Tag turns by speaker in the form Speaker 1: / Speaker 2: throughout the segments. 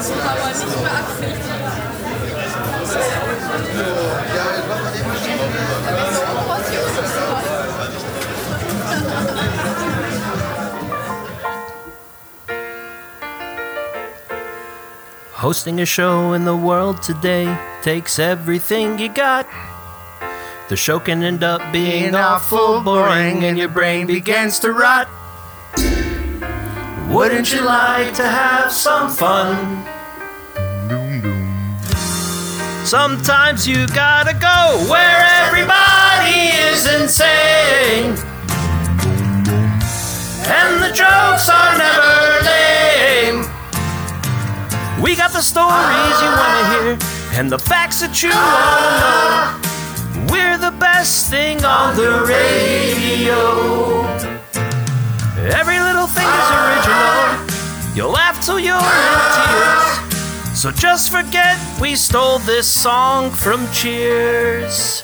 Speaker 1: Zuschauer nicht beabsichtigt.
Speaker 2: Hosting a show in the world today takes everything you got. The show can end up being awful boring and your brain begins to rot. Wouldn't you like to have some fun? Sometimes you gotta go where everybody is insane. And the jokes are never lame. We got the stories you wanna hear and the facts that you wanna know. We're the best thing on the radio. Every little thing is original. You'll laugh till you're in tears. So just forget we stole this song from Cheers.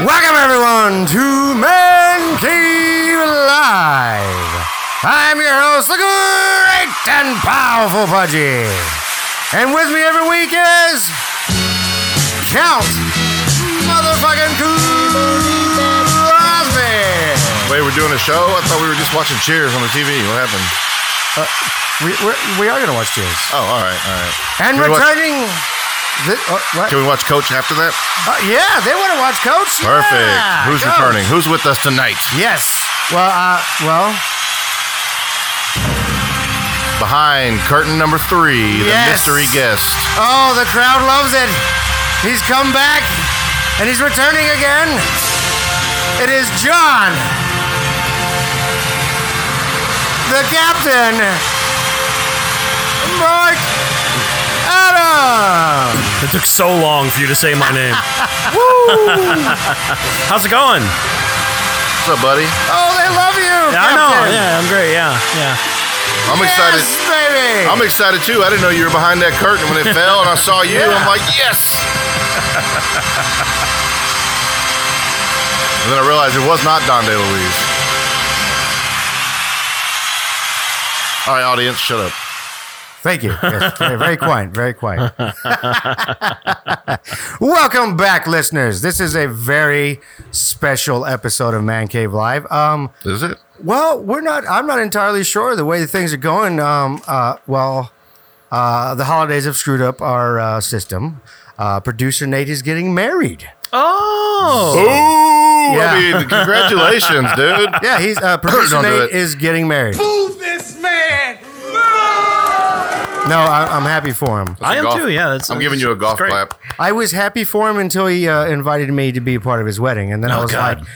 Speaker 3: Welcome everyone to Man Cave Live. I'm your host, the great and powerful Pudgy. And with me every week is Count Motherfucking Crosby.
Speaker 4: Wait, we're doing a show? I thought we were just watching Cheers on the TV. What happened?
Speaker 3: We, we're, we are gonna watch Cheers.
Speaker 4: Oh, all right, all right.
Speaker 3: And
Speaker 4: Can we watch-
Speaker 3: returning, the, uh, what?
Speaker 4: Can we watch Coach after that?
Speaker 3: Uh, yeah, they want to watch Coach.
Speaker 4: Perfect.
Speaker 3: Yeah,
Speaker 4: Who's
Speaker 3: Coach.
Speaker 4: returning? Who's with us tonight?
Speaker 3: Yes. Well, uh, well,
Speaker 4: Behind curtain number three, the
Speaker 3: Yes.
Speaker 4: mystery guest.
Speaker 3: Oh, the crowd loves it. He's come back and he's returning again. It is John, the captain, Mark Adam.
Speaker 5: It took so long for you to say my name. How's it going?
Speaker 4: What's up, buddy?
Speaker 3: Oh, they love
Speaker 5: Yeah,
Speaker 3: you,
Speaker 5: I
Speaker 3: captain.
Speaker 5: know. Yeah, I'm great. Yeah, yeah.
Speaker 4: I'm
Speaker 3: yes,
Speaker 4: excited.
Speaker 3: baby.
Speaker 4: I'm excited too. I didn't know you were behind that curtain when it fell, and I saw you. I'm like, yes. and then I realized it was not Don DeLuise. All right, audience, shut up.
Speaker 3: Thank you. Yes, very, very quiet. Very quiet. Welcome back, listeners. This is a very special episode of Man Cave Live. Um,
Speaker 4: Is it?
Speaker 3: Well, we're not. I'm not entirely sure the way things are going. Um, uh, well, uh, the holidays have screwed up our uh, system. Uh, producer Nate is getting married.
Speaker 2: Oh!
Speaker 4: Ooh,
Speaker 3: Yeah.
Speaker 4: I mean, congratulations, dude.
Speaker 3: Yeah, he's uh, producer
Speaker 4: Don't do
Speaker 3: Nate
Speaker 4: it.
Speaker 3: is getting married.
Speaker 6: Move this man!
Speaker 3: No, I, I'm happy for him.
Speaker 2: I am
Speaker 4: Golf-
Speaker 2: too, yeah. That's,
Speaker 4: I'm giving you a golf
Speaker 2: great.
Speaker 4: clap.
Speaker 3: I was happy for him until he uh, invited me to be a part of his wedding, and then I
Speaker 2: Oh,
Speaker 3: was
Speaker 2: God.
Speaker 3: like,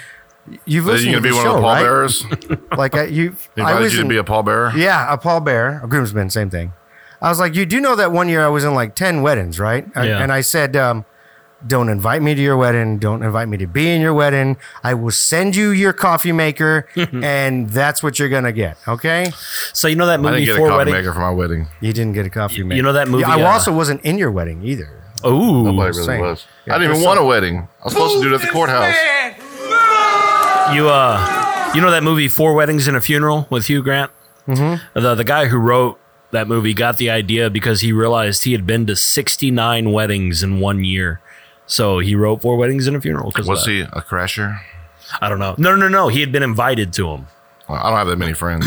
Speaker 3: "You've
Speaker 4: Are
Speaker 3: listened
Speaker 4: you going to
Speaker 3: to the
Speaker 4: be one
Speaker 3: show,
Speaker 4: of the
Speaker 3: right?
Speaker 4: pallbearers?
Speaker 3: Like I, you,
Speaker 4: They
Speaker 3: I
Speaker 4: invited
Speaker 3: was
Speaker 4: you to
Speaker 3: in-
Speaker 4: be a pallbearer?
Speaker 3: Yeah, a pallbearer, a groomsman, same thing. I was like, you do know that one year I was in like 10 weddings, right? I-
Speaker 5: Yeah.
Speaker 3: And I said, um, don't invite me to your wedding. Don't invite me to be in your wedding. I will send you your coffee maker, and that's what you're going to get. Okay?
Speaker 2: So, you know that
Speaker 4: I
Speaker 2: movie
Speaker 4: didn't get a
Speaker 2: Before
Speaker 4: coffee
Speaker 2: Wedding?
Speaker 4: maker for my wedding.
Speaker 3: You didn't get a coffee maker.
Speaker 2: You know that movie?
Speaker 3: Yeah, I
Speaker 2: uh,
Speaker 3: also wasn't in your wedding either.
Speaker 2: Ooh.
Speaker 4: Nobody really
Speaker 3: same.
Speaker 4: was.
Speaker 3: Yeah,
Speaker 4: I didn't even
Speaker 3: just
Speaker 4: want a wedding. I was supposed to do it at the courthouse.
Speaker 2: You uh, you know that movie Four Weddings and a Funeral with Hugh Grant. Mm-hmm. The the guy who wrote that movie got the idea because he realized he had been to sixty nine weddings in one year. So he wrote Four Weddings and a Funeral because
Speaker 4: Was he a crasher?
Speaker 2: I don't know. No, no, no. He had been invited to him.
Speaker 4: Well, I don't have that many friends.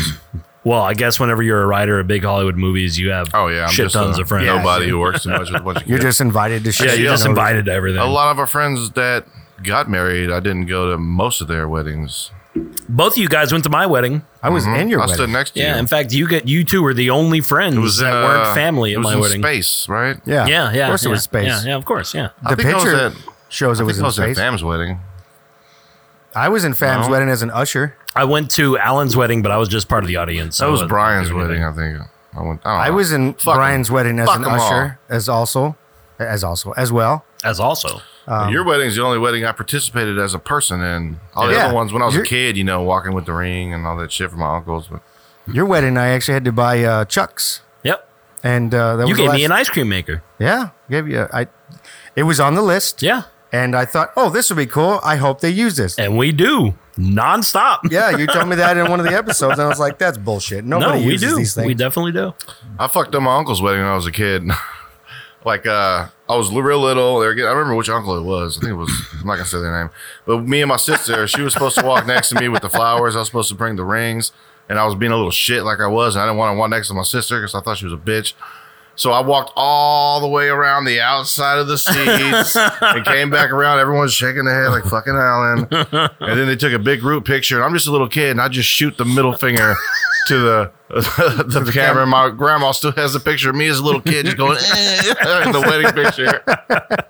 Speaker 2: Well, I guess whenever you're a writer of big Hollywood movies, you have
Speaker 4: Oh, yeah. I'm
Speaker 2: shit
Speaker 4: just
Speaker 2: tons
Speaker 4: a
Speaker 2: of friends.
Speaker 4: Nobody who works too much with a bunch of
Speaker 3: You're
Speaker 4: kids.
Speaker 3: just invited to shit.
Speaker 2: yeah, you're just
Speaker 3: No,
Speaker 2: invited to everything.
Speaker 4: a lot of our friends that got married, I didn't go to most of their weddings.
Speaker 2: Both of you guys went to my wedding.
Speaker 3: I was in your
Speaker 4: Mm-hmm. I
Speaker 3: wedding.
Speaker 4: stood next to
Speaker 2: Yeah,
Speaker 4: you.
Speaker 2: in fact, you get you two were the only friends that
Speaker 4: in, uh,
Speaker 2: weren't family
Speaker 4: it
Speaker 2: at
Speaker 4: was
Speaker 2: my
Speaker 4: in
Speaker 2: wedding.
Speaker 4: space, right?
Speaker 3: yeah.
Speaker 2: Yeah, yeah.
Speaker 3: Of course
Speaker 2: yeah,
Speaker 3: it was space.
Speaker 2: Yeah, yeah, of course, yeah.
Speaker 4: I
Speaker 3: The
Speaker 4: think I was
Speaker 3: picture
Speaker 4: at-
Speaker 3: shows it
Speaker 4: I
Speaker 3: was
Speaker 4: think
Speaker 3: in
Speaker 4: I was at
Speaker 3: space.
Speaker 4: Fam's wedding.
Speaker 3: I was in Fam's
Speaker 4: No.
Speaker 3: wedding as an usher.
Speaker 2: I went to Alan's wedding, but I was just part of the audience.
Speaker 4: That
Speaker 2: I
Speaker 4: was
Speaker 2: wasn't
Speaker 4: Brian's
Speaker 2: doing anything.
Speaker 4: wedding, I think. I, went, I, don't
Speaker 3: I
Speaker 4: know.
Speaker 3: was in
Speaker 4: Fuck 'em.
Speaker 3: Brian's wedding as
Speaker 4: Fuck
Speaker 3: an
Speaker 4: 'em all.
Speaker 3: usher, as also, as also, as well.
Speaker 2: As also,
Speaker 3: um,
Speaker 4: Your wedding's the only wedding I participated as a person in. All the
Speaker 3: Yeah.
Speaker 4: other ones when I was
Speaker 3: You're-
Speaker 4: a kid, you know, walking with the ring and all that shit from my uncles. But
Speaker 3: Your wedding, I actually had to buy uh, Chucks,
Speaker 2: yep.
Speaker 3: and uh, that
Speaker 2: You
Speaker 3: was the
Speaker 2: gave
Speaker 3: last,
Speaker 2: me an ice cream maker.
Speaker 3: yeah, gave you. a- I it was on the list,
Speaker 2: Yeah,
Speaker 3: and I thought, oh, this would be cool. I hope they use this.
Speaker 2: and we do. nonstop.
Speaker 3: Yeah, you told me that in one of the episodes, and I was like, "That's bullshit."
Speaker 2: No,
Speaker 3: Nobody
Speaker 2: we
Speaker 3: uses
Speaker 2: do.
Speaker 3: these things.
Speaker 2: We definitely do.
Speaker 4: I fucked up my uncle's wedding when I was a kid. like uh, I was li- real little. They were getting, I remember which uncle it was. I think it was. I'm not gonna say their name. But me and my sister, she was supposed to walk next to me with the flowers. I was supposed to bring the rings, and I was being a little shit like I was, and I didn't want to walk next to my sister because I thought she was a bitch. So I walked all the way around the outside of the seats and came back around. Everyone's shaking their head like fucking Alan. And then they took a big group picture. And I'm just a little kid, and I just shoot the middle finger to the the camera. And my grandma still has the picture of me as a little kid, just going "Eh," in the wedding picture.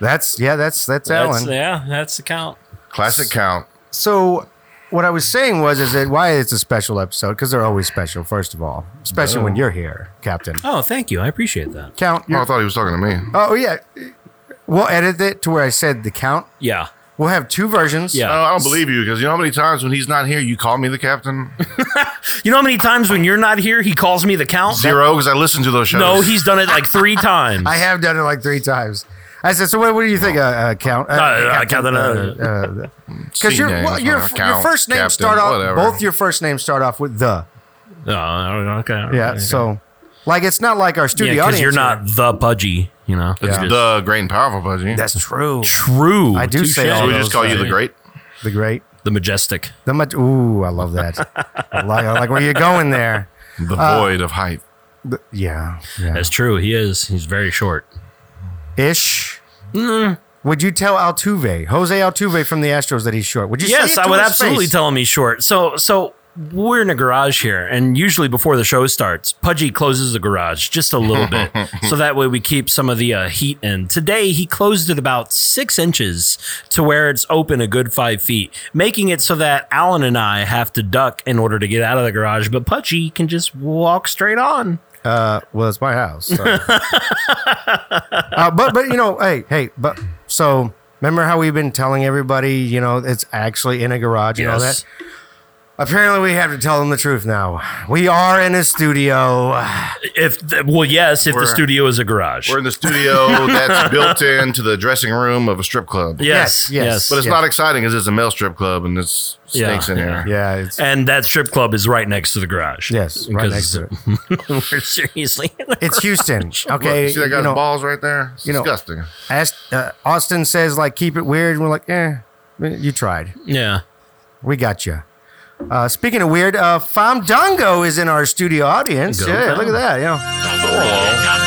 Speaker 3: That's yeah, that's that's, Alan.
Speaker 2: That's, yeah, that's the count.
Speaker 4: Classic count.
Speaker 3: So what I was saying was, is that why it's a special episode? Because they're always special. First of all, especially when you're here, Captain.
Speaker 2: Oh, thank you. I appreciate that.
Speaker 3: Count.
Speaker 4: Oh, I
Speaker 3: You're,
Speaker 4: thought he was talking to me.
Speaker 3: oh yeah, we'll edit it to where I said the count.
Speaker 2: Yeah.
Speaker 3: We'll have two versions.
Speaker 2: Yeah.
Speaker 4: I don't, I don't believe you because you know how many times when he's not here, you call me the captain?
Speaker 2: You know how many times when you're not here, he calls me the count?
Speaker 4: Zero, because I listen to those shows.
Speaker 2: No, he's done it like three times.
Speaker 3: I have done it like three times. I said, so what, what do you think, uh, uh, Count? Uh,
Speaker 2: uh, Captain,
Speaker 3: Because your, well, your, your first name start off, both your first names start off with the.
Speaker 2: No, I don't know. Oh, okay. all right,
Speaker 3: Yeah,
Speaker 2: okay.
Speaker 3: so like it's not like our studio
Speaker 2: yeah, because
Speaker 3: audience.
Speaker 2: you're
Speaker 3: here.
Speaker 2: not the pudgy, you know. It's
Speaker 3: Yeah.
Speaker 2: just-
Speaker 4: the great and powerful budget.
Speaker 3: That's true.
Speaker 2: True.
Speaker 3: I do
Speaker 2: Touche.
Speaker 3: say all
Speaker 4: so we
Speaker 3: those
Speaker 4: just call you the great.
Speaker 3: The great.
Speaker 2: the majestic.
Speaker 3: The much. Ooh, I love that. I like, I like where you're going there.
Speaker 4: The void of height.
Speaker 3: The- yeah, yeah.
Speaker 2: That's true. He is. He's very short.
Speaker 3: Ish. Would you tell Altuve, Jose Altuve from the Astros, that he's short? Would you? say
Speaker 2: Yes,
Speaker 3: it
Speaker 2: I
Speaker 3: to
Speaker 2: would
Speaker 3: his
Speaker 2: absolutely
Speaker 3: face?
Speaker 2: tell him he's short. So, so we're in a garage here, and usually before the show starts, Pudgy closes the garage just a little bit, so that way we keep some of the uh, heat in. Today, he closed it about six inches to where it's open a good five feet, making it so that Alan and I have to duck in order to get out of the garage, but Pudgy can just walk straight on.
Speaker 3: Uh, well, it's my house. so. uh, but but you know, hey hey, but so remember how we've been telling everybody, you know, it's actually in a garage and all that.
Speaker 2: Yes.
Speaker 3: Apparently, we have to tell them the truth now. We are in a studio.
Speaker 2: If the, well, yes, if the
Speaker 4: We're-
Speaker 2: studio is a garage.
Speaker 4: We're in the studio that's built into the dressing room of a strip club.
Speaker 2: Yes,
Speaker 3: Yes, yes.
Speaker 2: yes.
Speaker 4: But it's
Speaker 3: Yeah.
Speaker 4: not exciting because it's a male strip club and it's
Speaker 2: Yeah,
Speaker 4: snakes in here.
Speaker 3: Yeah, it's
Speaker 2: and that strip club is right next to the garage.
Speaker 3: yes, right next to it.
Speaker 2: it. we're seriously in the
Speaker 3: It's Houston. Okay,
Speaker 4: Look, see that
Speaker 3: you
Speaker 4: guy's
Speaker 3: know,
Speaker 4: balls right there? It's
Speaker 3: you know-
Speaker 4: disgusting.
Speaker 3: Ast- uh, Austin says like keep it weird. We're like, eh, you tried.
Speaker 2: Yeah.
Speaker 3: We got you. Uh, speaking of weird, uh, Famdango is in our studio audience.
Speaker 2: Go
Speaker 3: yeah,
Speaker 2: Fam.
Speaker 3: look at that. You know,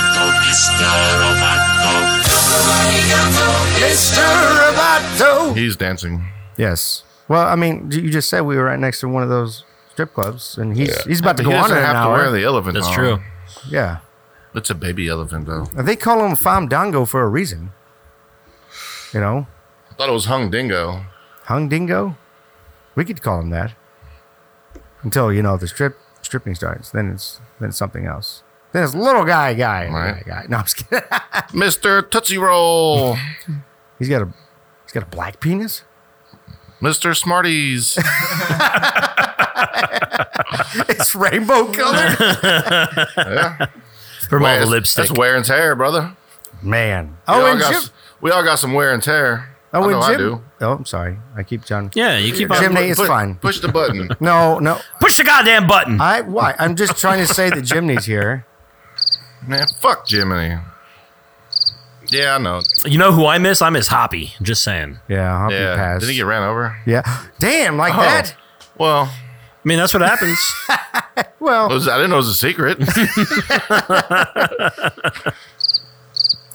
Speaker 4: He's dancing.
Speaker 3: yes. Well, I mean, you you just said we were right next to one of those strip clubs, and he's he's about to
Speaker 4: he
Speaker 3: go on
Speaker 4: doesn't
Speaker 3: in an
Speaker 4: have to wear
Speaker 3: hour.
Speaker 4: the elephant.
Speaker 2: That's
Speaker 4: on.
Speaker 2: true.
Speaker 3: Yeah,
Speaker 4: It's a baby elephant, though.
Speaker 3: And they call him Famdango for a reason. You know,
Speaker 4: I thought it was hung dingo.
Speaker 3: hung dingo. We could call him that until you know the strip stripping starts. Then it's then it's something else. Then it's little guy guy
Speaker 4: Right.
Speaker 3: guy. guy. No, I'm just kidding.
Speaker 4: Mr. Tootsie Roll.
Speaker 3: he's got a he's got a black penis.
Speaker 4: Mr. Smarties.
Speaker 3: It's rainbow colored.
Speaker 4: Yeah.
Speaker 2: From all the
Speaker 4: That's-
Speaker 2: lipstick.
Speaker 4: That's wear and tear, brother.
Speaker 3: Man.
Speaker 4: We,
Speaker 3: Oh,
Speaker 4: all
Speaker 3: and
Speaker 4: got,
Speaker 3: Jim.
Speaker 4: s- we all got some wear and tear.
Speaker 3: Oh,
Speaker 4: I
Speaker 3: and
Speaker 4: know
Speaker 3: Jim.
Speaker 4: I do.
Speaker 3: Oh, I'm sorry. I keep John.
Speaker 2: yeah, you keep on.
Speaker 3: Jim- Jimney, it's
Speaker 4: Push-
Speaker 3: fine.
Speaker 4: Push the button.
Speaker 3: No, no.
Speaker 2: Push the goddamn button.
Speaker 3: I why? I'm just trying to say that Jimny's here.
Speaker 4: Man, fuck Jiminy. Yeah, I know.
Speaker 2: you know who I miss? I miss Hoppy. Just saying.
Speaker 3: Yeah, I'll
Speaker 4: Yeah.
Speaker 3: be passed.
Speaker 4: Did he get Oh. ran over?
Speaker 3: yeah. Damn, like that.
Speaker 4: Well,
Speaker 2: I mean, that's what happens.
Speaker 4: it
Speaker 3: Well,
Speaker 4: was, I didn't know it was a secret.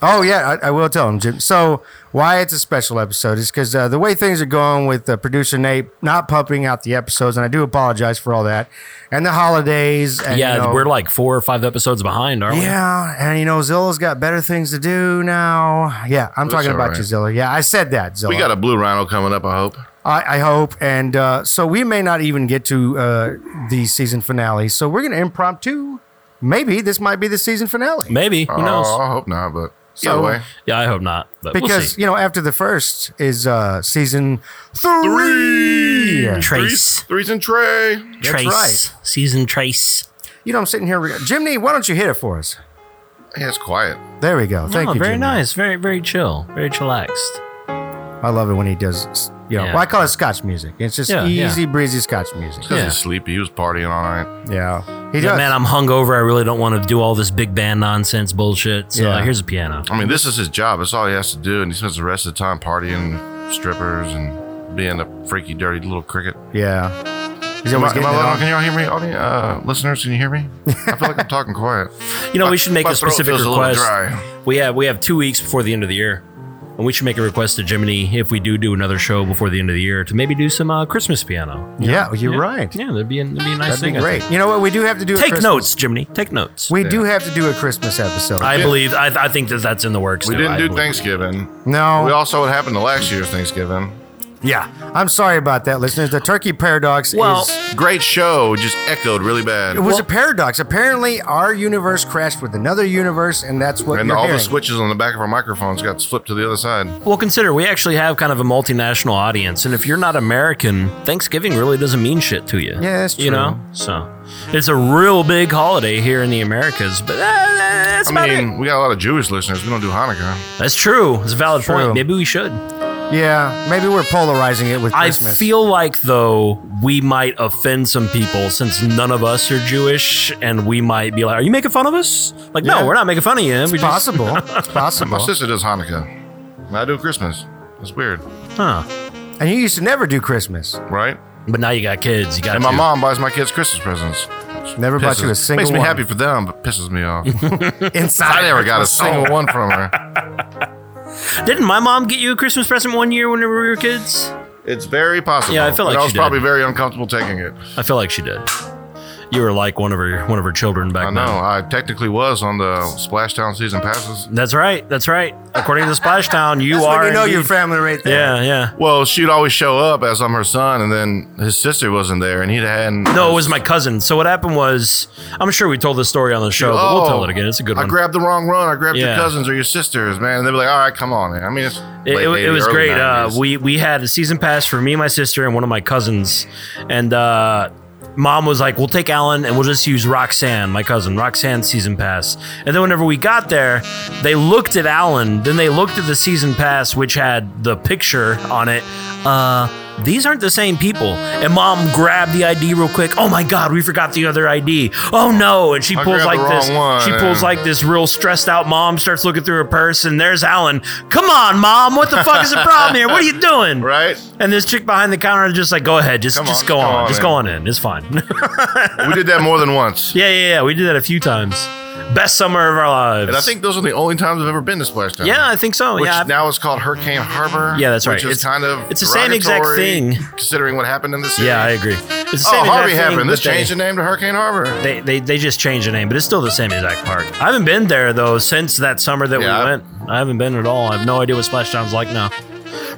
Speaker 3: oh yeah, I, I will tell him, Jim. So why it's a special episode is because uh, the way things are going with uh, producer Nate not pumping out the episodes, and I do apologize for all that, and the holidays. And,
Speaker 2: yeah,
Speaker 3: you know-
Speaker 2: we're like four or five episodes behind, aren't we?
Speaker 3: Yeah, and you know Zilla's got better things to do now. Yeah, I'm
Speaker 4: That's
Speaker 3: talking
Speaker 4: all
Speaker 3: about
Speaker 4: right.
Speaker 3: you, Zilla. Yeah, I said that, Zilla.
Speaker 4: we got a blue rhino coming up, I hope.
Speaker 3: I, I hope. And uh, so we may not even get to uh, the season finale. So we're going to impromptu. Maybe this might be the season finale.
Speaker 2: Maybe. Who knows?
Speaker 4: Oh, I hope not, but
Speaker 3: So-
Speaker 4: either way.
Speaker 2: yeah, I hope not. But we'll
Speaker 3: Because,
Speaker 2: see.
Speaker 3: you know, after the first is uh, season three.
Speaker 2: Trace.
Speaker 4: Threes and Trey.
Speaker 2: Trace.
Speaker 3: right.
Speaker 2: Season Trace.
Speaker 3: You know, I'm sitting here. Jimmy, why don't you hit it for us?
Speaker 4: Yeah, it's quiet.
Speaker 3: There we go. Thank
Speaker 2: oh,
Speaker 3: you.
Speaker 2: very
Speaker 3: Jimmy.
Speaker 2: nice. Very, very chill. Very chillaxed.
Speaker 3: I love it when he does s- You know,
Speaker 2: Yeah.
Speaker 3: well, I call it Scotch music. It's just
Speaker 2: Yeah, yeah.
Speaker 3: easy, breezy Scotch music.
Speaker 4: Because
Speaker 2: Yeah.
Speaker 4: he's sleepy. He was partying all night.
Speaker 3: Yeah, he
Speaker 2: Yeah,
Speaker 3: does.
Speaker 2: man, I'm hungover. I really don't want to do all this big band nonsense bullshit. So
Speaker 3: Yeah.
Speaker 2: here's a piano.
Speaker 4: I mean, this is his job. That's all he has to do. And he spends the rest of the time partying, strippers, and being a freaky, dirty little cricket.
Speaker 3: yeah, he's
Speaker 4: Am I,
Speaker 3: always
Speaker 4: am
Speaker 3: getting
Speaker 4: I
Speaker 3: it
Speaker 4: loud?
Speaker 3: on.
Speaker 4: Can y'all hear me? Audi- Uh, listeners, can you hear me? I feel like I'm talking quiet.
Speaker 2: You know, we should make
Speaker 4: My
Speaker 2: a
Speaker 4: throat
Speaker 2: specific
Speaker 4: feels a little
Speaker 2: request.
Speaker 4: dry.
Speaker 2: We have we have two weeks before the end of the year, and we should make a request to Jiminy if we do do another show before the end of the year to maybe do some uh, Christmas piano.
Speaker 3: Yeah, you're right.
Speaker 2: Yeah, that'd be a, that'd be a nice
Speaker 3: That'd
Speaker 2: thing.
Speaker 3: be
Speaker 2: I
Speaker 3: great.
Speaker 2: think.
Speaker 3: You know what? We do have to do. a
Speaker 2: Take
Speaker 3: Christmas-
Speaker 2: notes, Jiminy. Take notes.
Speaker 3: We do have to do a Christmas episode.
Speaker 2: I believe I, I think that that's in the works.
Speaker 4: We
Speaker 2: now.
Speaker 4: didn't
Speaker 2: I
Speaker 4: do
Speaker 2: believe-
Speaker 4: Thanksgiving.
Speaker 3: no.
Speaker 4: We all saw what happened to last year's Thanksgiving.
Speaker 3: yeah, I'm sorry about that, listeners. The turkey paradox
Speaker 2: Well-
Speaker 3: is.
Speaker 4: Great show, just echoed really bad.
Speaker 3: It was a paradox. Apparently, our universe crashed with another universe, and that's what
Speaker 4: and
Speaker 3: you're
Speaker 4: all
Speaker 3: hearing.
Speaker 4: the switches on the back of our microphones got flipped to the other side.
Speaker 2: Well, consider we actually have kind of a multinational audience, and if you're not American, Thanksgiving really doesn't mean shit to you.
Speaker 3: Yeah, that's
Speaker 2: You
Speaker 3: true.
Speaker 2: know, so it's a real big holiday here in the Americas, but uh, that's
Speaker 4: I
Speaker 2: about
Speaker 4: mean,
Speaker 2: it.
Speaker 4: we got a lot of Jewish listeners. We don't do Hanukkah.
Speaker 2: That's true. It's a valid
Speaker 3: True.
Speaker 2: point. Maybe we should.
Speaker 3: yeah, maybe we're polarizing it with
Speaker 2: I
Speaker 3: Christmas.
Speaker 2: feel like though we might offend some people since none of us are Jewish, and we might be like, "Are you making fun of us?" Like,
Speaker 3: Yeah.
Speaker 2: no, we're not making fun of you. we
Speaker 3: it's
Speaker 2: just,
Speaker 3: possible. It's
Speaker 4: My
Speaker 3: possible.
Speaker 4: sister does Hanukkah. And I do Christmas. That's weird,
Speaker 2: huh?
Speaker 3: And you used to never do Christmas.
Speaker 4: right?
Speaker 2: But now you got kids. You got
Speaker 4: And my
Speaker 2: to.
Speaker 4: mom buys my kids Christmas presents.
Speaker 3: Never bought you a
Speaker 4: Pisses-
Speaker 3: single
Speaker 4: Makes me
Speaker 3: one.
Speaker 4: happy for them, but pisses me off.
Speaker 3: Inside,
Speaker 4: I never got a
Speaker 3: Christmas.
Speaker 4: single one from her.
Speaker 2: Didn't my mom get you a Christmas present one year when we were kids?
Speaker 4: It's very possible.
Speaker 2: Yeah, I feel like
Speaker 4: And I
Speaker 2: she
Speaker 4: was
Speaker 2: did.
Speaker 4: probably very uncomfortable taking it.
Speaker 2: I feel like she did. You were like one of her one of her children back
Speaker 4: I know.
Speaker 2: then.
Speaker 4: I technically was on the Splashdown season passes.
Speaker 2: That's right. That's right. According to Splashtown, you
Speaker 3: That's
Speaker 2: are.
Speaker 3: when you know
Speaker 2: indeed-
Speaker 3: your family right there.
Speaker 2: Yeah, yeah.
Speaker 4: Well, she'd always show up as I'm her son, and then his sister wasn't there, and he'd hadn't.
Speaker 2: No, it was my cousin. So what happened was, I'm sure we told this story on the show, but we'll tell it again. It's a good
Speaker 4: Oh, I
Speaker 2: one.
Speaker 4: grabbed the wrong run. I grabbed your
Speaker 2: Yeah.
Speaker 4: cousins or your sisters, man. And they'd be like, all right, come on. Man. I mean, it's
Speaker 2: It,
Speaker 4: late
Speaker 2: it- it
Speaker 4: 80s,
Speaker 2: was
Speaker 4: early
Speaker 2: great. Uh,
Speaker 4: 90s.
Speaker 2: we we had a season pass for me, my sister, and one of my cousins, and uh, mom was like, "We'll take Alan and we'll just use Roxanne, my cousin, Roxanne's season pass." And then whenever we got there, they looked at Alan, then they looked at the season pass, which had the picture on it. Uh, these aren't the same people. And mom grabbed the ID real quick. Oh my God, we forgot the other ID. Oh no! And she
Speaker 4: I
Speaker 2: pulls
Speaker 4: grabbed
Speaker 2: like
Speaker 4: the
Speaker 2: this.
Speaker 4: wrong one,
Speaker 2: she pulls
Speaker 4: yeah.
Speaker 2: like this real stressed out mom starts looking through her purse, and there's Alan. Come on, mom, what the fuck is the problem here? What are you doing?
Speaker 4: right?
Speaker 2: And this chick behind the counter is just like, go ahead, just
Speaker 4: Come
Speaker 2: just
Speaker 4: on,
Speaker 2: go
Speaker 4: come
Speaker 2: on,
Speaker 4: on
Speaker 2: just
Speaker 4: in."
Speaker 2: go on in. It's fine. yeah,
Speaker 4: we did that more than once.
Speaker 2: yeah, yeah. We did that a few times. Best summer of our lives.
Speaker 4: And I think those are the only times I've ever been to Splashdown.
Speaker 2: Yeah, I think so.
Speaker 4: Which
Speaker 2: yeah.
Speaker 4: now is called Hurricane Harbor.
Speaker 2: Yeah, that's right.
Speaker 4: Which is
Speaker 2: It's-
Speaker 4: kind of
Speaker 2: it's the same exact
Speaker 4: derogatory,
Speaker 2: thing.
Speaker 4: considering what happened in the city.
Speaker 2: yeah, I agree. It's the
Speaker 4: Oh,
Speaker 2: same exact
Speaker 4: Harvey
Speaker 2: thing,
Speaker 4: happened. This
Speaker 2: but they-
Speaker 4: changed the name to Hurricane Harbor.
Speaker 2: They, they, they just changed the name, but it's still the same exact park. I haven't been there though since that summer that
Speaker 4: Yeah.
Speaker 2: we went. I haven't been at all. I have no idea what Splashdown's like now.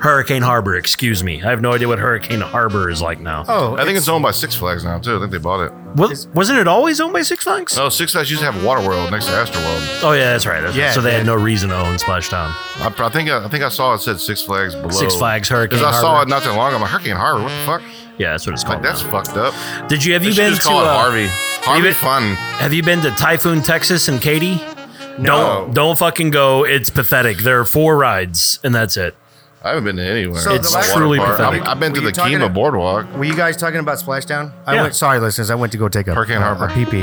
Speaker 2: Hurricane Harbor, excuse me. I have no idea what Hurricane Harbor is like now.
Speaker 3: Oh,
Speaker 4: I think it's owned by Six Flags now too. I think they bought it.
Speaker 2: Was, wasn't it always owned by Six Flags?
Speaker 4: No, Oh, Six Flags used to have Waterworld next to Astroworld.
Speaker 2: Oh yeah, that's right. That's
Speaker 3: Yeah,
Speaker 2: right. So they
Speaker 3: yeah.
Speaker 2: had no reason to own Splashdown.
Speaker 4: I, I think I, think I saw it said Six Flags below.
Speaker 2: Six Flags Hurricane
Speaker 4: Because I saw
Speaker 2: Harbor.
Speaker 4: it not that long ago. I'm like, Hurricane Harbor. What the fuck?
Speaker 2: Yeah, that's what it's
Speaker 4: Like
Speaker 2: called.
Speaker 4: that's
Speaker 2: now.
Speaker 4: fucked up.
Speaker 2: Did you have
Speaker 4: They
Speaker 2: you
Speaker 4: should
Speaker 2: been
Speaker 4: just
Speaker 2: to
Speaker 4: call it
Speaker 2: uh,
Speaker 4: Harvey. Harvey
Speaker 2: been-
Speaker 4: fun.
Speaker 2: Have you been to Typhoon Texas and Katy?
Speaker 4: No.
Speaker 2: Don't don't fucking go. It's pathetic. There are four rides and that's it.
Speaker 4: I haven't been to anywhere.
Speaker 3: So It's the last-
Speaker 2: truly
Speaker 4: water park.
Speaker 2: pathetic.
Speaker 4: I'm- I've been
Speaker 3: Were
Speaker 4: to
Speaker 3: you
Speaker 4: the
Speaker 3: talking
Speaker 4: Kima
Speaker 3: to-
Speaker 4: Boardwalk.
Speaker 3: Were you guys talking about Splashdown? I
Speaker 2: Yeah.
Speaker 3: went. Sorry, listeners. I went to go take a uh,
Speaker 4: Hurricane
Speaker 3: a,
Speaker 4: Harbor.
Speaker 3: a pee pee,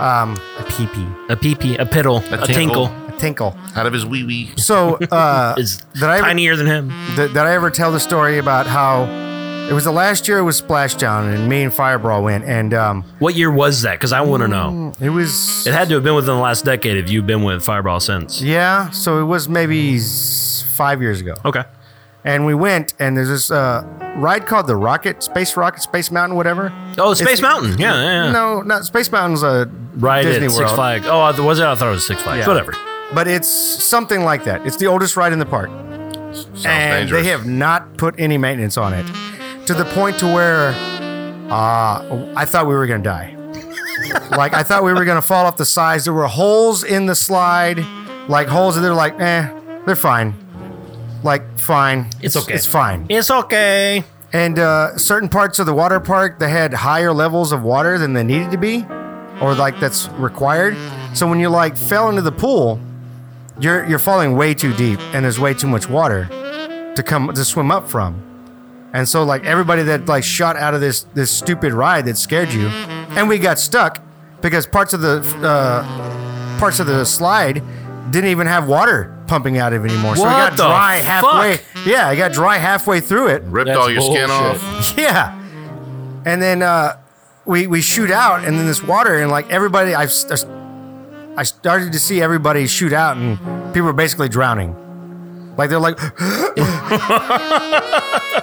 Speaker 3: um, a pee pee,
Speaker 2: A pee pee, a piddle, a,
Speaker 4: tinkle.
Speaker 2: tinkle
Speaker 3: a tinkle.
Speaker 4: Out of his wee wee.
Speaker 3: So, uh,
Speaker 2: is
Speaker 3: Did I ever-
Speaker 2: tinier than him.
Speaker 3: Did, did I ever tell the story about how it was the last year it was Splashdown and me and Fireball went and um,
Speaker 2: What year was that? Because I want to know.
Speaker 3: it was
Speaker 2: It had to have been within the last decade if you've been with Fireball since.
Speaker 3: yeah so it was maybe s- five years ago
Speaker 2: Okay.
Speaker 3: and we went and there's this uh, ride called the Rocket Space Rocket Space Mountain whatever
Speaker 2: Oh, Space
Speaker 3: It's-
Speaker 2: Mountain. Yeah, yeah. yeah.
Speaker 3: no not Space Mountain's a
Speaker 2: Right
Speaker 3: Disney
Speaker 2: at Six
Speaker 3: World
Speaker 2: Flags. Oh, I th- was it? I thought it was Six Flags.
Speaker 3: Yeah.
Speaker 2: Whatever.
Speaker 3: but it's something like that it's the oldest ride in the park
Speaker 2: Oh,
Speaker 4: Sounds
Speaker 3: and
Speaker 4: dangerous.
Speaker 3: they have not put any maintenance on it to the point to where uh, I thought we were going to die. like I thought we were going to fall off the sides. There were holes in the slide, like holes that they're like, eh, they're fine. Like fine,
Speaker 2: It's okay.
Speaker 3: It's fine.
Speaker 2: It's okay.
Speaker 3: And uh, certain parts of the water park they had higher levels of water than they needed to be, or like that's required. So when you like fell into the pool, you're you're falling way too deep, and there's way too much water to come to swim up from. And so like everybody that like shot out of this this stupid ride that scared you, and we got stuck because parts of the uh, parts of the slide didn't even have water pumping out of it anymore. so it
Speaker 2: What
Speaker 3: got
Speaker 2: the
Speaker 3: dry
Speaker 2: fuck?
Speaker 3: halfway. Yeah, it got dry halfway through it.
Speaker 4: Ripped
Speaker 2: That's
Speaker 4: all your skin
Speaker 2: bullshit.
Speaker 4: off.
Speaker 3: Yeah. And then uh, we we shoot out, and then this water, and like everybody, I've, st- I started to see everybody shoot out, and people were basically drowning. Like they're like,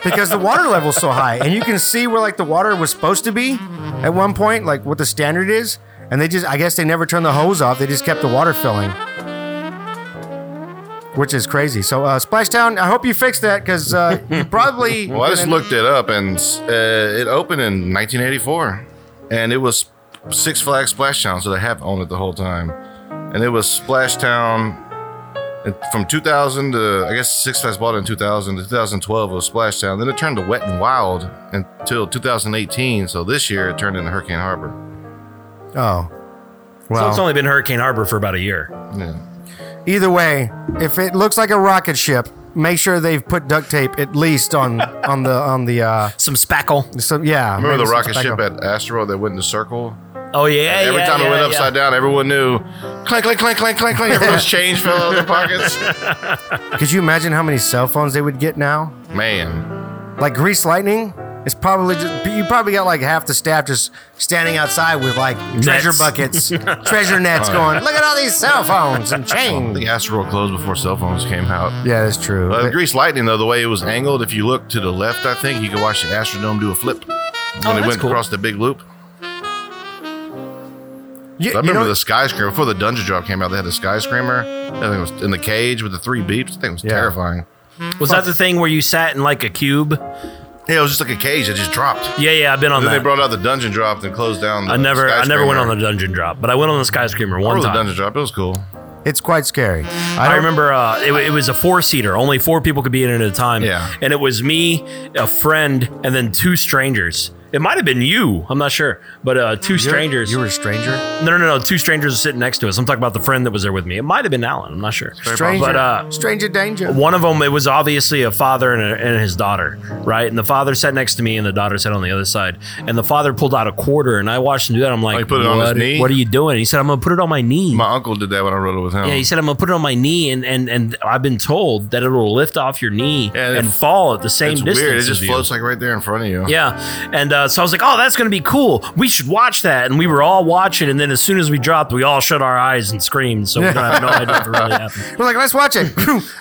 Speaker 3: because the water level's so high, and you can see where like the water was supposed to be at one point, like what the standard is, and they just, I guess they never turned the hose off, they just kept the water filling. Which is crazy. So, uh, Splashdown, I hope you fixed that because uh, you probably.
Speaker 4: Well, I just looked it up, and uh, it opened in 1984, and it was Six Flags Splashtown, so they have owned it the whole time, and it was Splashtown and from 2000 to I guess Six Flags bought it in 2000 to 2012 was Splashtown. Then it turned to Wet and Wild until 2018. So this year it turned into Hurricane Harbor.
Speaker 3: Oh.
Speaker 2: So
Speaker 3: Well,
Speaker 2: it's only been Hurricane Harbor for about a year.
Speaker 4: Yeah.
Speaker 3: either way, if it looks like a rocket ship, make sure they've put duct tape at least on on the on the uh
Speaker 2: Some spackle.
Speaker 3: so yeah.
Speaker 4: Remember
Speaker 3: maybe
Speaker 4: the rocket
Speaker 3: something
Speaker 4: ship
Speaker 3: back
Speaker 4: at Asteroid that went in a circle?
Speaker 2: Oh yeah.
Speaker 4: Every
Speaker 2: yeah,
Speaker 4: time
Speaker 2: yeah,
Speaker 4: it went
Speaker 2: yeah.
Speaker 4: upside down, everyone knew clank, clank, clank, clank, clank, clank. Everyone's change fell out of their pockets.
Speaker 3: up. Could you imagine how many cell phones they would get now?
Speaker 4: Man,
Speaker 3: Like grease lightning is probably just you probably got like half the staff just standing outside with like treasure
Speaker 2: Nets.
Speaker 3: buckets, treasure nets going, look at all these cell phones and
Speaker 4: I
Speaker 3: chains.
Speaker 4: think Asteroid closed before cell phones came out.
Speaker 3: Yeah, that's true.
Speaker 4: Uh, the Grease Lightning, though, the way it was angled, if you look to the left, I think you could watch the Astrodome do a flip when it
Speaker 2: Oh, that's
Speaker 4: went
Speaker 2: cool.
Speaker 4: across the big loop.
Speaker 3: You-
Speaker 4: I
Speaker 3: you
Speaker 4: remember
Speaker 3: know-
Speaker 4: the Sky Screamer before the Dungeon Drop came out. They had the Sky Screamer. I think it was in the cage with the three beeps. I think it was
Speaker 3: Yeah.
Speaker 4: terrifying.
Speaker 2: Was that the thing where you sat in like a cube?
Speaker 4: Yeah, it was just like a cage that just dropped.
Speaker 2: Yeah, yeah. I've been on
Speaker 4: Then they
Speaker 2: that.
Speaker 4: brought out the Dungeon Drop and closed down. The
Speaker 2: I never,
Speaker 4: Sky
Speaker 2: I never went
Speaker 4: Screamer.
Speaker 2: on the dungeon drop, but I went on the sky screamer
Speaker 4: I
Speaker 2: one
Speaker 4: remember the
Speaker 2: time.
Speaker 4: Dungeon Drop. It was cool.
Speaker 3: it's quite scary. I,
Speaker 2: I
Speaker 3: don't-
Speaker 2: remember uh, it, wa- it was a four seater. Only four people could be in it at a time.
Speaker 4: Yeah.
Speaker 2: And it was me, a friend, and then two strangers. It might have been you. I'm not sure. But uh, 2 strangers.
Speaker 3: You were a stranger.
Speaker 2: no, no, no. Two strangers were sitting next to us. I'm talking about the friend that was there with me. It might have been Alan. I'm not sure.
Speaker 3: Stranger,
Speaker 2: But uh,
Speaker 3: stranger danger.
Speaker 2: one of them, it was obviously a father and, a, and his daughter, right? And the father sat next to me and the daughter sat on the other side. And the father pulled out a quarter and I watched him do that. I'm like,
Speaker 4: Oh, he put it on his
Speaker 2: "What-
Speaker 4: knee?"
Speaker 2: What are you doing? He said, I'm going to put it on my knee.
Speaker 4: My uncle did that when I rode it with him.
Speaker 2: Yeah, he said I'm gonna put it on my knee, and and and I've been told that it'll lift off your knee
Speaker 4: Yeah,
Speaker 2: and
Speaker 4: it's-
Speaker 2: fall at the same
Speaker 4: it's
Speaker 2: distance.
Speaker 4: weird. It
Speaker 2: as
Speaker 4: just
Speaker 2: you.
Speaker 4: floats like right there in front of you.
Speaker 2: Yeah, and uh, so I was like, "Oh, that's gonna be cool. We should watch that." And we were all watching, and then as soon as we dropped, we all shut our eyes and screamed. So we don't have no idea if it really happened.
Speaker 3: We're like, let's watch it.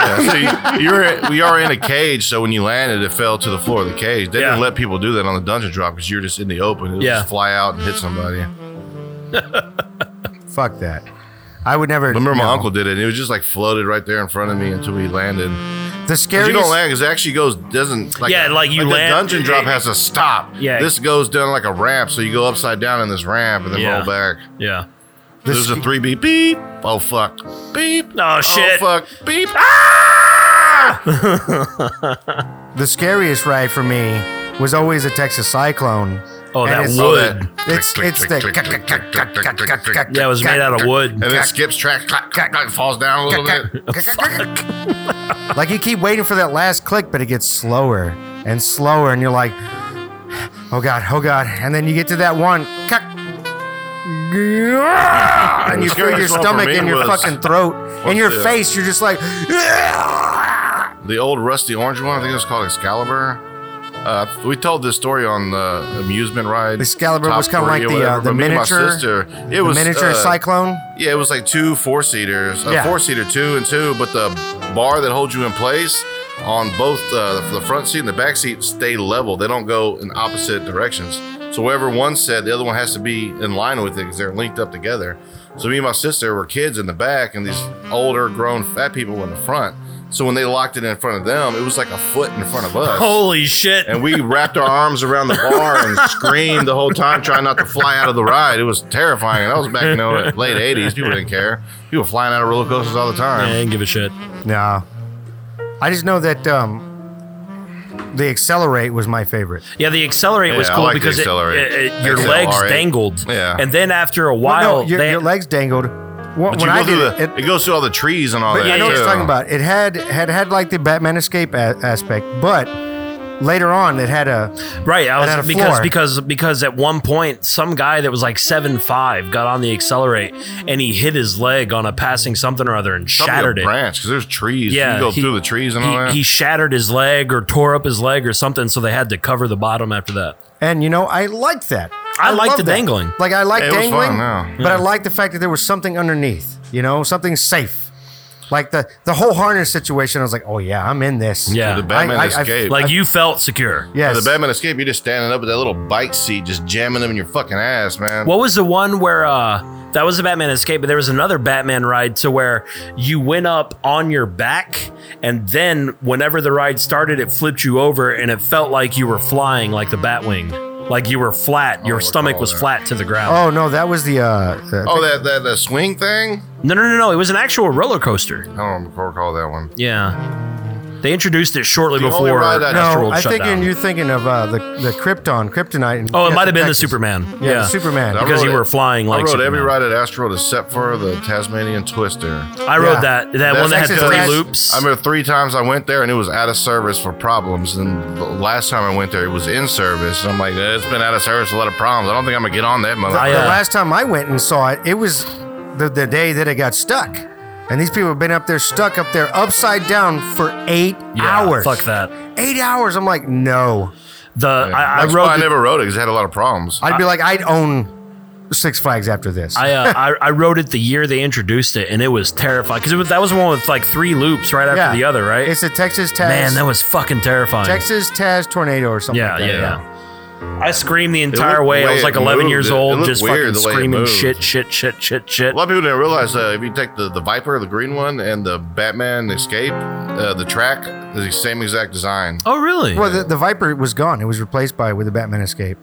Speaker 4: Yeah, so you, you were we are in a cage, so when you landed, it fell to the floor of the cage. They
Speaker 2: Yeah.
Speaker 4: didn't let people do that on the dungeon drop because you're just in the open. It'll
Speaker 2: Yeah.
Speaker 4: just fly out and hit somebody.
Speaker 3: Fuck that. I would never.
Speaker 4: Remember, my
Speaker 3: no.
Speaker 4: uncle did it. and It was just like floated right there in front of me until we landed. 'Cause
Speaker 3: The
Speaker 4: You
Speaker 3: scariest.
Speaker 4: don't land because it actually goes doesn't like
Speaker 2: Yeah, like you land-
Speaker 4: The dungeon drop has a stop.
Speaker 2: Yeah.
Speaker 4: this goes down like a ramp, so you go upside down in this ramp and then
Speaker 2: Yeah.
Speaker 4: roll back.
Speaker 2: Yeah.
Speaker 3: the
Speaker 4: There's a
Speaker 3: sc-
Speaker 4: three beep beep. Oh fuck beep.
Speaker 2: Oh shit. Ah!
Speaker 4: Oh fuck beep.
Speaker 3: the scariest ride for me was always a Texas cyclone.
Speaker 2: Oh,
Speaker 3: And
Speaker 2: that
Speaker 3: it's-
Speaker 2: wood.
Speaker 3: It's it's the.
Speaker 2: yeah, it was made out of wood.
Speaker 4: And then skips track, clack, clack, clack, falls down a little bit.
Speaker 3: like you keep waiting for that last click, but it gets slower and slower, and you're like, oh god, oh god, and then you get to that one. And you
Speaker 4: The
Speaker 3: feel your
Speaker 4: scariest one for
Speaker 3: stomach
Speaker 4: me
Speaker 3: in your
Speaker 4: was-
Speaker 3: fucking throat, in your
Speaker 4: the- uh,
Speaker 3: face. You're just like,
Speaker 4: The old rusty orange one, I think it was called Excalibur. Uh, we told this story on the amusement ride.
Speaker 3: Excalibur
Speaker 4: Top
Speaker 3: was kinda
Speaker 4: three
Speaker 3: like
Speaker 4: or
Speaker 3: the, uh,
Speaker 4: whatever,
Speaker 3: the
Speaker 4: but me and my
Speaker 3: miniature-
Speaker 4: sister, it
Speaker 3: the
Speaker 4: was
Speaker 3: miniature
Speaker 4: uh,
Speaker 3: cyclone.
Speaker 4: Yeah, it was like two four seaters, a
Speaker 3: Yeah.
Speaker 4: four seater two and two, but the bar that holds you in place on both uh, the front seat and the back seat stay level. They don't go in opposite directions. So wherever one said, the other one has to be in line with it because they're linked up together. So me and my sister were kids in the back, and these older grown fat people were in the front. So when they locked it in front of them, it was like a foot in front of us.
Speaker 2: Holy shit.
Speaker 4: And we wrapped our arms around the bar and screamed the whole time, trying not to fly out of the ride. It was terrifying. And I was back in the late 80s. People didn't care. People were flying out of roller coasters all the
Speaker 2: I
Speaker 4: time.
Speaker 2: didn't give a shit.
Speaker 3: No. I just know that um, the accelerate was my favorite.
Speaker 2: Yeah, the accelerate was
Speaker 4: Yeah, I
Speaker 2: cool
Speaker 4: like the
Speaker 2: because it,
Speaker 4: Accelerate.
Speaker 2: it- it- your
Speaker 4: XLR8.
Speaker 2: legs dangled.
Speaker 4: Yeah.
Speaker 2: And then after a
Speaker 3: Well,
Speaker 2: while,
Speaker 3: no, your,
Speaker 2: they-
Speaker 3: your legs dangled. Wh-
Speaker 4: But
Speaker 3: when
Speaker 4: you
Speaker 3: I
Speaker 4: go
Speaker 3: did
Speaker 4: through
Speaker 3: it,
Speaker 4: the,
Speaker 3: it,
Speaker 4: it goes through all the trees and all
Speaker 3: but
Speaker 4: that.
Speaker 3: I know what
Speaker 4: too.
Speaker 3: you're talking about. It had had had like the Batman Escape a- aspect, but later on it had a
Speaker 2: Right, I
Speaker 3: It had a
Speaker 2: was because
Speaker 3: floor.
Speaker 2: because because at one point some guy that was like seven five got on the accelerate and he hit his leg on a passing something or other and
Speaker 4: Probably
Speaker 2: shattered
Speaker 4: a
Speaker 2: it.
Speaker 4: branch because there's trees.
Speaker 2: Yeah,
Speaker 4: you go
Speaker 2: he-
Speaker 4: through the trees and
Speaker 2: he,
Speaker 4: all that.
Speaker 2: he shattered his leg or tore up his leg or something, so they had to cover the bottom after that.
Speaker 3: and you know I liked that.
Speaker 2: I liked
Speaker 3: loved
Speaker 2: the
Speaker 3: that.
Speaker 2: dangling.
Speaker 3: Like I liked
Speaker 4: It was fun,
Speaker 3: dangling,
Speaker 4: yeah.
Speaker 3: but I liked the fact that there was something underneath. You know, something safe. Like the the whole harness situation, I was like, oh yeah, I'm in this.
Speaker 2: Yeah.
Speaker 4: the Batman
Speaker 3: I- I- I-
Speaker 4: escape.
Speaker 2: Like you felt secure.
Speaker 3: Yes.
Speaker 4: the Batman escape. You're just standing up with that little bike seat, just jamming them in your fucking ass, man.
Speaker 2: What was the one where uh that was the Batman escape, but there was another Batman ride to where you went up on your back and then whenever the ride started it flipped you over and it felt like you were flying like the Batwing. Like you were flat. Your
Speaker 4: recall
Speaker 2: stomach was
Speaker 4: that.
Speaker 2: flat to the ground.
Speaker 3: Oh no, that was the. uh the-
Speaker 4: Oh, that, that that swing thing.
Speaker 2: No no no no, it was an actual roller coaster.
Speaker 4: I don't recall that one.
Speaker 2: Yeah. They introduced it shortly
Speaker 4: The only
Speaker 2: before
Speaker 4: ride I-
Speaker 2: Astro
Speaker 3: no,
Speaker 2: World
Speaker 3: I
Speaker 2: shut
Speaker 3: think
Speaker 2: down.
Speaker 3: you're thinking of uh, the the Krypton, Kryptonite. and-
Speaker 2: Oh, it
Speaker 3: yeah,
Speaker 2: might have been
Speaker 3: Texas.
Speaker 2: the Superman.
Speaker 3: Yeah, the Superman.
Speaker 4: I
Speaker 2: Because
Speaker 4: rode
Speaker 2: you
Speaker 4: it-
Speaker 2: were flying
Speaker 4: I
Speaker 2: like
Speaker 4: rode every
Speaker 2: Superman.
Speaker 4: ride at Astro except for the Tasmanian Twister.
Speaker 2: I rode
Speaker 3: Yeah.
Speaker 2: that that one that had
Speaker 3: Texas
Speaker 2: three
Speaker 3: Texas-
Speaker 2: loops.
Speaker 4: I remember three times I went there and it was out of service for problems. And the last time I went there, it was in service. And I'm like, eh, it's been out of service, a lot of problems. I don't think I'm gonna get on that
Speaker 2: I,
Speaker 4: motherfucker.
Speaker 2: uh,
Speaker 3: the last time I went and saw it, it was the, the day that it got stuck. And these people have been up there, stuck up there, upside down for eight
Speaker 2: Yeah,
Speaker 3: hours.
Speaker 2: Fuck that.
Speaker 3: Eight hours. I'm like, no.
Speaker 2: The
Speaker 4: Yeah.
Speaker 2: I, I
Speaker 4: That's why
Speaker 2: rode
Speaker 4: I
Speaker 2: the-
Speaker 4: never rode it because I had a lot of problems.
Speaker 3: I'd be like, I'd own Six Flags after this.
Speaker 2: I, uh, I I rode it the year they introduced it, and it was terrifying because was, that was the one with like three loops right after
Speaker 3: Yeah.
Speaker 2: the other, right?
Speaker 3: It's a Texas Taz.
Speaker 2: Man, that was fucking terrifying.
Speaker 3: Texas Taz tornado or something.
Speaker 2: yeah,
Speaker 3: like
Speaker 2: yeah,
Speaker 3: that.
Speaker 2: yeah. I screamed the entire
Speaker 4: looked
Speaker 2: way. I
Speaker 4: way
Speaker 2: was like
Speaker 4: it
Speaker 2: 11
Speaker 4: moved.
Speaker 2: years
Speaker 4: It- it
Speaker 2: old,
Speaker 4: looked
Speaker 2: just fucking
Speaker 4: weird the way it
Speaker 2: screaming
Speaker 4: moved.
Speaker 2: shit, shit, shit, shit, shit.
Speaker 4: A lot of people didn't realize that if you take the, the Viper, the green one, and the Batman Escape, uh, the track is the same exact design.
Speaker 2: Oh, really?
Speaker 3: Well, the, the Viper was gone. It was replaced by with the Batman Escape.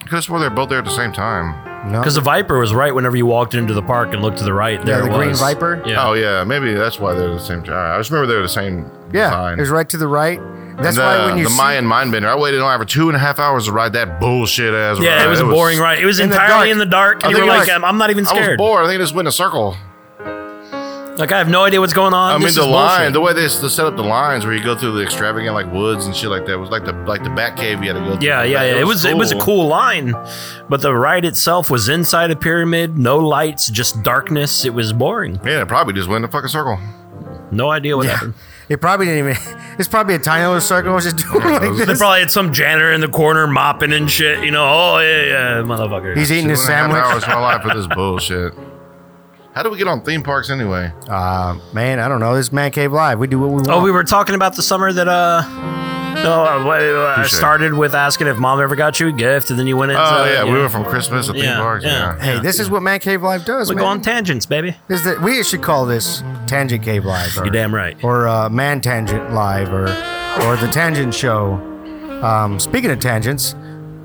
Speaker 4: Because well, they're both there at the same time.
Speaker 3: No.
Speaker 2: Because the Viper was right whenever you walked into the park and looked to the right. There
Speaker 3: Yeah, the
Speaker 2: it
Speaker 3: green
Speaker 2: was.
Speaker 3: Viper.
Speaker 2: Yeah.
Speaker 4: Oh yeah, maybe that's why they're the same time. I just remember they're the same
Speaker 3: Yeah,
Speaker 4: design.
Speaker 3: it was right to the right. That's
Speaker 4: And the,
Speaker 3: why when you
Speaker 4: the
Speaker 3: see-
Speaker 4: Mayan Mind Bender, I waited on over two and a half hours to ride that bullshit ass.
Speaker 2: Yeah,
Speaker 4: ride.
Speaker 2: it was a boring ride. It was
Speaker 3: in the
Speaker 2: entirely
Speaker 3: dark.
Speaker 2: in the dark,
Speaker 4: I
Speaker 2: and you were
Speaker 4: think it
Speaker 2: like,
Speaker 4: was-
Speaker 2: I'm, I'm not even
Speaker 4: I was
Speaker 2: scared.
Speaker 4: bored. I think it just went in a circle.
Speaker 2: Like, I have no idea what's going on.
Speaker 4: I mean,
Speaker 2: Oh, This
Speaker 4: the
Speaker 2: is
Speaker 4: line,
Speaker 2: bullshit.
Speaker 4: the way they, s- they set up the lines, where you go through the extravagant like woods and shit like that, was like the like the Batcave you had to go. through.
Speaker 2: Yeah, yeah,
Speaker 4: Like,
Speaker 2: yeah. It was it was a cool line, but the ride itself was inside a pyramid, no lights, just darkness. It was boring.
Speaker 4: Yeah, it probably just went in a fucking circle.
Speaker 2: No idea what happened.
Speaker 3: it probably didn't even. It's probably a tiny little circle. It was just doing like
Speaker 2: They
Speaker 3: this.
Speaker 2: probably had some janitor in the corner mopping and shit. You know, oh yeah, yeah, motherfucker.
Speaker 3: He's eating his
Speaker 4: Two and a half
Speaker 3: sandwich.
Speaker 4: Hours of my life for this bullshit. How do we get on theme parks anyway?
Speaker 3: Uh, man, I don't know. This is Man Cave Live. We do what we want.
Speaker 2: oh, we were talking about the summer that uh. No, uh, wait, uh, I
Speaker 4: Touche.
Speaker 2: started with asking if mom ever got you a gift, and then you went into.
Speaker 4: Oh yeah,
Speaker 2: you
Speaker 4: we
Speaker 2: know,
Speaker 4: went from Christmas to theme
Speaker 2: Yeah,
Speaker 4: parks.
Speaker 2: yeah.
Speaker 4: Yeah.
Speaker 3: hey, this is what Man Cave Live does,
Speaker 2: we
Speaker 3: man.
Speaker 2: go on tangents, baby.
Speaker 3: Is that we should call this Tangent Cave Live, or,
Speaker 2: You're damn right.
Speaker 3: or uh, Man Tangent Live, or or the Tangent Show. Um, speaking of tangents,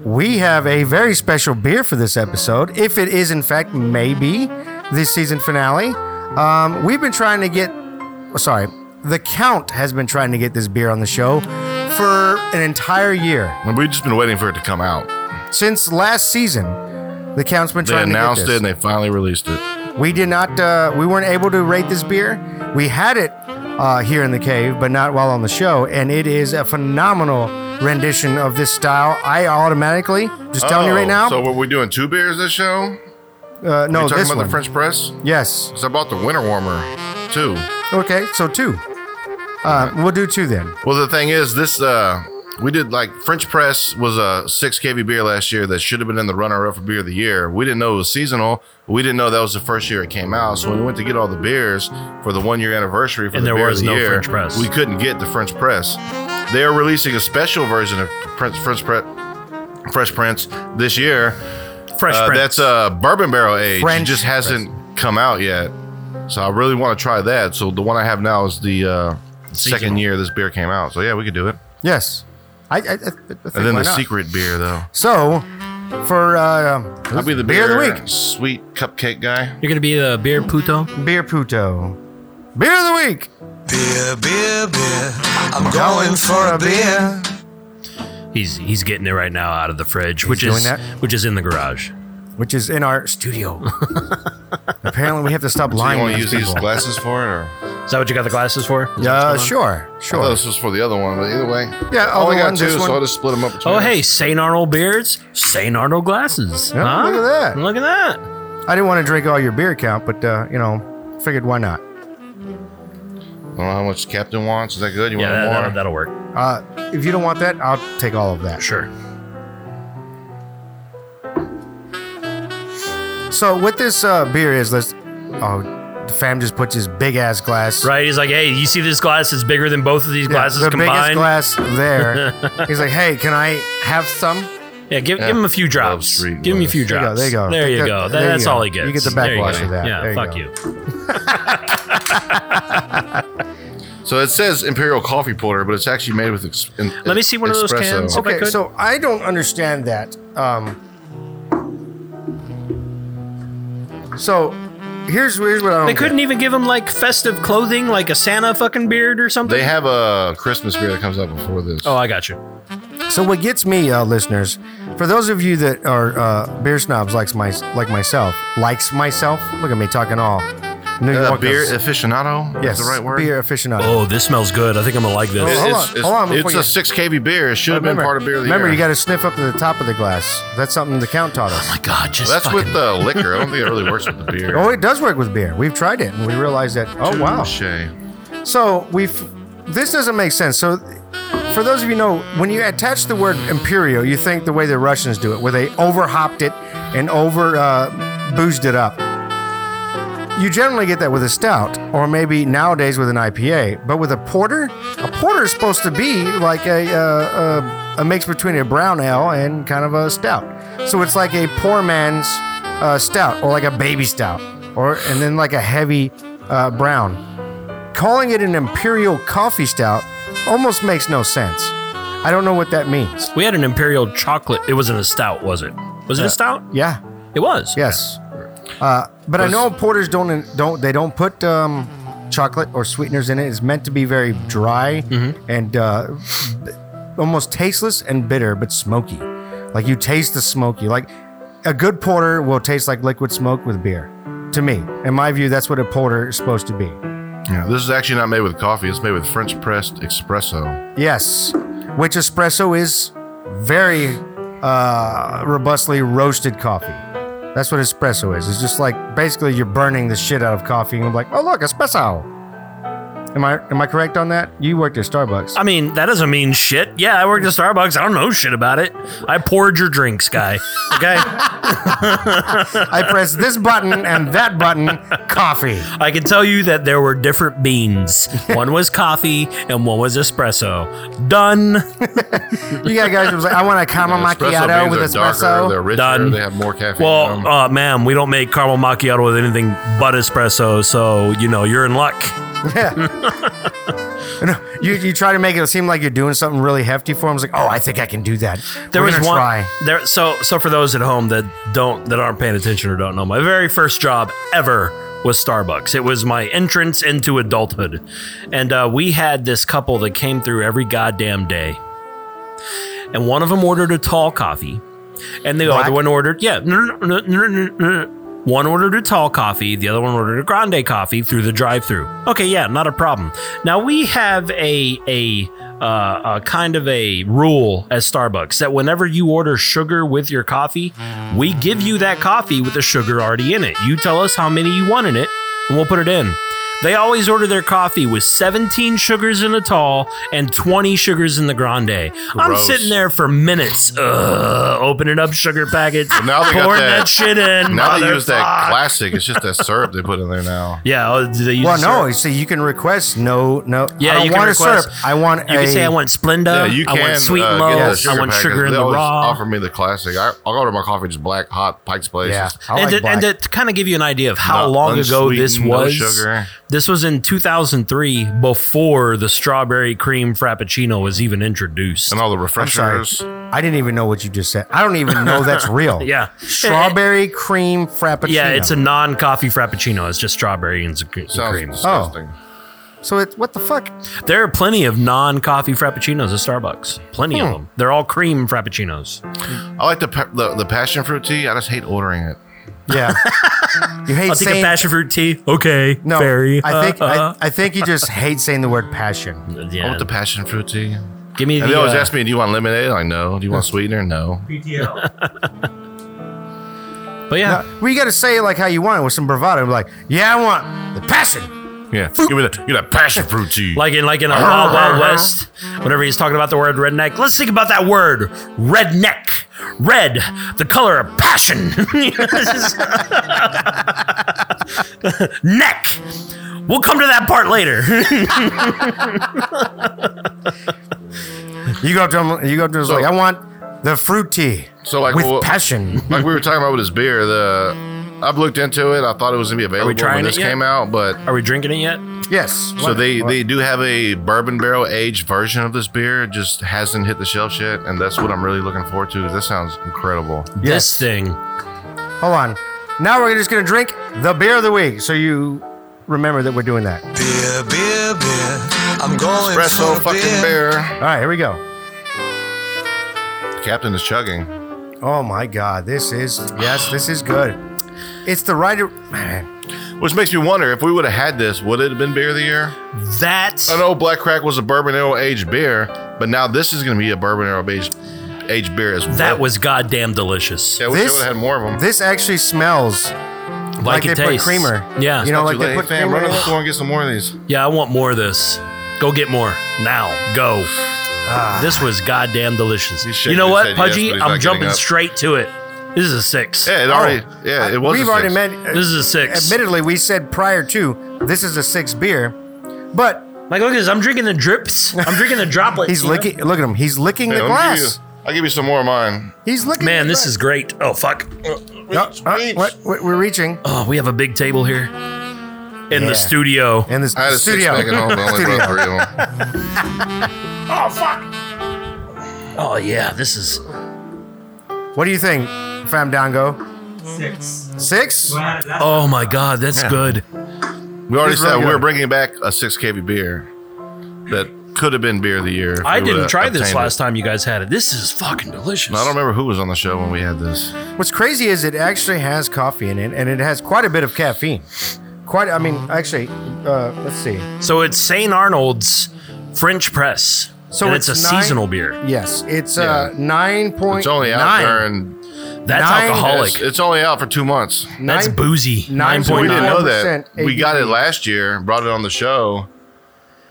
Speaker 3: we have a very special beer for this episode. If it is in fact maybe this season finale, um, we've been trying to get. oh, Sorry, the Count has been trying to get this beer on the show for an entire year
Speaker 4: And We've just been waiting for it to come out.
Speaker 3: since last season. The Count's been
Speaker 4: They
Speaker 3: trying to get
Speaker 4: announced
Speaker 3: this.
Speaker 4: it and they finally released it.
Speaker 3: We did not. Uh, we weren't able to rate this beer. We had it uh, here in the cave, but not while on the show. And it is a phenomenal rendition of this style. I automatically just telling you
Speaker 4: Oh,
Speaker 3: right now.
Speaker 4: So what we doing? Two beers this show?
Speaker 3: uh, no,
Speaker 2: Oh,
Speaker 4: you talking
Speaker 3: this
Speaker 4: about
Speaker 3: one.
Speaker 4: the French press?
Speaker 3: yes.
Speaker 4: Because I bought the winter warmer too.
Speaker 3: Okay. So two. Uh, we'll do two then.
Speaker 4: Well, the thing is, this uh, we did like French press was a six kV beer last year that should have been in the runner-up for beer of the year. We didn't know it was seasonal. We didn't know that was the first year it came out. So when we went to get all the beers for the one-year anniversary for
Speaker 2: And
Speaker 4: the
Speaker 2: there
Speaker 4: beer
Speaker 2: was
Speaker 4: of the
Speaker 2: no
Speaker 4: year,
Speaker 2: French press.
Speaker 4: we couldn't get the French press. They are releasing a special version of French French press. Fresh Prince this year.
Speaker 2: Fresh
Speaker 4: Uh,
Speaker 2: Prince.
Speaker 4: that's uh, bourbon barrel age.
Speaker 3: French
Speaker 4: it just hasn't come out yet. So I really want to try that. So the one I have now is the uh, second
Speaker 2: Seasonal.
Speaker 4: year this beer came out. So yeah, we could do it.
Speaker 3: Yes. I. I, I, I think
Speaker 4: And then
Speaker 3: why
Speaker 4: the
Speaker 3: not?
Speaker 4: secret beer though.
Speaker 3: So, for uh,
Speaker 4: I'll be the
Speaker 3: beer
Speaker 4: beer,
Speaker 3: of the
Speaker 4: Sweet cupcake guy.
Speaker 2: You're gonna be the beer puto.
Speaker 3: week, beer puto, beer of the week.
Speaker 7: Beer, beer, beer. I'm going for a beer.
Speaker 2: He's he's getting it right now out of the fridge, which
Speaker 3: doing
Speaker 2: is
Speaker 3: that?
Speaker 2: which is in the garage.
Speaker 3: which is in our studio. Apparently, we have to stop
Speaker 4: you
Speaker 3: lying
Speaker 4: want
Speaker 3: to
Speaker 4: to use
Speaker 3: these
Speaker 4: these
Speaker 3: people.
Speaker 4: glasses for it, or
Speaker 2: Is that what you got the glasses for? Is that what's
Speaker 3: Yeah,
Speaker 2: going on?
Speaker 3: sure,
Speaker 4: I thought
Speaker 3: sure.
Speaker 4: this was for the other one, but either way,
Speaker 3: Yeah,
Speaker 4: I only
Speaker 3: other
Speaker 4: got
Speaker 3: one,
Speaker 4: two,
Speaker 3: this one.
Speaker 4: so I just split them up. between
Speaker 2: Oh,
Speaker 4: us.
Speaker 2: hey, St. Arnold beards, St. Arnold glasses.
Speaker 3: Yeah,
Speaker 2: huh?
Speaker 3: look at that.
Speaker 2: Look at that.
Speaker 3: I didn't want to drink all your beer count, but uh, you know, figured why not.
Speaker 4: I don't know how much Captain wants. Is that good? You
Speaker 2: Yeah, that,
Speaker 4: want
Speaker 2: that'll,
Speaker 4: more?
Speaker 2: that'll work.
Speaker 3: Uh, if you don't want that, I'll take all of that.
Speaker 2: Sure.
Speaker 3: So what this uh, beer is, let's. Oh, the fam just puts his big ass glass.
Speaker 2: Right? He's like, hey, you see this glass? It's bigger than both of these
Speaker 3: Yeah,
Speaker 2: glasses
Speaker 3: the biggest
Speaker 2: combined.
Speaker 3: glass there. He's like, hey, can I have some?
Speaker 2: yeah, give,
Speaker 4: Yeah.
Speaker 2: give him a few drops.
Speaker 4: Street
Speaker 2: Give him a
Speaker 4: glass.
Speaker 2: few
Speaker 3: There you go,
Speaker 2: drops.
Speaker 3: there you go.
Speaker 2: There you
Speaker 3: There-
Speaker 2: go.
Speaker 3: there you
Speaker 2: That's
Speaker 3: go.
Speaker 2: all he gets.
Speaker 3: You get the
Speaker 2: There
Speaker 3: backlash
Speaker 2: go.
Speaker 3: of that.
Speaker 2: Yeah,
Speaker 3: There you
Speaker 2: fuck
Speaker 3: go.
Speaker 2: you.
Speaker 4: So it says Imperial Coffee Porter, but it's actually made with. Ex- in-
Speaker 2: Let me see one of those
Speaker 4: espresso.
Speaker 2: cans. If I
Speaker 3: Okay,
Speaker 2: could.
Speaker 3: so I don't understand that. Um, so here's here's what I don't.
Speaker 2: They
Speaker 3: get.
Speaker 2: couldn't even give him like festive clothing, like a Santa fucking beard or something.
Speaker 4: They have a Christmas beer that comes out before this.
Speaker 2: oh, I got you.
Speaker 3: So what gets me, uh, listeners, for those of you that are uh, beer snobs, likes my like myself, likes myself. Look at me talking all New
Speaker 4: Uh,
Speaker 3: York
Speaker 4: beer aficionado
Speaker 3: Yes,
Speaker 4: is the right word.
Speaker 3: beer aficionado.
Speaker 2: Oh, this smells good. I think I'm gonna like
Speaker 4: It-
Speaker 2: this.
Speaker 3: Oh, hold on,
Speaker 4: it's it's-
Speaker 3: hold on before
Speaker 4: it's
Speaker 3: you-
Speaker 4: a six kb beer. It should have been part of beer. Of the
Speaker 3: remember,
Speaker 4: year.
Speaker 3: you got to sniff up to the top of the glass. That's something the count taught us.
Speaker 2: my God, just
Speaker 4: That's
Speaker 2: fucking-
Speaker 4: with the liquor. I don't think it really works with the beer.
Speaker 3: Oh, it does work with beer. We've tried it, and we realized that. Oh wow!
Speaker 4: Touche.
Speaker 3: So we've. This doesn't make sense. So, for those of you know, when you attach the word imperial, you think the way the Russians do it, where they overhopped it and over uh, boozed it up. You generally get that with a stout, or maybe nowadays with an IPA. But with a porter, a porter is supposed to be like a uh, a, a mix between a brown ale and kind of a stout. So it's like a poor man's uh, stout, or like a baby stout, or and then like a heavy uh, brown calling it an imperial coffee stout almost makes no sense. I don't know what that means.
Speaker 2: We had an imperial chocolate. It wasn't a stout, was it? Was it a stout?
Speaker 3: Yeah.
Speaker 2: It was.
Speaker 3: Yes. Uh, but I know porters don't don't they don't put um, chocolate or sweeteners in it. It's meant to be very dry and uh, b- almost tasteless and bitter, but smoky. Like you taste the smoky. Like a good porter will taste like liquid smoke with beer. To me, in my view, that's what a porter is supposed to be.
Speaker 4: Yeah, this is actually not made with coffee. It's made with French pressed espresso.
Speaker 3: Yes, which espresso is very uh, robustly roasted coffee. That's what espresso is. It's just like basically you're burning the shit out of coffee, and I'm like, oh look, espresso. Am I am I correct on that? You worked at Starbucks.
Speaker 2: I mean, that doesn't mean shit. Yeah, I worked at Starbucks. I don't know shit about it. I poured your drinks, guy. Okay.
Speaker 3: I pressed this button and that button, coffee.
Speaker 2: I can tell you that there were different beans. One was coffee and one was espresso. Done.
Speaker 3: You got guys who was like, I want a caramel Oh, macchiato with
Speaker 4: beans are darker. They're
Speaker 3: espresso.
Speaker 4: richer.
Speaker 2: Done.
Speaker 4: They have more caffeine. in
Speaker 2: Well,
Speaker 4: them.
Speaker 2: uh, ma'am, we don't make caramel macchiato with anything but espresso, so you know you're in luck.
Speaker 3: You, you try to make it seem like you're doing something really hefty for them. It's like, oh, I think I can do that.
Speaker 2: There
Speaker 3: We're
Speaker 2: was
Speaker 3: gonna
Speaker 2: one.
Speaker 3: try."
Speaker 2: There. So so for those at home that don't that aren't paying attention or don't know, my very first job ever was Starbucks. It was my entrance into adulthood, and uh, we had this couple that came through every goddamn day, and one of them ordered a tall coffee, and the
Speaker 3: Black?
Speaker 2: other one ordered yeah. No, no, no, no, no, no, no. One ordered a tall coffee, the other one ordered a grande coffee through the drive-through. Okay, yeah, not a problem. Now we have a a, uh, a kind of a rule at Starbucks that whenever you order sugar with your coffee, we give you that coffee with the sugar already in it. You tell us how many you want in it, and we'll put it in. They always order their coffee with 17 sugars in the tall and 20 sugars in the grande. I'm
Speaker 4: Gross.
Speaker 2: sitting there for minutes, uh, opening up sugar packets,
Speaker 4: now they got
Speaker 2: pouring
Speaker 4: that-
Speaker 2: that shit in.
Speaker 4: now they use that
Speaker 2: motherfucker.
Speaker 4: classic. It's just that syrup they put in there now.
Speaker 2: Yeah, oh, do they use
Speaker 3: Well,
Speaker 2: the
Speaker 3: no.
Speaker 2: syrup?
Speaker 3: you See, you can request no, no. I
Speaker 2: Yeah,
Speaker 3: don't
Speaker 2: you
Speaker 3: want
Speaker 2: can
Speaker 3: a
Speaker 2: request.
Speaker 3: syrup. I want
Speaker 2: You
Speaker 3: a.
Speaker 2: can say I want Splenda.
Speaker 4: Yeah, you can.
Speaker 2: I want sweet
Speaker 4: uh,
Speaker 2: and
Speaker 4: get
Speaker 2: low.
Speaker 4: the
Speaker 2: I want
Speaker 4: packets.
Speaker 2: sugar in
Speaker 4: They
Speaker 2: the
Speaker 4: always
Speaker 2: raw.
Speaker 4: Offer me the classic. I, I'll order my coffee just black, hot, Pike's Place.
Speaker 3: Yeah,
Speaker 4: Just-
Speaker 3: I like
Speaker 2: and, to,
Speaker 3: black.
Speaker 2: and to kind of give you an idea of how
Speaker 4: Not
Speaker 2: long ago this
Speaker 4: unsweetened, no
Speaker 2: was,
Speaker 4: sugar.
Speaker 2: this was in 2003, before the strawberry cream frappuccino was even introduced.
Speaker 4: And all the
Speaker 3: I'm sorry.
Speaker 4: refreshers.
Speaker 3: I didn't even know what you just said. I don't even know that's real.
Speaker 2: Yeah.
Speaker 3: Strawberry cream frappuccino.
Speaker 2: yeah, it's a non-coffee frappuccino. It's just strawberry and z-
Speaker 4: Sounds
Speaker 2: cream.
Speaker 3: Oh.
Speaker 4: disgusting.
Speaker 3: So it's what the fuck?
Speaker 2: There are plenty of non-coffee frappuccinos at Starbucks. Plenty
Speaker 3: Hmm.
Speaker 2: of them. They're all cream frappuccinos.
Speaker 4: I like the, pe- the the passion fruit tea. I just hate ordering it.
Speaker 3: Yeah. You hate
Speaker 2: I'll take a
Speaker 3: saying
Speaker 2: passion fruit tea. Okay,
Speaker 3: no.
Speaker 2: fairy.
Speaker 3: I think
Speaker 2: Uh,
Speaker 3: I, I think you just hate saying the word passion.
Speaker 2: uh,
Speaker 4: I
Speaker 2: yeah.
Speaker 4: want the passion fruit tea. And
Speaker 2: Give me the.
Speaker 4: they always
Speaker 2: uh,
Speaker 4: ask me, "Do you want lemonade?" I'm like, no. Do you want sweetener? No.
Speaker 2: but yeah,
Speaker 3: Well, you got to say it like how you want it with some bravado. Like, yeah, I want the passion.
Speaker 4: Yeah. Give me that. Give me that passion fruit tea.
Speaker 2: like in like in a Wild Wild West, whenever he's talking about the word redneck, let's think about that word redneck. Red, the color of passion. Neck. We'll come to that part later.
Speaker 3: You go up to him. You go up to him.
Speaker 4: So-
Speaker 3: like, I want the fruit tea.
Speaker 4: So, like,
Speaker 3: with
Speaker 4: well-
Speaker 3: passion.
Speaker 4: like we were talking about with this beer, the I've looked into it. I thought it was gonna be available
Speaker 2: trying
Speaker 4: when
Speaker 2: it
Speaker 4: this
Speaker 2: yet?
Speaker 4: came out, but
Speaker 2: Are we drinking it yet?
Speaker 3: yes.
Speaker 4: so they they do have a bourbon barrel aged version of this beer. It just hasn't hit the shelf yet, and that's what I'm really looking forward to. This sounds incredible.
Speaker 2: This thing.
Speaker 3: Hold on. Now we're just gonna drink the beer of the week. So you remember that we're doing that.
Speaker 7: Beer, beer, beer. I'm going
Speaker 4: Espresso
Speaker 7: for a
Speaker 4: fucking
Speaker 7: beer.
Speaker 3: All
Speaker 4: beer.
Speaker 3: right, here we go.
Speaker 4: Captain is chugging.
Speaker 3: Oh my God, this is yes, this is good. It's the right. Man,
Speaker 4: Which makes me wonder if we would have had this, would it have been beer of the year?
Speaker 2: That
Speaker 4: I know Black Crack was a bourbon barrel aged beer, but now this is going to be a bourbon barrel aged aged beer as well.
Speaker 2: that was goddamn delicious.
Speaker 4: Yeah, I wish
Speaker 3: This-
Speaker 4: they would have had more of them.
Speaker 3: this actually smells like,
Speaker 2: like, it
Speaker 3: they
Speaker 2: tastes.
Speaker 3: put creamer.
Speaker 2: Yeah.
Speaker 3: you know,
Speaker 4: Too
Speaker 3: like they
Speaker 4: late.
Speaker 3: put
Speaker 4: Fam,
Speaker 3: creamer.
Speaker 4: run to
Speaker 3: in
Speaker 4: the
Speaker 3: it.
Speaker 4: store and get some more of these.
Speaker 2: Yeah, I want more of this. Go get more now. Go. this was goddamn
Speaker 4: He's
Speaker 2: delicious.
Speaker 4: shaking
Speaker 2: You know
Speaker 4: his
Speaker 2: what,
Speaker 4: head yes,
Speaker 2: Pudgy?
Speaker 4: but he's
Speaker 2: I'm
Speaker 4: not
Speaker 2: jumping
Speaker 4: getting up.
Speaker 2: straight to it. This is a six.
Speaker 4: Yeah, it already. yeah, it was.
Speaker 3: Oh, We've
Speaker 4: a
Speaker 3: already
Speaker 4: six.
Speaker 3: met.
Speaker 2: This is a six.
Speaker 3: Admittedly, we said prior to this is a six beer, but
Speaker 2: Like, look at this. I'm drinking the drips. I'm drinking the droplets.
Speaker 3: he's
Speaker 2: you know?
Speaker 3: licking. Look at him. He's licking
Speaker 4: Hey,
Speaker 3: the
Speaker 4: let me give
Speaker 3: glass.
Speaker 4: you- I'll give you some more of mine.
Speaker 3: He's licking.
Speaker 2: Man,
Speaker 3: the
Speaker 2: this is great. Oh, fuck.
Speaker 3: glass.
Speaker 2: uh,
Speaker 3: Oh, oh, what- what- we're reaching
Speaker 2: Oh, we have a big table here in
Speaker 3: Yeah.
Speaker 2: the studio.
Speaker 3: in this
Speaker 4: I had a
Speaker 3: studio.
Speaker 4: six pack at home, but I only brought three of them.
Speaker 2: Oh, fuck. Oh, yeah. This is.
Speaker 3: What do you think, Fam Dongo? Six. Six?
Speaker 2: Oh, my God. That's good.
Speaker 4: We already
Speaker 3: It's
Speaker 4: said
Speaker 3: really
Speaker 4: we
Speaker 3: good.
Speaker 4: were bringing back a six kb beer that could have been beer of the year. if
Speaker 2: I
Speaker 4: we would've
Speaker 2: didn't try this
Speaker 4: obtained
Speaker 2: last
Speaker 4: it.
Speaker 2: time you guys had it. This is fucking delicious.
Speaker 4: I don't remember who was on the show when we had this.
Speaker 3: What's crazy is it actually has coffee in it, and it has quite a bit of caffeine. Quite. I
Speaker 4: Uh-huh.
Speaker 3: mean, actually, uh, let's see.
Speaker 2: So it's St. Arnold's French Press.
Speaker 3: So
Speaker 2: So and it's,
Speaker 3: it's
Speaker 2: a
Speaker 3: nine-
Speaker 2: seasonal beer.
Speaker 3: Yes, it's uh,
Speaker 4: Yeah.
Speaker 3: nine point.
Speaker 4: It's only out there, and
Speaker 2: That's
Speaker 3: Nine-
Speaker 2: alcoholic.
Speaker 4: it's, it's only out for two months.
Speaker 2: That's
Speaker 3: nine-
Speaker 2: boozy.
Speaker 3: nine-
Speaker 2: Nine
Speaker 4: So we
Speaker 2: point
Speaker 4: didn't
Speaker 2: nine.
Speaker 4: know that.
Speaker 3: 9.9%
Speaker 4: We got it
Speaker 3: ABV.
Speaker 4: last year, brought it on the show,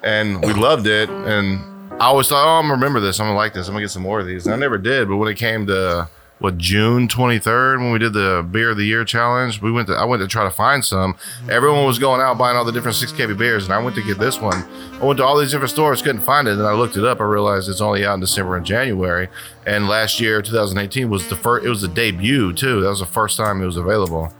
Speaker 4: and we loved it. And I always thought, oh, I'm gonna remember this. I'm gonna like this. I'm gonna get some more of these. And I never did. But when it came to what June 23rd, when we did the beer of the year challenge, we went to I went to try to find some. Everyone was going out buying all the different six KB beers, and I went to get this one. I went to all these different stores, couldn't find it. Then I looked it up. I realized it's only out in December and January. And last year, 2018 was the first. It was the debut too. That was the first time it was available.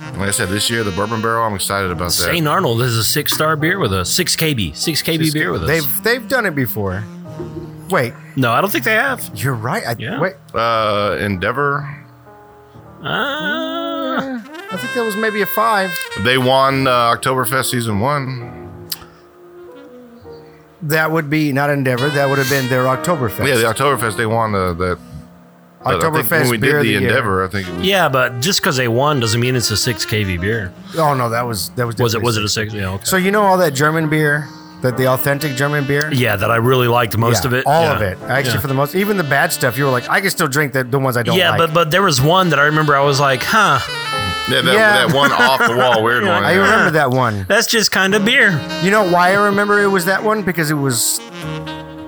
Speaker 4: Like I said, this year the Bourbon Barrel, I'm excited about that.
Speaker 2: St. Arnold is a six star beer with us. Six KB. Six KB beer with us.
Speaker 3: They've they've done it before. Wait,
Speaker 2: no, I don't think they have.
Speaker 3: you're right. I,
Speaker 2: Yeah.
Speaker 3: Wait,
Speaker 4: Uh, Endeavor,
Speaker 2: Uh,
Speaker 3: I think that was maybe a five.
Speaker 4: they won uh, Oktoberfest season one.
Speaker 3: That would be not Endeavor. That would have been their Oktoberfest.
Speaker 4: Yeah, the Oktoberfest they won the that. but I think
Speaker 3: Oktoberfest
Speaker 4: when we
Speaker 3: beer
Speaker 4: did the
Speaker 3: of the year.
Speaker 4: Endeavor, I think it was,
Speaker 2: yeah, but just because they won doesn't mean it's a six KB beer.
Speaker 3: Oh no, that was that was.
Speaker 2: Was it?
Speaker 3: definitely-
Speaker 2: Was it a six? Yeah. Okay.
Speaker 3: So you know all that German beer, that the authentic German beer.
Speaker 2: yeah, that I really liked most
Speaker 3: Yeah,
Speaker 2: of it.
Speaker 3: All
Speaker 2: Yeah.
Speaker 3: of it, actually,
Speaker 2: Yeah.
Speaker 3: for the most, even the bad stuff. You were like, I can still drink the, the ones I don't
Speaker 2: yeah,
Speaker 3: like.
Speaker 2: but but there was one that I remember. I was like, huh,
Speaker 4: yeah, that,
Speaker 3: Yeah.
Speaker 4: that one off the wall weird one.
Speaker 3: I
Speaker 4: yeah.
Speaker 3: remember that one.
Speaker 2: that's just kind of beer.
Speaker 3: You know why I remember it was that one? Because it was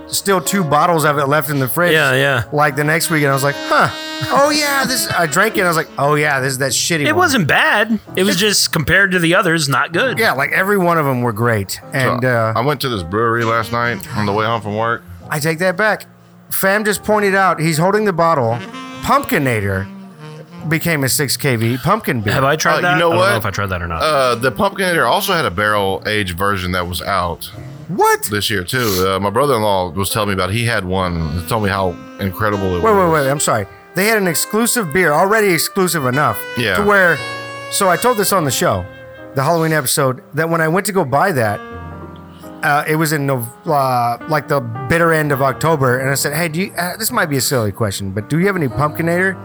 Speaker 3: still two bottles of it left in the fridge.
Speaker 2: Yeah, yeah.
Speaker 3: Like the next week, and I was like, huh. Oh yeah, this. I drank it. and I was like, oh yeah, this is that shitty.
Speaker 2: It
Speaker 3: one.
Speaker 2: wasn't bad. It was just compared to the others, not good.
Speaker 3: Yeah, like every one of them were great. And uh,
Speaker 4: I went to this brewery last night on the way home from work.
Speaker 3: I take that back. Fam just pointed out he's holding the bottle. Pumpkinator became a 6KV pumpkin beer.
Speaker 2: Have I tried
Speaker 4: Uh, you
Speaker 2: that? I
Speaker 4: know
Speaker 2: don't
Speaker 4: what?
Speaker 2: know if I tried that or not.
Speaker 4: Uh, the Pumpkinator also had a barrel aged version that was out
Speaker 3: what?
Speaker 4: this year too. Uh, my brother in law was telling me about. it. He had one. He told me how incredible it
Speaker 3: Wait,
Speaker 4: was.
Speaker 3: wait, wait. I'm sorry. They had an exclusive beer, already exclusive enough
Speaker 4: Yeah.
Speaker 3: to where. So I told this on the show, the Halloween episode, that when I went to go buy that, uh, it was in Nov- uh, like the bitter end of October, and I said, "Hey, do you, uh, this might be a silly question, but do you have any pumpkinator?"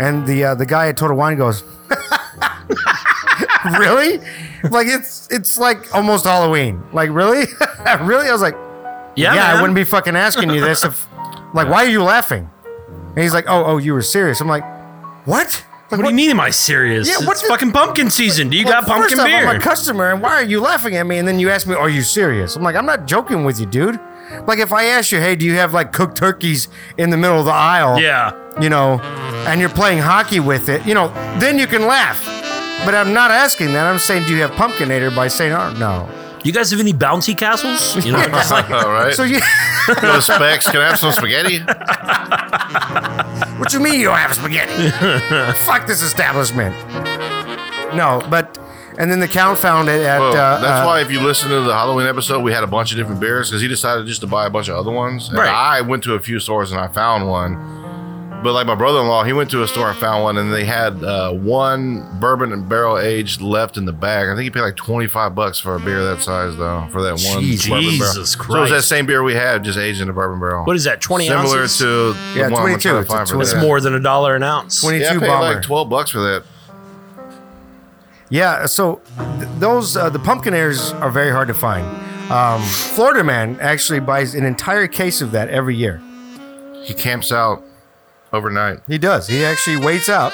Speaker 3: And the uh, the guy at Total Wine goes, "Really? Like it's it's like almost Halloween. Like really, really." I was like,
Speaker 2: Yeah,
Speaker 3: "Yeah, I
Speaker 2: man.
Speaker 3: wouldn't be fucking asking you this if, like, why are you laughing?" And he's like, "Oh, oh, you were serious." I'm like, "What?" Like,
Speaker 2: What do you mean? Am I serious?
Speaker 3: Yeah, what
Speaker 2: it's
Speaker 3: the-
Speaker 2: fucking pumpkin season. Do you
Speaker 3: Well,
Speaker 2: got pumpkin
Speaker 3: first off,
Speaker 2: beer?
Speaker 3: I'm a customer, and why are you laughing at me? And then you ask me, "Are you serious?" I'm like, "I'm not joking with you, dude." Like, if I ask you, "Hey, do you have like cooked turkeys in the middle of the aisle?"
Speaker 2: yeah,
Speaker 3: you know, and you're playing hockey with it, you know, then you can laugh. But I'm not asking that. I'm saying, do you have Pumpkinator by St. Art? No.
Speaker 2: you guys have any bouncy castles? You know, just like
Speaker 4: All right.
Speaker 3: So
Speaker 4: So you
Speaker 3: you,
Speaker 4: know, specs. Can I have some spaghetti?
Speaker 3: what you mean you don't have spaghetti? Fuck this establishment. No, but, and then the count found it at,
Speaker 4: Well,
Speaker 3: uh,
Speaker 4: that's
Speaker 3: uh,
Speaker 4: why if you listen to the Halloween episode, we had a bunch of different beers because he decided just to buy a bunch of other ones. And
Speaker 2: Right.
Speaker 4: I went to a few stores and I found one. But like my brother-in-law, he went to a store and found one, and they had uh, one bourbon and barrel aged left in the bag. I think he paid like twenty-five bucks for a beer that size, though, for that one.
Speaker 2: Jesus
Speaker 4: bourbon barrel. So it was that
Speaker 2: Christ.
Speaker 4: same beer we had, just aged in a bourbon barrel.
Speaker 2: what is that? Twenty
Speaker 4: Similar
Speaker 2: ounces.
Speaker 4: to the
Speaker 3: Yeah,
Speaker 4: one I'm
Speaker 3: 22.
Speaker 4: trying to
Speaker 3: It's a
Speaker 4: find for
Speaker 3: 20.
Speaker 2: It's
Speaker 4: that.
Speaker 2: more than a dollar an ounce.
Speaker 3: 22
Speaker 4: Yeah, I paid
Speaker 3: bomber.
Speaker 4: like twelve bucks for that.
Speaker 3: Yeah, so th- those uh, the pumpkin airs are very hard to find. Um, Florida man actually buys an entire case of that every year.
Speaker 4: He camps out overnight.
Speaker 3: He does. He actually waits out.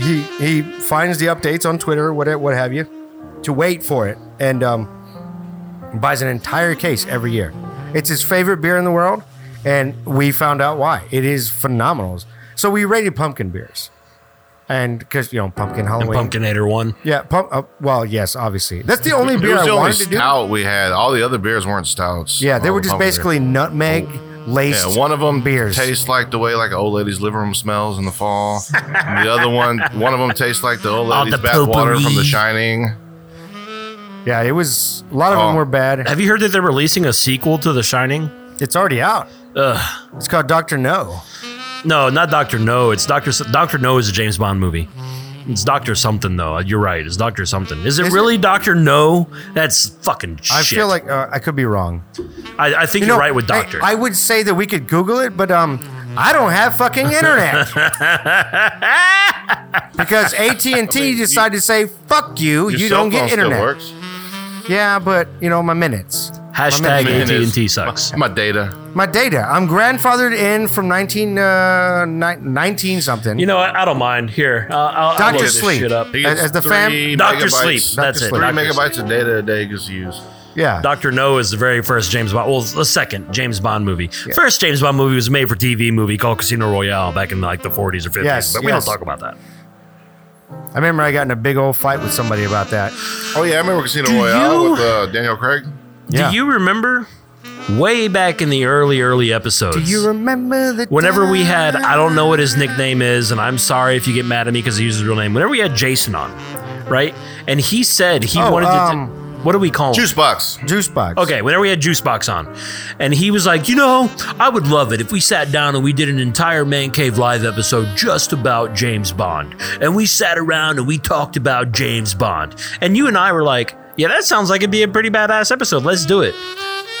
Speaker 3: He he finds the updates on Twitter, what what have you, to wait for it, and um, buys an entire case every year. It's his favorite beer in the world, and we found out why. It is phenomenal. So we rated pumpkin beers, and because you know pumpkin Halloween,
Speaker 2: Pumpkinator one.
Speaker 3: yeah, pump. Uh, well, yes, obviously that's the only
Speaker 4: It
Speaker 3: beer
Speaker 4: was
Speaker 3: I
Speaker 4: the only
Speaker 3: wanted to do.
Speaker 4: stout we had. All the other beers weren't stouts.
Speaker 3: Yeah, they
Speaker 4: All
Speaker 3: were
Speaker 4: the
Speaker 3: just
Speaker 4: pumpkin beers.
Speaker 3: basically nutmeg laced.
Speaker 4: Yeah, one of them
Speaker 3: beers.
Speaker 4: tastes like the way like an old lady's living room smells in the fall. And the other one, one of them tastes like the old
Speaker 2: Oh,
Speaker 4: lady's
Speaker 2: the
Speaker 4: bath water from The
Speaker 2: potpourri.
Speaker 4: Shining.
Speaker 3: yeah, it was a lot of them
Speaker 4: Oh.
Speaker 3: were bad.
Speaker 2: Have you heard that they're releasing a sequel to The Shining?
Speaker 3: It's already out. It's called Doctor No.
Speaker 2: No, not Doctor No. It's Doctor Doctor No is a James Bond movie. It's Doctor something though. You're right. It's Doctor something. Is it
Speaker 3: Is
Speaker 2: really Doctor No? That's fucking shit.
Speaker 3: I feel like uh, I could be wrong.
Speaker 2: I, I think you are right with Doctor.
Speaker 3: I, I would say that we could Google it, but um, I don't have fucking internet because AT and T decided to say "fuck you."
Speaker 4: Your
Speaker 3: You
Speaker 4: cell
Speaker 3: don't
Speaker 4: phone
Speaker 3: get
Speaker 4: still
Speaker 3: internet.
Speaker 4: works.
Speaker 3: Yeah, but you know my minutes,
Speaker 2: Hashtag
Speaker 4: Mine
Speaker 2: AT and T
Speaker 4: is-
Speaker 2: sucks.
Speaker 4: My, my data.
Speaker 3: my data. I'm grandfathered in from 19 uh, ni- 19 something.
Speaker 2: You know, I, I don't mind. Here, uh, I'll, I'll
Speaker 3: Dr.
Speaker 2: look this
Speaker 3: Sleep.
Speaker 2: shit up.
Speaker 4: He
Speaker 3: As-
Speaker 4: gets
Speaker 3: as the fam-
Speaker 4: three
Speaker 2: Doctor
Speaker 4: megabytes-
Speaker 2: Sleep. That's it.
Speaker 3: Sleep.
Speaker 4: Three
Speaker 2: Dr. Sleep.
Speaker 4: megabytes of data a day gets used.
Speaker 3: yeah.
Speaker 2: Doctor No is the very first James Bond. Well, the second James Bond movie. First James Bond movie was made for TV movie called Casino Royale back in like the 40s or 50s.
Speaker 3: Yes,
Speaker 2: but we
Speaker 3: yes.
Speaker 2: don't talk about that.
Speaker 3: I remember I got in a big old fight with somebody about that.
Speaker 4: Oh yeah, I remember Casino
Speaker 2: Do
Speaker 4: Royale
Speaker 2: you-
Speaker 4: with uh, Daniel Craig.
Speaker 3: Yeah.
Speaker 2: Do you remember way back in the early early episodes?
Speaker 3: Do you remember the
Speaker 2: Whenever we had,
Speaker 3: time?
Speaker 2: I don't know what his nickname is, and I'm sorry if you get mad at me because he uses his real name. Whenever we had Jason on, right, and he said he
Speaker 3: Oh,
Speaker 2: wanted
Speaker 3: um,
Speaker 2: to. What do we call him?
Speaker 4: Juice box.
Speaker 3: juice box.
Speaker 2: Okay, whenever we had Juicebox on, and he was like, you know, I would love it if we sat down and we did an entire Man Cave Live episode just about James Bond. And we sat around and we talked about James Bond. And you and I were like, yeah, that sounds like it'd be a pretty badass episode. Let's do it.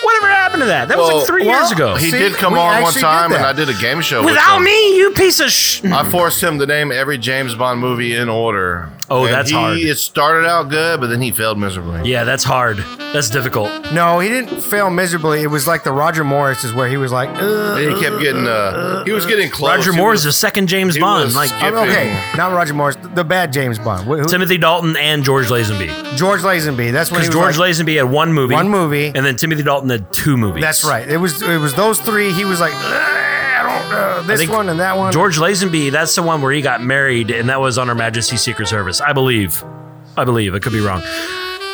Speaker 2: Whatever happened to that? That was
Speaker 4: Well,
Speaker 2: like three
Speaker 3: well,
Speaker 2: years ago.
Speaker 4: He
Speaker 3: See,
Speaker 4: did come
Speaker 3: we
Speaker 4: on one
Speaker 3: actually did
Speaker 4: time, and
Speaker 3: that.
Speaker 4: I did a game show with
Speaker 2: Without
Speaker 4: him.
Speaker 2: me, you piece of sh.
Speaker 4: I forced him to name every James Bond movie in order.
Speaker 2: Oh,
Speaker 4: And
Speaker 2: that's
Speaker 4: he,
Speaker 2: hard.
Speaker 4: It started out good, but then he failed miserably.
Speaker 2: Yeah, that's hard. That's difficult.
Speaker 3: No, he didn't fail miserably. It was like the Roger Morris is where he was like, Ugh.
Speaker 4: And he kept getting. Uh, he was getting close.
Speaker 2: Roger
Speaker 4: He
Speaker 2: Moore
Speaker 4: was-
Speaker 2: is the second James
Speaker 4: he
Speaker 2: Bond.
Speaker 4: was
Speaker 2: Like
Speaker 4: skipping.
Speaker 3: okay, not Roger Morris, the bad James Bond, Wh- who-
Speaker 2: Timothy Dalton and George Lazenby.
Speaker 3: George Lazenby. That's when he
Speaker 2: Because
Speaker 3: was
Speaker 2: George
Speaker 3: like,
Speaker 2: Lazenby had one movie.
Speaker 3: One movie.
Speaker 2: And then Timothy Dalton had two movies.
Speaker 3: That's right. It was it was those three. He was like, "Ugh, I don't know this
Speaker 2: think
Speaker 3: one and that one.
Speaker 2: George Lazenby, that's the one where he got married, and that was on Her Majesty's Secret Service, I believe. I believe. I could be wrong,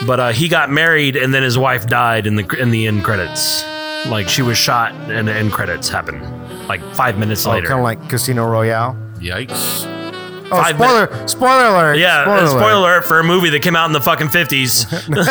Speaker 2: but uh, he got married, and then his wife died in the in the end credits. Like she was shot, and the end credits happened like five minutes
Speaker 3: oh,
Speaker 2: later.
Speaker 3: kind of like Casino Royale.
Speaker 4: Yikes!
Speaker 3: Oh,
Speaker 2: five minutes.
Speaker 3: spoiler, spoiler alert.
Speaker 2: Yeah, uh,
Speaker 3: spoiler,
Speaker 2: spoiler,
Speaker 3: alert.
Speaker 2: alert for a movie that came out in the fucking fifties. it was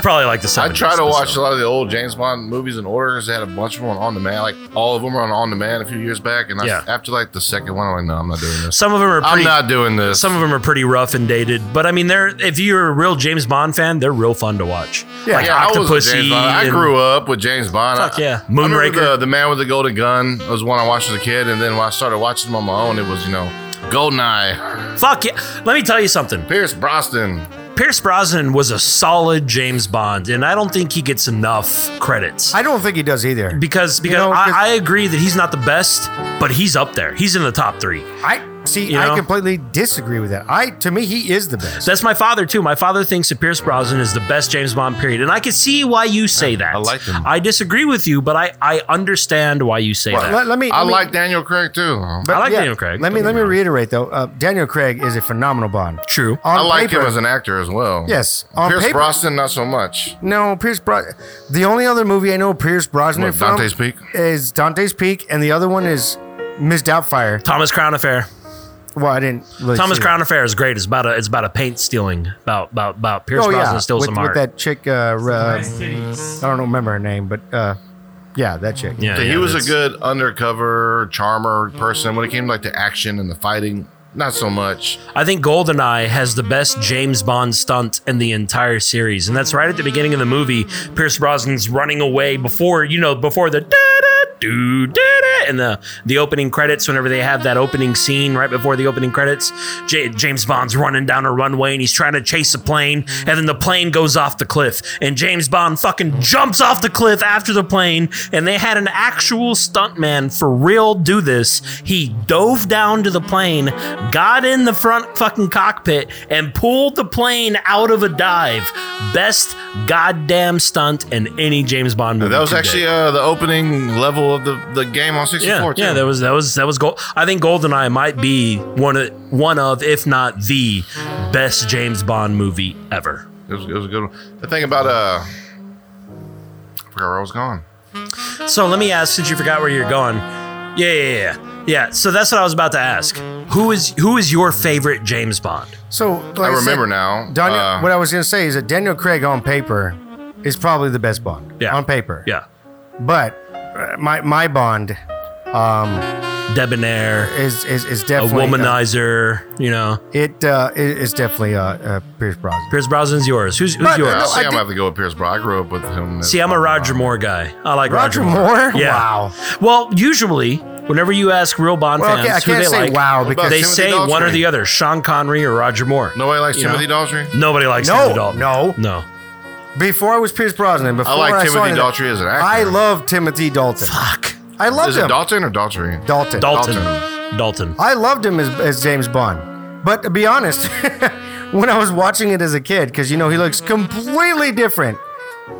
Speaker 2: probably like the
Speaker 4: I
Speaker 2: seventies.
Speaker 4: try to watch a lot of the old James Bond movies in order 'cause they had a bunch of them on on demand. Like all of them were on on demand a few years back, and I,
Speaker 2: Yeah.
Speaker 4: after like the second one, I'm like, no, I'm not doing this.
Speaker 2: Some of them are
Speaker 4: I'm
Speaker 2: pretty.
Speaker 4: not doing this.
Speaker 2: some of them are pretty rough and dated, but I mean, they're if you're a real James Bond fan, they're real fun to watch.
Speaker 3: Yeah,
Speaker 2: like
Speaker 4: yeah, I was with
Speaker 2: Octopussy
Speaker 4: James Bond. I
Speaker 2: and-
Speaker 4: grew up with James Bond.
Speaker 2: Fuck yeah.
Speaker 4: I remember
Speaker 2: Moonraker.
Speaker 4: the, the Man with the Golden Gun was one I watched as a kid, and then when I started watching them on my own, it was you know Goldeneye,
Speaker 2: Fuck yeah! Let me tell you something.
Speaker 4: Pierce Brosnan.
Speaker 2: Pierce Brosnan was a solid James Bond, and I don't think he gets enough credits.
Speaker 3: I don't think he does either.
Speaker 2: because because
Speaker 3: know, 'cause-
Speaker 2: I, I agree that he's not the best, but he's up there. He's in the top three.
Speaker 3: I see.
Speaker 2: You know?
Speaker 3: I completely disagree with that. I to me, he is the best.
Speaker 2: That's my father too. My father thinks that Pierce Brosnan is the best James Bond period, and I can see why you say that.
Speaker 4: I like him.
Speaker 2: I disagree with you, but I I understand why you say that.
Speaker 3: Let, let me.
Speaker 4: I
Speaker 3: let me-
Speaker 4: like Daniel Craig too.
Speaker 2: I like Daniel Craig.
Speaker 3: Let me
Speaker 2: Don't
Speaker 3: let
Speaker 2: get
Speaker 3: me
Speaker 2: wrong.
Speaker 3: reiterate though. Uh, Daniel Craig is a phenomenal Bond.
Speaker 2: True.
Speaker 3: On
Speaker 4: I like
Speaker 3: paper-
Speaker 4: him as an actor as well.
Speaker 3: Yes, on
Speaker 4: Pierce
Speaker 3: paper-
Speaker 4: Brosnan, not so much.
Speaker 3: No, Pierce Brosnan. The only other movie I know Pierce Brosnan
Speaker 4: What,
Speaker 3: from
Speaker 4: Dante's Peak?
Speaker 3: is Dante's Peak, and the other one is Miss Doubtfire.
Speaker 2: Thomas Crown Affair.
Speaker 3: Well, I didn't. Really
Speaker 2: Thomas
Speaker 3: see
Speaker 2: Crown Affair is great. It's about a it's about a paint stealing about about about
Speaker 3: It.
Speaker 2: Pierce
Speaker 3: Oh
Speaker 2: Brosnan
Speaker 3: yeah,
Speaker 2: steals
Speaker 3: with,
Speaker 2: some
Speaker 3: with
Speaker 2: art.
Speaker 3: that chick. Uh, uh, I don't remember her name, but uh, yeah, that chick.
Speaker 2: yeah,
Speaker 4: Yeah,
Speaker 2: yeah,
Speaker 4: he was a
Speaker 2: that's-
Speaker 4: good undercover charmer person when it came like to action and the fighting. Not so much.
Speaker 2: I think Goldeneye has the best James Bond stunt in the entire series, and that's right at the beginning of the movie. Pierce Brosnan's running away before you know before the da da do da da and the the opening credits. Whenever they have that opening scene right before the opening credits, J- James Bond's running down a runway and he's trying to chase a plane, and then the plane goes off the cliff, and James Bond fucking jumps off the cliff after the plane. And they had an actual stuntman for real do this. He dove down to the plane, got in the front fucking cockpit, and pulled the plane out of a dive. Best goddamn stunt in any James Bond movie.
Speaker 4: That was
Speaker 2: to
Speaker 4: actually
Speaker 2: date.
Speaker 4: uh, the opening level of the, the game on 64.
Speaker 2: yeah,
Speaker 4: too.
Speaker 2: yeah. That was that was that was gold. I think Goldeneye might be one of one of, if not the best James Bond movie ever.
Speaker 4: it, was, it was a good one. The thing about uh, I forgot where I was going.
Speaker 2: So let me ask, since you forgot where you're going. Yeah, yeah, yeah. Yeah. So that's what I was about to ask. Who is who is your favorite James Bond?
Speaker 3: So like
Speaker 4: I remember
Speaker 3: said,
Speaker 4: now.
Speaker 3: Daniel,
Speaker 4: Uh,
Speaker 3: what I was gonna say is that Daniel Craig on paper is probably the best Bond.
Speaker 2: Yeah.
Speaker 3: On paper.
Speaker 2: Yeah.
Speaker 3: But uh, my my Bond um,
Speaker 2: Debonair,
Speaker 3: is is, is
Speaker 2: a
Speaker 3: definitely Uh,
Speaker 2: womanizer, you know.
Speaker 3: it uh, it is definitely uh, uh, Pierce Brosnan.
Speaker 2: Pierce Brosnan's yours. Who's who's
Speaker 3: But-
Speaker 2: yours?
Speaker 4: I
Speaker 3: No,
Speaker 4: think
Speaker 3: I
Speaker 4: I'm gonna
Speaker 3: did-
Speaker 4: have to go with Pierce Bro. I grew up with him.
Speaker 2: See, I'm a Roger Moore guy. I like Roger,
Speaker 3: Roger Moore?
Speaker 2: Yeah.
Speaker 3: Wow.
Speaker 2: Well, usually, whenever you ask real Bond
Speaker 3: Well, okay, I
Speaker 2: fans who
Speaker 3: can't
Speaker 2: they
Speaker 3: say
Speaker 2: like,
Speaker 3: wow
Speaker 4: about
Speaker 3: because
Speaker 2: they
Speaker 4: Timothy
Speaker 2: say one or
Speaker 4: Dalton?
Speaker 2: the other: Sean Connery or Roger Moore.
Speaker 4: Nobody likes
Speaker 2: You know?
Speaker 4: Timothy Daltrey.
Speaker 2: Nobody likes
Speaker 3: No,
Speaker 2: Timothy Dalton.
Speaker 3: no.
Speaker 2: no.
Speaker 3: before I was Pierce Brosnan, before
Speaker 4: I like
Speaker 3: saw
Speaker 4: Timothy
Speaker 3: him-
Speaker 4: Daltrey as an actor.
Speaker 3: I love Timothy Dalton.
Speaker 2: Fuck,
Speaker 3: I loved
Speaker 4: Is it
Speaker 3: him.
Speaker 4: Dalton or Daltrey?
Speaker 3: Dalton.
Speaker 2: Dalton, Dalton.
Speaker 3: I loved him as, as James Bond. But to be honest, when I was watching it as a kid, because you know he looks completely different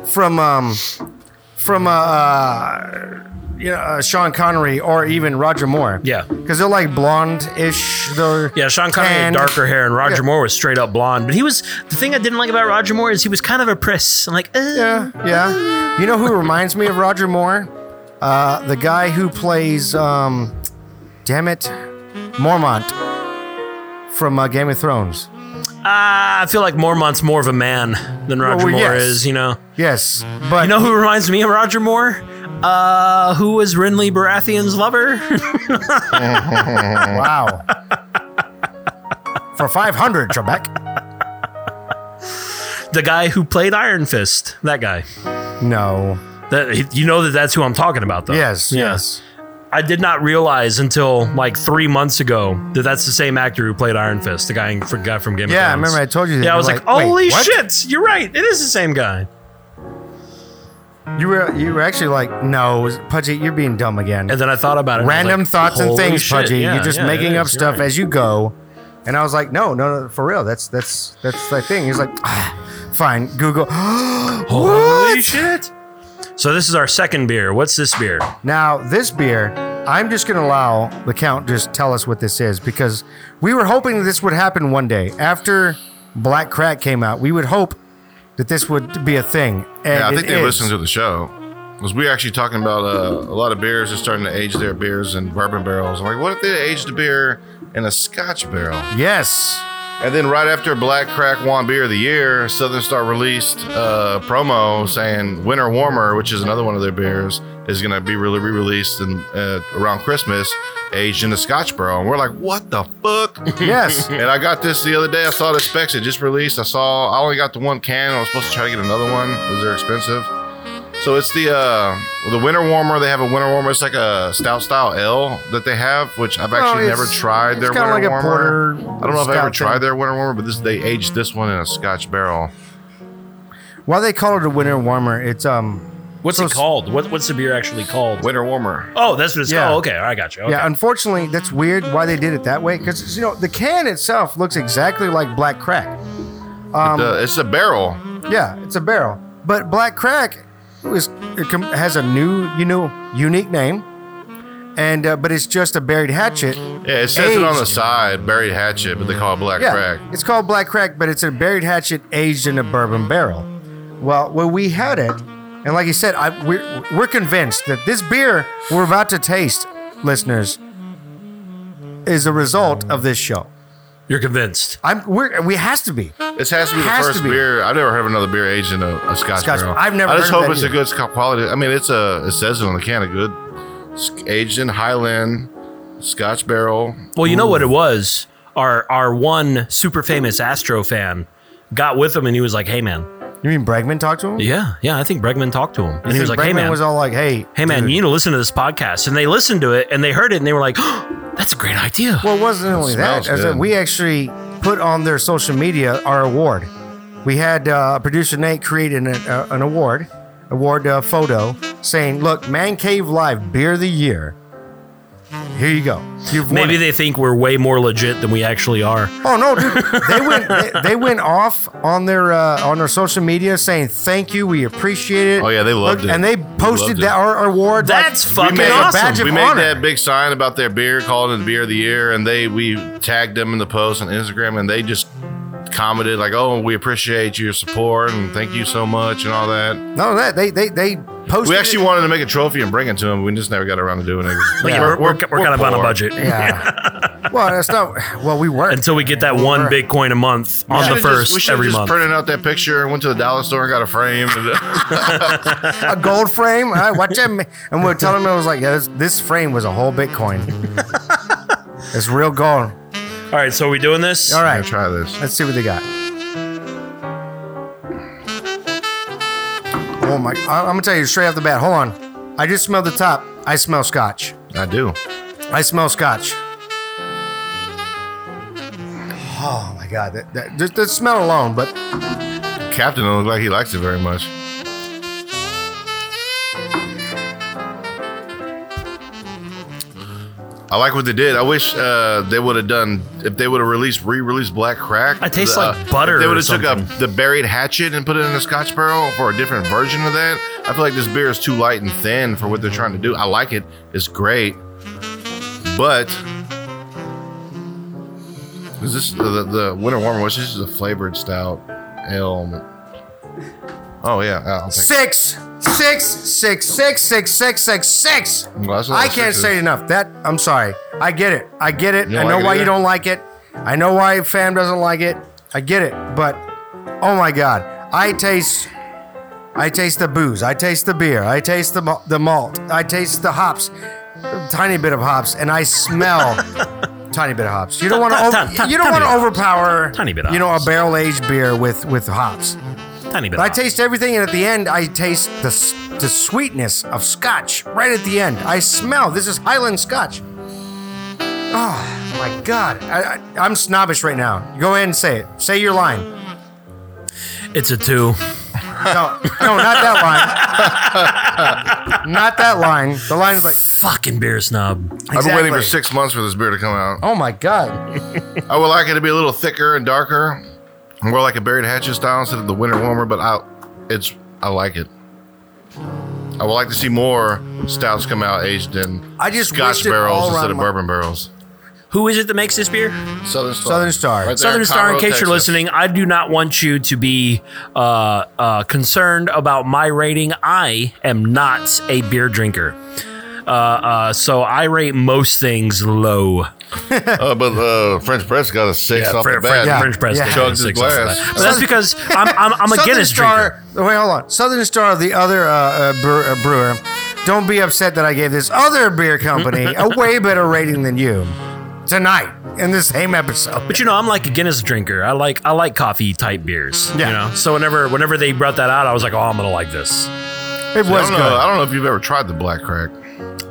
Speaker 3: from um from uh, uh you know uh, Sean Connery or even Roger Moore.
Speaker 2: Yeah.
Speaker 3: because they're like blonde-ish. They're
Speaker 2: Yeah, Sean Connery had
Speaker 3: tanned.
Speaker 2: darker hair, and Roger
Speaker 3: Yeah.
Speaker 2: Moore was straight up blonde. But he was the thing I didn't like about Roger Moore is he was kind of a press. I'm like, eh.
Speaker 3: Yeah, yeah. You know who reminds me of Roger Moore? Uh, the guy who plays, um, damn it, Mormont from uh, Game of Thrones.
Speaker 2: Ah, I feel like Mormont's more of a man than Roger
Speaker 3: well,
Speaker 2: Moore
Speaker 3: yes.
Speaker 2: is. You know,
Speaker 3: Yes, but
Speaker 2: you know who reminds me of Roger Moore? Uh, who was Renly Baratheon's lover?
Speaker 3: wow. For 500, Trebek.
Speaker 2: the guy who played Iron Fist. That guy.
Speaker 3: No.
Speaker 2: That you know that that's who I'm talking about, though.
Speaker 3: Yes,
Speaker 2: Yeah.
Speaker 3: yes.
Speaker 2: I did not realize until like three months ago that that's the same actor who played Iron Fist, the guy in- from, guy from Game
Speaker 3: Yeah, I
Speaker 2: of Thrones.
Speaker 3: remember I told you that.
Speaker 2: Yeah, I
Speaker 3: You're
Speaker 2: was like,
Speaker 3: like, wait,
Speaker 2: holy
Speaker 3: what?"
Speaker 2: shit, you're right. It is the same guy.
Speaker 3: You were you were actually like, no, Pudgy, you're being dumb again.
Speaker 2: And then I thought about it. and I was
Speaker 3: Random
Speaker 2: like,
Speaker 3: thoughts and
Speaker 2: holy
Speaker 3: things,
Speaker 2: shit,
Speaker 3: Pudgy.
Speaker 2: yeah,
Speaker 3: you're just
Speaker 2: yeah, it
Speaker 3: making
Speaker 2: is, you're
Speaker 3: up stuff
Speaker 2: right.
Speaker 3: as you go. And I was like, no, no, no, for real. That's that's that's the thing. He's like, ah, fine, Google.
Speaker 2: Holy
Speaker 3: what?
Speaker 2: shit. So this is our second beer. What's this beer?
Speaker 3: Now this beer, I'm just gonna allow the count just tell us what this is because we were hoping this would happen one day after Black Crack came out. We would hope that this would be a thing. And
Speaker 4: Yeah, I
Speaker 3: it
Speaker 4: think they
Speaker 3: is.
Speaker 4: listened to the show. Because we were actually talking about uh, a lot of beers are starting to age their beers in bourbon barrels. I'm like, what if they aged a beer in a Scotch barrel?
Speaker 3: Yes.
Speaker 4: And then right after Black Crack won Beer of the Year, Southern Star released a promo saying Winter Warmer, which is another one of their beers, is going to be really re-released in, uh, around Christmas, aged in a Scotch barrel. And we're like, what the fuck?
Speaker 3: Yes.
Speaker 4: and I got this the other day. I saw the specs it just released. I saw I only got the one can. I was supposed to try to get another one because they're expensive. So it's the uh, the winter warmer. They have a winter warmer. It's like a stout style ale that they have, which I've
Speaker 3: Oh,
Speaker 4: actually
Speaker 3: it's-
Speaker 4: never tried their
Speaker 3: it's kinda like
Speaker 4: winter
Speaker 3: a
Speaker 4: warmer.
Speaker 3: porter
Speaker 4: I don't know if I ever
Speaker 3: stout
Speaker 4: tried
Speaker 3: thing.
Speaker 4: their winter warmer, but this they aged this one in a Scotch barrel.
Speaker 3: Why they call it a winter warmer? It's um.
Speaker 2: What's it called? What, what's the beer actually called?
Speaker 4: Winter warmer.
Speaker 2: Oh, that's what it's
Speaker 3: Yeah.
Speaker 2: called. Okay, I got you. Okay.
Speaker 3: Yeah, unfortunately, that's weird why they did it that way. Because you know the can itself looks exactly like Black Crack. Um,
Speaker 4: It, uh, it's a barrel.
Speaker 3: Yeah, it's a barrel. But Black Crack is it com- has a new, you know, unique name, and uh, but it's just a buried hatchet.
Speaker 4: Yeah, it says it on the
Speaker 3: Aged.
Speaker 4: side, buried hatchet, but they call it black
Speaker 3: Yeah,
Speaker 4: crack.
Speaker 3: it's called Black Crack, but it's a buried hatchet aged in a bourbon barrel. Well, when we had it, and like you said, I, we're we're convinced that this beer we're about to taste, listeners, is a result of this show.
Speaker 2: You're convinced.
Speaker 3: I'm we're we has to be.
Speaker 4: This has to be the
Speaker 3: Has to
Speaker 4: first
Speaker 3: be.
Speaker 4: beer. I've never heard of another beer aged in a, a Scotch,
Speaker 3: Scotch-
Speaker 4: barrel.
Speaker 3: I've never
Speaker 4: I just
Speaker 3: heard of
Speaker 4: hope
Speaker 3: that
Speaker 4: it's
Speaker 3: either.
Speaker 4: a good Scotch quality. I mean, it's a. It says it on the can. A good s- aged in Highland Scotch barrel.
Speaker 2: Well, you know what it was? Our our one super famous Astro fan got with him and he was like, "Hey man,
Speaker 3: You mean Bregman talked to him?
Speaker 2: yeah, yeah, I think Bregman talked to him." And he was like,
Speaker 3: Bregman
Speaker 2: "Hey man,
Speaker 3: was all like, "Hey,
Speaker 2: hey man,
Speaker 3: dude."
Speaker 2: you need to listen to this podcast." And they listened to it and they heard it and they were like, "That's a great idea."
Speaker 3: Well, it wasn't only that.
Speaker 4: smells
Speaker 3: As
Speaker 4: good.
Speaker 3: in, we actually put on their social media our award. We had uh, producer Nate create an, uh, an award, award uh, photo saying, "Look, Man Cave Live Beer of the Year. Here you go. You've won
Speaker 2: Maybe
Speaker 3: it."
Speaker 2: they think we're way more legit than we actually are.
Speaker 3: Oh no, dude! They went they, they went off on their uh, on their social media saying thank you, we appreciate it.
Speaker 4: Oh, yeah, they loved it.
Speaker 3: and they
Speaker 4: They
Speaker 3: posted
Speaker 4: loved
Speaker 3: that
Speaker 4: it.
Speaker 3: our award. like,
Speaker 2: That's
Speaker 4: We
Speaker 2: fucking
Speaker 4: made,
Speaker 3: awesome. badge of
Speaker 4: we made
Speaker 3: honor.
Speaker 4: that big sign about their beer, called it the beer of the year, and they we tagged them in the post on Instagram, and they just commented like, "Oh, we appreciate your support and thank you so much and all that."
Speaker 3: no, that they they they posted.
Speaker 4: We
Speaker 3: it.
Speaker 4: actually wanted to make a trophy and bring it to them. We just never got around to doing it.
Speaker 2: Yeah, we're, we're, we're kind of on a
Speaker 4: poor.
Speaker 2: budget
Speaker 3: Yeah. well, that's not. Well, we weren't.
Speaker 2: until we get that one Bitcoin a month
Speaker 4: We
Speaker 2: on the
Speaker 4: should've just-
Speaker 2: first
Speaker 4: we should've
Speaker 2: every
Speaker 4: just
Speaker 2: month.
Speaker 4: Printed out that picture and went to the dollar store and got a frame.
Speaker 3: a gold frame. I watch him, and we're telling him I was like, yeah, this, this frame was a whole Bitcoin. it's real gold.
Speaker 2: All right, so are we doing this?
Speaker 3: All
Speaker 4: I
Speaker 3: right,
Speaker 4: try this.
Speaker 3: let's see what they got. Oh my! I- I'm gonna tell you straight off the bat. Hold on, I just smelled the top. I smell scotch.
Speaker 4: I do.
Speaker 3: I smell scotch. Oh my god! That, that, just the smell alone, but
Speaker 4: Captain doesn't look like he likes it very much. I like what they did. I wish uh, they would have done if they would have released re-released Black Crack.
Speaker 2: It tastes
Speaker 4: the, uh,
Speaker 2: like butter
Speaker 4: if they
Speaker 2: or
Speaker 4: would have took up
Speaker 2: something.
Speaker 4: the buried hatchet and put it in a Scotch barrel for a different version of that. I feel like this beer is too light and thin for what they're trying to do. I like it. It's great, but is this the, the, the winter warmer? Which this is a flavored stout ale. Oh yeah, I don't think-
Speaker 3: six, six, six, six, six, six, six, six.
Speaker 4: Well, that's a lot
Speaker 3: I
Speaker 4: of
Speaker 3: can't
Speaker 4: sixes.
Speaker 3: say it enough. That I'm sorry. I get it. I get it.
Speaker 4: You don't
Speaker 3: I know
Speaker 4: like it
Speaker 3: why you
Speaker 4: either?
Speaker 3: don't like it. I know why fam doesn't like it. I get it. But oh my god, I taste. I taste the booze. I taste the beer. I taste the mal- the malt. I taste the hops, tiny bit of hops, and I smell tiny bit of hops. You don't want to
Speaker 2: Tiny-
Speaker 3: over,
Speaker 2: tiny-
Speaker 3: you don't
Speaker 2: tiny
Speaker 3: want to
Speaker 2: bit.
Speaker 3: overpower
Speaker 2: Tiny bit of
Speaker 3: you know a
Speaker 2: hops.
Speaker 3: barrel aged beer with with hops.
Speaker 2: Tiny bit.
Speaker 3: But I
Speaker 2: off.
Speaker 3: taste everything, and at the end, I taste the s- the sweetness of Scotch. Right at the end, I smell. This is Highland Scotch. Oh my God! I, I, I'm snobbish right now. Go ahead and say it. Say your line.
Speaker 2: It's a two.
Speaker 3: No, no, not that line. not that line. The line's like.
Speaker 2: Fucking beer snob.
Speaker 4: I've been waiting for
Speaker 3: exactly.
Speaker 4: six months for this beer to come out.
Speaker 3: Oh my God!
Speaker 4: I would like it to be a little thicker and darker, more like a buried hatchet style instead of the winter warmer. But I, it's I like it. I would like to see more stouts come out aged in
Speaker 3: I just
Speaker 4: Scotch
Speaker 3: wished it
Speaker 4: barrels
Speaker 3: all
Speaker 4: instead of
Speaker 3: around my-
Speaker 4: bourbon barrels.
Speaker 2: Who is it that makes this beer?
Speaker 4: Southern Star.
Speaker 3: Southern Star.
Speaker 4: Right there
Speaker 2: Southern
Speaker 4: in
Speaker 2: Star, in
Speaker 4: Conroe,
Speaker 2: case
Speaker 4: Texas.
Speaker 2: you're listening, I do not want you to be uh, uh, concerned about my rating. I am not a beer drinker. Uh, uh, so I rate most things low.
Speaker 4: Uh, but uh, French Press got a six off
Speaker 2: French,
Speaker 4: the bat.
Speaker 3: yeah.
Speaker 2: French press.
Speaker 3: Yeah.
Speaker 2: did
Speaker 4: Chugged
Speaker 2: have a
Speaker 4: his
Speaker 2: six off the
Speaker 4: glass.
Speaker 2: bat. But that's because I'm, I'm, I'm a
Speaker 3: Southern
Speaker 2: Guinness drinker.
Speaker 3: Star. Wait, hold on. Southern Star, the other uh, uh, brewer, uh, brewer. Don't be upset that I gave this other beer company a way better rating than you tonight in the same episode.
Speaker 2: But you know, I'm like a Guinness drinker. I like I like coffee type beers.
Speaker 3: Yeah.
Speaker 2: You know, so whenever whenever they brought that out, I was like, oh, I'm gonna like this.
Speaker 3: It
Speaker 4: I
Speaker 3: was
Speaker 4: don't, know, I
Speaker 3: good,
Speaker 4: don't know if you've ever tried the Black Crack.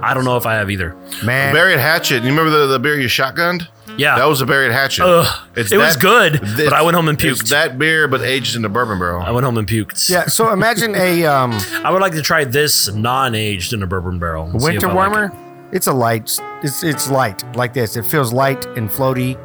Speaker 2: I don't know if I have either.
Speaker 3: man.
Speaker 4: Buried Hatchet. You remember the, the beer you shotgunned?
Speaker 2: Yeah.
Speaker 4: That was a Buried Hatchet.
Speaker 2: Ugh. It was good, but
Speaker 4: it's-
Speaker 2: I went home and
Speaker 4: it's
Speaker 2: puked.
Speaker 4: that beer, but aged in the bourbon
Speaker 2: I
Speaker 4: barrel.
Speaker 2: went home and puked.
Speaker 3: yeah. So imagine a um,
Speaker 2: I would like to try this non-aged in a bourbon barrel. and see if I
Speaker 3: winter
Speaker 2: like
Speaker 3: warmer.
Speaker 2: it.
Speaker 3: it's a light. It's it's light like this. It feels light and floaty.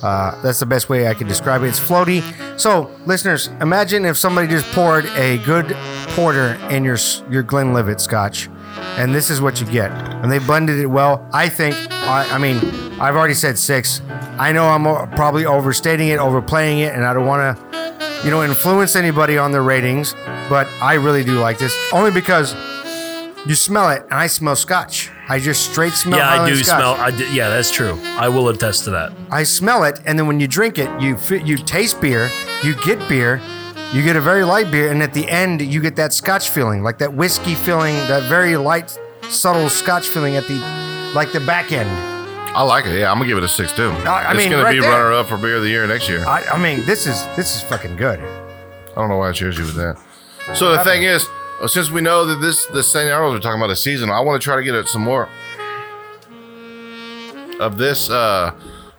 Speaker 3: Uh, that's the best way I can describe it. It's floaty. So listeners, imagine if somebody just poured a good porter in your s- your Glenlivet Scotch, and this is what you get. And they blended it well. I think. I, I mean, I've already said six. I know I'm o- probably overstating it, overplaying it, and I don't want to you know, influence anybody on their ratings, but I really do like this only because you smell it and I smell scotch. I just straight smell
Speaker 2: yeah, I
Speaker 3: Highland
Speaker 2: do
Speaker 3: scotch.
Speaker 2: smell. I do, yeah, that's true. I will attest to that.
Speaker 3: I smell it, and then when you drink it, you fi- you taste beer, you get beer, you get a very light beer, and at the end you get that scotch feeling, like that whiskey feeling, that very light, subtle scotch feeling at the like the back end.
Speaker 4: I like it. Yeah, I'm gonna give it a six too.
Speaker 3: I
Speaker 4: it's
Speaker 3: mean,
Speaker 4: gonna
Speaker 3: right
Speaker 4: be
Speaker 3: there.
Speaker 4: runner up for beer of the year next year.
Speaker 3: I, I mean, this is this is fucking good.
Speaker 4: I don't know why I chose you with that. So the thing is, uh, since we know that this the St. Arrows are talking about a season, I want to try to get it some more of this. Uh,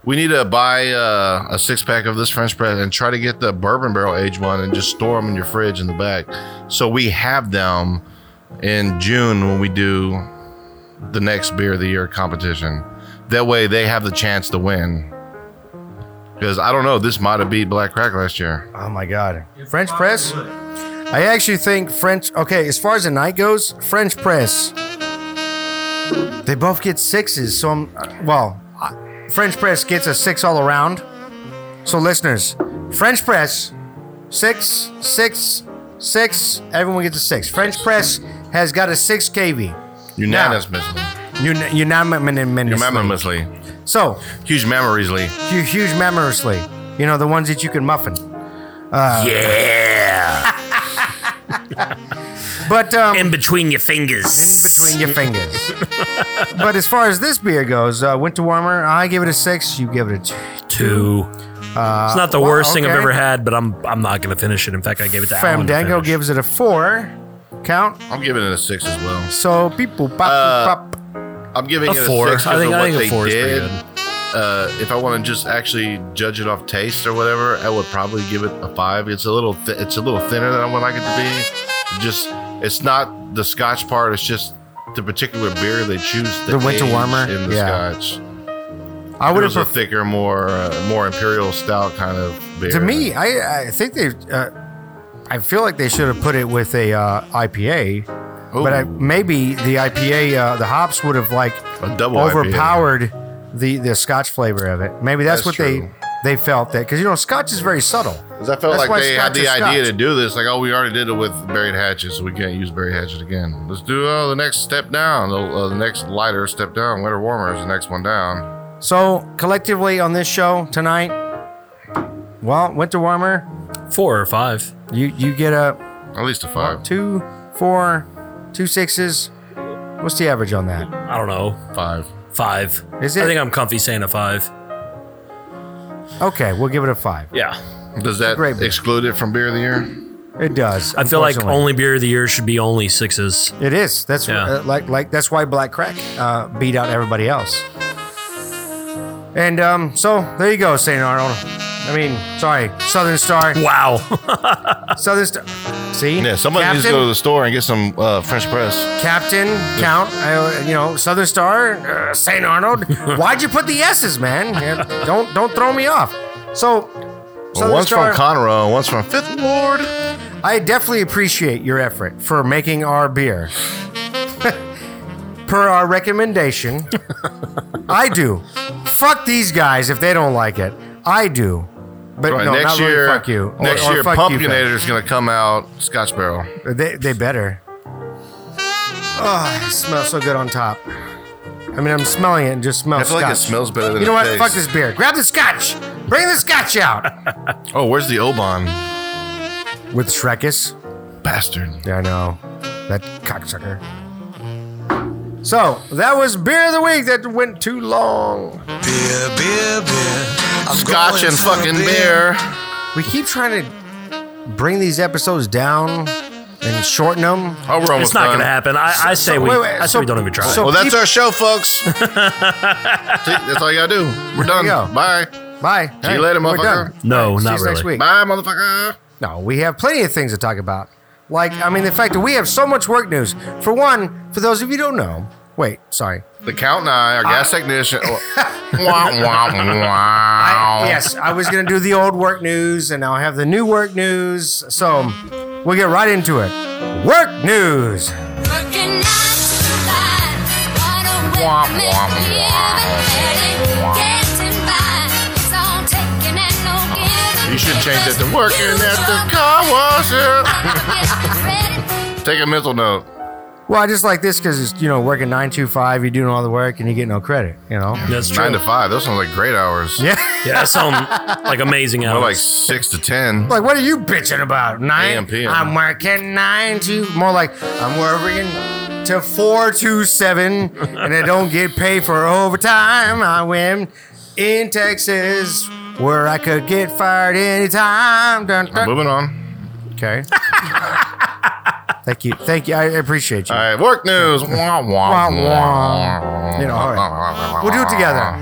Speaker 4: we need to buy uh, a six pack of this French press and try to get the bourbon barrel aged one and just store them in your fridge in the back, so we have them in June when we do the next beer of the year competition. That way, they have the chance to win. Because I don't know, this might have beat Black Crack last year.
Speaker 3: Oh my god. French press? I actually think French okay, as far as the night goes, French press. They both get sixes, so I'm uh, well, I- French press gets a 6 all around. So listeners, French press six, six, six. everyone gets a 6. French press has got a 6 KV.
Speaker 4: Unanimously.
Speaker 3: Uni- Unanimously.
Speaker 4: Unanimously.
Speaker 3: So,
Speaker 4: Huge memorisly.
Speaker 3: hu- huge memorously. You know, the ones that you can muffin. Uh,
Speaker 2: Yeah,
Speaker 3: But um
Speaker 2: in between your fingers.
Speaker 3: between your fingers. but as far as this beer goes, uh, winter warmer, I give it a six. You give it a two.
Speaker 2: Two. it's not the
Speaker 3: Uh, well,
Speaker 2: worst thing I've
Speaker 3: okay.
Speaker 2: ever had, but I'm I'm not gonna finish it. In fact, I gave it to Alan to
Speaker 3: Fandango
Speaker 2: finish.
Speaker 3: gives it a four. Count.
Speaker 4: I'm giving it a six as well.
Speaker 3: So people pop,
Speaker 4: Uh,
Speaker 3: pop.
Speaker 4: I'm giving
Speaker 2: a
Speaker 4: it a
Speaker 2: four.
Speaker 4: six
Speaker 2: I
Speaker 4: because of
Speaker 2: think I
Speaker 4: what
Speaker 2: think
Speaker 4: they
Speaker 2: a four is pretty
Speaker 4: did.
Speaker 2: good.
Speaker 4: Uh, if I want to just actually judge it off taste or whatever, I would probably give it a five. It's a little, th- it's a little thinner than I would like it to be. Just, it's not the Scotch part. It's just the particular beer they choose. to
Speaker 3: The winter
Speaker 4: age
Speaker 3: warmer,
Speaker 4: in the
Speaker 3: yeah.
Speaker 4: Scotch.
Speaker 3: I
Speaker 4: I
Speaker 3: would
Speaker 4: would
Speaker 3: have.
Speaker 4: have a
Speaker 3: Pref-
Speaker 4: thicker, more, uh, more imperial stout kind of beer.
Speaker 3: to me, I, I think they. Uh, I feel like they should have put it with a uh, IPA, but I, maybe the IPA, uh, the hops would have like
Speaker 4: a double IPA.
Speaker 3: overpowered the the Scotch flavor of it. Maybe that's,
Speaker 4: That's
Speaker 3: what
Speaker 4: true.
Speaker 3: they they felt that because you know Scotch is very subtle.
Speaker 4: 'Cause I felt
Speaker 3: That's why
Speaker 4: like they had
Speaker 3: Scotch
Speaker 4: the
Speaker 3: is
Speaker 4: idea
Speaker 3: Scotch.
Speaker 4: to do this. Like, oh, we already did it with buried hatchet, so we can't use buried hatchet again. Let's do oh, the next step down, the, uh, the next lighter step down. Winter warmer is the next one down.
Speaker 3: So collectively on this show tonight, well, winter warmer,
Speaker 2: Four or five.
Speaker 3: you you get a
Speaker 4: At least a five.
Speaker 3: two, four, two sixes. What's the average on that?
Speaker 2: I don't know.
Speaker 4: Five.
Speaker 2: Five.
Speaker 3: Is
Speaker 2: I
Speaker 3: it-
Speaker 2: think I'm comfy saying a five.
Speaker 3: Okay, we'll give it a five.
Speaker 2: Yeah.
Speaker 4: Does that
Speaker 3: great beer.
Speaker 4: exclude it from beer of the year?
Speaker 3: It does.
Speaker 2: I feel like
Speaker 3: unfortunately.
Speaker 2: only beer of the year should be only sixes.
Speaker 3: it is. That's
Speaker 2: Yeah.
Speaker 3: uh, like like that's why Black Crack uh, beat out everybody else. And um, so there you go, Saint Arnold. I mean, sorry, Southern Star.
Speaker 2: Wow.
Speaker 3: Southern Star. See,
Speaker 4: Yeah, somebody needs to go to the store and get some uh, French press.
Speaker 3: Captain, Count, I, you know, Southern Star, uh, St. Arnold. Why'd you put the S's, man? Yeah, don't don't throw me off. So, Southern
Speaker 4: one's
Speaker 3: Star,
Speaker 4: from Conroe, and one's from Fifth Ward.
Speaker 3: I definitely appreciate your effort for making our beer. per our recommendation, I do. fuck these guys if they don't like it. I do. But
Speaker 4: Right,
Speaker 3: no,
Speaker 4: next
Speaker 3: not
Speaker 4: year,
Speaker 3: really fuck you. Or-
Speaker 4: next
Speaker 3: or
Speaker 4: year,
Speaker 3: fuck you, Pat.
Speaker 4: Pumpkinator is gonna come out Scotch Barrel.
Speaker 3: They, they better. Oh, it smells so good on top. I mean, I'm smelling it and just smells.
Speaker 4: I feel like it
Speaker 3: scotch.
Speaker 4: smells better than
Speaker 3: You know
Speaker 4: it
Speaker 3: what?
Speaker 4: tastes.
Speaker 3: Fuck this beer. Grab the scotch. Bring the scotch out.
Speaker 4: Oh, where's the Oban
Speaker 3: With Shrekus.
Speaker 4: bastard?
Speaker 3: Yeah, I know. That cocksucker. So, that was beer of the week that went too long.
Speaker 7: Beer, beer, beer. I'm
Speaker 4: Scotch
Speaker 7: going
Speaker 4: and
Speaker 7: for a
Speaker 4: fucking beer. Oh,
Speaker 3: We keep trying to bring these episodes down and shorten them.
Speaker 4: Oh, we're almost
Speaker 2: It's not
Speaker 4: done.
Speaker 2: going to happen. I, I say we.
Speaker 3: wait, wait,
Speaker 2: I say
Speaker 3: so-
Speaker 2: we don't even try.
Speaker 3: so-
Speaker 4: Well, that's
Speaker 3: People-
Speaker 4: our show, folks. See, that's all you gotta do. We're done.
Speaker 3: go.
Speaker 4: Bye.
Speaker 3: Bye.
Speaker 4: See you later,
Speaker 3: we're
Speaker 4: motherfucker.
Speaker 3: done.
Speaker 2: no,
Speaker 3: See
Speaker 2: not
Speaker 3: you
Speaker 2: really.
Speaker 3: next week.
Speaker 4: Bye, motherfucker.
Speaker 3: No, we have plenty of things to talk about. Like, I mean, the fact that we have so much work news. For one, for those of you who don't know, wait, sorry.
Speaker 4: The Count and I, our
Speaker 3: Uh,
Speaker 4: gas technician. wah, wah,
Speaker 3: I,
Speaker 4: wah.
Speaker 3: yes, I was going to do the old work news, and now I have the new work news. So we'll get right into it. Work news.
Speaker 8: Working nine to five. What a way
Speaker 4: Wah,
Speaker 8: to make
Speaker 4: wah,
Speaker 8: a living. That ain't getting by. It's all taking and no giving.
Speaker 4: You should change that to working
Speaker 8: You
Speaker 4: at the
Speaker 8: drop
Speaker 4: car wash. yeah.
Speaker 8: out to get the credit.
Speaker 4: Take a mental note.
Speaker 3: Well, I just like this because it's, you know, working 925, you're doing all the work, and you get no credit, you know?
Speaker 2: That's true.
Speaker 4: Nine to five. Those sound like great hours.
Speaker 3: Yeah.
Speaker 2: Yeah, that sound like amazing
Speaker 4: More like
Speaker 2: hours.
Speaker 4: six to ten.
Speaker 3: Like, what are you bitching about? Nine?
Speaker 4: AM, PM.
Speaker 3: I'm working nine to more like I'm working to four to seven, and I don't get paid for overtime. I win in Texas, where I could get fired anytime. Dun, dun.
Speaker 4: Moving on.
Speaker 3: Okay. Thank you, thank you. I appreciate you.
Speaker 4: All right, work news. Wah,
Speaker 3: Wah,
Speaker 4: wah,
Speaker 3: wah. You know, all right. We'll do it
Speaker 4: Uh,
Speaker 3: together.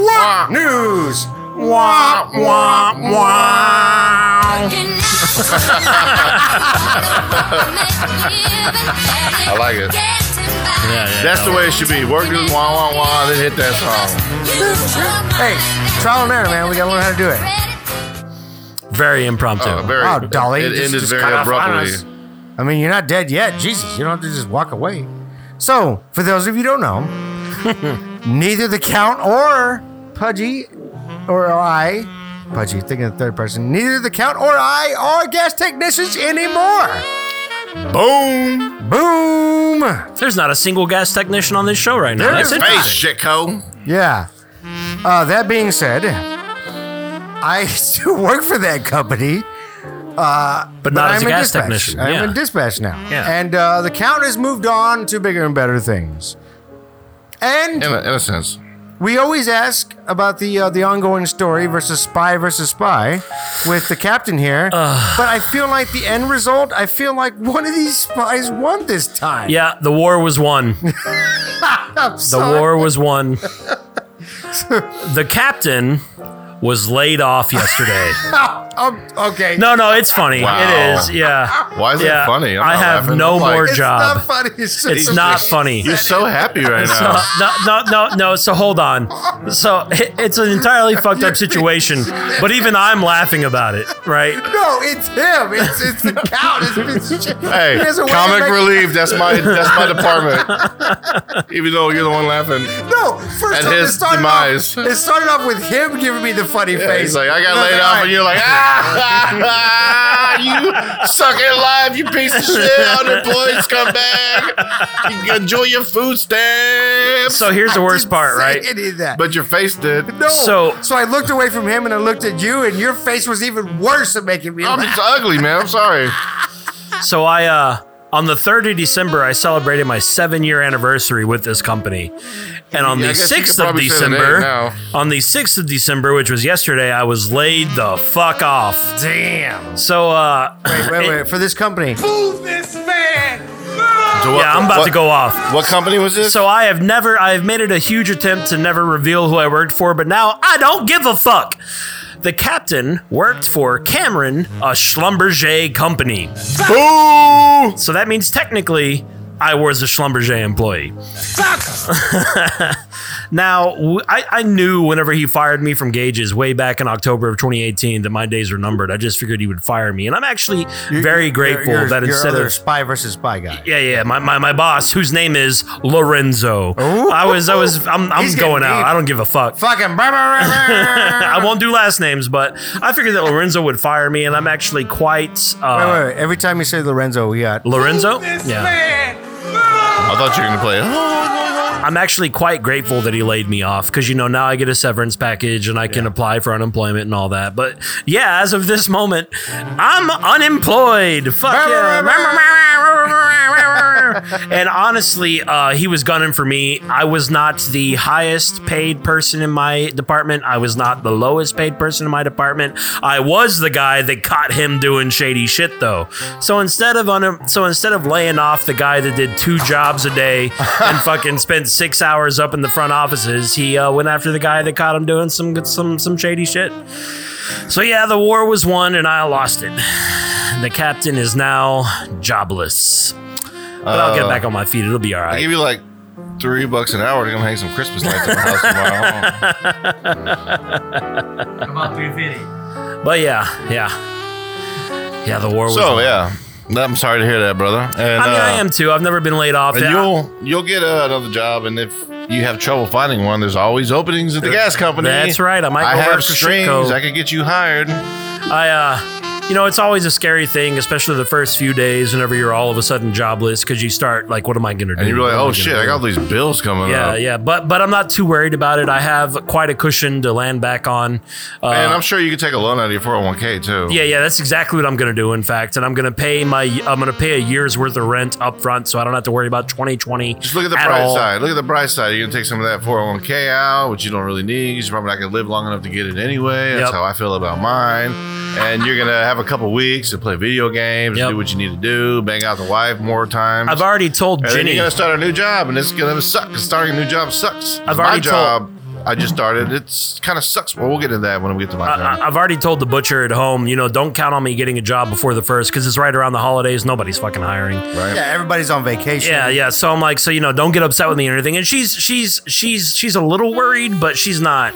Speaker 3: What news? Wah wah wah.
Speaker 8: Working nine to five. Make a living. That ain't
Speaker 4: I like it.
Speaker 8: getting by.
Speaker 2: Yeah, yeah,
Speaker 4: That's
Speaker 2: no.
Speaker 4: the way it should be. Work news. Wah, wah, wah. Then hit that song.
Speaker 8: You drop
Speaker 3: Hey, trial and error, man. We gotta learn how to do it.
Speaker 8: credit.
Speaker 2: Very impromptu.
Speaker 4: Uh, very,
Speaker 3: Wow, Dolly,
Speaker 4: It
Speaker 3: Oh, just-
Speaker 4: ended
Speaker 3: just
Speaker 4: very
Speaker 3: cut off on
Speaker 4: abruptly.
Speaker 3: us. I mean, you're not dead yet. Jesus, you don't have to just walk away. So, for those of you who don't know, neither the Count or Pudgy or I, Pudgy, thinking of the third person, neither the Count or I are gas technicians anymore.
Speaker 4: Boom.
Speaker 3: Boom.
Speaker 2: There's not a single gas technician on this show right now.
Speaker 3: There
Speaker 2: That's
Speaker 3: is
Speaker 2: it.
Speaker 3: not.
Speaker 4: Face shitco.
Speaker 3: Yeah. Uh, that being said, I still work for that company.
Speaker 2: But not as a
Speaker 3: in
Speaker 2: gas
Speaker 3: dispatch.
Speaker 2: technician.
Speaker 3: I'm
Speaker 2: yeah.
Speaker 3: in dispatch now.
Speaker 2: Yeah.
Speaker 3: And uh, the count has moved on to bigger and better things. And
Speaker 4: In a, in a sense.
Speaker 3: we always ask about the uh, the ongoing story versus spy versus spy with the captain here. but I feel like the end result, I feel like one of these spies won this time.
Speaker 2: yeah, the war was won.
Speaker 3: I'm
Speaker 2: The
Speaker 3: sorry.
Speaker 2: war was won. the captain was laid off yesterday.
Speaker 3: Um, okay.
Speaker 2: No, no, it's funny.
Speaker 4: Wow.
Speaker 2: It is. Yeah.
Speaker 4: Why is
Speaker 2: Yeah,
Speaker 4: it funny?
Speaker 2: I
Speaker 4: not
Speaker 2: have
Speaker 4: laughing.
Speaker 2: no
Speaker 4: I'm like,
Speaker 2: more
Speaker 3: it's
Speaker 2: job.
Speaker 3: not funny. It's, just
Speaker 2: It's not funny.
Speaker 4: You're so happy right
Speaker 2: So,
Speaker 4: now.
Speaker 2: no, no, no, no. So hold on. So it- it's an entirely fucked up situation, but even I'm laughing about it, right?
Speaker 3: No, it's him. It's it's the count. It's, it's shit.
Speaker 4: Hey,
Speaker 3: He has a way of
Speaker 4: comic
Speaker 3: making-
Speaker 4: relief. That's my that's my department. Even though you're the one laughing.
Speaker 3: No, first
Speaker 4: At
Speaker 3: time
Speaker 4: his
Speaker 3: it started
Speaker 4: demise.
Speaker 3: off. It started off with him giving me the funny
Speaker 4: Yeah,
Speaker 3: face.
Speaker 4: he's like, I
Speaker 3: And
Speaker 4: got laid
Speaker 3: was
Speaker 4: off,
Speaker 3: "All
Speaker 4: and
Speaker 3: right."
Speaker 4: you're like, ah, you suck it live, you piece of shit, unemployed scumbag. You enjoy your food stamps.
Speaker 2: So here's the worst
Speaker 3: Didn't
Speaker 2: part,
Speaker 3: say
Speaker 2: right?
Speaker 3: Any of that.
Speaker 4: but your face did.
Speaker 3: no.
Speaker 2: so-
Speaker 3: So, so I looked away from him and I looked at you, and your face was even worse at making me
Speaker 4: I'm
Speaker 3: laugh.
Speaker 4: just Oh, ugly, man. I'm sorry.
Speaker 2: So I uh on the 3rd of December I celebrated my 7-year anniversary with this company. And on
Speaker 4: Yeah, I
Speaker 2: the
Speaker 4: guess you could
Speaker 2: 6th of
Speaker 4: probably say the name
Speaker 2: December,
Speaker 4: now.
Speaker 2: on the 6th of December, which was yesterday, I was laid the fuck off.
Speaker 3: Damn.
Speaker 2: So uh
Speaker 3: Wait, wait, wait. For this company,
Speaker 4: So what-
Speaker 2: yeah, I'm about
Speaker 4: what-
Speaker 2: to go off.
Speaker 4: What company was this?
Speaker 2: So I have never I've made it a huge attempt to never reveal who I worked for, but now I don't give a fuck. The captain worked for Cameron, a Schlumberger company.
Speaker 4: Boo!
Speaker 2: So that means technically I was a Schlumberger employee. Now, w- I, I knew whenever he fired me from Gages way back in October of 2018 that my days were numbered. I just figured he would fire me. And I'm actually very grateful
Speaker 3: Your- your-
Speaker 2: that
Speaker 3: your
Speaker 2: instead
Speaker 3: other
Speaker 2: of
Speaker 3: spy versus spy guy.
Speaker 2: yeah, yeah. My, my, my boss, whose name is Lorenzo. I was I was I'm, I'm
Speaker 3: He's getting
Speaker 2: going out.
Speaker 3: deep.
Speaker 2: I don't give a fuck.
Speaker 3: Fucking. brr, brr, brr,
Speaker 2: I
Speaker 3: brr.
Speaker 2: won't do last names, but I figured that Lorenzo would fire me, and I'm actually quite
Speaker 3: Wait,
Speaker 2: uh,
Speaker 3: wait, wait. Every time you say Lorenzo, we got.
Speaker 2: Lorenzo. Yeah,
Speaker 4: I thought you were gonna play. "Oh."
Speaker 2: I'm actually quite grateful that he laid me off because you know now I get a severance package and I can apply for unemployment and all that. But yeah, as of this moment, I'm unemployed. Fuck yeah. and honestly, uh, he was gunning for me. I was not the highest paid person in my department. I was not the lowest paid person in my department. I was the guy that caught him doing shady shit, though. So instead of un- so instead of laying off the guy that did two jobs a day and fucking spent six hours up in the front offices, he uh, went after the guy that caught him doing some some some shady shit. So yeah, the war was won, and I lost it. The captain is now jobless. But I'll
Speaker 4: Uh,
Speaker 2: get back on my feet. It'll be all
Speaker 4: I
Speaker 2: right.
Speaker 4: give you like three bucks an hour to come hang some Christmas lights at my house tomorrow.
Speaker 9: About 350.
Speaker 2: But yeah, yeah, yeah. The war was.
Speaker 4: so yeah, I'm sorry to hear that, brother. And,
Speaker 2: I mean, I
Speaker 4: uh,
Speaker 2: am too. I've never been laid off.
Speaker 4: And
Speaker 2: Yeah,
Speaker 4: you'll you'll get uh, another job, and if you have trouble finding one, there's always openings at the gas company.
Speaker 2: That's right. I might
Speaker 4: I
Speaker 2: go
Speaker 4: have
Speaker 2: work for
Speaker 4: strings.
Speaker 2: Shitco.
Speaker 4: I could get you hired.
Speaker 2: I, uh, you know, it's always a scary thing, especially the first few days whenever you're all of a sudden jobless because you start like, what am I going to do?
Speaker 4: And you're
Speaker 2: What
Speaker 4: like,
Speaker 2: am
Speaker 4: oh
Speaker 2: I gonna
Speaker 4: shit, I
Speaker 2: do?"
Speaker 4: got Uh, all these bills coming
Speaker 2: Yeah,
Speaker 4: up.
Speaker 2: yeah, but but I'm not too worried about it. I have quite a cushion to land back on. Uh,
Speaker 4: And I'm sure you could take a loan out of your 401k too.
Speaker 2: Yeah, yeah, that's exactly what I'm gonna do. In fact, and I'm gonna pay my I'm gonna pay a year's worth of rent up front, so I don't have to worry about 2020.
Speaker 4: Just look at the
Speaker 2: at
Speaker 4: bright
Speaker 2: all.
Speaker 4: side. Look at the bright side. You're gonna take some of that 401k out, which you don't really need. You're probably not gonna live long enough to get it anyway. That's
Speaker 2: Yep.
Speaker 4: how I feel about mine. And you're gonna have a couple weeks to play video games,
Speaker 2: Yep.
Speaker 4: do what you need to do, bang out the wife more times.
Speaker 2: I've already told
Speaker 4: And then
Speaker 2: Jenny.
Speaker 4: you're gonna start a new job, and it's gonna suck. 'cause starting a new job sucks.
Speaker 2: I've
Speaker 4: my
Speaker 2: already told-
Speaker 4: job. I just started. It's kind of sucks. Well, we'll get into that when we get to my job.
Speaker 2: I, I- I've already told the butcher at home, you know, don't count on me getting a job before the first because it's right around the holidays. Nobody's fucking hiring.
Speaker 4: right?
Speaker 3: Yeah, everybody's on vacation.
Speaker 2: Yeah, yeah. So I'm like, so you know, don't get upset with me or anything. And she's she's she's she's a little worried, but she's not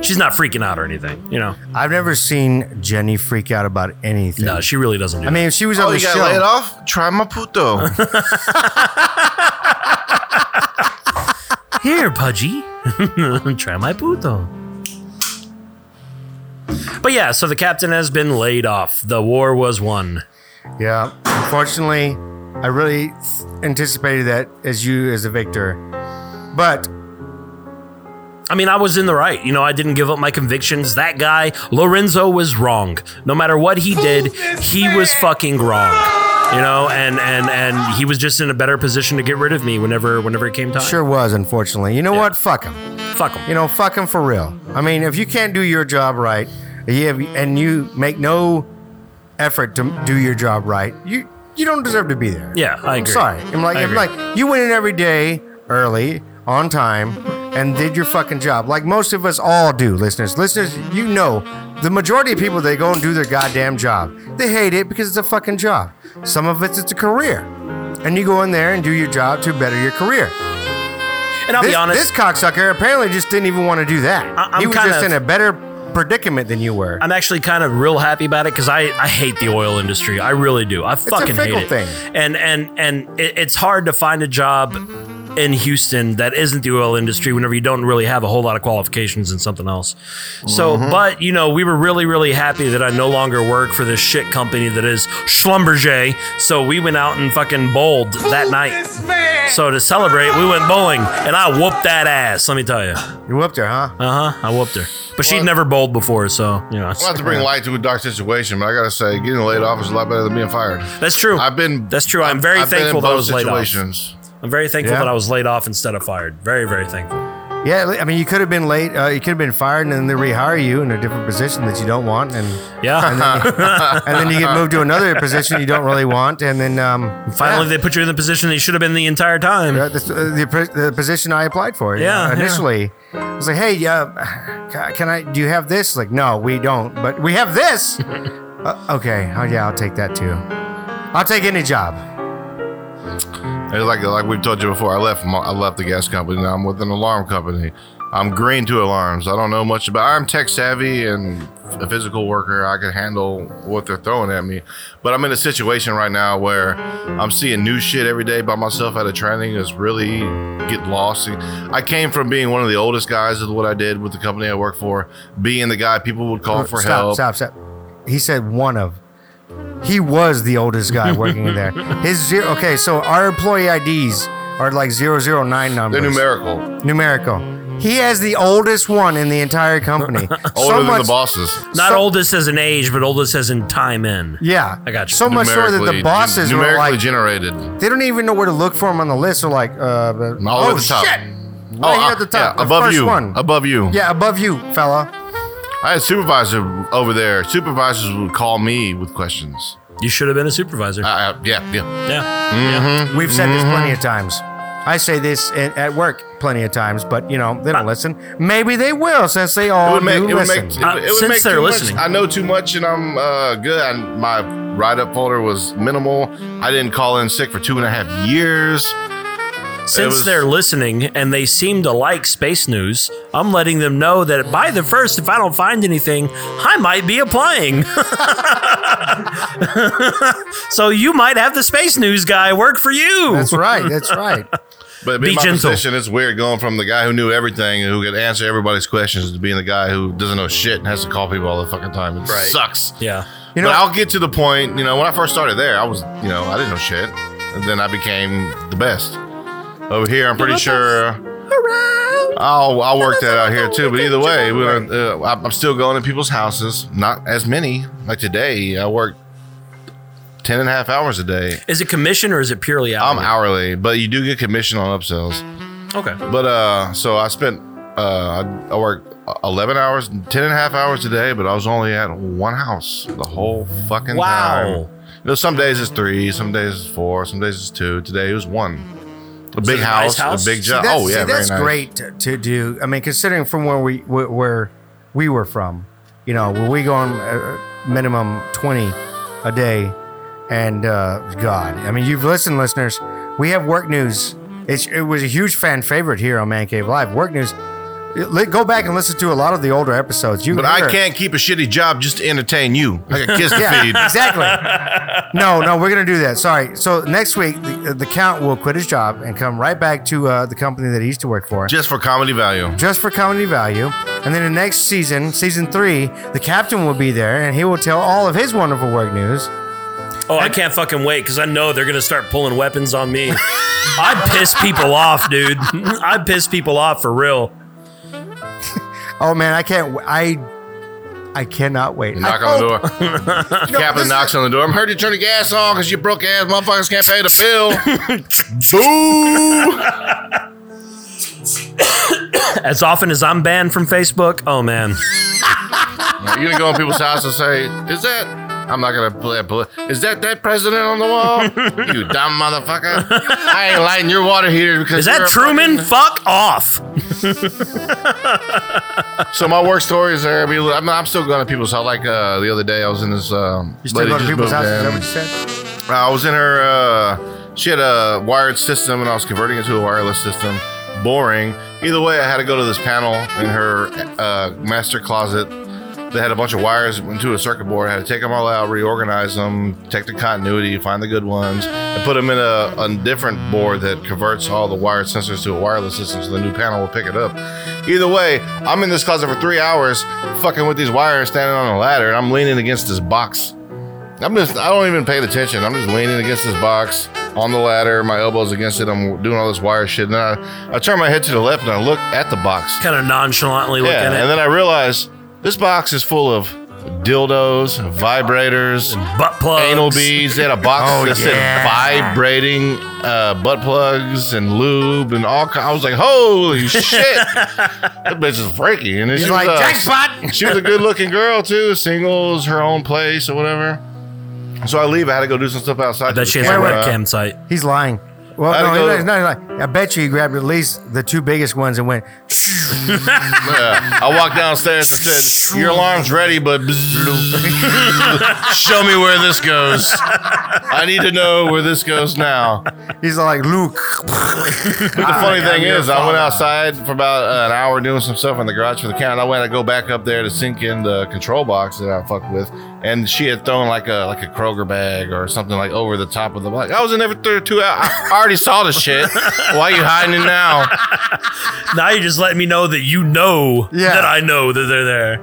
Speaker 2: she's not freaking out or anything. You know,
Speaker 3: I've never seen Jenny freak out about anything.
Speaker 2: no, she really doesn't. Do
Speaker 3: I mean, if she was
Speaker 4: Oh,
Speaker 3: on the
Speaker 4: you got
Speaker 3: show.
Speaker 4: laid off? Try my puto.
Speaker 2: that. here, Pudgy, try my puto. But yeah, so the captain has been laid off. The war was won.
Speaker 3: Yeah. Unfortunately, I really anticipated that as you as a victor. But
Speaker 2: I mean, I was in the right. You know, I didn't give up my convictions. That guy, Lorenzo, was wrong. No matter what he did, he was fucking wrong. You know, and and and he was just in a better position to get rid of me whenever whenever it came time.
Speaker 3: sure was, unfortunately. You know what? Fuck him.
Speaker 2: fuck him.
Speaker 3: You know, fuck him for real. I mean, if you can't do your job right, you have, and you make no effort to do your job right, you you don't deserve to be there.
Speaker 2: Yeah, I
Speaker 3: I'm
Speaker 2: agree.
Speaker 3: sorry. I'm like,
Speaker 2: I
Speaker 3: I'm
Speaker 2: agree.
Speaker 3: like, you went in every day early, on time, and did your fucking job, like most of us all do, listeners. Listeners, you know, the majority of people they go and do their goddamn job. They hate it because it's a fucking job. Some of it's it's a career, and you go in there and do your job to better your career.
Speaker 2: And I'll
Speaker 3: This,
Speaker 2: be honest.
Speaker 3: this cocksucker apparently just didn't even want to do that.
Speaker 2: I- I'm
Speaker 3: he was
Speaker 2: kind
Speaker 3: just
Speaker 2: of-
Speaker 3: in a better predicament than you were.
Speaker 2: I'm actually kind of real happy about it because I, I hate the oil industry. I really do. I
Speaker 3: a
Speaker 2: fucking hate
Speaker 3: fickle
Speaker 2: it.
Speaker 3: thing.
Speaker 2: And and and it, it's hard to find a job in Houston that isn't the oil industry whenever you don't really have a whole lot of qualifications in something else. So,
Speaker 3: Mm-hmm.
Speaker 2: but you know, we were really really happy that I no longer work for this shit company that is Schlumberger. So we went out and fucking bowled that night. So to celebrate, we went bowling and I whooped that ass. Let me tell you.
Speaker 3: you whooped her, huh?
Speaker 2: Uh huh. I whooped her, but she'd never bowled before, so you know.
Speaker 4: I'll have to bring light to a dark situation, but I gotta say, getting laid off is a lot better than being fired.
Speaker 2: That's true.
Speaker 4: I've been.
Speaker 2: That's true. I'm
Speaker 4: I've-
Speaker 2: very
Speaker 4: I've been in
Speaker 2: thankful that I
Speaker 4: both
Speaker 2: was laid off.
Speaker 4: situations.
Speaker 2: I'm very thankful
Speaker 3: Yeah.
Speaker 2: that I was laid off instead of fired. Very, very thankful.
Speaker 3: Yeah, I mean, you could have been late. Uh, you could have been fired, and then they rehire you in a different position that you don't want, and
Speaker 2: Yeah.
Speaker 3: and then you get moved to another position you don't really want, and then um,
Speaker 2: Finally,
Speaker 3: yeah,
Speaker 2: they put you in the position that you should have been the entire time.
Speaker 3: uh, this- uh, the, pr- the position I applied for. you
Speaker 2: Yeah,
Speaker 3: know,
Speaker 2: yeah.
Speaker 3: initially, I was like, hey, yeah, ca- can I? Do you have this? Like, no, we don't, but we have this. uh, okay, oh yeah, I'll take that too. I'll take any job.
Speaker 4: It's like like we've told you before. I left my, I left the gas company. Now I'm with an alarm company. I'm green to alarms. I don't know much about. I'm tech savvy and a physical worker. I can handle what they're throwing at me. But I'm in a situation right now where I'm seeing new shit every day by myself at a training. Is really get lost. I came from being one of the oldest guys of what I did with the company I work for, being the guy people would call for
Speaker 3: Uh, stop,
Speaker 4: help.
Speaker 3: Stop, stop. He said one of. He was the oldest guy working in there. His zero. Okay, so our employee IDs are like 009 numbers.
Speaker 4: They're numerical,
Speaker 3: Numerical. He has the oldest one in the entire company.
Speaker 4: older than the bosses.
Speaker 2: Not
Speaker 3: So-
Speaker 2: oldest as an age, but oldest as in time in.
Speaker 3: Yeah,
Speaker 2: I got you.
Speaker 3: So much so that the
Speaker 4: Numerically-
Speaker 3: bosses were
Speaker 4: numerically
Speaker 3: like,
Speaker 4: generated.
Speaker 3: they don't even know where to look for him on the list. They're like, uh, but,
Speaker 4: All the way
Speaker 3: oh
Speaker 4: at the top.
Speaker 3: shit, right here
Speaker 4: uh,
Speaker 3: at the top,
Speaker 4: yeah,
Speaker 3: the
Speaker 4: above
Speaker 3: first
Speaker 4: you.
Speaker 3: one.
Speaker 4: Above you.
Speaker 3: yeah, above you, fella.
Speaker 4: I had a supervisor over there. Supervisors would call me with questions.
Speaker 2: You should have been a supervisor.
Speaker 4: I, I, yeah, yeah.
Speaker 2: yeah.
Speaker 3: We've said
Speaker 4: Mm-hmm.
Speaker 3: this plenty of times. I say this at, at work plenty of times, but you know they
Speaker 2: Ah.
Speaker 3: don't listen. Maybe they will since they
Speaker 4: It
Speaker 3: all
Speaker 4: would make
Speaker 3: do
Speaker 4: it would make,
Speaker 3: Oh, listen.
Speaker 4: it,
Speaker 2: Uh,
Speaker 4: would- it would
Speaker 2: since
Speaker 4: make
Speaker 2: they're
Speaker 4: too
Speaker 2: listening.
Speaker 4: Much, I know too much, and I'm uh, good. I, my write-up folder was minimal. I didn't call in sick for two and a half years.
Speaker 2: Since
Speaker 4: was-
Speaker 2: they're listening and they seem to like space news, I'm letting them know that by the first, if I don't find anything, I might be applying. so you might have the space news guy work for you.
Speaker 3: That's right. That's right.
Speaker 4: But being
Speaker 2: Be
Speaker 4: my
Speaker 2: gentle.
Speaker 4: position, it's weird going from the guy who knew everything and who could answer everybody's questions to being the guy who doesn't know shit and has to call people all the fucking time. It sucks.
Speaker 2: Yeah.
Speaker 3: You know-
Speaker 4: but I'll get to the point. You know, when I first started there, I was, you know, I didn't know shit, and then I became the best. Over here, I'm pretty sure. I'll I'll work that out here too. But either way, we were, uh, I'm I'm still going to people's houses. Not as many like today. I work 10 and a half hours a day.
Speaker 2: Is it commission or is it purely
Speaker 4: I'm
Speaker 2: hourly?
Speaker 4: hourly, but you do get commission on upsells.
Speaker 2: Okay.
Speaker 4: But uh, so I spent uh, I- I worked 11 hours, 10 and a half hours a day, but I was only at one house the whole fucking time.
Speaker 2: Wow.
Speaker 4: You know, some days it's three, some days it's four, some days it's two. Today it was one. A
Speaker 2: it's
Speaker 4: big
Speaker 2: a nice
Speaker 4: house,
Speaker 2: house?
Speaker 4: a big
Speaker 2: See,
Speaker 4: job.
Speaker 3: That's-
Speaker 4: oh yeah,
Speaker 3: see, that's
Speaker 4: very nice.
Speaker 3: great to, to do. I mean, considering from where we where, where we were from, you know, were we going uh, minimum twenty a day? And uh, God, I mean, you've listened, listeners. We have work news. It's, it was a huge fan favorite here on Man Cave Live. Work news. Li- Go back and listen to a lot of the older episodes. You
Speaker 4: But
Speaker 3: can
Speaker 4: I
Speaker 3: hear-
Speaker 4: can't keep a shitty job just to entertain you. I got kids to
Speaker 3: yeah,
Speaker 4: feed.
Speaker 3: exactly. No, no, we're gonna do that. Sorry. So next week, the, the count will quit his job and come right back to uh, the company that he used to work for.
Speaker 4: Just for comedy value.
Speaker 3: just for comedy value. And then the next season, season three, the captain will be there and he will tell all of his wonderful work news.
Speaker 2: Oh, I can't fucking wait because I know they're gonna start pulling weapons on me. I piss people off, dude. I piss people off for real.
Speaker 3: Oh man, I can't. w- I I cannot wait.
Speaker 4: Knock
Speaker 3: I
Speaker 4: on the
Speaker 3: hope-
Speaker 4: door. Captain knocks on the door. I'm heard you turn the gas on because you broke ass motherfuckers can't pay the bill. Boo!
Speaker 2: As often as I'm banned from Facebook, oh man,
Speaker 4: Are you gonna go in people's house and say, "Is that?" I'm not gonna play. play is that that president on the wall? you dumb motherfucker! I ain't lighting your water heater because
Speaker 2: is
Speaker 4: you're
Speaker 2: that
Speaker 4: a
Speaker 2: Truman?
Speaker 4: fucking-"
Speaker 2: Fuck off.
Speaker 4: So my work story is there. I mean, I'm, I'm still going to people's house. Like uh, the other day, I was in this um,
Speaker 3: You still
Speaker 4: lady
Speaker 3: go to
Speaker 4: just
Speaker 3: people's
Speaker 4: moved
Speaker 3: houses? Is that
Speaker 4: in.
Speaker 3: what you said?
Speaker 4: I was in her. Uh, she had a wired system, and I was converting it to a wireless system. Boring. Either way, I had to go to this panel in her uh, master closet. They had a bunch of wires into a circuit board. I had to take them all out, reorganize them, take the continuity, find the good ones, and put them in a, a different board that converts all the wired sensors to a wireless system so the new panel will pick it up. Either way, I'm in this closet for three hours fucking with these wires standing on a ladder, and I'm leaning against this box. I'm just, I don't even pay attention. I'm just leaning against this box on the ladder, my elbows against it. I'm doing all this wire shit. And then I, I turn my head to the left and I look at the box.
Speaker 2: Kind of nonchalantly look
Speaker 4: Yeah.
Speaker 2: at
Speaker 4: And
Speaker 2: it.
Speaker 4: then I realize this box is full of dildos, vibrators,
Speaker 2: Butt plugs.
Speaker 4: anal beads. They had a box
Speaker 3: Oh,
Speaker 4: that
Speaker 3: yeah.
Speaker 4: said vibrating uh, butt plugs and lube and all. ki- I was like, holy shit. that bitch is freaky. And then
Speaker 3: He's
Speaker 4: she
Speaker 3: like
Speaker 4: was, uh,
Speaker 3: jackpot.
Speaker 4: she was a good looking girl too, singles, her own place or whatever. So I leave. I had to go do some stuff outside.
Speaker 2: I bet she has a
Speaker 3: Wait, wait.
Speaker 2: webcam site.
Speaker 3: He's lying. Well,
Speaker 4: I had
Speaker 3: no,
Speaker 4: to go-
Speaker 3: he's not, he's not. I bet you he grabbed at least the two biggest ones and went.
Speaker 4: Yeah. I walked downstairs. said, Your alarm's ready, but show me where this goes. I need to know where this goes now.
Speaker 3: He's all like Luke.
Speaker 4: But the funny thing is, I went outside for about uh, an hour doing some stuff in the garage for the count. I went to go back up there to sync in the control box that I fucked with, and she had thrown like a like a Kroger bag or something like over the top of the box. I was in there for two- two hours. I already saw the shit. Why you hiding it now?
Speaker 2: Now you're just letting me know that you know
Speaker 3: Yeah.
Speaker 2: that I know that they're there.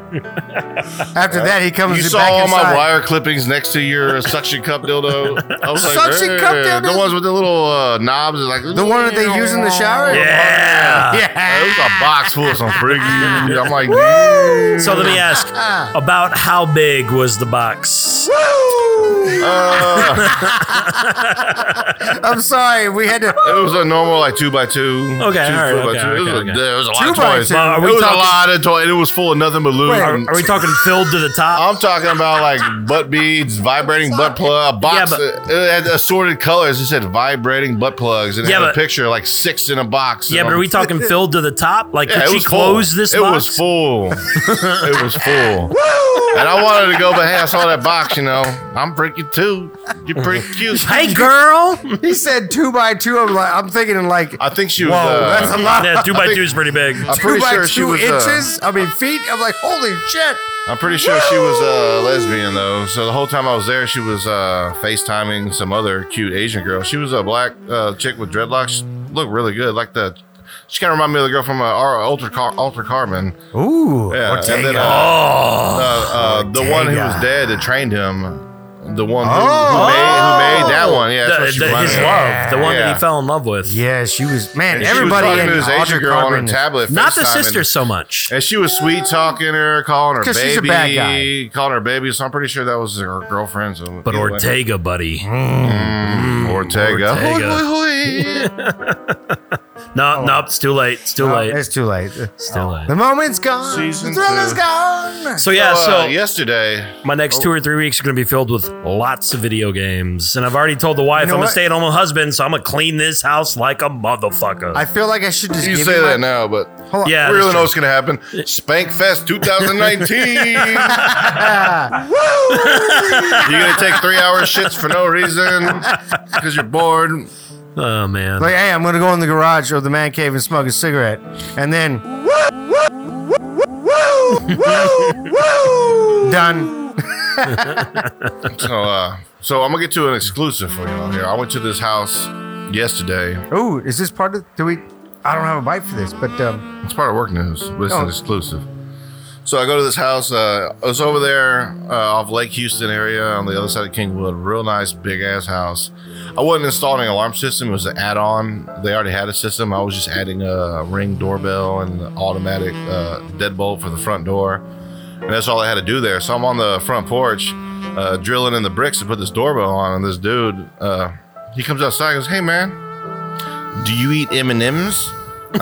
Speaker 3: After that, he comes
Speaker 4: You saw
Speaker 3: back
Speaker 4: all
Speaker 3: inside.
Speaker 4: my wire clippings next to your suction cup dildo. I was like,
Speaker 3: Suction cup
Speaker 4: "Hey,"
Speaker 3: dildo?
Speaker 4: The ones with the little uh, knobs, like oh,
Speaker 3: The one that they use in the shower.
Speaker 2: Yeah.
Speaker 4: It was
Speaker 3: Yeah.
Speaker 4: a box full of some freaky. I'm like,
Speaker 2: So let me ask about how big was the box?
Speaker 4: uh,
Speaker 3: I'm sorry, we had to.
Speaker 4: it was a normal like two by two.
Speaker 2: Okay,
Speaker 4: two
Speaker 2: all right,
Speaker 4: foot by
Speaker 2: okay,
Speaker 4: two. It, was
Speaker 2: okay,
Speaker 4: a,
Speaker 2: okay.
Speaker 4: there was a lot
Speaker 3: Two
Speaker 4: of
Speaker 3: by
Speaker 4: toys.
Speaker 3: two. Are
Speaker 4: It
Speaker 2: we
Speaker 4: was
Speaker 2: talking-
Speaker 4: a lot of toys, and it was full of nothing but loot.
Speaker 3: Wait,
Speaker 2: Are, are we talking filled to the top?
Speaker 4: I'm talking about like butt beads, vibrating butt plug, a box.
Speaker 2: Yeah,
Speaker 4: it had assorted colors. It said vibrating butt plugs, and it
Speaker 2: Yeah,
Speaker 4: had
Speaker 2: but-
Speaker 4: a picture like six in a box.
Speaker 2: yeah,
Speaker 4: and
Speaker 2: but are
Speaker 4: I'm-
Speaker 2: we talking filled to the top? Like,
Speaker 4: Yeah,
Speaker 2: did
Speaker 4: it
Speaker 2: she
Speaker 4: was full.
Speaker 2: close this
Speaker 4: It
Speaker 2: box?
Speaker 4: was full. it was full. And I wanted to go, but hey, I saw that box. You know, I'm freaky too. You're pretty cute.
Speaker 2: Hey, girl.
Speaker 3: He said two by two. I'm like, I'm thinking in like.
Speaker 4: I think she was.
Speaker 3: Whoa,
Speaker 4: uh,
Speaker 3: that's a lot.
Speaker 2: yeah, two
Speaker 4: I
Speaker 2: by
Speaker 4: think-
Speaker 2: two is pretty big.
Speaker 4: I'm
Speaker 3: two
Speaker 4: pretty
Speaker 3: by
Speaker 4: sure she
Speaker 3: two
Speaker 4: was. Uh,
Speaker 3: inches. I mean feet. I'm like, holy shit.
Speaker 4: I'm pretty sure she was uh, lesbian though. So the whole time I was there, she was uh, FaceTiming some other cute Asian girl. She was a black uh, chick with dreadlocks. She looked really good, like the. She kind of reminded me of the girl from uh, our Alter Car- Alter Carmen.
Speaker 3: Ooh.
Speaker 4: Yeah, and then, uh,
Speaker 2: Oh,
Speaker 4: uh, uh, the one who was dead that trained him, the one who,
Speaker 3: Oh.
Speaker 4: who, made, who made that one. Yeah, that's
Speaker 2: The-
Speaker 4: what she
Speaker 2: the-
Speaker 4: reminded
Speaker 2: his
Speaker 4: me of.
Speaker 2: love, the one that
Speaker 4: Yeah.
Speaker 2: he fell in love with.
Speaker 3: Yeah, she was man.
Speaker 4: And she was
Speaker 3: everybody
Speaker 4: talking
Speaker 3: in
Speaker 4: to this
Speaker 3: Audrey
Speaker 4: Asian girl on
Speaker 3: Carbon-
Speaker 4: her tablet,
Speaker 2: Not the
Speaker 4: FaceTiming.
Speaker 2: sister so much.
Speaker 4: And she was sweet talking her, calling her
Speaker 3: 'Cause
Speaker 4: baby,
Speaker 3: she's a bad guy.
Speaker 4: calling her baby. So I'm pretty sure that was her girlfriend. So
Speaker 2: But
Speaker 4: either way.
Speaker 2: Ortega, buddy.
Speaker 4: Ortega,
Speaker 2: Ortega.
Speaker 4: Hoi, hoi, hoi.
Speaker 2: No, no, it's too late. It's too
Speaker 3: Oh,
Speaker 2: late.
Speaker 3: It's too late.
Speaker 2: It's too late.
Speaker 3: The moment's gone.
Speaker 4: Season
Speaker 3: the thriller's
Speaker 4: two.
Speaker 3: gone.
Speaker 2: So yeah,
Speaker 4: Uh,
Speaker 2: so
Speaker 4: yesterday,
Speaker 2: my next two or three weeks are going to be filled with lots of video games, and I've already told the wife
Speaker 3: know
Speaker 2: I'm a
Speaker 3: what?
Speaker 2: stay-at-home husband, so I'm gonna clean this house like a motherfucker.
Speaker 3: I feel like I should just
Speaker 4: you
Speaker 3: give
Speaker 4: say
Speaker 3: you my-
Speaker 4: that now, but
Speaker 3: Hold on.
Speaker 2: Yeah.
Speaker 4: we really
Speaker 2: that's
Speaker 4: know what's gonna happen. Spank Fest 2019. You're gonna take three hour shits for no reason because you're bored.
Speaker 2: oh man,
Speaker 3: Like, hey, I'm gonna go in the garage or the man cave and smoke a cigarette, and then done.
Speaker 4: So, uh, so I'm gonna get to an exclusive for y'all here. I went to this house yesterday.
Speaker 3: Ooh, is this part of? Do we? I don't have a bite for this, but um,
Speaker 4: It's part of work news, but it's
Speaker 3: Oh.
Speaker 4: an exclusive. So I go to this house. Uh, it's over there uh, off Lake Houston area on the other side of Kingwood. Real nice, big ass house. I wasn't installing an alarm system. It was an add-on. They already had a system. I was just adding a ring doorbell and an automatic uh, deadbolt for the front door and that's all I had to do there. So I'm on the front porch, uh, drilling in the bricks to put this doorbell on, and this dude, uh, he comes outside, and goes, "Hey man, do you eat M and M's?" And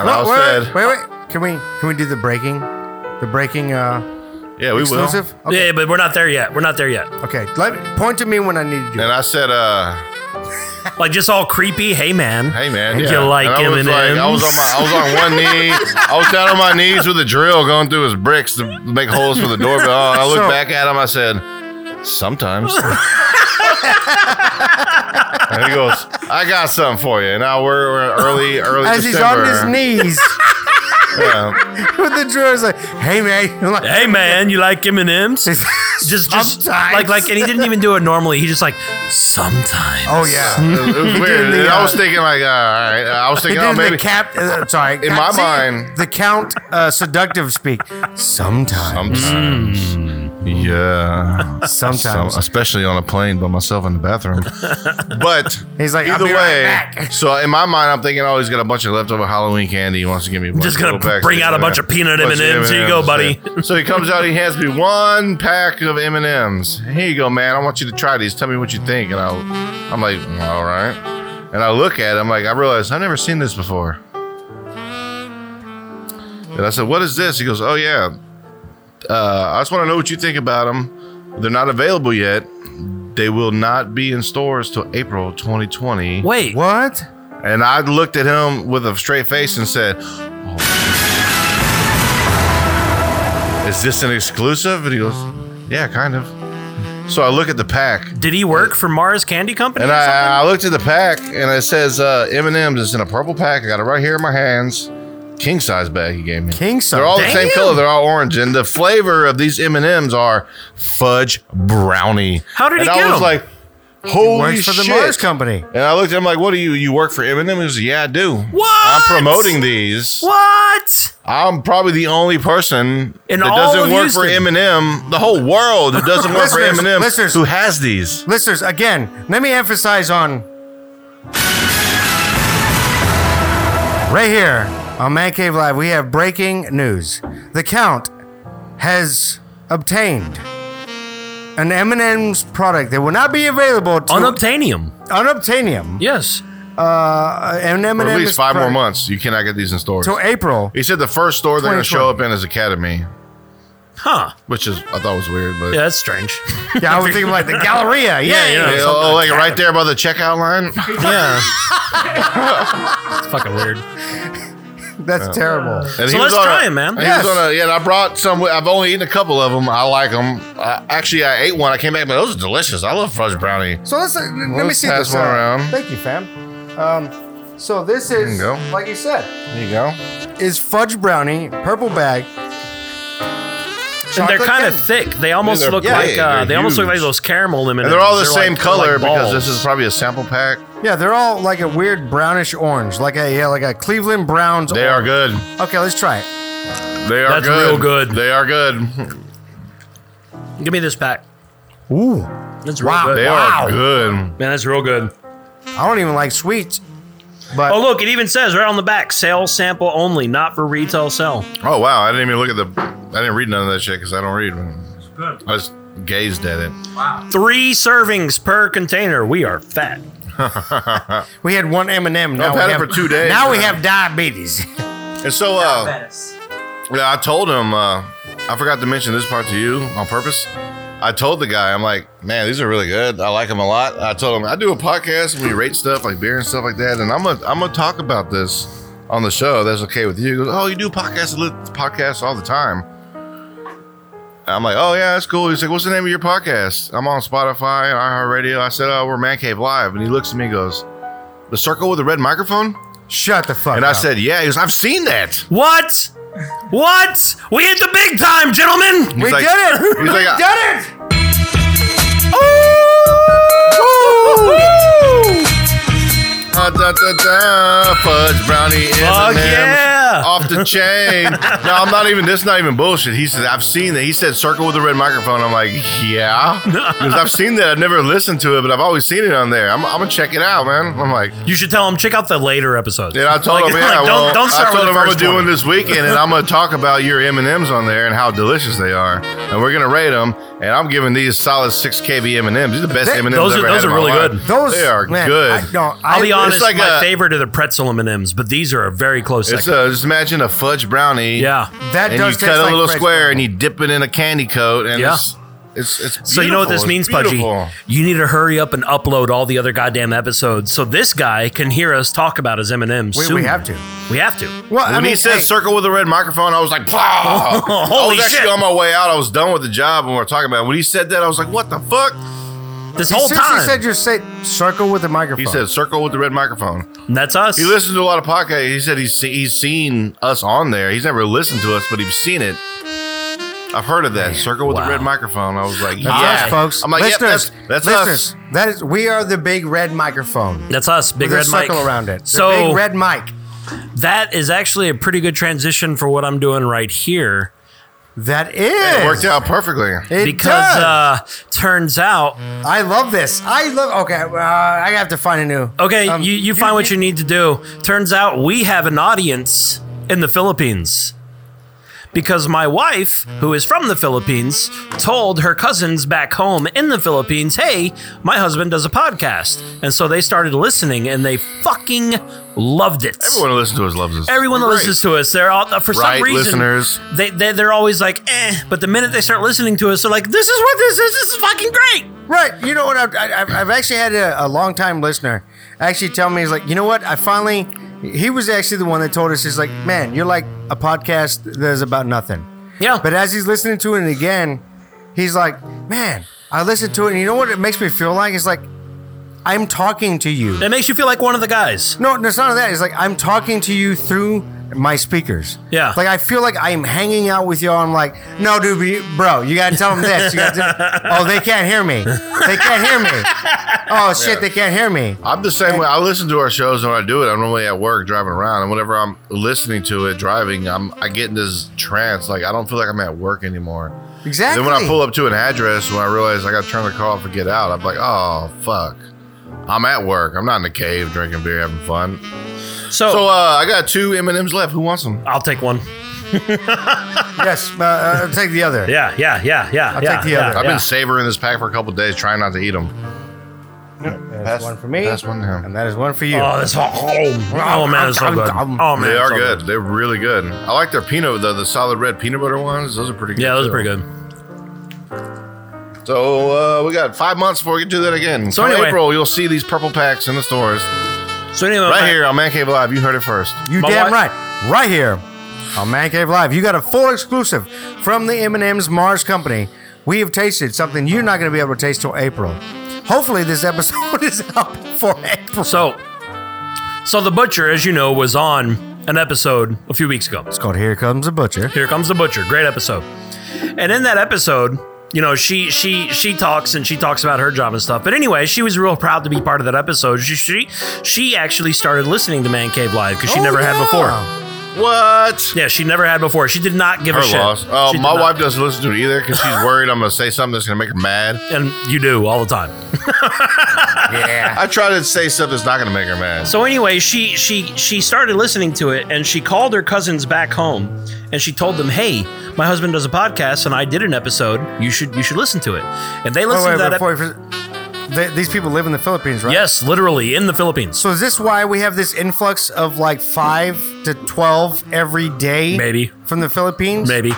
Speaker 4: I
Speaker 3: Oh, wait,
Speaker 4: said,
Speaker 3: wait, wait, wait. Can we can we do the breaking? The breaking uh,
Speaker 4: "Yeah, we will."
Speaker 3: exclusive. Okay.
Speaker 2: yeah, but we're not there yet. We're not there yet.
Speaker 3: Okay, let point to me when I need you.
Speaker 4: And I said, uh,
Speaker 2: Like just all creepy. Hey man,
Speaker 4: "Hey man,
Speaker 2: You
Speaker 4: yeah."
Speaker 2: like
Speaker 4: and I was
Speaker 2: M&Ms?
Speaker 4: like, I was on my, I was on one knee, I was down on my knees with a drill going through his bricks to make holes for the doorbell. And I looked
Speaker 3: So-
Speaker 4: back at him, I said, "Sometimes." And he goes, I got something for you. And now we're, we're early, early
Speaker 3: As he's
Speaker 4: December.
Speaker 3: on his knees
Speaker 4: Yeah.
Speaker 3: with the drawer, he's like, "Hey man, I'm like,
Speaker 2: hey man, you like M and M's? Just just
Speaker 3: Sometimes.
Speaker 2: like like, and he didn't even do it normally. He just like sometimes.
Speaker 3: oh yeah."
Speaker 4: It was, it was weird.
Speaker 3: the,
Speaker 4: And I was
Speaker 3: uh,
Speaker 4: thinking like, uh, all right. I was
Speaker 3: He
Speaker 4: thinking,
Speaker 3: did
Speaker 4: oh,
Speaker 3: the
Speaker 4: maybe.
Speaker 3: cap. Uh, sorry,
Speaker 4: In my mind-
Speaker 3: the count uh, seductive speak. Sometimes,
Speaker 4: Sometimes. Yeah. Some,
Speaker 3: sometimes.
Speaker 4: especially on a plane by myself in the bathroom. But
Speaker 3: He's like, I'll
Speaker 4: either
Speaker 3: be right
Speaker 4: way.
Speaker 3: back.
Speaker 4: So in my mind, I'm thinking, oh, he's got a bunch of leftover Halloween candy. He wants to give me. A bunch
Speaker 2: Just
Speaker 4: of
Speaker 2: gonna
Speaker 4: little packs
Speaker 2: bring out a bunch of peanut
Speaker 4: Bunch of
Speaker 2: M&Ms. Here you go, buddy.
Speaker 4: yeah. So he comes out. He hands me one pack of M and M's. Here you go, man. I want you to try these. Tell me what you think. And I, I'm like, "Mm, all right. And I look at him like I realize I've never seen this before. And I said, what is this? He goes, oh yeah. Uh, I just want to know what you think about them. They're not available yet. They will not be in stores till April 2020.
Speaker 2: Wait,
Speaker 3: what?
Speaker 4: And I looked at him with a straight face and said, "Oh." Is this an exclusive? And he goes, Yeah, kind of. So I look at the pack
Speaker 2: Did he work for Mars Candy Company?
Speaker 4: and
Speaker 2: or something?
Speaker 4: I, I looked at the pack and it says uh, M&M's. It's in a purple pack. I got it right here in my hands. King size bag he gave me.
Speaker 3: King size.
Speaker 4: They're all the same
Speaker 2: Damn.
Speaker 4: color. They're all orange. And the flavor of these M&M's are fudge brownie.
Speaker 2: How did he
Speaker 4: and
Speaker 2: get
Speaker 4: I was
Speaker 2: 'em?
Speaker 4: like, holy
Speaker 3: Works
Speaker 4: shit.
Speaker 3: for the Mars Company.
Speaker 4: And I looked at him like, what do you, you work for M&M? He goes, yeah, I do.
Speaker 2: What?
Speaker 4: I'm promoting these.
Speaker 2: what?
Speaker 4: I'm probably the only person
Speaker 2: In
Speaker 4: that
Speaker 2: all
Speaker 4: doesn't
Speaker 2: of
Speaker 4: work for
Speaker 2: Houston.
Speaker 4: M&M, the whole world that doesn't work for
Speaker 3: Listeners,
Speaker 4: M&M
Speaker 3: listeners.
Speaker 4: who has these.
Speaker 3: Listeners, again, let me emphasize on right here on Man Cave Live, we have breaking news. The Count has obtained an M&M's product that will not be available to
Speaker 2: Unobtainium.
Speaker 3: unobtainium.
Speaker 2: Yes.
Speaker 3: Uh, an M&M's
Speaker 4: For at least five more
Speaker 3: product
Speaker 4: months, you cannot get these in stores.
Speaker 3: Till April.
Speaker 4: He said the first store they're going to show up in is Academy,
Speaker 2: Huh.
Speaker 4: which is I thought was weird, but
Speaker 2: Yeah, that's strange.
Speaker 3: Yeah, I was thinking like the Galleria. Yeah, yeah.
Speaker 4: Yeah, oh, like right there by the checkout line.
Speaker 2: yeah. it's fucking weird.
Speaker 3: That's terrible.
Speaker 4: And
Speaker 2: So
Speaker 4: he was
Speaker 2: let's
Speaker 4: on
Speaker 2: try
Speaker 4: a-
Speaker 2: 'em, man.
Speaker 4: and he was
Speaker 3: Yes.
Speaker 4: on a- yeah, and I brought some. I've only eaten a couple of them. I like them. I, actually, I ate one. I came back, but those are delicious. I love fudge brownie.
Speaker 3: So let's let me
Speaker 4: let's
Speaker 3: see
Speaker 4: pass
Speaker 3: this
Speaker 4: one
Speaker 3: out.
Speaker 4: around.
Speaker 3: Thank you, fam. Um, so this is
Speaker 4: you go.
Speaker 3: like you said,
Speaker 4: There you go.
Speaker 3: is fudge brownie purple bag.
Speaker 2: And they're
Speaker 3: chocolate
Speaker 2: kind of
Speaker 3: cake.
Speaker 2: thick. They almost
Speaker 4: they're
Speaker 2: look
Speaker 4: big.
Speaker 2: like uh,
Speaker 4: They're
Speaker 2: they almost look
Speaker 4: huge.
Speaker 2: like those caramel lemon.
Speaker 4: And they're all the same color because this is probably a sample pack.
Speaker 3: yeah, they're all like a weird brownish orange, like a yeah, like a Cleveland Browns.
Speaker 4: They are
Speaker 3: orange.
Speaker 4: good.
Speaker 3: Okay, let's try it.
Speaker 4: They are
Speaker 2: That's
Speaker 4: good.
Speaker 2: real good.
Speaker 4: They are good.
Speaker 2: Give me this pack.
Speaker 3: Ooh,
Speaker 2: That's
Speaker 3: Wow.
Speaker 2: real
Speaker 4: They
Speaker 2: good.
Speaker 3: Wow.
Speaker 4: are good.
Speaker 2: Man, that's real good.
Speaker 3: I don't even like sweets, but
Speaker 2: Oh, look, it even says right on the back, sale sample only, not for retail sale.
Speaker 4: Oh wow! I didn't even look at the. I didn't read none of that shit because I don't read. I just gazed at it.
Speaker 2: Three servings per container. We are fat.
Speaker 3: we had one M and M. Now
Speaker 4: I've
Speaker 3: we
Speaker 4: had it
Speaker 3: have
Speaker 4: for two days,
Speaker 3: Now we
Speaker 4: man.
Speaker 3: have diabetes.
Speaker 4: And so, uh, yeah, I told him, uh, I forgot to mention this part to you on purpose. I told the guy, I'm like, man, these are really good. I like them a lot. I told him, I do a podcast and we rate stuff like beer and stuff like that. And I'm going to I'm gonna talk about this on the show. That's okay with you. He goes, oh, you do podcasts, li- podcasts all the time. I'm like, oh, yeah, that's cool. He's like, what's the name of your podcast? I'm on Spotify and iHeartRadio. I said, oh, we're Man Cave Live. And he looks at me and goes, the circle with the red microphone?
Speaker 3: Shut the fuck
Speaker 4: And I
Speaker 3: up.
Speaker 4: said, yeah. He goes, I've seen that.
Speaker 2: What? What? We hit the big time, gentlemen.
Speaker 3: we
Speaker 4: He's like-
Speaker 3: did it.
Speaker 4: he's
Speaker 3: we
Speaker 4: like,
Speaker 3: did it.
Speaker 4: Uh, da, da, da, fudge brownie
Speaker 2: Fuck
Speaker 4: M&M's
Speaker 2: yeah.
Speaker 4: off the chain. no, I'm not even. This is not even bullshit. He said I've seen that. He said circle with the red microphone. I'm like, yeah, because I've seen that. I've never listened to it, but I've always seen it on there. I'm, I'm gonna check it out, man. I'm like,
Speaker 2: You should tell them check out the later episodes.
Speaker 4: and I told
Speaker 2: Like-
Speaker 4: him, yeah,
Speaker 2: like,
Speaker 4: well,
Speaker 2: don't, don't start
Speaker 4: I told
Speaker 2: with
Speaker 4: him
Speaker 2: the
Speaker 4: I'm gonna
Speaker 2: first
Speaker 4: do
Speaker 2: one.
Speaker 4: one this weekend, and I'm gonna talk about your M and M's on there and how delicious they are, and we're gonna rate them. And I'm giving these solid six kb M and M's. These are the best
Speaker 3: They-
Speaker 4: M and M's.
Speaker 2: those are- those are really good.
Speaker 3: Those
Speaker 4: they are
Speaker 3: man,
Speaker 4: good.
Speaker 3: I, no,
Speaker 2: I'll
Speaker 3: I-
Speaker 2: be honest,
Speaker 4: like
Speaker 2: my
Speaker 4: a-
Speaker 2: favorite are the pretzel M&Ms, but these are a very close
Speaker 4: It's
Speaker 2: second.
Speaker 4: a, just imagine a fudge brownie.
Speaker 2: yeah.
Speaker 3: That
Speaker 4: and
Speaker 3: does taste
Speaker 4: you cut a
Speaker 3: like
Speaker 4: little
Speaker 3: French
Speaker 4: square and you dip it in a candy coat and
Speaker 2: Yeah.
Speaker 4: it's it's it's
Speaker 2: So you know what this
Speaker 4: beautiful.
Speaker 2: means,
Speaker 4: It's
Speaker 2: Pudgy?
Speaker 4: beautiful.
Speaker 2: You need to hurry up and upload all the other goddamn episodes so this guy can hear us talk about his M&Ms
Speaker 3: We- we
Speaker 2: soon.
Speaker 3: have to.
Speaker 2: We have to.
Speaker 3: Well,
Speaker 4: When
Speaker 3: I mean,
Speaker 4: he said
Speaker 3: hey,
Speaker 4: circle with a red microphone, I was like, "Pah!" I
Speaker 2: Holy
Speaker 4: was actually
Speaker 2: shit.
Speaker 4: on my way out. I was done with the job when we were talking about it. When he said that, I was like, what the fuck?
Speaker 2: This
Speaker 3: you
Speaker 2: whole
Speaker 3: seriously
Speaker 2: time.
Speaker 3: said you say circle with a microphone.
Speaker 4: He said, circle with the red microphone.
Speaker 2: And that's us.
Speaker 4: He listens to a lot of podcasts. He said he's, se- he's seen us on there. He's never listened to us, but he's seen it. I've heard of that. Circle with
Speaker 2: Wow.
Speaker 4: the red microphone. I was like,
Speaker 3: That's
Speaker 4: yeah.
Speaker 3: us, folks.
Speaker 4: I'm like, yep,
Speaker 3: listeners,
Speaker 4: that's, that's us.
Speaker 3: listeners, That is, we are the big red microphone.
Speaker 2: that's us, Big
Speaker 3: With a
Speaker 2: Red Mike.
Speaker 3: circle around it. The
Speaker 2: So
Speaker 3: big red mic.
Speaker 2: that is actually a pretty good transition for what I'm doing right here.
Speaker 3: That is.
Speaker 4: It worked out perfectly.
Speaker 3: It
Speaker 2: because
Speaker 3: does.
Speaker 2: uh, turns out,
Speaker 3: I love this. I love. Okay, uh, I have to find a new.
Speaker 2: okay,
Speaker 3: Um,
Speaker 2: you, you find what you need to do. Turns out we have an audience in the Philippines because my wife, who is from the Philippines, told her cousins back home in the Philippines, hey, my husband does a podcast. And so they started listening and they fucking loved it.
Speaker 4: Everyone who listens to us loves us.
Speaker 2: Everyone that
Speaker 4: Great.
Speaker 2: listens to us, they're all for
Speaker 4: Right,
Speaker 2: some reason.
Speaker 4: listeners.
Speaker 2: They, they they're always like, eh. But the minute they start listening to us, they're like, this is what this is. This is fucking great.
Speaker 3: Right. You know what? I've, I've, I've actually had a, a long time listener, actually tell me, he's like, you know what? I finally, he was actually the one that told us, he's like, man, you're like a podcast that is about nothing.
Speaker 2: Yeah.
Speaker 3: But as he's listening to it again, he's like, man, I listened to it, and you know what it makes me feel like? It's like, I'm talking to you.
Speaker 2: it makes you feel like one of the guys.
Speaker 3: No, no, it's not that. It's like I'm talking to you through my speakers.
Speaker 2: Yeah.
Speaker 3: Like I feel like I'm hanging out with y'all. I'm like, no, dude, be- bro, you gotta tell them this. You gotta tell- oh, they can't hear me. They can't hear me. Oh shit, they can't hear me.
Speaker 4: I'm the same way. I listen to our shows and when I do it. I'm normally at work driving around, and whenever I'm listening to it driving, I'm I get in this trance. Like I don't feel like I'm at work anymore.
Speaker 3: Exactly.
Speaker 4: Then when I pull up to an address, when I realize I got to turn the car off and get out, I'm like, oh fuck, I'm at work. I'm not in the cave drinking beer, having fun.
Speaker 2: So,
Speaker 4: So uh, I got two M and M's left. Who wants them?
Speaker 2: I'll take one.
Speaker 3: yes, uh, uh, I'll take the other.
Speaker 2: Yeah, yeah, yeah, yeah.
Speaker 3: I'll
Speaker 2: yeah,
Speaker 3: take the
Speaker 2: yeah,
Speaker 3: other.
Speaker 4: I've
Speaker 2: yeah.
Speaker 4: been savoring this pack for a couple days, trying not to eat them.
Speaker 3: That's
Speaker 4: Pass-
Speaker 3: one for me.
Speaker 4: pass one to him.
Speaker 3: And that is one for you.
Speaker 2: Oh, that's hot. Oh, oh man, it's so good. Oh man,
Speaker 4: They
Speaker 2: it's
Speaker 4: are
Speaker 2: so
Speaker 4: good. They're really good. I like their peanut, the, the solid red peanut butter ones. Those are pretty good.
Speaker 2: Yeah, those are
Speaker 4: too.
Speaker 2: pretty good.
Speaker 4: So uh, we got five months before we can do that again.
Speaker 2: So
Speaker 4: Come
Speaker 2: anyway-
Speaker 4: April, you'll see these purple packs in the stores.
Speaker 2: So anyway,
Speaker 4: Right
Speaker 2: my-
Speaker 4: here on Man Cave Live. You heard it first.
Speaker 3: You
Speaker 2: My
Speaker 3: damn
Speaker 2: wife-
Speaker 3: right. Right here on Man Cave Live, you got a full exclusive from the M&M's Mars Company. We have tasted something you're not going to be able to taste till April. Hopefully, this episode is out before April. It's
Speaker 2: So, so the butcher, as you know, was on an episode a few weeks ago.
Speaker 3: called Here Comes the Butcher.
Speaker 2: Here comes the butcher. Great episode. And in that episode, you know, she she she talks and she talks about her job and stuff. But anyway, she was real proud to be part of that episode. She she, she actually started listening to Man Cave Live because she
Speaker 3: Oh,
Speaker 2: never
Speaker 3: yeah.
Speaker 2: had before.
Speaker 4: What?
Speaker 2: Yeah, she never had before. She did not give
Speaker 4: Her
Speaker 2: a shit.
Speaker 4: loss. Oh,
Speaker 3: Uh,
Speaker 2: She did
Speaker 4: my
Speaker 2: not-
Speaker 4: wife doesn't listen to it either because she's worried I'm going to say something that's going to make her mad.
Speaker 2: and you do all the time.
Speaker 4: I try to say stuff that's not going to make her mad.
Speaker 2: So anyway, she she she started listening to it and she called her cousins back home and she told them, "Hey, my husband does a podcast and I did an episode. You should you should listen to it." And they
Speaker 3: Oh,
Speaker 2: listened
Speaker 3: wait,
Speaker 2: to that.
Speaker 3: before
Speaker 2: episode.
Speaker 3: you- Th- these people live in the Philippines, right?
Speaker 2: yes, literally in the Philippines.
Speaker 3: So is this why we have this influx of like five to twelve every day?
Speaker 2: Maybe.
Speaker 3: from the Philippines.
Speaker 2: Maybe.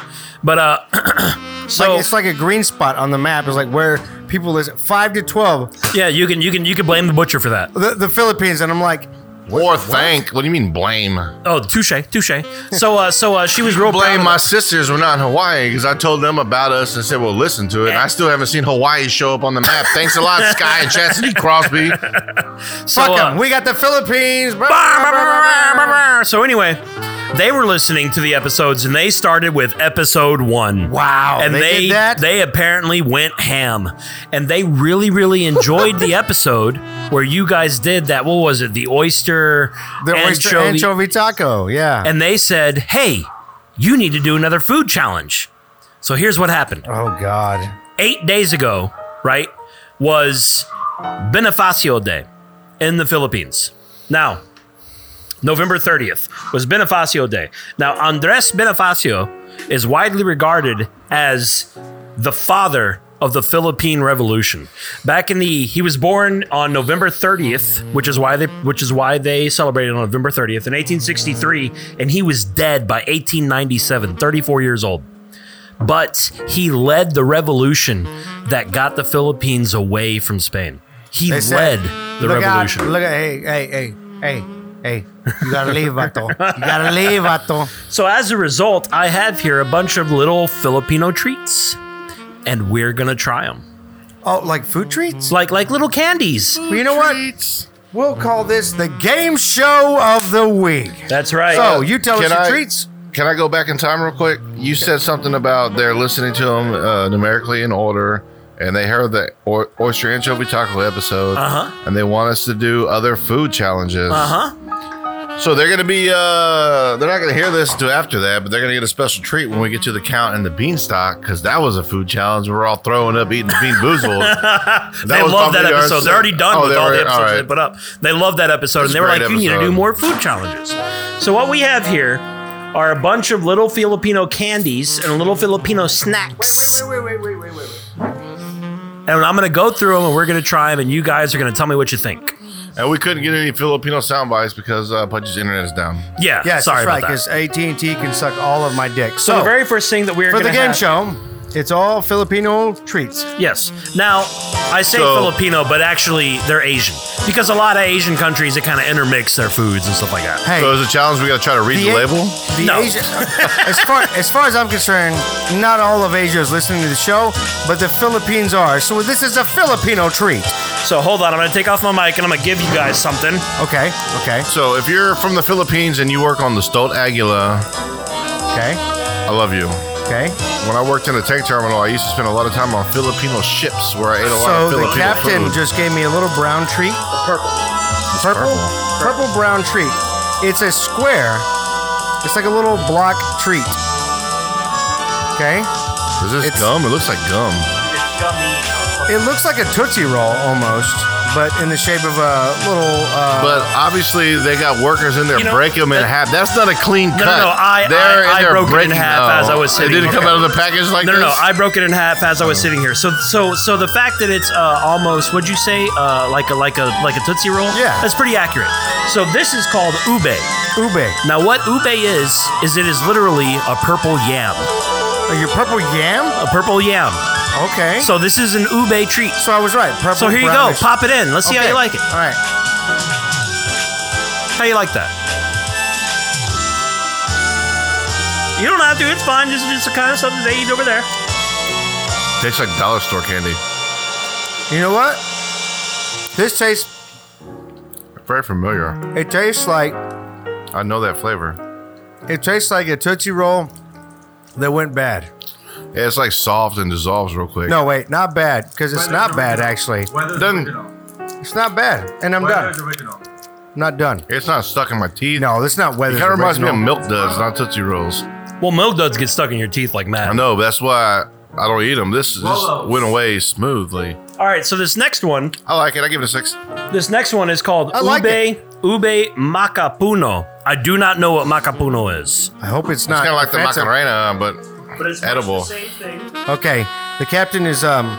Speaker 2: But uh so
Speaker 3: Like, it's like a green spot on the map. It's like where people listen five to twelve.
Speaker 2: yeah, you can you can you can blame the butcher for that.
Speaker 3: The, the Philippines, and I'm like,
Speaker 4: or thank. What do you mean blame?
Speaker 2: Oh, touche, touche. So uh so uh she was real proud
Speaker 4: Blame
Speaker 2: of
Speaker 4: my
Speaker 2: that.
Speaker 4: sisters were not in Hawaii because I told them about us and said, well, listen to it. And I still haven't seen Hawaii show up on the map. Thanks a lot, Sky and Chastity Crosby.
Speaker 2: So,
Speaker 3: fuck
Speaker 2: uh,
Speaker 3: 'em, We got the Philippines. Blah, blah, blah, blah, blah, blah.
Speaker 2: So anyway, they were listening to the episodes and they started with episode one.
Speaker 3: Wow,
Speaker 2: And
Speaker 3: they
Speaker 2: they
Speaker 3: did
Speaker 2: they,
Speaker 3: that?
Speaker 2: apparently went ham. And they really, really enjoyed the episode where you guys did that. What was it? The oyster
Speaker 3: The oyster
Speaker 2: anchovy-
Speaker 3: anchovy taco. Yeah.
Speaker 2: And they said, Hey, you need to do another food challenge. So here's what happened.
Speaker 3: oh God.
Speaker 2: Eight days ago, right, was Benefacio Day in the Philippines. Now, November 30th was Benefacio Day. Now, Andres Benefacio is widely regarded as the father of the Philippine Revolution. Back in the he was born on November 30th, which is why they which is why they celebrated on November 30th in 1863 and he was dead by 1897, 34 years old. But he led the revolution that got the Philippines away from Spain. He
Speaker 3: They
Speaker 2: led
Speaker 3: said,
Speaker 2: the
Speaker 3: look
Speaker 2: revolution.
Speaker 3: Out, look at hey hey hey hey hey. You gotta leave, Vato. You gotta leave, Vato.
Speaker 2: So as a result, I have here a bunch of little Filipino treats, and we're gonna try them,
Speaker 3: Oh, like food treats.
Speaker 2: like like little candies.
Speaker 3: Well, you know what? We'll call this the game show of the week.
Speaker 2: That's right.
Speaker 3: So you tell us
Speaker 4: Can
Speaker 3: your
Speaker 4: I-
Speaker 3: treats.
Speaker 4: Can I go back in time real quick? You said something about they're listening to them uh, numerically in order, and they heard the o- oyster anchovy taco episode,
Speaker 2: Uh-huh.
Speaker 4: and they want us to do other food challenges.
Speaker 2: uh huh.
Speaker 4: So they're gonna be, uh, they're not gonna hear this till after that, but they're gonna get a special treat when we get to the count and the beanstalk because that was a food challenge. We're all throwing up, eating bean boozled. That
Speaker 2: They
Speaker 4: was
Speaker 2: love that
Speaker 4: probably our
Speaker 2: episode. They're already done
Speaker 4: Oh,
Speaker 2: with
Speaker 4: they
Speaker 2: all
Speaker 4: were-
Speaker 2: the episodes
Speaker 4: alright.
Speaker 2: they put up. They love that episode, and
Speaker 4: It's a
Speaker 2: they were like,
Speaker 4: great
Speaker 2: "You need to do
Speaker 4: episode.
Speaker 2: more food challenges." So what we have here are a bunch of little Filipino candies and little Filipino snacks.
Speaker 3: Wait, wait, wait, wait, wait.
Speaker 2: And I'm gonna go through them, and we're gonna try them, and you guys are gonna tell me what you think.
Speaker 4: And we couldn't get any Filipino sound bites because uh, Pudge's internet is down.
Speaker 2: Yeah.
Speaker 3: Yes,
Speaker 2: sorry
Speaker 3: that's right.
Speaker 2: about that.
Speaker 3: Because AT and T can suck all of my dick.
Speaker 2: So
Speaker 3: So
Speaker 2: the very first thing that we're
Speaker 3: for
Speaker 2: gonna
Speaker 3: the game
Speaker 2: have-
Speaker 3: show, It's all Filipino treats.
Speaker 2: Yes. Now, I say
Speaker 4: So-
Speaker 2: Filipino, but actually they're Asian because a lot of Asian countries it kind of intermix their foods and stuff like that.
Speaker 3: Hey,
Speaker 4: So is it a challenge we got to try to read the,
Speaker 3: A-
Speaker 4: label?
Speaker 3: The
Speaker 2: No.
Speaker 3: Asia, as far as far as I'm concerned, not all of Asia is listening to the show, but the Philippines are. So this is a Filipino treat.
Speaker 2: So hold on, I'm gonna take off my mic and I'm gonna give you guys something.
Speaker 3: Okay, okay,
Speaker 4: So if you're from the Philippines and you work on the Stolt Aguila,
Speaker 3: okay,
Speaker 4: I love you.
Speaker 3: okay.
Speaker 4: When I worked in the tank terminal, I used to spend a lot of time on Filipino ships where I ate a lot
Speaker 3: So
Speaker 4: of
Speaker 3: the
Speaker 4: Filipino
Speaker 3: captain
Speaker 4: food.
Speaker 3: just gave me a little brown treat. Purple. Purple? Purple brown treat. It's a square. It's like a little block treat. Okay?
Speaker 4: is this
Speaker 3: it's-
Speaker 4: gum? It looks like gum.
Speaker 3: It looks like a Tootsie Roll almost, but in the shape of a little. Uh,
Speaker 4: But obviously, they got workers in there
Speaker 2: You know,
Speaker 4: break them in
Speaker 2: that-
Speaker 4: half. That's not a clean cut.
Speaker 2: no, no, I-
Speaker 4: They're
Speaker 2: I-
Speaker 4: in
Speaker 2: I
Speaker 4: there
Speaker 2: broke it in
Speaker 4: breaking-
Speaker 2: half as I was sitting.
Speaker 4: It didn't come
Speaker 2: Okay.
Speaker 4: out of the package like
Speaker 2: No, no,
Speaker 4: this.
Speaker 2: no. I broke it in half as I was sitting here. So, so, so the fact that it's uh, almost what'd you say, uh, like a like a like a tootsie roll?
Speaker 3: Yeah.
Speaker 2: that's pretty accurate. So this is called ube.
Speaker 3: ube.
Speaker 2: Now, what ube is is it is literally a purple yam,
Speaker 3: Are you Uh, purple yam?
Speaker 2: a purple yam.
Speaker 3: Okay. So,
Speaker 2: So this is an ube treat.
Speaker 3: I was right. Purple
Speaker 2: So here you go.
Speaker 3: brownish.
Speaker 2: Pop it in. Let's see how
Speaker 3: Okay,
Speaker 2: you like it.
Speaker 3: All right.
Speaker 2: How you like that? You don't have to. It's fine. This is just the kind of stuff that they eat over there.
Speaker 4: Tastes like dollar store candy.
Speaker 3: You know what? This tastes.
Speaker 4: Very familiar.
Speaker 3: It tastes like.
Speaker 4: I know that flavor.
Speaker 3: It tastes like a Tootsie Roll that went bad.
Speaker 4: Yeah, it's like soft and dissolves real quick.
Speaker 3: No, wait, not bad, because it's not bad, actually.
Speaker 4: Doesn't-
Speaker 3: It's not bad, and I'm done. Not done.
Speaker 4: It's not stuck in my teeth.
Speaker 3: No, that's not
Speaker 4: It
Speaker 3: weather.
Speaker 4: kind of reminds me of Milk Duds, not Tootsie Rolls.
Speaker 2: Well, milk duds get stuck in your teeth like mad.
Speaker 4: I know, but that's why I don't eat them. This just
Speaker 2: Rolos.
Speaker 4: went away smoothly.
Speaker 2: All right, so this next one,
Speaker 4: I like it. I give it a six.
Speaker 2: this next one is called
Speaker 3: I like
Speaker 2: ube ube macapuno. I do not know what macapuno is.
Speaker 3: I hope it's
Speaker 4: It's
Speaker 3: not.
Speaker 4: kind of like the
Speaker 3: offensive.
Speaker 4: Macarena, but
Speaker 2: But it's
Speaker 4: Edible.
Speaker 2: same thing.
Speaker 3: Okay, the captain is um.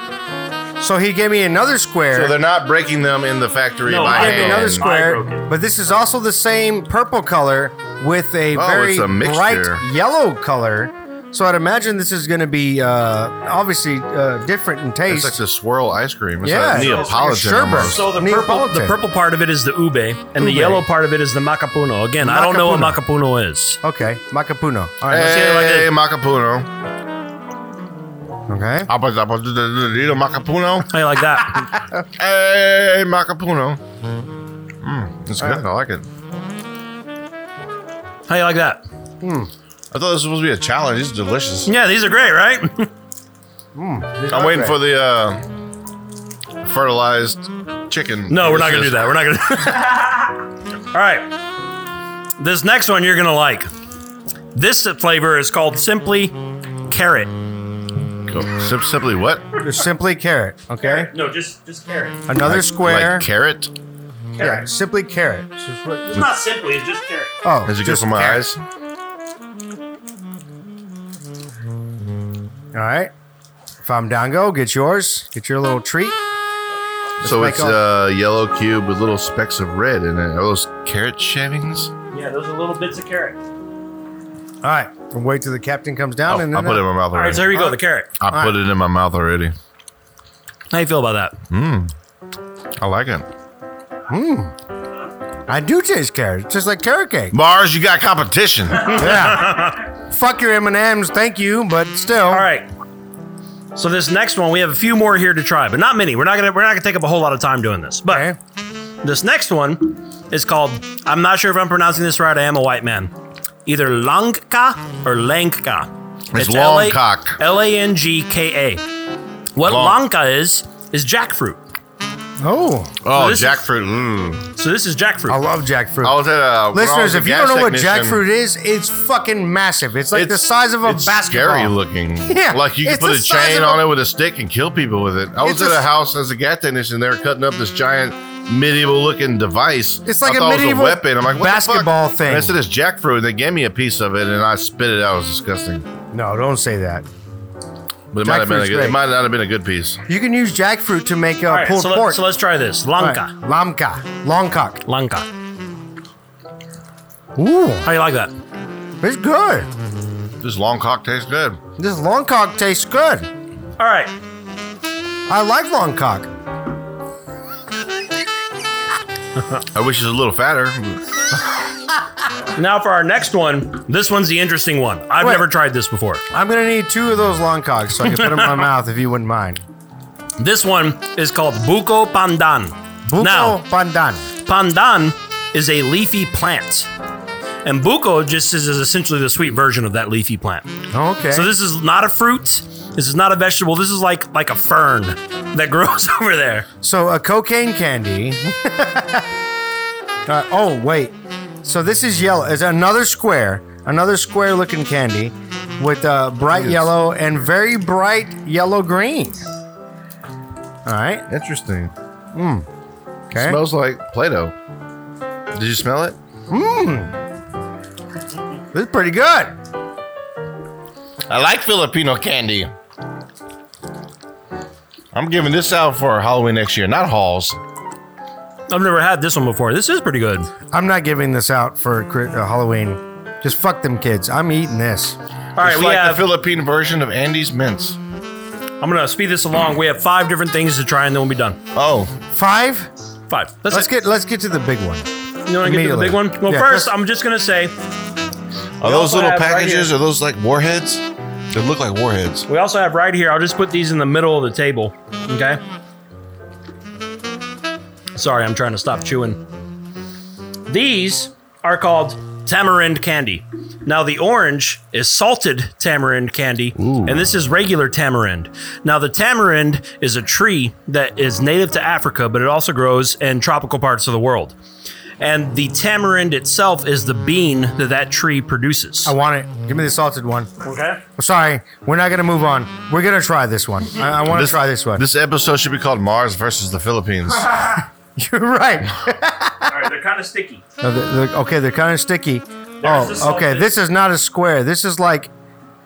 Speaker 3: So he gave me another
Speaker 4: so
Speaker 3: square.
Speaker 4: they're not breaking them in the factory
Speaker 2: No,
Speaker 4: by
Speaker 2: I
Speaker 3: gave me
Speaker 4: hand.
Speaker 3: another
Speaker 2: I
Speaker 3: square,
Speaker 2: broke it.
Speaker 3: but this is also the same purple color with a
Speaker 4: Oh,
Speaker 3: very
Speaker 4: it's a mixture.
Speaker 3: bright yellow color. So I'd imagine this is going to be uh, obviously uh, different in
Speaker 4: It's
Speaker 3: taste.
Speaker 4: like the swirl ice cream. It's
Speaker 3: Yeah,
Speaker 4: like
Speaker 3: it's
Speaker 4: Neapolitan.
Speaker 3: like a sherbet.
Speaker 4: almost.
Speaker 2: So the purple,
Speaker 3: Neapolitan.
Speaker 2: the purple part of it is the ube, and the
Speaker 3: Ube.
Speaker 2: yellow part of it is the macapuno. Again, I don't know what macapuno is.
Speaker 3: okay, macapuno. All right.
Speaker 2: let's hear it like
Speaker 4: Hey,
Speaker 2: this.
Speaker 4: Macapuno.
Speaker 3: Okay.
Speaker 4: Apa- apa- d- d- d- d- Macapuno.
Speaker 2: How you like that?
Speaker 4: Hey, Macapuno. Mm, it's good. I like it.
Speaker 2: How you like that?
Speaker 4: I thought this was supposed to be a challenge. It's delicious.
Speaker 2: Yeah, these are great, right?
Speaker 4: I'm waiting for the uh, fertilized chicken.
Speaker 2: No, we're not
Speaker 4: This
Speaker 2: gonna do
Speaker 4: is-
Speaker 2: that. We're not gonna. All right. This next one you're gonna like. This flavor is called simply carrot.
Speaker 4: Cool. Sim- simply what?
Speaker 3: Just simply carrot. Okay.
Speaker 2: No, just just carrot.
Speaker 3: Another square.
Speaker 4: Like carrot?
Speaker 3: Yeah, simply carrot.
Speaker 2: It's not simply. It's just carrot.
Speaker 3: Oh,
Speaker 4: Is it good
Speaker 3: just
Speaker 4: for my
Speaker 3: carrot.
Speaker 4: eyes?
Speaker 3: All right. Fandango, get yours. Get your little treat.
Speaker 4: So
Speaker 3: Let's
Speaker 4: it's
Speaker 3: make
Speaker 4: a yellow cube with little specks of red in it. Are those carrot shavings?
Speaker 2: Yeah, those are little bits of carrot.
Speaker 3: All right. And wait till the captain comes
Speaker 4: Oh,
Speaker 3: down, and
Speaker 4: I
Speaker 3: then uh,
Speaker 4: put it in my mouth
Speaker 2: All right,
Speaker 4: already.
Speaker 2: so here you go. The carrot.
Speaker 4: I put it in my mouth already.
Speaker 2: How you feel about that?
Speaker 3: Hmm.
Speaker 4: I like it.
Speaker 3: I do taste carrot, just like carrot cake.
Speaker 4: Mars, you got competition. Oh,
Speaker 3: Yeah. Fuck your M and M's, thank you, but still.
Speaker 2: All right. So this next one, we have a few more here to try, but not many. We're not gonna we're not gonna take up a whole lot of time doing this. But
Speaker 3: Okay.
Speaker 2: this next one is called. I'm not sure if I'm pronouncing this right. I am a white man. Either langka or langka.
Speaker 4: It's
Speaker 2: L A-
Speaker 4: longcock.
Speaker 2: L a n g k a. What
Speaker 4: Long.
Speaker 2: langka is is jackfruit.
Speaker 3: Oh,
Speaker 4: Oh,
Speaker 2: this is-
Speaker 4: jackfruit. mm.
Speaker 2: So this is jackfruit.
Speaker 3: I love jackfruit.
Speaker 4: I was at a when I was
Speaker 3: Listeners,
Speaker 4: Oh, a
Speaker 3: if you
Speaker 4: gas
Speaker 3: don't know what
Speaker 4: technician,
Speaker 3: jackfruit is, it's fucking massive. It's like the
Speaker 4: it's-
Speaker 3: size of a
Speaker 4: it's
Speaker 3: basketball.
Speaker 4: Scary looking.
Speaker 3: Yeah,
Speaker 4: like you can
Speaker 3: it's
Speaker 4: put
Speaker 3: the
Speaker 4: a
Speaker 3: size
Speaker 4: chain
Speaker 3: of a-
Speaker 4: on it with a stick and kill people with it. I was
Speaker 3: It's
Speaker 4: at
Speaker 3: a-
Speaker 4: a house as a gas technician. They were cutting up this giant medieval looking device.
Speaker 3: It's like
Speaker 4: I
Speaker 3: a
Speaker 4: thought it was
Speaker 3: medieval
Speaker 4: weapon. I'm like what the fuck?
Speaker 3: basketball thing.
Speaker 4: And I said it's jackfruit. and They gave me a piece of it and I spit it out. It was disgusting.
Speaker 3: No, don't say that.
Speaker 4: But it might have been a
Speaker 3: Jackfruit's
Speaker 4: good. It
Speaker 3: great.
Speaker 4: might not have been a good piece.
Speaker 3: You can use jackfruit to make uh,
Speaker 2: All right,
Speaker 3: pulled
Speaker 2: so,
Speaker 3: pork.
Speaker 2: let, so let's try this.
Speaker 3: All right.
Speaker 2: Langka.
Speaker 3: Lamka. Long cock.
Speaker 2: Langka.
Speaker 3: Ooh,
Speaker 2: How you like that?
Speaker 3: it's good.
Speaker 4: This long cock tastes good.
Speaker 3: This long cock tastes good.
Speaker 2: All right.
Speaker 3: I like long cock.
Speaker 4: I wish it was a little fatter.
Speaker 2: Now for our next one. This one's the interesting one. I've
Speaker 3: Wait.
Speaker 2: never tried this before.
Speaker 3: I'm gonna need two of those long cocks so I can put them in my mouth if you wouldn't mind.
Speaker 2: This one is called buko pandan.
Speaker 3: Buko
Speaker 2: Now,
Speaker 3: pandan.
Speaker 2: pandan is a leafy plant. And buko just is, is essentially the sweet version of that leafy plant.
Speaker 3: Okay.
Speaker 2: So this is not a fruit. This is not a vegetable. This is like like a fern that grows over there.
Speaker 3: So a cocaine candy. Uh, oh wait. So this is yellow. It's another square, another square-looking candy with uh, bright yellow and very bright yellow green. All right.
Speaker 4: Interesting.
Speaker 3: Okay.
Speaker 4: Smells like Play-Doh. Did you smell it?
Speaker 3: This is pretty good.
Speaker 4: I like Filipino candy. I'm giving this out for Halloween next year, not Halls.
Speaker 2: I've never had this one before. This is pretty good. All
Speaker 3: I'm not giving this out for Chri- uh, Halloween. Just fuck them kids. I'm eating this.
Speaker 2: right,
Speaker 4: it's
Speaker 2: we
Speaker 4: like
Speaker 2: have.
Speaker 4: the Philippine version of Andy's mints.
Speaker 2: I'm gonna speed this along. We have five different things to try, and then we'll be done.
Speaker 4: Oh,
Speaker 3: Five.
Speaker 2: Five. That's
Speaker 3: Let's
Speaker 2: it.
Speaker 3: get let's get to the big one.
Speaker 2: You want to get to the
Speaker 3: immediately.
Speaker 2: big one? Well,
Speaker 3: Yeah,
Speaker 2: first,
Speaker 3: let's-
Speaker 2: I'm just gonna say
Speaker 4: are those
Speaker 2: also
Speaker 4: little
Speaker 2: have right
Speaker 4: packages?
Speaker 2: here-
Speaker 4: are those like warheads? They look like warheads.
Speaker 2: we also have right here. I'll just put these in the middle of the table. Okay. Sorry, I'm trying to stop chewing. These are called tamarind candy. Now, the orange is salted tamarind candy, and this is regular tamarind. Now, the tamarind is a tree that is native to Africa, but it also grows in tropical parts of the world. And the tamarind itself is the bean that that tree produces.
Speaker 3: I want it. Give me the salted one.
Speaker 2: Okay.
Speaker 3: Sorry, we're not gonna move on. We're gonna try this one. I, I want to try this one.
Speaker 4: This episode should be called Mars versus the Philippines.
Speaker 3: You're right.
Speaker 2: All right, they're kind of sticky.
Speaker 3: No, they're- they're- okay, they're kind of sticky.
Speaker 2: There's the
Speaker 3: oh, okay.
Speaker 2: salted.
Speaker 3: This is not a square. This is like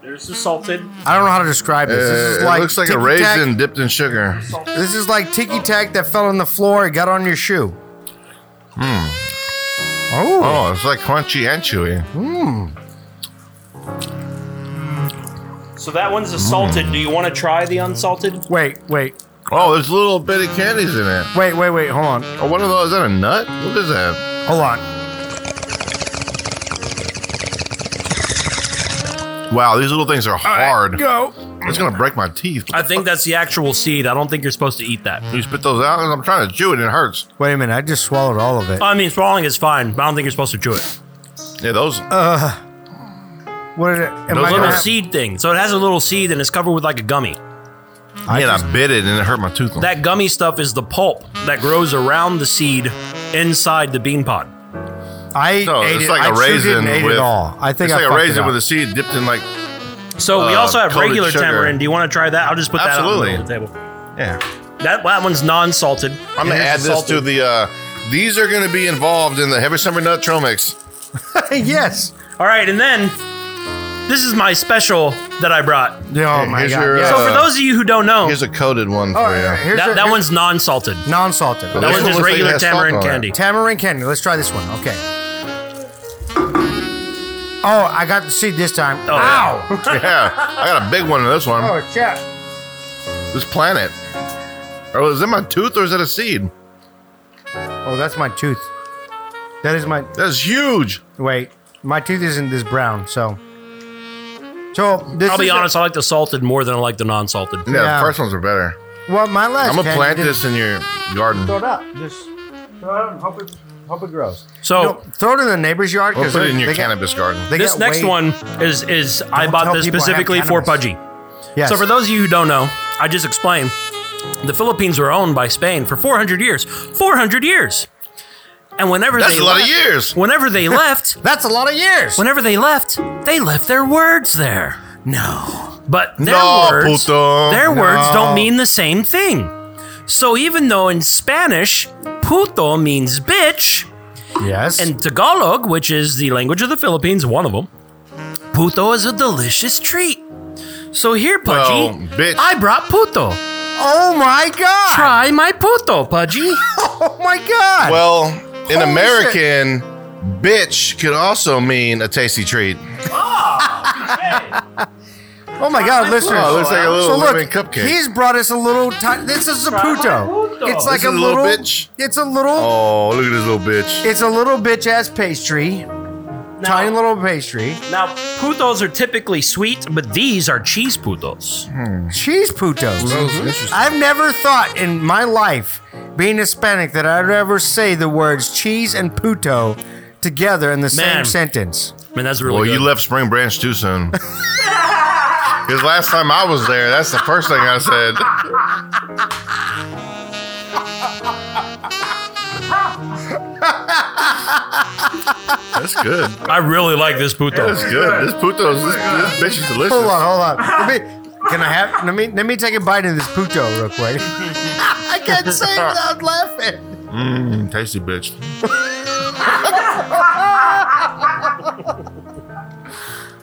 Speaker 2: There's the salted.
Speaker 3: I don't know how to describe this. This
Speaker 4: Uh,
Speaker 3: is like
Speaker 4: it looks like a
Speaker 3: tic-tac.
Speaker 4: raisin dipped in sugar.
Speaker 3: This is like ticky tack that fell on the floor. It got on your shoe. Oh,
Speaker 4: Hmm. Oh, it's like crunchy and chewy.
Speaker 2: So that one's the salted. Do you want to try the unsalted?
Speaker 3: wait, wait,
Speaker 4: Oh, there's little bitty candies in it.
Speaker 3: wait, wait, wait. Hold on,
Speaker 4: Oh, one of those. Is that a nut? What is that?
Speaker 3: hold on.
Speaker 4: Wow, these little things are hard.
Speaker 3: Go.
Speaker 4: It's gonna break my teeth.
Speaker 2: I think that's the actual seed. I don't think you're supposed to eat that.
Speaker 4: You spit those out, and I'm trying to chew it, and it hurts.
Speaker 3: Wait a minute. I just swallowed all of it.
Speaker 2: I mean, swallowing is fine, but I don't think you're supposed to chew it.
Speaker 4: Yeah, those.
Speaker 3: Uh, What did it? Am
Speaker 2: Those
Speaker 3: I
Speaker 2: little
Speaker 3: gonna,
Speaker 2: seed thing. So it has a little seed and it's covered with like a gummy.
Speaker 4: I yeah, I bit it, and it hurt my tooth.
Speaker 2: That gummy stuff is the pulp that grows around the seed inside the bean pod.
Speaker 3: I
Speaker 4: no,
Speaker 3: ate
Speaker 4: it's
Speaker 3: it.
Speaker 4: like
Speaker 3: I
Speaker 4: a
Speaker 3: sure
Speaker 4: raisin
Speaker 3: didn't ate
Speaker 4: with.
Speaker 3: it all. I think
Speaker 4: it's
Speaker 3: I
Speaker 4: like a
Speaker 3: fucked it
Speaker 4: raisin
Speaker 3: up.
Speaker 4: with a seed dipped in like.
Speaker 2: So we
Speaker 4: Uh,
Speaker 2: also have
Speaker 4: coated
Speaker 2: regular
Speaker 4: sugar.
Speaker 2: tamarind. Do you want to try that? I'll just put that
Speaker 4: Absolutely.
Speaker 2: out on the middle of the table.
Speaker 4: Yeah,
Speaker 2: That, that one's non-salted.
Speaker 4: I'm gonna add this to the. uh These are gonna be involved in the heavy summer nut trail mix.
Speaker 3: yes.
Speaker 2: All right, and then this is my special that I brought.
Speaker 3: Yeah, Oh
Speaker 4: Hey,
Speaker 3: my
Speaker 4: here's
Speaker 3: god.
Speaker 4: your,
Speaker 3: yes.
Speaker 2: So for
Speaker 4: Uh,
Speaker 2: those of you who don't know,
Speaker 4: Here's a coated one for
Speaker 3: All
Speaker 4: you.
Speaker 3: right, here's your-
Speaker 2: that, that
Speaker 3: here's-
Speaker 2: one's non-salted.
Speaker 3: non-salted.
Speaker 4: But
Speaker 2: That
Speaker 4: This
Speaker 2: one's
Speaker 4: one
Speaker 2: just
Speaker 4: looks like it
Speaker 2: regular
Speaker 4: has salt
Speaker 2: tamarind
Speaker 4: on it.
Speaker 2: candy.
Speaker 3: Tamarind candy. Let's try this one. Okay. Oh, I got the seed this time.
Speaker 2: Oh,
Speaker 3: Ow!
Speaker 4: Yeah, I got a big one in this one.
Speaker 3: Oh, shit.
Speaker 4: This planet. Oh, is that my tooth or is that a seed?
Speaker 3: Oh, that's my tooth. That is my
Speaker 4: That's huge.
Speaker 3: wait. My tooth isn't this brown, so. So this.
Speaker 2: I'll be
Speaker 3: is a-
Speaker 2: honest, I like the salted more than I like the non-salted.
Speaker 4: Yeah,
Speaker 3: Yeah.
Speaker 4: the first ones are better.
Speaker 3: well, my last.
Speaker 4: I'm gonna
Speaker 3: candy
Speaker 4: plant
Speaker 3: didn't-
Speaker 4: this in your garden.
Speaker 3: Throw it up. Just throw it up and hope it, hope it grows.
Speaker 2: So
Speaker 3: No, throw it in the neighbor's yard
Speaker 4: We'll
Speaker 3: because
Speaker 4: put it in your cannabis garden.
Speaker 2: Oh. this next one is is I
Speaker 3: Don't
Speaker 2: bought
Speaker 3: tell
Speaker 2: this
Speaker 3: people I have
Speaker 2: specifically for
Speaker 3: cannabis.
Speaker 2: Pudgy.
Speaker 3: Yes.
Speaker 2: So for those of you who don't know, I just explained. The Philippines were owned by Spain for 400 years. 400 years. And whenever
Speaker 4: That's
Speaker 2: they
Speaker 4: a lot of
Speaker 2: left-
Speaker 4: years.
Speaker 2: Whenever they left,
Speaker 3: That's a lot of years.
Speaker 2: whenever they left, they left their words there. No. But their
Speaker 4: No,
Speaker 2: words
Speaker 4: puto.
Speaker 2: their
Speaker 4: No.
Speaker 2: words don't mean the same thing. So even though in Spanish puto means bitch,
Speaker 3: yes.
Speaker 2: In Tagalog, which is the language of the Philippines, one of them, puto is a delicious treat. So here, Pudgy,
Speaker 4: Well, bitch.
Speaker 2: I brought puto.
Speaker 3: oh my god.
Speaker 2: Try my puto, Pudgy.
Speaker 3: Oh my god.
Speaker 4: Well, in
Speaker 3: Holy
Speaker 4: American, bitch could also mean a tasty treat.
Speaker 3: Oh my God, listeners!
Speaker 4: Oh, it looks like a
Speaker 3: so
Speaker 4: little
Speaker 3: look,
Speaker 4: lemon cupcake.
Speaker 3: he's brought us a little. Ti- this is Zaputo. It's like a
Speaker 4: This is a little
Speaker 3: little.
Speaker 4: bitch?
Speaker 3: It's a little.
Speaker 4: Oh, look at this little bitch.
Speaker 3: It's a little bitch ass pastry. Tiny little pastry.
Speaker 2: Now, putos are typically sweet, but these are cheese putos.
Speaker 3: Cheese putos.
Speaker 4: Smells interesting.
Speaker 3: I've never thought in my life, being Hispanic, that I'd ever say the words cheese and puto together in the same
Speaker 2: Man.
Speaker 3: sentence.
Speaker 2: Man, that's really
Speaker 4: Well, you
Speaker 2: good.
Speaker 4: left Spring Branch too soon. Because last time I was there, that's the first thing I said. that's good.
Speaker 2: I really like this
Speaker 4: That's
Speaker 2: puto.
Speaker 4: good. This puto's this, this bitch is delicious.
Speaker 3: Hold on, hold on. Let me, can I have? Let me let me take a bite of this puto real quick. I can't say it without laughing.
Speaker 4: Mm, tasty bitch.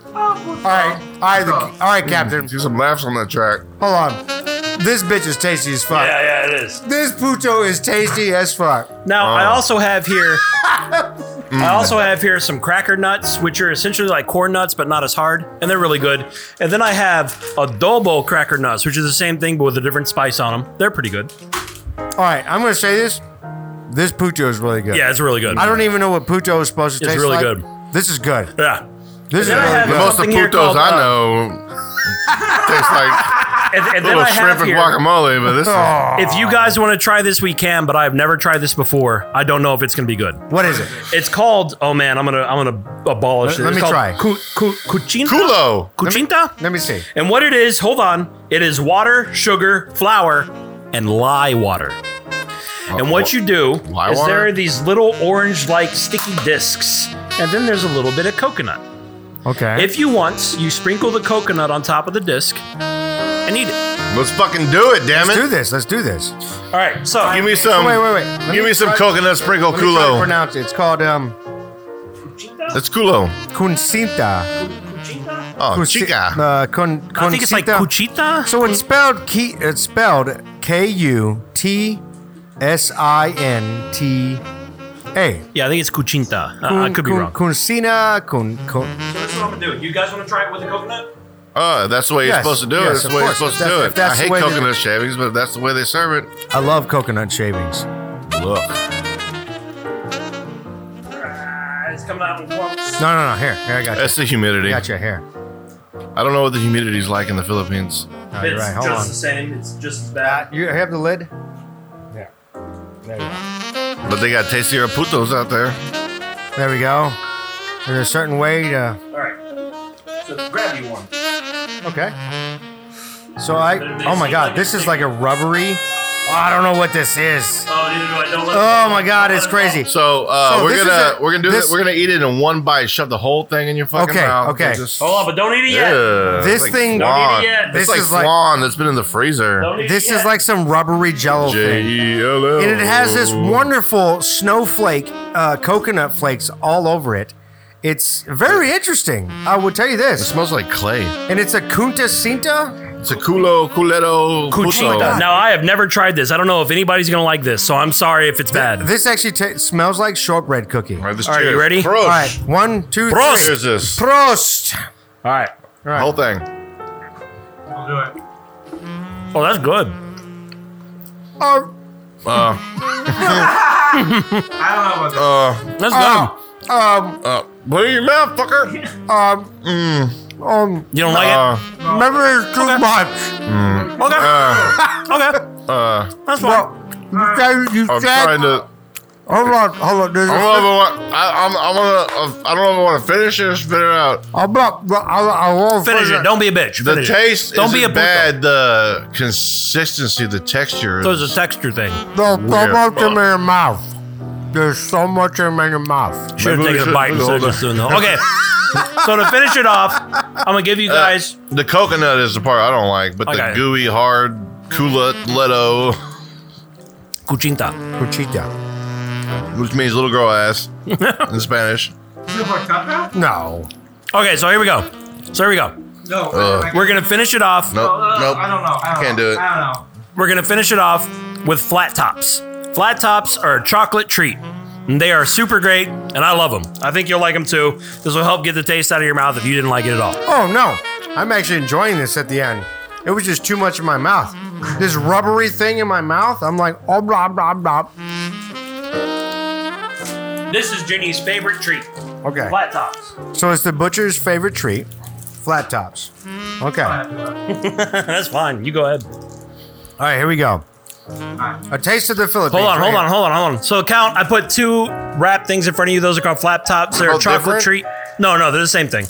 Speaker 3: All right, all right, the, all right, Captain.
Speaker 2: Mm.
Speaker 4: See some laughs on that track.
Speaker 3: Hold on. This bitch is tasty as fuck.
Speaker 2: yeah, it is.
Speaker 3: This puto is tasty as fuck.
Speaker 2: Now, I
Speaker 3: Oh.
Speaker 2: also have here. I also have here some cracker nuts, which are essentially like corn nuts, but not as hard, and they're really good. And then I have adobo cracker nuts, which is the same thing but with a different spice on them. They're pretty good.
Speaker 3: All right, I'm gonna say this. This puto is really good.
Speaker 2: Yeah, it's really good.
Speaker 3: I don't even know what puto is supposed to
Speaker 2: It's
Speaker 3: taste
Speaker 2: really
Speaker 3: like.
Speaker 2: good.
Speaker 3: This is good.
Speaker 2: Yeah.
Speaker 3: This
Speaker 2: then I
Speaker 3: is really
Speaker 2: have-
Speaker 3: good.
Speaker 2: Most-
Speaker 4: Most of
Speaker 2: Something here
Speaker 4: putos
Speaker 2: called,
Speaker 4: I
Speaker 2: uh,
Speaker 4: know taste like
Speaker 2: And, and then
Speaker 4: little
Speaker 2: I have
Speaker 4: shrimp and
Speaker 2: here.
Speaker 4: guacamole, but this is
Speaker 3: Oh,
Speaker 2: If you guys want to try this, we can. But I have never tried this before. I don't know if it's gonna be good.
Speaker 3: what is it?
Speaker 2: It's called. Oh man, I'm gonna I'm gonna abolish
Speaker 3: Let-
Speaker 2: it.
Speaker 3: let
Speaker 2: It's
Speaker 3: me
Speaker 2: called
Speaker 3: try.
Speaker 2: Cu, cu, cuchinta.
Speaker 4: culo.
Speaker 2: Cuchinta.
Speaker 3: Let me see.
Speaker 2: And what it is, hold on. It is water, sugar, flour, and lye water. And what you do
Speaker 4: Uh, Lye
Speaker 2: is
Speaker 4: water?
Speaker 2: there are these little orange-like sticky discs, and then there's a little bit of coconut.
Speaker 3: Okay.
Speaker 2: If you want, you sprinkle the coconut on top of the disc and eat it.
Speaker 4: Let's fucking do it, damn
Speaker 3: Let's do
Speaker 4: it.
Speaker 3: this. Let's do this. Oh,
Speaker 2: All right, so
Speaker 4: Give me some.
Speaker 3: Wait, wait, wait. Let
Speaker 4: Give me some
Speaker 3: try-
Speaker 4: coconut sprinkle
Speaker 3: Let me try to
Speaker 4: culo.
Speaker 3: pronounce it. It's called um
Speaker 4: That's culo.
Speaker 3: cuncinta.
Speaker 4: Oh, chica.
Speaker 3: Uh, con,
Speaker 2: I think it's like
Speaker 3: cuncita.
Speaker 2: cuchita.
Speaker 3: So it's spelled key. It's spelled K U T S I N T A.
Speaker 2: yeah, I think it's cuchinta. Uh, I could be wrong.
Speaker 3: Cuncina. Cun, cun,
Speaker 2: That's what I'm gonna do. You guys want to try it with the coconut?
Speaker 4: Oh, that's the way
Speaker 3: Yes,
Speaker 4: you're supposed to do it.
Speaker 3: yes,
Speaker 4: That's
Speaker 3: of
Speaker 4: the way you're
Speaker 3: course.
Speaker 4: supposed to
Speaker 3: If
Speaker 4: do
Speaker 3: that's-
Speaker 4: it.
Speaker 3: if that's
Speaker 4: I hate
Speaker 3: the way they-
Speaker 4: coconut shavings, but that's the way they serve it.
Speaker 3: I love coconut shavings.
Speaker 4: Look.
Speaker 2: Ah, It's coming out in clumps.
Speaker 3: No, no, no. Here, here. I got you.
Speaker 4: That's the humidity.
Speaker 3: I got your hair.
Speaker 4: I don't know what the humidity's like in the Philippines.
Speaker 3: No, you're right. Hold on.
Speaker 2: same. It's just as
Speaker 3: Uh, you have the lid. There. There you go.
Speaker 4: But they got tastier putos out there.
Speaker 3: There we go. There's a certain way to.
Speaker 2: All right. So grab you one.
Speaker 3: Okay. So I. Oh my God! This is like a rubbery. Oh, I don't know what this is.
Speaker 2: Oh, neither do I. Don't let
Speaker 3: Oh my God! It's crazy.
Speaker 4: So, uh,
Speaker 3: So
Speaker 4: we're
Speaker 3: this is
Speaker 4: gonna
Speaker 3: a-
Speaker 4: we're gonna do
Speaker 3: this-
Speaker 4: that. We're gonna eat it in one bite. Shove the whole thing in your fucking
Speaker 3: Okay,
Speaker 4: mouth.
Speaker 3: okay.
Speaker 4: And Just,
Speaker 2: Hold on, but don't eat it
Speaker 4: Ugh,
Speaker 2: yet.
Speaker 4: it's
Speaker 3: This thing- Don't
Speaker 2: eat it
Speaker 4: flan.
Speaker 2: yet.
Speaker 4: It's
Speaker 3: This
Speaker 4: like
Speaker 3: is like-
Speaker 4: flan that's been in the freezer.
Speaker 2: Don't eat
Speaker 3: This
Speaker 2: it
Speaker 3: is
Speaker 2: yet.
Speaker 3: like some rubbery jello thing.
Speaker 4: J E L L.
Speaker 3: and it has this wonderful snowflake uh, coconut flakes all over it it's very interesting i will tell you
Speaker 4: It
Speaker 3: this
Speaker 4: smells like clay.
Speaker 3: and it's a kunta cinta
Speaker 4: It's a culo, culeto, puto.
Speaker 2: Cuchita. Now I have never tried this. I don't know if anybody's gonna like this, so I'm sorry if it's bad.
Speaker 3: this actually ta smells like shortbread cookie
Speaker 4: All right, this
Speaker 2: All right, you ready?
Speaker 4: Prost.
Speaker 3: all right one two three
Speaker 4: Prost. Here's this
Speaker 3: prost
Speaker 2: All right.
Speaker 4: whole thing.
Speaker 2: Oh, that's good.
Speaker 3: oh,
Speaker 2: That's good.
Speaker 3: um,
Speaker 4: Um, Uh, put it in your mouth, fucker.
Speaker 3: um
Speaker 2: you don't like
Speaker 4: Uh,
Speaker 3: maybe it's too much
Speaker 2: it? Okay. okay.
Speaker 4: uh,
Speaker 2: That's fine.
Speaker 3: well you said, you
Speaker 4: I'm
Speaker 3: said-
Speaker 4: trying to.
Speaker 3: hold on hold on there's
Speaker 4: I
Speaker 3: a-
Speaker 4: don't know if I want. I, I'm. I'm gonna. uh, I don't know if I want to finish it or spit it out.
Speaker 3: i'm not i, I won't
Speaker 2: Finish it. Don't be a bitch.
Speaker 4: The
Speaker 2: Finish it.
Speaker 4: taste
Speaker 2: Don't
Speaker 4: isn't
Speaker 2: be a puto.
Speaker 4: bad. The consistency, the texture.
Speaker 2: So it's a texture thing.
Speaker 3: no,
Speaker 4: Weird.
Speaker 3: so much in your mouth there's so much in your mouth
Speaker 2: Should have
Speaker 4: Maybe we
Speaker 2: taken a
Speaker 4: should-
Speaker 2: bite instead of
Speaker 4: hold
Speaker 2: just doing the Okay. so to finish it off, I'm gonna give you
Speaker 4: Uh,
Speaker 2: guys.
Speaker 4: the coconut is the part I don't like, but
Speaker 2: Okay.
Speaker 4: the gooey, hard, culeto,
Speaker 2: Cuchinta.
Speaker 3: Cuchita.
Speaker 4: which means little girl ass in Spanish.
Speaker 3: no
Speaker 2: Okay, so here we go. So here we go.
Speaker 9: No,
Speaker 2: We're gonna finish it off.
Speaker 4: Nope. Uh, nope.
Speaker 9: Uh, I don't know. I don't
Speaker 4: Can't
Speaker 9: know.
Speaker 4: do it.
Speaker 9: I don't know.
Speaker 2: We're gonna finish it off with flat tops. Flat tops are a chocolate treat. And they are super great, and I love them. I think you'll like them too. This will help get the taste out of your mouth if you didn't like it at all.
Speaker 3: Oh no. I'm actually enjoying this at the end. It was just too much in my mouth. This rubbery thing in my mouth, I'm like, oh, blah, blah, blah.
Speaker 2: This is Ginny's favorite treat.
Speaker 3: Okay.
Speaker 2: Flat tops.
Speaker 3: So it's the butcher's favorite treat, flat tops. Okay. All
Speaker 2: That's fine. You go ahead.
Speaker 3: right, here we go. A taste of the Philippines.
Speaker 2: Hold on,
Speaker 3: right?
Speaker 2: hold on, hold on, hold on. So count. I put two wrap things in front of you. Those are called flap tops. They're
Speaker 4: Oh,
Speaker 2: a chocolate
Speaker 4: different?
Speaker 2: treat. No, no, they're the same thing.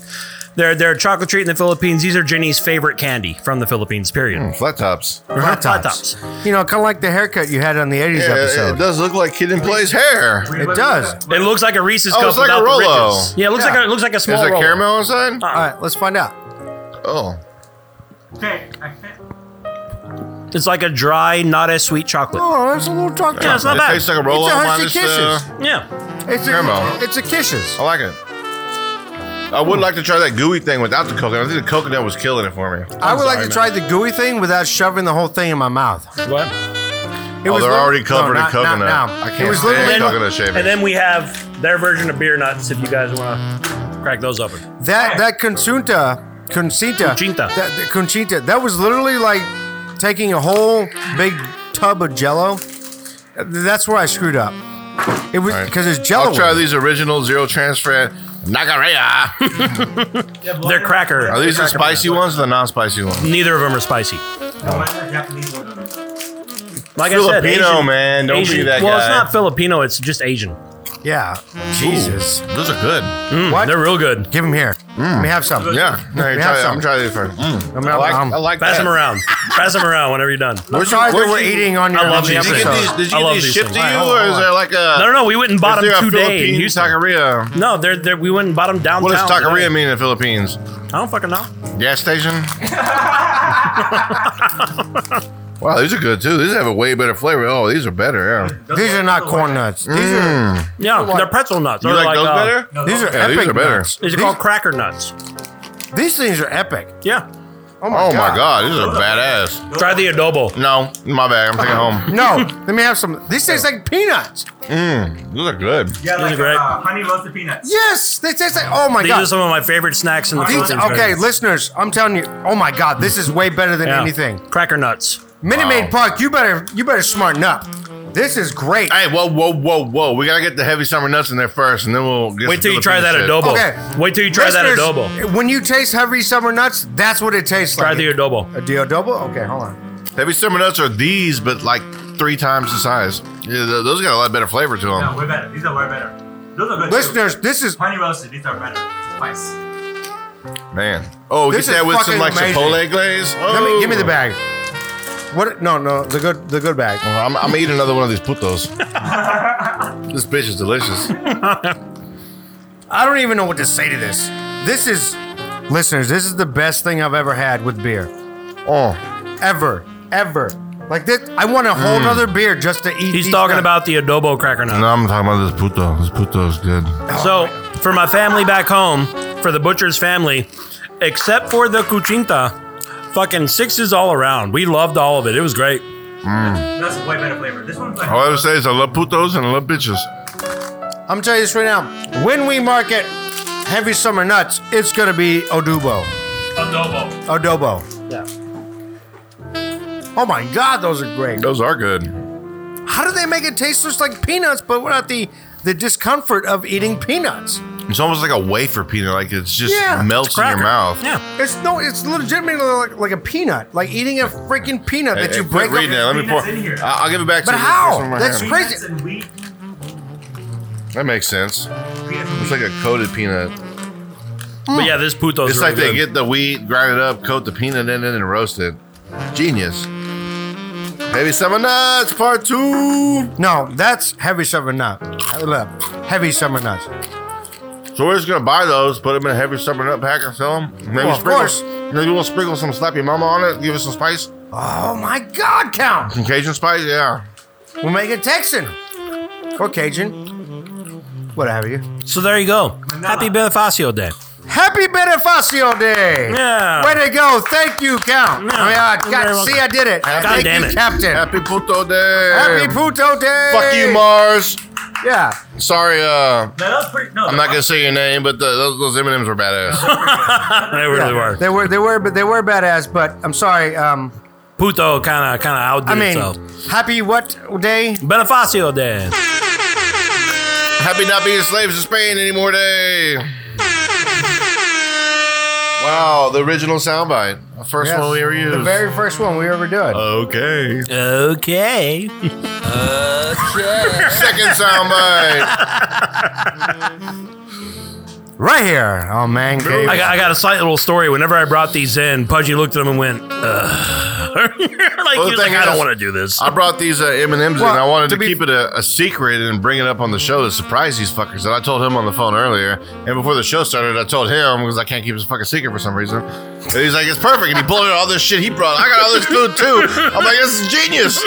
Speaker 2: They're they're a chocolate treat in the Philippines. These are Ginny's favorite candy from the Philippines. Period.
Speaker 4: Flat tops.
Speaker 3: Flat
Speaker 2: Flat
Speaker 3: tops.
Speaker 2: tops.
Speaker 3: You know, kind of like the haircut you had on the 80s
Speaker 4: Yeah,
Speaker 3: episode.
Speaker 4: it does look like Kid and Plays hair.
Speaker 3: It does.
Speaker 2: It looks like a Reese's
Speaker 4: Oh,
Speaker 2: cup
Speaker 4: it's like a
Speaker 2: without the
Speaker 4: Rolo.
Speaker 2: ridges. Yeah, it looks
Speaker 3: Yeah.
Speaker 2: like a, it looks like a small
Speaker 4: Is that
Speaker 2: Rolo. Uh-uh.
Speaker 4: caramel inside?
Speaker 3: All right, let's find out. Uh,
Speaker 4: Oh.
Speaker 2: It's like a dry, not as sweet chocolate.
Speaker 3: Oh, that's a little dark
Speaker 2: Yeah, it's not
Speaker 3: chocolate.
Speaker 4: it
Speaker 2: bad.
Speaker 4: tastes like a roll
Speaker 3: It's a
Speaker 4: up
Speaker 3: Hershey
Speaker 4: minus uh,
Speaker 2: Yeah,
Speaker 3: It's
Speaker 4: Caramel.
Speaker 3: a, it's a kisses.
Speaker 4: I like it. I would like to try that gooey thing without the coconut. I think the coconut was killing it for me.
Speaker 3: I would like to try the gooey thing without shoving the whole thing in my mouth.
Speaker 2: what?
Speaker 3: It
Speaker 4: Oh, they're
Speaker 3: lit-
Speaker 4: already
Speaker 3: no,
Speaker 4: covered in
Speaker 3: not- not
Speaker 4: coconut.
Speaker 3: now.
Speaker 4: I
Speaker 3: It
Speaker 4: can't
Speaker 3: was
Speaker 4: stand
Speaker 3: literally
Speaker 4: coconut shavings.
Speaker 2: And then we have their version of beer nuts. If you guys want to crack those open,
Speaker 3: that that consunta, conchita,
Speaker 2: Conchita.
Speaker 3: that the conchita. That was literally like taking a whole big tub of Jello. That's where I screwed up. It was
Speaker 4: All right.
Speaker 3: because it's Jello.
Speaker 4: I'll try these original zero trans fat Nagarea.
Speaker 2: they're cracker.
Speaker 4: Are these the spicy ones or the non-spicy ones?
Speaker 2: Neither of them are spicy. Like I said,
Speaker 4: Filipino,
Speaker 2: Asian-
Speaker 4: man. Don't be
Speaker 2: Asian-
Speaker 4: that
Speaker 2: Well, it's
Speaker 4: guy.
Speaker 2: not Filipino. It's just Asian.
Speaker 3: Yeah, Jesus.
Speaker 4: Ooh, those are good.
Speaker 3: What?
Speaker 2: They're real good.
Speaker 3: Give him here. Let me have some.
Speaker 4: Mm. Yeah, no, you
Speaker 3: We
Speaker 4: try
Speaker 3: have
Speaker 4: it.
Speaker 3: some.
Speaker 4: I'm trying these first. Mm.
Speaker 3: I'm-
Speaker 4: I like,
Speaker 3: I'm-
Speaker 4: I like
Speaker 2: Pass
Speaker 4: that.
Speaker 2: them around. Pass them around whenever you're done.
Speaker 4: Uh,
Speaker 2: No,
Speaker 3: I'm sorry that
Speaker 4: where'd
Speaker 3: we're
Speaker 4: you-
Speaker 3: eating on your
Speaker 2: I love
Speaker 3: on your
Speaker 2: these
Speaker 4: Did you get
Speaker 2: So,
Speaker 4: these,
Speaker 3: episode.
Speaker 4: did
Speaker 2: I
Speaker 4: you
Speaker 2: love
Speaker 4: get these
Speaker 2: these
Speaker 4: shipped to
Speaker 2: things.
Speaker 4: you,
Speaker 3: All right,
Speaker 4: or
Speaker 3: hold
Speaker 4: is
Speaker 3: on,
Speaker 4: there like a
Speaker 2: no, no. We went and bought
Speaker 4: is there
Speaker 2: them
Speaker 4: a
Speaker 2: today in
Speaker 4: Philippine
Speaker 2: Houston.
Speaker 4: taqueria?
Speaker 2: No, they're, they're we went and bought them downtown.
Speaker 4: What does taqueria
Speaker 2: today.
Speaker 4: mean in the Philippines?
Speaker 2: I don't fucking know.
Speaker 4: Gas station. wow, these are good too. These have a way better flavor. Oh, these are better. Yeah.
Speaker 3: These are not corn nuts. These
Speaker 4: Mm.
Speaker 3: are
Speaker 2: Yeah, they're pretzel nuts.
Speaker 4: You
Speaker 2: They're
Speaker 4: like, those
Speaker 2: uh,
Speaker 4: better?
Speaker 3: these are
Speaker 4: Yeah,
Speaker 3: epic
Speaker 4: these are better.
Speaker 3: nuts.
Speaker 2: These are called cracker nuts.
Speaker 3: These things are epic.
Speaker 2: Yeah.
Speaker 3: Oh my
Speaker 4: Oh
Speaker 3: god.
Speaker 4: my god, these are badass.
Speaker 2: Try the adobo.
Speaker 4: No, my bad. I'm taking home.
Speaker 3: No, let me have some. These taste like peanuts.
Speaker 4: These are good.
Speaker 9: Yeah,
Speaker 2: Those are
Speaker 9: like
Speaker 2: great.
Speaker 9: uh, honey roasted peanuts.
Speaker 3: Yes, they taste like. Oh my
Speaker 2: These are
Speaker 3: god.
Speaker 2: some of my favorite snacks in the
Speaker 3: These-
Speaker 2: Philippines.
Speaker 3: okay,
Speaker 2: right?
Speaker 3: listeners, I'm telling you. Oh my god, this is way better than
Speaker 2: Yeah.
Speaker 3: anything.
Speaker 2: Cracker nuts.
Speaker 3: Minute
Speaker 4: Wow.
Speaker 3: Maid Park, you better you better smarten up. This is great.
Speaker 4: Hey, whoa, whoa, whoa, whoa! We gotta get the heavy summer nuts in there first, and then we'll get
Speaker 2: Wait
Speaker 4: some
Speaker 2: till you try that
Speaker 4: Filipino shit.
Speaker 2: adobo.
Speaker 3: Okay.
Speaker 2: Wait till you try that
Speaker 3: Listeners,
Speaker 2: adobo.
Speaker 3: When you taste heavy summer nuts, that's what it tastes
Speaker 2: Try
Speaker 3: like.
Speaker 2: the adobo.
Speaker 3: A Dio Double? Okay, hold on.
Speaker 4: Heavy summer nuts are these, but like three times the size. Yeah, th- those got a lot better flavor to them.
Speaker 9: No, way better. These are way better. Those are good. too.
Speaker 3: Listeners, this is
Speaker 9: honey roasted. These are better. Spice.
Speaker 4: Man. Oh,
Speaker 3: This is
Speaker 4: get that with some
Speaker 3: fucking
Speaker 4: like
Speaker 3: amazing.
Speaker 4: chipotle glaze. Oh.
Speaker 3: let me, give me the bag. What no no the good the good bag.
Speaker 4: I'm, I'm gonna eat another one of these putos. this bitch is delicious.
Speaker 3: I don't even know what to say to this. This is listeners, this is the best thing I've ever had with beer.
Speaker 4: Oh,
Speaker 3: Ever. Ever. Like this I want a whole nother beer just to eat.
Speaker 2: He's
Speaker 3: these
Speaker 2: talking
Speaker 3: nuts.
Speaker 2: about the adobo cracker nut.
Speaker 4: no, I'm talking about this puto. This puto is good.
Speaker 2: So, for my family back home, for the butcher's family, except for the cuchinta, fucking sixes all around. We loved all of it. It was great.
Speaker 9: That's way better flavor. This one's like
Speaker 4: All I would say is I love putos and I love bitches.
Speaker 3: I'm telling you this right now. When we market heavy summer nuts, it's gonna be Odubo.
Speaker 2: Adobo.
Speaker 3: Adobo.
Speaker 2: Yeah.
Speaker 3: Oh my god, those are great.
Speaker 4: Those are good.
Speaker 3: How do they make it taste just like peanuts, but without the the discomfort of eating peanuts?
Speaker 4: It's almost like a wafer peanut. Like it's just
Speaker 3: Yeah, it's
Speaker 4: melts in your
Speaker 2: Cracker.
Speaker 4: mouth.
Speaker 2: Yeah.
Speaker 3: It's no, it's legitimately like, like a peanut, like eating a freaking peanut
Speaker 4: Hey,
Speaker 3: that you
Speaker 4: hey,
Speaker 3: break
Speaker 4: quit reading that.
Speaker 3: up.
Speaker 4: Let me
Speaker 9: Peanuts
Speaker 4: pour.
Speaker 9: in here.
Speaker 4: I- I'll give it back
Speaker 3: But
Speaker 4: to you.
Speaker 3: how?
Speaker 4: This is my
Speaker 3: That's
Speaker 4: hand.
Speaker 3: crazy.
Speaker 9: peanuts and wheat.
Speaker 4: That makes sense.
Speaker 9: Peanuts
Speaker 4: It's
Speaker 9: and
Speaker 4: like
Speaker 9: wheat.
Speaker 4: a coated peanut.
Speaker 2: But yeah, this puto
Speaker 4: It's
Speaker 2: is
Speaker 4: like
Speaker 2: really
Speaker 4: they
Speaker 2: good.
Speaker 4: get the wheat, grind it up, coat the peanut in it, and roast it. Genius. Maybe summer nuts part two.
Speaker 3: No, that's heavy summer nut. Heavy summer nuts.
Speaker 4: So we're just gonna buy those, put them in a heavy summer nut pack, and sell them. Maybe
Speaker 3: Well, of
Speaker 4: sprinkle,
Speaker 3: course.
Speaker 4: Maybe we'll sprinkle some slappy mama on it. Give it some spice,
Speaker 3: Oh my God, count.
Speaker 4: some Cajun spice. Yeah.
Speaker 3: We'll make it Texan or Cajun, what have you.
Speaker 2: So there you go. Happy Benefacio Day.
Speaker 3: Happy Benefacio Day.
Speaker 2: Yeah.
Speaker 3: Way to go. Thank you, count.
Speaker 2: Yeah,
Speaker 3: I mean, I
Speaker 2: you're
Speaker 3: got-
Speaker 2: very
Speaker 3: see,
Speaker 2: welcome.
Speaker 3: I did it.
Speaker 4: God
Speaker 3: Thank
Speaker 2: damn
Speaker 3: you,
Speaker 2: it.
Speaker 3: Captain.
Speaker 4: Happy puto day.
Speaker 3: Happy Puto Day.
Speaker 4: Fuck you, Mars.
Speaker 3: Yeah.
Speaker 4: Sorry, uh,
Speaker 9: No, that was pretty. No,
Speaker 4: I'm not gonna say your name, but the, those, those M&Ms were badass.
Speaker 2: they really were.
Speaker 3: They were they were but they were badass, but I'm sorry. Um
Speaker 2: Puto kind of kind of outdid
Speaker 3: I mean
Speaker 2: itself.
Speaker 3: happy what day?
Speaker 2: Benefacio Day.
Speaker 4: Happy not being slaves to Spain anymore day. Wow, the original soundbite, the first
Speaker 3: Yes.
Speaker 4: one we ever used.
Speaker 3: The very first one we ever did.
Speaker 4: okay.
Speaker 2: Okay.
Speaker 4: Second soundbite.
Speaker 3: right here on Man Cave.
Speaker 2: I got, I got a slight little story. Whenever I brought these in, Pudgy looked at them and went, Ugh. like, he was
Speaker 4: thing
Speaker 2: like, I don't
Speaker 4: is-
Speaker 2: want to do this.
Speaker 4: I brought these uh, M&Ms in.
Speaker 3: Well,
Speaker 4: I wanted
Speaker 3: to
Speaker 4: to,
Speaker 3: be-
Speaker 4: keep it a, a secret and bring it up on the show to surprise these fuckers. And I told him on the phone earlier, and before the show started, I told him because I can't keep this fucking secret for some reason. And he's like, "It's perfect," and he pulled out all this shit he brought. I got all this food too. I'm like, "This is genius."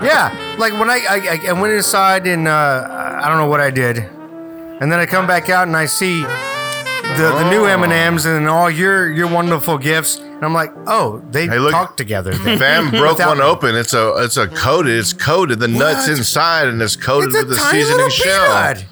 Speaker 3: yeah, like when I, I I- I went inside and uh, I don't know what I did, and then I come back out and I see the the new M and M's and all your your wonderful gifts, and I'm like, oh, they
Speaker 4: Hey, look-
Speaker 3: talk together. Then.
Speaker 4: Fam broke
Speaker 3: Without-
Speaker 4: one open. It's a it's a coated. It's coated. The nuts inside and it's coated
Speaker 3: it's a
Speaker 4: with the
Speaker 3: tiny
Speaker 4: seasoning
Speaker 3: little
Speaker 4: shell.
Speaker 3: peanut.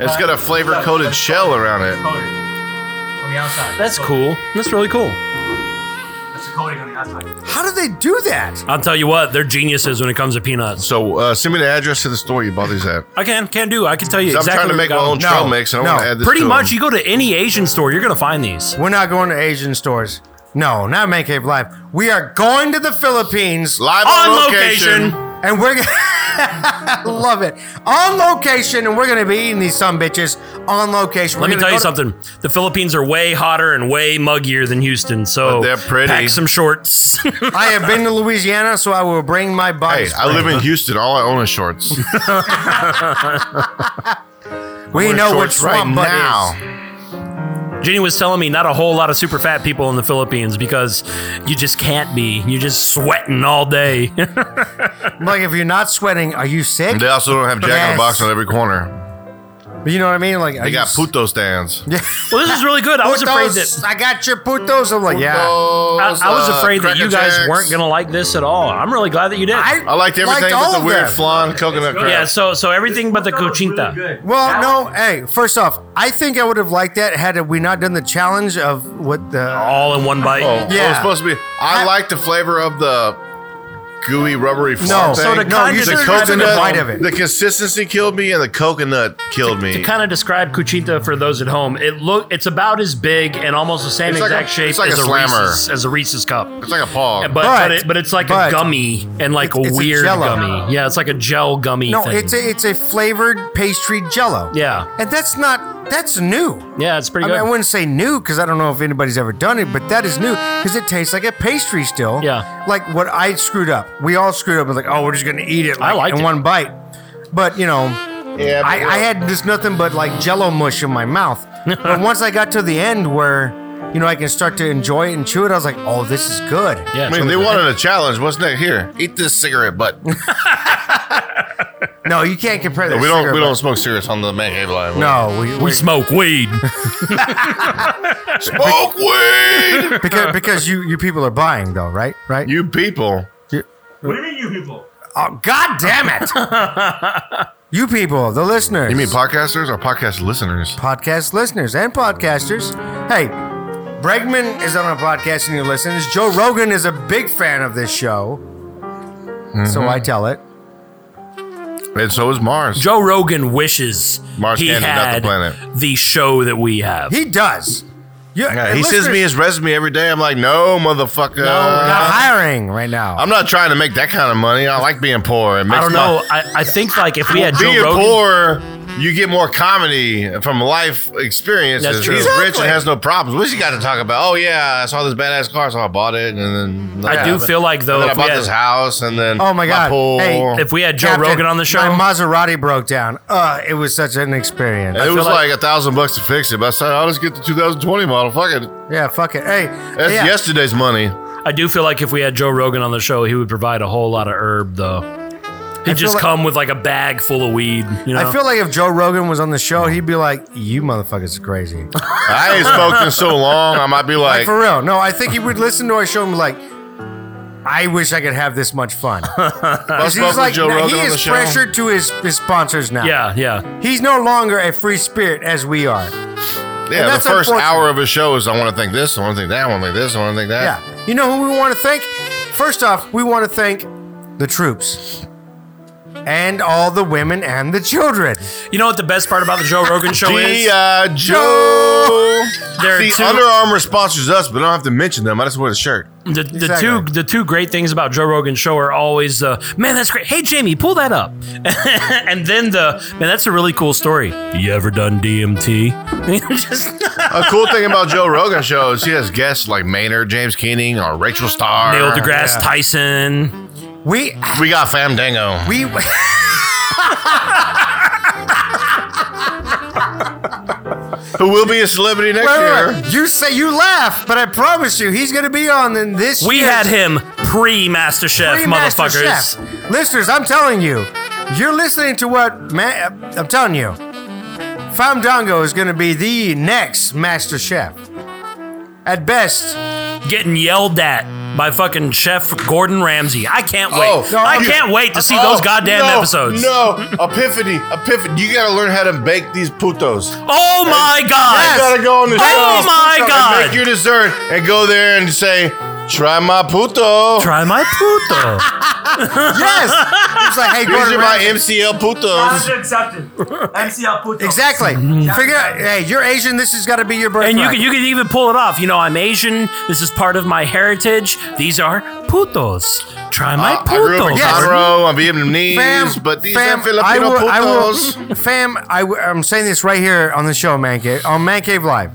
Speaker 4: It's got a flavor coated shell around it.
Speaker 9: Coating on the outside.
Speaker 2: That's
Speaker 9: Coating.
Speaker 2: cool. That's really cool.
Speaker 9: That's the coating on the outside.
Speaker 3: How do they do that?
Speaker 2: I'll tell you what, they're geniuses when it comes to peanuts.
Speaker 4: So uh, send me the address to the store you bought these at.
Speaker 2: I can can do. I can tell you
Speaker 4: 'Cause
Speaker 2: exactly.
Speaker 4: I'm
Speaker 2: where
Speaker 4: trying to make
Speaker 2: we
Speaker 4: my
Speaker 2: got
Speaker 4: own
Speaker 2: them.
Speaker 4: trail
Speaker 3: No,
Speaker 4: mix, and I
Speaker 3: no.
Speaker 4: want to add this
Speaker 2: Pretty
Speaker 4: to
Speaker 2: much,
Speaker 4: them.
Speaker 2: you go to any Asian store, you're gonna find these.
Speaker 3: We're not going to Asian stores. No, not Man Cave Live. We are going to the Philippines
Speaker 4: live
Speaker 2: On
Speaker 4: on
Speaker 2: location.
Speaker 4: location.
Speaker 3: and we're gonna love it on location, and we're gonna be eating these some bitches on location.
Speaker 2: Let
Speaker 3: We're
Speaker 2: me tell
Speaker 3: gonna
Speaker 2: you
Speaker 3: go to-
Speaker 2: something. The Philippines are way hotter and way muggier than Houston, so
Speaker 4: But they're pretty.
Speaker 2: pack some shorts.
Speaker 3: I have been to Louisiana, so I will bring my body.
Speaker 4: Hey, I live in Houston. All I own is shorts.
Speaker 3: we
Speaker 4: Wearing
Speaker 3: know what
Speaker 4: shorts right
Speaker 3: swamp butt
Speaker 4: now.
Speaker 3: is.
Speaker 2: Jenny was telling me not a whole lot of super fat people in the Philippines because you just can't be. You're just sweating all day.
Speaker 3: Like if you're not sweating, are you sick?
Speaker 4: And they also don't have Jack in
Speaker 3: Yes.
Speaker 4: the Box on every corner.
Speaker 3: You know what I mean? Like
Speaker 4: They got puto stands.
Speaker 3: Yeah.
Speaker 2: well, this is really good. I was afraid that
Speaker 3: I got your putos. I'm like, yeah.
Speaker 2: I,
Speaker 4: Putos,
Speaker 2: I was
Speaker 4: uh,
Speaker 2: afraid that
Speaker 4: Cracker
Speaker 2: you guys
Speaker 4: Jacks.
Speaker 2: weren't gonna like this at all. I'm really glad that you did.
Speaker 4: I liked everything
Speaker 3: all
Speaker 4: but
Speaker 3: of
Speaker 4: the weird
Speaker 3: them.
Speaker 4: flan coconut crap.
Speaker 2: yeah, so so everything but the cochinta.
Speaker 3: Well, no. Hey, first off, I think I would have liked that had we not done the challenge of what the.
Speaker 2: all in one bite.
Speaker 4: Oh,
Speaker 3: Yeah.
Speaker 4: yeah. was supposed to be. I,
Speaker 3: I-
Speaker 4: like the flavor of the gooey, rubbery flan.
Speaker 3: No,
Speaker 4: thing.
Speaker 2: So the
Speaker 3: no,
Speaker 2: condiment-
Speaker 3: you just
Speaker 4: the
Speaker 2: Describe
Speaker 3: grabbed a
Speaker 4: coconut,
Speaker 3: bite of it.
Speaker 4: the consistency killed me, and the coconut killed me.
Speaker 2: To kind of describe cochinta for those at home, it look it's about as big and almost the same
Speaker 4: It's like
Speaker 2: exact
Speaker 4: a-
Speaker 2: shape
Speaker 4: it's like
Speaker 2: as
Speaker 4: a
Speaker 2: a,
Speaker 4: slammer.
Speaker 2: Reese's as a Reese's cup.
Speaker 4: it's like a paw.
Speaker 2: But but,
Speaker 3: But-
Speaker 2: it, but it's like
Speaker 3: but
Speaker 2: a gummy and like
Speaker 3: it's-
Speaker 2: a
Speaker 3: it's a
Speaker 2: weird
Speaker 3: Jell-O.
Speaker 2: gummy. Yeah, it's like a gel gummy.
Speaker 3: No,
Speaker 2: thing.
Speaker 3: it's a it's a flavored pastry Jello.
Speaker 2: yeah,
Speaker 3: and that's not that's new.
Speaker 2: yeah, it's pretty
Speaker 3: I,
Speaker 2: good.
Speaker 3: mean, I wouldn't say new because I don't know if anybody's ever done it, but that is new because it tastes like a pastry still.
Speaker 2: Yeah.
Speaker 3: Like what I screwed up. We all screwed up. It's like, oh, we're just going to eat it
Speaker 2: I
Speaker 3: like,
Speaker 2: liked
Speaker 3: in
Speaker 2: it.
Speaker 3: one bite. But, you know,
Speaker 4: yeah,
Speaker 3: I, I had just nothing but like jello mush in my mouth. but once I got to the end where, you know, I can start to enjoy it and chew it, I was like, oh, this is good.
Speaker 2: yeah,
Speaker 4: I
Speaker 2: it's
Speaker 4: mean,
Speaker 2: really
Speaker 4: they
Speaker 2: good.
Speaker 4: wanted a challenge. What's next? Here, eat this cigarette butt. we
Speaker 3: No, you can't compare that.
Speaker 4: don't. We don't smoke cigarettes on the man cave line.
Speaker 3: No, we,
Speaker 2: We
Speaker 3: we
Speaker 2: smoke weed.
Speaker 4: smoke weed.
Speaker 3: because because you you people are buying though, right? Right?
Speaker 4: you people.
Speaker 9: What do you mean, you people?
Speaker 3: oh, God damn it! you people, the listeners.
Speaker 4: You mean podcasters or podcast listeners?
Speaker 3: podcast listeners and podcasters. Hey, Bregman is on a podcast and he listens. Joe Rogan is a big fan of this show. So I tell it.
Speaker 4: And so is Mars.
Speaker 2: Joe Rogan wishes
Speaker 4: Mars
Speaker 2: he
Speaker 4: Canada, not the
Speaker 2: had
Speaker 4: planet.
Speaker 2: the show that we have.
Speaker 3: He does. You-
Speaker 4: Yeah,
Speaker 3: the
Speaker 4: he sends
Speaker 3: listeners-
Speaker 4: me his resume every day. I'm like, no, motherfucker.
Speaker 3: We're not hiring right now.
Speaker 4: I'm not trying to make that kind of money. I like being poor. It makes
Speaker 2: I don't
Speaker 4: my-
Speaker 2: know. I, I think like if we had Joe
Speaker 4: being
Speaker 2: Rogan,
Speaker 4: poor, you get more comedy from life experiences.
Speaker 2: That's true.
Speaker 4: He's rich
Speaker 3: Exactly.
Speaker 4: and has no problems. What's he got to talk about? Oh yeah, I saw this badass car, so I bought it, and then
Speaker 2: I do feel like though
Speaker 4: And then I
Speaker 2: if we,
Speaker 4: bought
Speaker 2: had,
Speaker 4: this house, and then
Speaker 3: Oh my God.
Speaker 4: pool.
Speaker 3: Hey,
Speaker 2: if we had Joe
Speaker 3: Captain,
Speaker 2: Rogan on the show,
Speaker 3: My Maserati broke down. Uh, it was such an experience.
Speaker 4: it was
Speaker 2: feel like-
Speaker 4: like a thousand bucks to fix it, but I said, I'll just get the 2020 model. Fuck it,
Speaker 3: Yeah, fuck it. Hey,
Speaker 4: that's
Speaker 3: yeah.
Speaker 4: yesterday's money.
Speaker 2: I do feel like if we had Joe Rogan on the show, he would provide a whole lot of herb though. He'd
Speaker 3: feel
Speaker 2: just
Speaker 3: like-
Speaker 2: come with like a bag full of weed. You know,
Speaker 3: I feel like if Joe Rogan was on the show, he'd be like, "You motherfuckers are crazy."
Speaker 4: I ain't smoked in so long. I might be
Speaker 3: Like,
Speaker 4: like,
Speaker 3: for real. No, I think he would listen to our show and be like, I wish I could have this much fun. 'Cause
Speaker 4: Buzz
Speaker 3: he's
Speaker 4: Buff
Speaker 3: like,
Speaker 4: with Joe
Speaker 3: now-
Speaker 4: Rogan
Speaker 3: he
Speaker 4: on the
Speaker 3: is
Speaker 4: show.
Speaker 3: pressured to his, his sponsors now.
Speaker 2: Yeah, yeah.
Speaker 3: He's no longer a free spirit as we are.
Speaker 4: Yeah,
Speaker 3: that's
Speaker 4: the first
Speaker 3: unfortunate.
Speaker 4: hour of his show is I want to think this, I want to think that, I want to think this, I want to think that.
Speaker 3: Yeah. You know who we want to thank? First off, we want to thank the troops and all the women and the children.
Speaker 2: You know what the best part about the Joe Rogan show is?
Speaker 3: uh,
Speaker 4: G.I. Joe.
Speaker 2: There are
Speaker 4: See,
Speaker 2: two-
Speaker 4: Under Armour sponsors us, but I don't have to mention them. I just wear the shirt.
Speaker 2: The, the
Speaker 3: Exactly.
Speaker 2: two the two great things about Joe Rogan show are always uh, man that's great hey Jamie pull that up and then the man that's a really cool story you ever done DMT just
Speaker 4: A cool thing about Joe Rogan show is he has guests like Maynard, James Keening, or Rachel Starr.
Speaker 2: Neil deGrasse Tyson
Speaker 3: We
Speaker 4: We got Famdango.
Speaker 3: we
Speaker 4: who will be a celebrity next year.
Speaker 3: you say you laugh, but I promise you he's going to be on in this
Speaker 2: we
Speaker 3: year's
Speaker 2: had him pre MasterChef
Speaker 3: free Master
Speaker 2: motherfuckers
Speaker 3: Chef. Listeners, I'm telling you, you're listening to what man, I'm telling you. Fandango is going to be the next Master Chef. At best,
Speaker 2: getting yelled at by fucking Chef Gordon Ramsay I can't wait
Speaker 4: Oh, no,
Speaker 2: I
Speaker 4: you-
Speaker 2: can't wait to see
Speaker 4: Oh,
Speaker 2: those goddamn
Speaker 4: no,
Speaker 2: episodes
Speaker 4: No, epiphany, epiphany. You got to learn how to bake these putos.
Speaker 2: oh my god
Speaker 4: You got to go on the
Speaker 2: oh
Speaker 4: show.
Speaker 2: my
Speaker 4: and
Speaker 2: god
Speaker 4: Make your dessert and go there and say, try my puto.
Speaker 2: try my puto.
Speaker 3: yes. It's like, hey,
Speaker 4: These
Speaker 3: Gordon
Speaker 4: are my
Speaker 3: Ramsay.
Speaker 4: MCL putos.
Speaker 9: Challenge accepted. MCL Puto.
Speaker 3: Oh, Exactly. Figure out, hey, you're Asian. This has got to be your birthright.
Speaker 2: And you can, you can even pull it off. You know, I'm Asian. This is part of my heritage. These are putos. Try my
Speaker 4: Uh, I- I grew up
Speaker 2: putos.
Speaker 4: in
Speaker 3: Yes.
Speaker 4: Conroe. I'm Vietnamese, but these are Filipino
Speaker 3: I will, I will-
Speaker 4: putos.
Speaker 3: fam, I w- I'm saying this right here on the show, Man Cave, on Man Cave Live.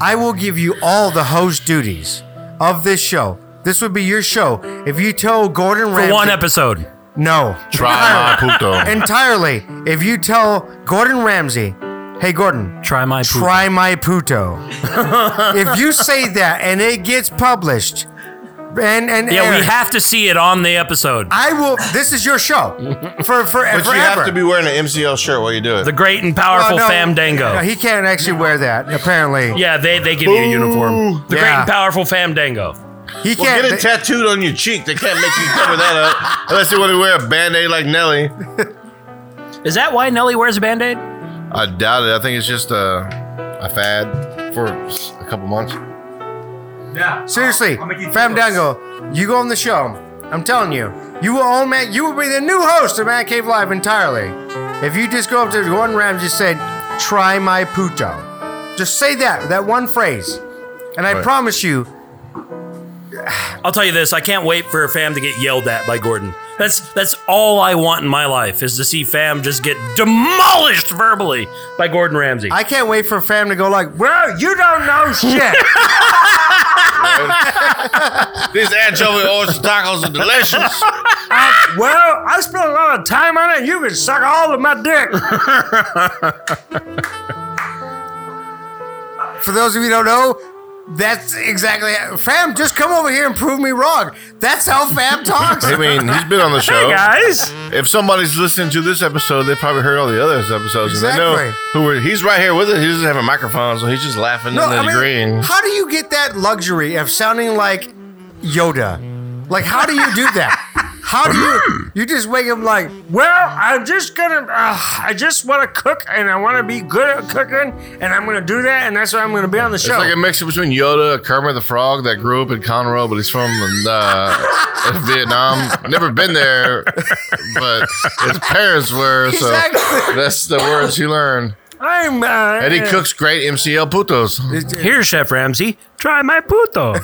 Speaker 3: I will give you all the host duties of this show. This would be your show if you tell Gordon
Speaker 2: For
Speaker 3: Ramsay.
Speaker 2: one episode.
Speaker 3: No.
Speaker 4: Try my puto.
Speaker 3: Entirely. If you tell Gordon Ramsay, hey, Gordon,
Speaker 2: Try my puto.
Speaker 3: try my puto. if you say that and it gets published, and and
Speaker 2: yeah, we
Speaker 3: aired,
Speaker 2: have to see it on the episode.
Speaker 3: I will. This is your show for for
Speaker 4: But
Speaker 3: forever.
Speaker 4: you have to be wearing an MCL shirt while you do it.
Speaker 2: the great and
Speaker 3: Oh,
Speaker 2: powerful
Speaker 3: no,
Speaker 2: Famdango.
Speaker 3: no, he can't actually wear that. Apparently,
Speaker 2: yeah, they, they give you a uniform. The great
Speaker 3: Yeah.
Speaker 2: and powerful Famdango.
Speaker 3: he
Speaker 4: well,
Speaker 3: can't.
Speaker 4: get it tattooed on your cheek. They can't make you cover that up unless you want to wear a band-aid like Nelly.
Speaker 2: Is that why Nelly wears a band aid?
Speaker 4: I doubt it. I think it's just a, a fad for s- a couple months.
Speaker 9: Yeah.
Speaker 3: seriously,
Speaker 9: I'll make you
Speaker 3: Fandango, you go on the show. I'm telling you, you will own Matt. You will be the new host of Matt Cave Live entirely. If you just go up to Gordon Ramsay and say, "Try my puto," just say that that one phrase, and I
Speaker 4: Right.
Speaker 3: promise you,
Speaker 2: I'll tell you this: I can't wait for Fam to get yelled at by Gordon. That's that's all I want in my life is to see Fam just get demolished verbally by Gordon Ramsay.
Speaker 3: I can't wait for Fam to go like, "Well, you don't know shit."
Speaker 4: These anchovy oyster tacos are delicious.
Speaker 3: well, I spent a lot of time on it. You can suck all of my dick. For those of you who don't know, that's exactly Fam. Just come over here and prove me wrong. That's how Fam talks.
Speaker 4: I mean, he's been on the show.
Speaker 2: guys.
Speaker 4: If somebody's listening to this episode, they probably heard all the other episodes, and they know
Speaker 3: Exactly.
Speaker 4: who were. He's right here with us. He doesn't have a microphone, so he's just laughing
Speaker 3: No,
Speaker 4: and
Speaker 3: I mean,
Speaker 4: agreeing.
Speaker 3: how do you get that luxury of sounding like Yoda? Like, how do you do that? How do you? You just wake up like, well, I'm just gonna, uh, I just want to cook and I want to be good at cooking and I'm gonna do that and that's why I'm gonna be on the show.
Speaker 4: It's like a mix between Yoda, Kermit the Frog, that grew up in Conroe, but he's from uh, Vietnam. Never been there, but his parents were. So
Speaker 3: Exactly.
Speaker 4: that's the words he learned.
Speaker 3: I'm. Uh,
Speaker 4: And he cooks great MCL putos.
Speaker 2: Here, Chef Ramsay, try my puto.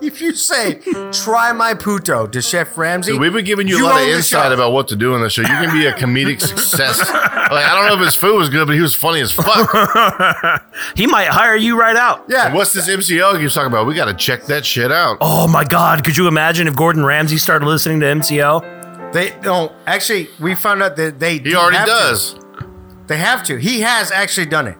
Speaker 3: If you say "try my puto" to Chef Ramsay,
Speaker 4: We've been giving you,
Speaker 3: You
Speaker 4: a lot
Speaker 3: own
Speaker 4: of
Speaker 3: the
Speaker 4: insight
Speaker 3: show.
Speaker 4: about what to do in the show. You can be a comedic success. Like I don't know if his food was good, but he was funny as fuck.
Speaker 2: he might hire you right out.
Speaker 3: yeah,
Speaker 4: What's this MCL keeps talking about? We got to check that shit out.
Speaker 2: Oh my God! Could you imagine if Gordon Ramsay started listening to MCL?
Speaker 3: they don't. Actually, we found out that they
Speaker 4: he
Speaker 3: do
Speaker 4: already
Speaker 3: have to.
Speaker 4: does.
Speaker 3: They have to. He has actually done it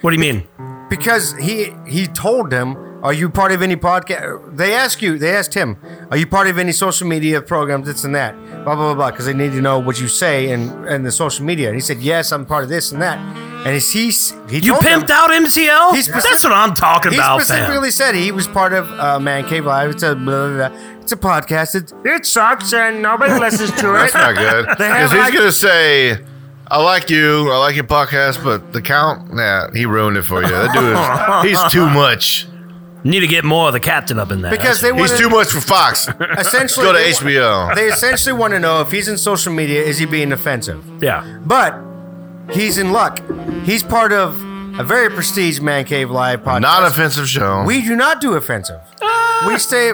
Speaker 2: What do you mean?
Speaker 3: because he he told them Are you part of any podcast? They ask you. They asked him. Are you part of any social media programs? This and that. Blah blah blah blah. Because they need to know what you say and and the social media. And he said, yes, I'm part of this and that. And he's, he's he
Speaker 2: You
Speaker 3: told them-
Speaker 2: pimped out MCL?
Speaker 3: He specif-
Speaker 2: That's what I'm talking
Speaker 3: He
Speaker 2: about, fam.
Speaker 3: specifically said he was part of uh, Man Cave Live. It's a blah, blah, blah. it's a podcast. It, it sucks and nobody listens to it.
Speaker 4: That's not good.
Speaker 3: They have,
Speaker 4: Because he's
Speaker 3: like-
Speaker 4: gonna say, "I like you, I like your podcast," but the count, nah, he ruined it for you. That dude, is, he's too much.
Speaker 2: Need to get more of the captain up in there.
Speaker 3: Because
Speaker 2: That's-
Speaker 3: they
Speaker 4: He's
Speaker 3: wanted,
Speaker 4: too much for Fox.
Speaker 3: essentially
Speaker 4: Go to
Speaker 3: they-
Speaker 4: HBO.
Speaker 3: They essentially want to know if he's in social media, is he being offensive?
Speaker 2: Yeah.
Speaker 3: But he's in luck. He's part of a very prestige Man Cave Live podcast.
Speaker 4: Not Ah. offensive show.
Speaker 3: We do not do offensive. we say,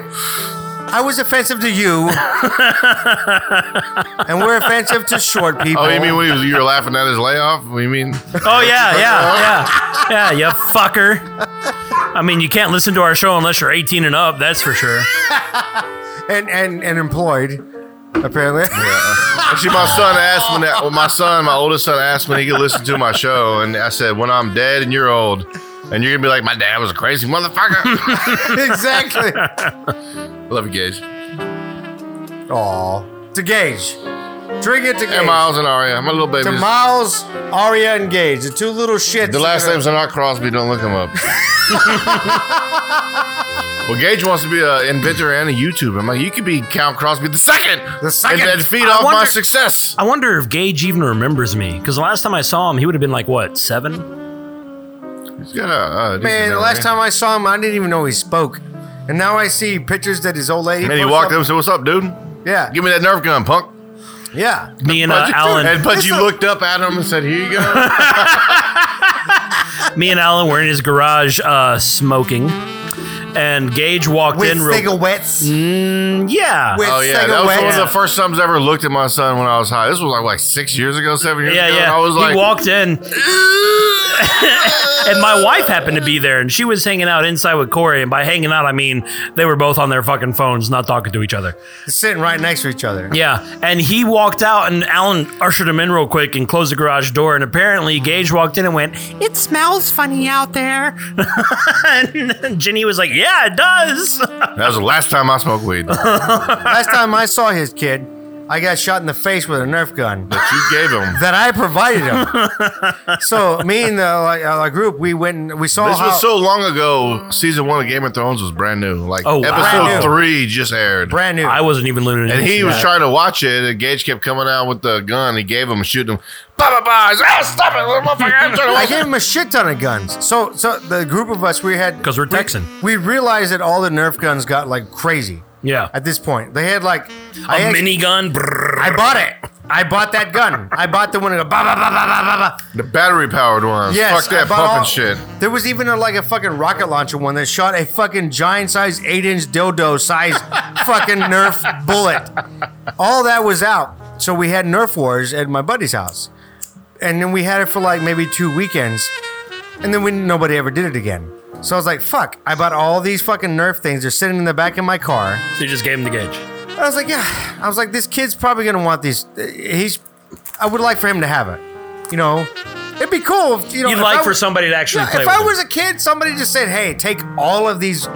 Speaker 3: I was offensive to you. and we're offensive to short people.
Speaker 4: oh, you mean we, you were laughing at his layoff? You mean
Speaker 2: Oh, yeah, yeah, yeah. Yeah, you fucker. I mean, you can't listen to our show unless you're 18 and up, that's for sure.
Speaker 3: and, and, and employed, apparently.
Speaker 4: Actually, my son asked when that, well, my son, my oldest son, asked when he could listen to my show, and I said, "When I'm dead and you're old, and you're gonna be like, my dad was a crazy motherfucker."
Speaker 3: exactly.
Speaker 4: Love you, Gage.
Speaker 3: Aw. To Gage. Drink it to Gage.
Speaker 4: And Miles and Aria, my little
Speaker 3: To
Speaker 4: babies.
Speaker 3: Miles, Aria, and Gage. The two little shits.
Speaker 4: The last names are not Crosby. Don't look them up. well, Gage wants to be an inventor and a YouTuber. I'm like, you could be Count Crosby the second,
Speaker 3: The second.
Speaker 4: and then feed
Speaker 2: I
Speaker 4: off my
Speaker 2: wonder-
Speaker 4: success.
Speaker 2: I wonder if Gage even remembers me. Because the last time I saw him, he would have been like, what, seven?
Speaker 4: He's got a, uh, a
Speaker 3: Man, the last time I saw him, I didn't even know he spoke. And now I see pictures that his old lady.
Speaker 4: and he
Speaker 3: posts
Speaker 4: walked up
Speaker 3: up.
Speaker 4: and said, "What's up, dude?
Speaker 3: Yeah.
Speaker 4: Give me that Nerf gun, punk."
Speaker 3: Yeah.
Speaker 2: Me and uh,
Speaker 4: But you-
Speaker 2: Alan,
Speaker 4: and but you looked up at him and said, "Here you go."
Speaker 2: me and Alan were in his garage uh, smoking, and Gage walked
Speaker 3: With
Speaker 2: in real.
Speaker 3: cigarettes.
Speaker 2: yeah,
Speaker 3: With
Speaker 4: Mm. Oh yeah, that was one of
Speaker 3: cigarettes.
Speaker 4: the first times I ever looked at my son when I was high. This was like like six years ago, seven years
Speaker 2: yeah,
Speaker 4: ago.
Speaker 2: yeah.
Speaker 4: And I was like,
Speaker 2: he walked in, and my wife happened to be there, and she was hanging out inside with Corey. And by hanging out, I mean they were both on their fucking phones, not talking to each other.
Speaker 3: Sitting right next to each other.
Speaker 2: Yeah, and he walked out, and Alan ushered him in real quick and closed the garage door. And apparently, Gage walked in and went, "It smells funny out there." and Jenny was like, "Yeah, it does."
Speaker 4: that was the last time I smoked weed. that
Speaker 3: Last time I saw his kid, I got shot in the face with a Nerf gun
Speaker 4: you gave him.
Speaker 3: that I provided him. so me and the like, our group, we went and we saw
Speaker 4: This
Speaker 3: how
Speaker 4: was so long ago. Season one of Game of Thrones was brand new. Like
Speaker 2: Oh, wow.
Speaker 3: Brand
Speaker 4: episode
Speaker 3: new.
Speaker 4: three just aired,
Speaker 3: brand new.
Speaker 2: I wasn't even looting.
Speaker 4: and he was trying to watch it. And Gage kept coming out with the gun. He gave him, shooting him. Blah blah blah. He's, "Ah, stop it, little motherfucker! I'm trying
Speaker 3: I
Speaker 4: to watch it."
Speaker 3: gave him a shit ton of guns. So, so the group of us, we had
Speaker 2: 'Cause we're
Speaker 3: we-
Speaker 2: Texan.
Speaker 3: We, realized that all the Nerf guns got like crazy
Speaker 2: yeah,
Speaker 3: at this point. They had like
Speaker 2: a
Speaker 3: I actually-
Speaker 2: minigun. brrr.
Speaker 3: I bought it. I bought that gun. I bought the one that go ba ba ba ba ba ba ba.
Speaker 4: The battery powered ones.
Speaker 3: Yes,
Speaker 4: Fuck that
Speaker 3: I bought
Speaker 4: pumping
Speaker 3: all-
Speaker 4: shit.
Speaker 3: There was even a, like a fucking rocket launcher one that shot a fucking giant size eight inch dildo size fucking Nerf bullet. All that was out. So we had Nerf wars at my buddy's house, and then we had it for like maybe two weekends, and then we, nobody ever did it again. So I was like, "Fuck!" I bought all these fucking Nerf things. They're sitting in the back of my car.
Speaker 2: So you just gave him the Gage.
Speaker 3: I was like, yeah. I was like, this kid's probably gonna want these. He's. I would like for him to have it. You know, it'd be cool. If, you know,
Speaker 2: You'd
Speaker 3: if
Speaker 2: like
Speaker 3: I
Speaker 2: for
Speaker 3: was-
Speaker 2: somebody to actually
Speaker 3: Yeah,
Speaker 2: play
Speaker 3: If
Speaker 2: with
Speaker 3: I
Speaker 2: him.
Speaker 3: was a kid, somebody just said, "Hey, take all of these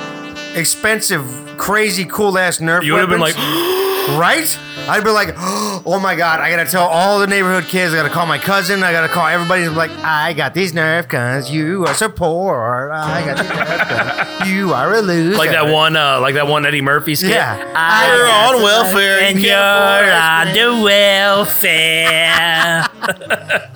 Speaker 3: expensive, crazy, cool ass Nerf."
Speaker 2: You would have been like,
Speaker 3: weapons," right? I'd be like, "Oh my god, I gotta tell all the neighborhood kids. I gotta call my cousin. I gotta call everybody." I'm like, "I got these Nerf guns. You are so poor. I got these Nerf guns. You are a loser."
Speaker 2: like that one, uh, like that one Eddie Murphy skit.
Speaker 3: Yeah.
Speaker 2: You're
Speaker 3: I-
Speaker 2: on welfare and you're on the welfare.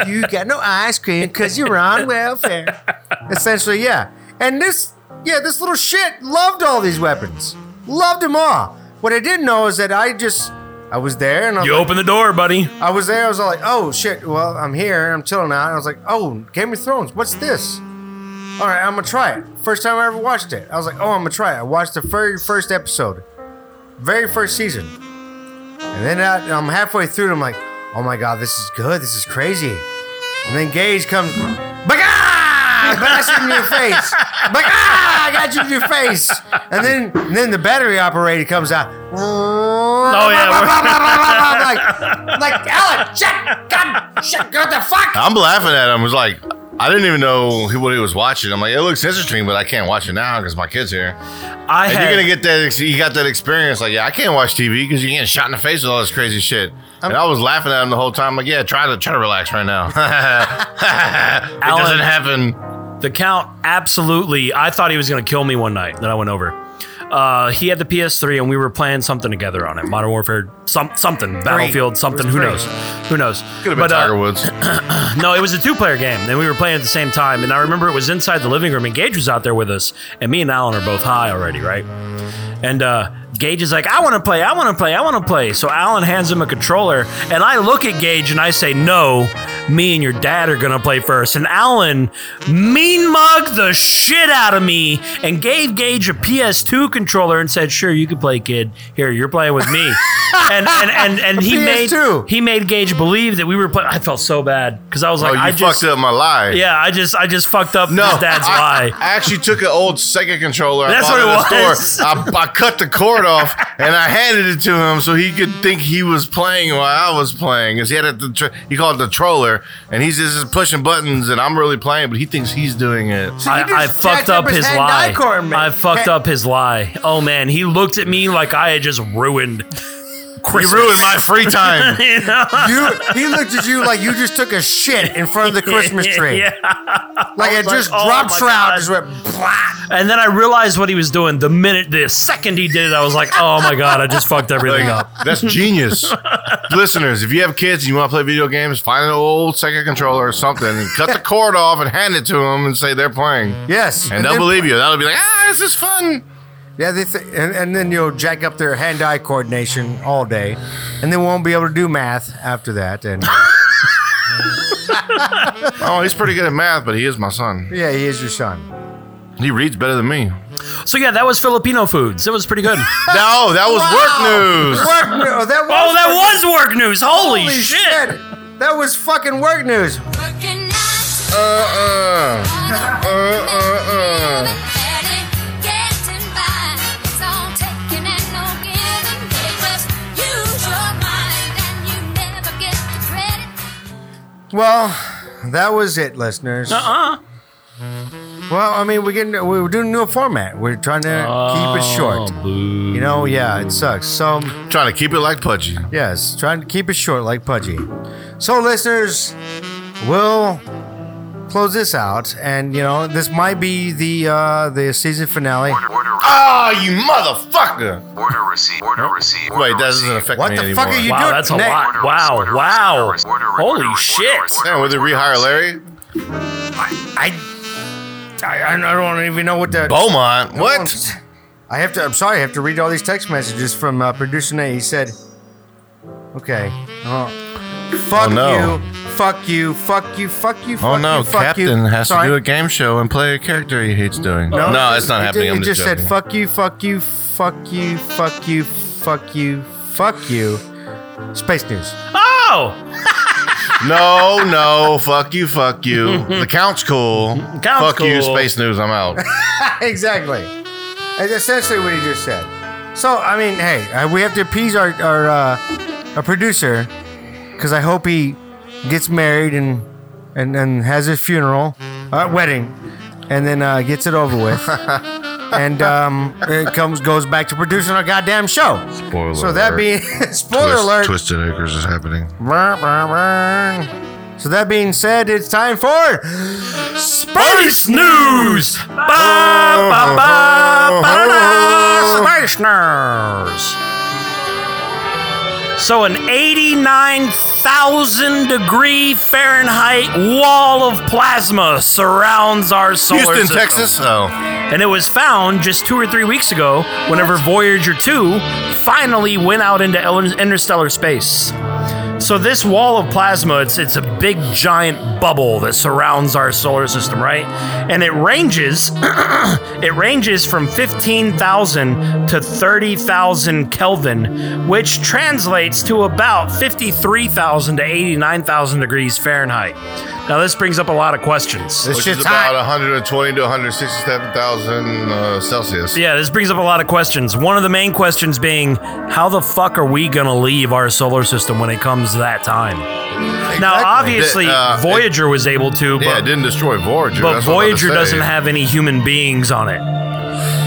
Speaker 3: you got no ice cream because you're on welfare. Essentially, yeah. And this, yeah, this little shit loved all these weapons, loved them all. What I didn't know is that I just, I was there and I was,
Speaker 2: you open the door, buddy.
Speaker 3: I was there. I was all like, oh shit. Well, I'm here. I'm chilling out. And I was like, oh, Game of Thrones. What's this? All right, I'm gonna try it. First time I ever watched it. I was like, oh, I'm gonna try it. I watched the very first episode, very first season, and then I, I'm halfway through. And I'm like, oh my god, this is good. This is crazy. And then Gage comes, "Baga!" but I shoot in your face. Baga! I got you in your face. And then, and then the battery operator comes out. Oh
Speaker 2: yeah,
Speaker 3: like, like Alan, shit, God, shit, what the fuck?
Speaker 4: I'm laughing at him. It's like, I didn't even know who- what he was watching. I'm like, it looks interesting, but I can't watch it now because my kid's here.
Speaker 2: I
Speaker 4: And
Speaker 2: had,
Speaker 4: you're gonna get that. ex- You got that experience. Like, yeah, I can't watch TV because you get shot in the face with all this crazy shit. and I was laughing at him the whole time. Like, yeah, try to try to relax right now. it
Speaker 2: Alan-
Speaker 4: doesn't happen.
Speaker 2: The count absolutely. I thought he was going to kill me one night that I went over. Uh, he had the PS3 and we were playing something together on it. Modern Warfare, some, something, Battlefield, something. Who
Speaker 3: three.
Speaker 2: knows? Who knows?
Speaker 4: Could have been
Speaker 2: But, uh,
Speaker 4: Tiger Woods.
Speaker 2: no, it was a two-player game, and we were playing at the same time. And I remember it was inside the living room, and Gage was out there with us, and me and Alan are both high already, right? And uh, Gage is like, "I want to play, I want to play, I want to play." So Alan hands him a controller, and I look at Gage and I say, "No, me and your dad are gonna play first. And Alan mean mugged the shit out of me and gave Gage a PS2 controller and said, "Sure, you can play, kid. Here, you're playing with me." and and and, and he
Speaker 3: PS2.
Speaker 2: made he made Gage believe that we were playing. I felt so bad because I was
Speaker 4: oh,
Speaker 2: like,
Speaker 4: you
Speaker 2: I
Speaker 4: fucked
Speaker 2: just,
Speaker 4: up my lie.
Speaker 2: yeah, I just, I just fucked up
Speaker 4: No,
Speaker 2: his dad's
Speaker 4: I,
Speaker 2: lie.
Speaker 4: I actually took an old Sega controller.
Speaker 2: That's
Speaker 4: I bought
Speaker 2: what
Speaker 4: at
Speaker 2: it
Speaker 4: a
Speaker 2: was.
Speaker 4: Store. I, I cut the cord off and I handed it to him so he could think he was playing while I was playing. Cause he had a, tr- he called it the troller, and he's just pushing buttons, and I'm really playing, but he thinks he's doing it.
Speaker 2: I,
Speaker 3: just
Speaker 2: I fucked
Speaker 3: jacked up
Speaker 2: up
Speaker 3: his
Speaker 2: his
Speaker 3: hand
Speaker 2: lie.
Speaker 3: eye coordinate.
Speaker 2: I fucked up his lie. Oh man, he looked at me like I had just ruined
Speaker 4: You
Speaker 2: Christmas.
Speaker 4: ruined my free time.
Speaker 2: You know?
Speaker 3: You, he looked at you like you just took a shit in front of the Christmas tree.
Speaker 2: Yeah.
Speaker 3: Like it just
Speaker 2: like, oh
Speaker 3: dropped
Speaker 2: my
Speaker 3: shroud,
Speaker 2: God.
Speaker 3: just went blah.
Speaker 2: And then I realized what he was doing the minute, the second he did it. I was like, oh my god, I just fucked everything
Speaker 4: Like,
Speaker 2: up.
Speaker 4: that's genius. Listeners, if you have kids and you want to play video games, find an old Sega controller or something and cut the cord off and hand it to them and say they're playing.
Speaker 3: Yes,
Speaker 4: Mm-hmm. And they'll
Speaker 3: then-
Speaker 2: E.
Speaker 4: believe you. That'll be like, ah, this is fun.
Speaker 3: Yeah, they th- and, and then you'll jack up their hand-eye coordination all day, and they won't be able to do math after that. And
Speaker 4: Oh, he's pretty good at math, but he is my son.
Speaker 3: yeah, he is your son.
Speaker 4: He reads better than me.
Speaker 2: So yeah, that was Filipino foods. It was pretty good. oh,
Speaker 4: No, that was work news.
Speaker 3: Work news. Oh, that was
Speaker 2: that was work news. Holy,
Speaker 3: Holy
Speaker 2: shit.
Speaker 3: shit! That was fucking work news.
Speaker 8: Working nine to
Speaker 4: Uh, uh,
Speaker 8: five.
Speaker 4: uh, uh, uh.
Speaker 8: Barely getting by. It's all taking and no giving. They just use your mind and you never get the credit.
Speaker 3: Well, that was it, listeners.
Speaker 2: Uh-uh.
Speaker 3: Well, I mean, we're getting we we're doing a new format. We're trying to keep
Speaker 2: Oh,
Speaker 3: it short. You know, yeah, it sucks. So
Speaker 4: uh, Trying to keep it like Pudgy.
Speaker 3: yes, trying to keep it short like Pudgy. So listeners, we'll close this out, and you know, this might be the uh the season finale.
Speaker 4: Oh, you motherfucker.
Speaker 10: Order receipt. Order receipt. Order
Speaker 4: Wait, that doesn't affect
Speaker 3: What
Speaker 4: me
Speaker 3: the
Speaker 4: anymore.
Speaker 3: fuck are you-
Speaker 2: Wow,
Speaker 3: do it
Speaker 2: that's a
Speaker 3: next-
Speaker 2: lot. Wow, wow. Holy shit.
Speaker 4: Damn, would they rehire Larry?
Speaker 3: I I, I don't even know what the
Speaker 4: Beaumont? What?
Speaker 3: I have to. I'm sorry. I have to read all these text messages from uh, producer Nate. He said, "Okay, oh, fuck
Speaker 4: Oh, no.
Speaker 3: you, fuck you, fuck you, fuck you, fuck
Speaker 4: Oh
Speaker 3: you,
Speaker 4: no,
Speaker 3: fuck
Speaker 4: Captain
Speaker 3: you."
Speaker 4: has
Speaker 3: Sorry.
Speaker 4: to do a game show and play a character he hates doing. No, it's not
Speaker 3: it
Speaker 4: happening.
Speaker 3: did-
Speaker 4: I'm
Speaker 3: it
Speaker 4: just,
Speaker 3: just said,
Speaker 4: joking.
Speaker 3: "Fuck you, fuck you, fuck you, fuck you, fuck you, fuck you." Space news.
Speaker 2: Oh,
Speaker 4: No, no, fuck you, fuck you. the count's cool.
Speaker 2: Count's
Speaker 4: fuck you,
Speaker 2: cool.
Speaker 4: Space News. I'm out.
Speaker 3: exactly. That's essentially what he just said. So I mean, hey, uh, we have to appease our our, uh, our producer because I hope he gets married and and and has his funeral, uh, wedding, and then uh, gets it over with. and um, it comes goes back to producing our goddamn show.
Speaker 4: Spoiler
Speaker 3: so that
Speaker 4: alert.
Speaker 3: being spoiler alert.
Speaker 4: Twisted Acres is happening.
Speaker 3: Brr, brr, brr. So that being said, it's time for
Speaker 2: space news. Ba, ba, ba,
Speaker 4: Oh.
Speaker 2: ba, da, da.
Speaker 3: Space News.
Speaker 2: So an 89,000 degree Fahrenheit wall of plasma surrounds our solar
Speaker 4: Houston,
Speaker 2: system.
Speaker 4: Texas. Oh,
Speaker 2: And it was found just two or three weeks ago whenever Voyager 2 finally went out into el- interstellar space. So this wall of plasma, it's it's a big giant bubble that surrounds our solar system, right? And it ranges it ranges from 15,000 to 30,000 Kelvin, which translates to about 53,000 to 89,000 degrees Fahrenheit. Now this brings up a lot of questions.
Speaker 3: This
Speaker 4: which is
Speaker 3: shit's
Speaker 4: about
Speaker 3: hot.
Speaker 4: 120 to 167,000 uh, Celsius.
Speaker 2: Yeah, this brings up a lot of questions. One of the main questions being, how the fuck are we gonna leave our solar system when it comes that time. Now,
Speaker 4: Exactly.
Speaker 2: obviously,
Speaker 4: Did, uh,
Speaker 2: Voyager was able to,
Speaker 4: Yeah, it
Speaker 2: but,
Speaker 4: didn't destroy Voyager.
Speaker 2: but
Speaker 4: that's what I'm about to
Speaker 2: Voyager
Speaker 4: say.
Speaker 2: doesn't have any human beings on it.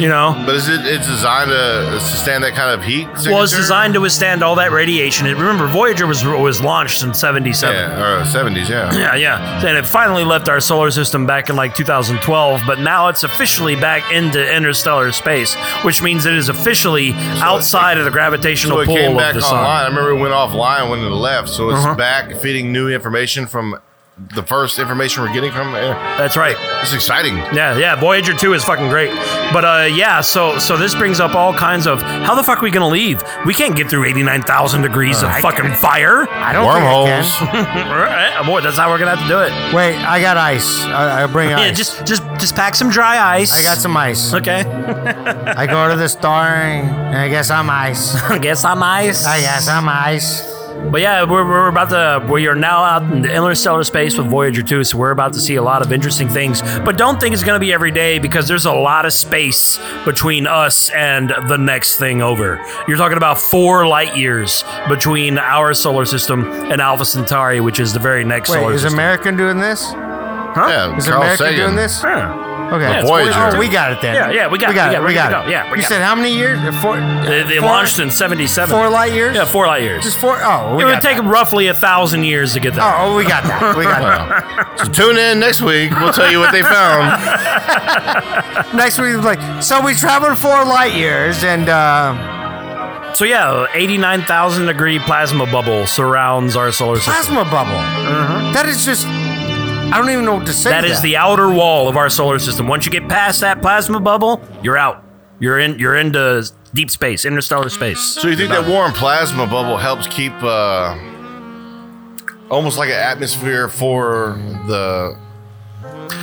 Speaker 2: You know?
Speaker 4: But is it? It's designed to sustain that kind of heat. Signature?
Speaker 2: Well, it's designed to withstand all that radiation. And remember, Voyager was was launched in 77.
Speaker 4: Yeah, or seventies. Yeah.
Speaker 2: Yeah, yeah. And it finally left our solar system back in like 2012, but now it's officially back into interstellar space, which means it is officially outside of the gravitational
Speaker 4: So it
Speaker 2: pull
Speaker 4: came
Speaker 2: of
Speaker 4: back
Speaker 2: the
Speaker 4: online.
Speaker 2: sun.
Speaker 4: I remember it went offline when it left, so
Speaker 3: Uh-huh.
Speaker 4: it's back feeding new information from the first information we're getting from. Yeah,
Speaker 2: That's right.
Speaker 4: it's exciting.
Speaker 2: Yeah, yeah. Voyager 2 is fucking great. But uh yeah, so so this brings up all kinds of how the fuck are we going to leave? We can't get through 89,000 degrees of fucking fire.
Speaker 3: I don't
Speaker 4: Wormholes.
Speaker 3: think I
Speaker 2: Right? Boy, that's how we're going to have to do it.
Speaker 3: can. Wait, I got ice. I, I bring ice.
Speaker 2: Yeah, just just just pack some dry ice.
Speaker 3: I got some ice.
Speaker 2: Okay.
Speaker 3: I go to the store and I guess I'm ice.
Speaker 2: I guess I'm ice.
Speaker 3: I guess I'm ice.
Speaker 2: But yeah, we're, we're about to, we are now out in the interstellar space with Voyager 2, so we're about to see a lot of interesting things. But don't think it's going to be every day because there's a lot of space between us and the next thing over. You're talking about four light years between our solar system and Alpha Centauri, which is the very next
Speaker 3: Wait,
Speaker 2: solar
Speaker 3: is
Speaker 2: system.
Speaker 3: American doing this?
Speaker 4: Yeah,
Speaker 3: Is
Speaker 4: Carl
Speaker 3: America
Speaker 4: Sagan.
Speaker 3: doing this?
Speaker 2: Yeah.
Speaker 3: Okay.
Speaker 2: Yeah, it's
Speaker 4: Voyager.
Speaker 3: Oh, we got it then.
Speaker 2: Yeah, yeah, we got it, we
Speaker 3: we got it.
Speaker 2: got it,
Speaker 3: We
Speaker 2: we
Speaker 3: got
Speaker 2: got
Speaker 3: it.
Speaker 2: it. Yeah, we
Speaker 3: You
Speaker 2: got
Speaker 3: said
Speaker 2: it.
Speaker 3: how many years? Uh, Four.
Speaker 2: They, they
Speaker 3: four-
Speaker 2: launched in 77.
Speaker 3: Four light years.
Speaker 2: Yeah, four light years.
Speaker 3: Just four. Oh, we
Speaker 2: it would
Speaker 3: got
Speaker 2: take
Speaker 3: That.
Speaker 2: roughly a thousand years to get there.
Speaker 3: Oh, oh, we got that. We got that.
Speaker 4: Wow. So tune in next week. We'll tell you what they found.
Speaker 3: Next week, like, so we traveled four light years, and uh,
Speaker 2: So yeah, 89,000 degree plasma bubble surrounds our solar system.
Speaker 3: plasma bubble. That is just. I don't even know what to say.
Speaker 2: Uh-huh. That
Speaker 3: to
Speaker 2: is the outer wall of our solar system. Once you get past that plasma bubble, you're out. You're in. You're into deep space, interstellar space.
Speaker 4: So you think that warm plasma bubble helps keep uh, almost like an atmosphere for the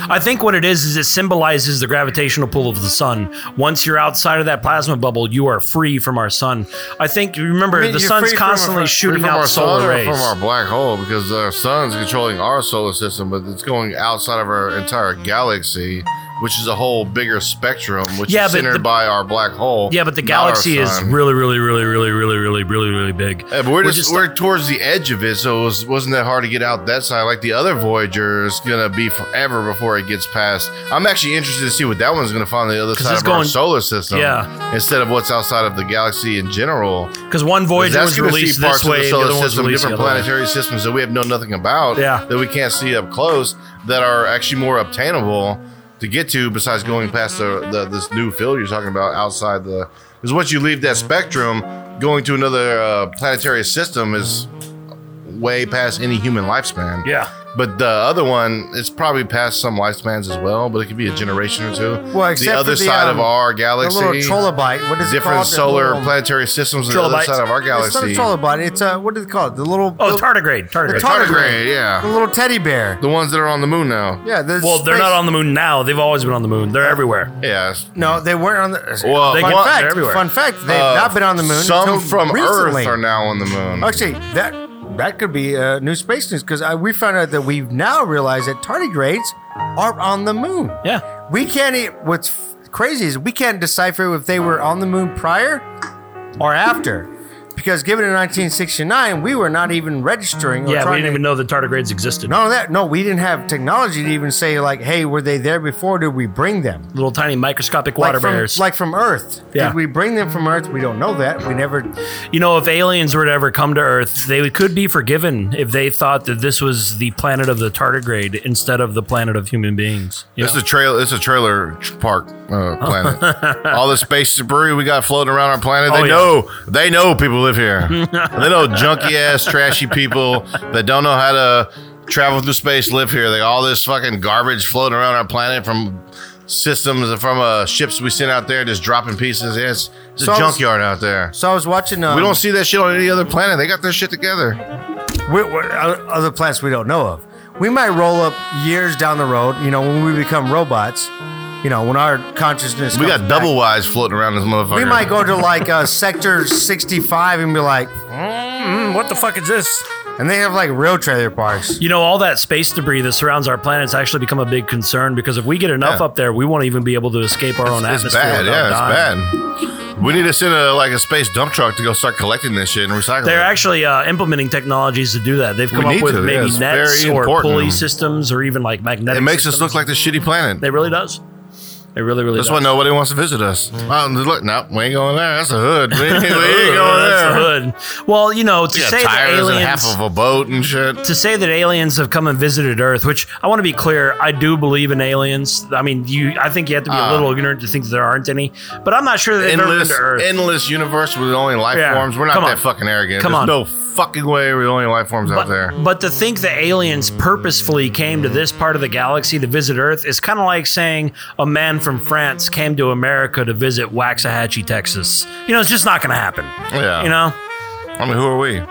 Speaker 2: I think what it is is it symbolizes the gravitational pull of the sun. Once you're outside of that plasma bubble, you are free from our sun. I think. Remember,
Speaker 3: I mean,
Speaker 2: the
Speaker 3: you're
Speaker 2: sun's
Speaker 3: free from-
Speaker 2: constantly
Speaker 3: free
Speaker 2: shooting
Speaker 4: from
Speaker 2: out
Speaker 4: our
Speaker 2: solar
Speaker 4: sun or
Speaker 2: rays.
Speaker 4: from our black hole because our sun's controlling our solar system, but it's going outside of our entire galaxy, which is a whole bigger spectrum, which
Speaker 2: Yeah,
Speaker 4: is
Speaker 2: but
Speaker 4: centered
Speaker 2: the-
Speaker 4: by our black hole.
Speaker 2: yeah, but the
Speaker 4: not our
Speaker 2: galaxy is
Speaker 4: sun.
Speaker 2: really, really, really, really, really, really, really, really big.
Speaker 4: Yeah, but we're, just, we're towards the edge of it, so it was, wasn't that hard to get out that side. Like the other Voyager is gonna be forever before it gets past. I'm actually interested to see what that one's gonna find on the other
Speaker 2: 'Cause
Speaker 4: side
Speaker 2: it's
Speaker 4: of our
Speaker 2: going-
Speaker 4: solar system,
Speaker 2: Yeah.
Speaker 4: instead of what's outside of the galaxy in general.
Speaker 2: because one Voyager
Speaker 4: That's
Speaker 2: was
Speaker 4: gonna
Speaker 2: released
Speaker 4: see parts
Speaker 2: this
Speaker 4: of
Speaker 2: way,
Speaker 4: the
Speaker 2: the
Speaker 4: solar
Speaker 2: other one was
Speaker 4: system,
Speaker 2: released the
Speaker 4: different
Speaker 2: other way.
Speaker 4: planetary systems that we have known nothing about,
Speaker 2: Yeah.
Speaker 4: that we can't see up close, that are actually more obtainable to get to besides going past the, the this new field you're talking about outside the. Because once you leave that spectrum, going to another uh, planetary system is way past any human lifespan.
Speaker 2: Yeah.
Speaker 4: But the other one, it's probably past some lifespans as well, but it could be a generation or two.
Speaker 3: Well, except
Speaker 4: the other
Speaker 3: for the,
Speaker 4: side
Speaker 3: um,
Speaker 4: of our
Speaker 3: The
Speaker 4: galaxy,
Speaker 3: little trollobite. What is it
Speaker 4: different
Speaker 3: called? The
Speaker 4: solar
Speaker 3: little-
Speaker 4: planetary systems on the other
Speaker 2: Trilobites.
Speaker 4: side of our
Speaker 3: It's not
Speaker 4: galaxy.
Speaker 3: a trollobite. It's a what do they call it? The little.
Speaker 2: Oh,
Speaker 3: the-
Speaker 2: tardigrade. Tardigrade.
Speaker 3: The tar- Tardigrade.
Speaker 4: Tardigrade,
Speaker 3: The
Speaker 4: yeah.
Speaker 3: little teddy bear.
Speaker 4: The ones that are on the moon now.
Speaker 3: Yeah. the
Speaker 2: well, they're
Speaker 3: space-
Speaker 2: not on the moon now. They've always been on the moon. They're everywhere.
Speaker 4: Yeah.
Speaker 3: No, they weren't on the.
Speaker 4: Well,
Speaker 2: They
Speaker 3: fun
Speaker 2: can-
Speaker 3: fact.
Speaker 2: they're everywhere.
Speaker 3: Fun fact. They've
Speaker 4: uh,
Speaker 3: not been on the moon.
Speaker 4: Some
Speaker 3: until
Speaker 4: from
Speaker 3: recently.
Speaker 4: Earth are now on the moon.
Speaker 3: Actually, that that could be uh, new space news because we found out that we now realize that tardigrades are on the moon.
Speaker 2: Yeah.
Speaker 3: We can't. e- What's f- crazy is we can't decipher if they were on the moon prior or after, because given in 1969, we were not even registering. Or
Speaker 2: Yeah, we
Speaker 3: trying
Speaker 2: didn't
Speaker 3: to,
Speaker 2: even know that tardigrades existed.
Speaker 3: None of that. No, we didn't have technology to even say like, "Hey, were they there before? Did we bring them?"
Speaker 2: Little tiny microscopic water
Speaker 3: like from,
Speaker 2: bears.
Speaker 3: like from Earth.
Speaker 2: Yeah.
Speaker 3: Did we bring them from Earth? We don't know that. We never.
Speaker 2: you know, if aliens were to ever come to Earth, they could be forgiven if they thought that this was the planet of the tardigrade instead of the planet of human beings. You
Speaker 4: It's
Speaker 2: know?
Speaker 4: a trail. It's a trailer tr- park uh, planet. All the space debris we got floating around our planet. They
Speaker 2: Oh, yeah.
Speaker 4: know. They know people live here. they know junky ass, trashy people that don't know how to travel through space live here. They all this fucking garbage floating around our planet from systems and from uh, ships we sent out there, just dropping pieces. Yeah, It's, it's
Speaker 3: So
Speaker 4: a
Speaker 3: I was-
Speaker 4: junkyard out there.
Speaker 3: So I was watching. Um,
Speaker 4: We don't see that shit on any other planet. They got their shit together.
Speaker 3: we, we, uh, other planets we don't know of. We might roll up years down the road, you know, when we become robots, you know, when our consciousness.
Speaker 4: We
Speaker 3: comes
Speaker 4: got double
Speaker 3: back,
Speaker 4: wise floating around this motherfucker.
Speaker 3: We might go to like uh, sector 65 and be like, mm, what the fuck is this? And they have like real trailer parks.
Speaker 2: You know, all that space debris that surrounds our planet's actually become a big concern because if we get enough
Speaker 4: Yeah.
Speaker 2: up there, we won't even be able to escape our own
Speaker 4: It's
Speaker 2: atmosphere.
Speaker 4: bad.
Speaker 2: without
Speaker 4: Yeah,
Speaker 2: dying.
Speaker 4: it's bad. We need to send a like a space dump truck to go start collecting this shit and recycling.
Speaker 2: They're
Speaker 4: it.
Speaker 2: actually uh, implementing technologies to do that. They've come up
Speaker 4: need
Speaker 2: with
Speaker 4: to, yeah,
Speaker 2: maybe
Speaker 4: it's
Speaker 2: nets
Speaker 4: very
Speaker 2: or
Speaker 4: important.
Speaker 2: pulley systems or even like magnetic.
Speaker 4: It makes us
Speaker 2: systems.
Speaker 4: look like this shitty planet.
Speaker 2: It really does. It really, really
Speaker 4: That's
Speaker 2: does.
Speaker 4: why nobody wants to visit us. Oh, look, no, we ain't going there. That's a hood. We ain't, we ain't
Speaker 2: Ugh,
Speaker 4: going
Speaker 2: that's
Speaker 4: there.
Speaker 2: the hood. Well, you know, to
Speaker 4: You got
Speaker 2: say that
Speaker 4: tires and
Speaker 2: aliens
Speaker 4: half of a boat and shit.
Speaker 2: to say that aliens have come and visited Earth, which I want to be clear, I do believe in aliens. I mean, you, I think you have to be a little ignorant to think that there aren't any, but I'm not sure that they've ever been
Speaker 4: Uh. Endless,
Speaker 2: to Earth.
Speaker 4: endless universe with only life
Speaker 2: Yeah,
Speaker 4: forms. We're not
Speaker 2: come
Speaker 4: that
Speaker 2: on.
Speaker 4: fucking arrogant.
Speaker 2: Come
Speaker 4: There's
Speaker 2: on.
Speaker 4: no fucking way we're the only life forms out there.
Speaker 2: but, but to think that aliens purposefully came to this part of the galaxy to visit Earth is kind of like saying a man from France came to America to visit Waxahachie, Texas. You know, it's just not going to happen.
Speaker 4: Yeah.
Speaker 2: You know,
Speaker 4: I mean, who are we?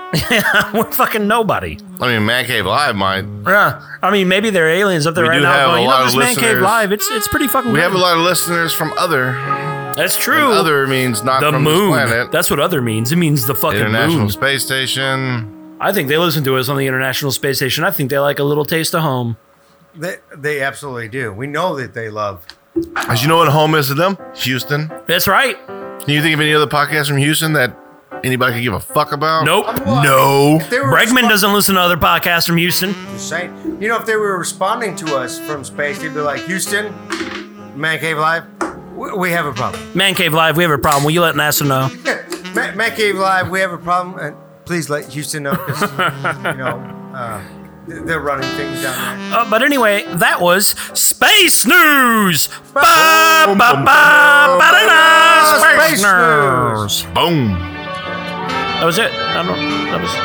Speaker 2: we're fucking nobody.
Speaker 4: I mean, Man Cave Live might.
Speaker 2: Yeah. I mean, maybe there are aliens up there
Speaker 4: We
Speaker 2: right
Speaker 4: do
Speaker 2: now
Speaker 4: have
Speaker 2: going,
Speaker 4: a
Speaker 2: you
Speaker 4: lot
Speaker 2: know,
Speaker 4: of
Speaker 2: this man cave
Speaker 4: listeners.
Speaker 2: live. It's it's pretty fucking
Speaker 4: We
Speaker 2: good.
Speaker 4: have a lot of listeners from other.
Speaker 2: That's true.
Speaker 4: Other means not
Speaker 2: the
Speaker 4: from
Speaker 2: moon.
Speaker 4: this planet.
Speaker 2: That's what other means. It means the fucking
Speaker 4: International
Speaker 2: moon.
Speaker 4: Space Station.
Speaker 2: I think they listen to us on the International Space Station. I think they like a little taste of home.
Speaker 3: They, they absolutely do. We know that they love.
Speaker 4: As you know what home is to them? Houston.
Speaker 2: That's right.
Speaker 4: Can you think of any other podcast from Houston that anybody could give a fuck about?
Speaker 2: Nope.
Speaker 4: No.
Speaker 3: If they were
Speaker 2: Bregman
Speaker 3: respon-
Speaker 2: doesn't listen to other podcasts from Houston.
Speaker 3: Just saying. You know, if they were responding to us from space, they'd be like, Houston, Man Cave Live, we, we have a problem.
Speaker 2: Man Cave Live, we have a problem. Will you let NASA know?
Speaker 3: Man, Man Cave Live, we have a problem. And please let Houston know 'cause, you know, uh, th- they're running things down there.
Speaker 2: Uh, but anyway, that was Space News. Ba, ba, ba, ba, da, da,
Speaker 3: Space
Speaker 2: Space News.
Speaker 4: Boom.
Speaker 2: That was it. I don't. That was.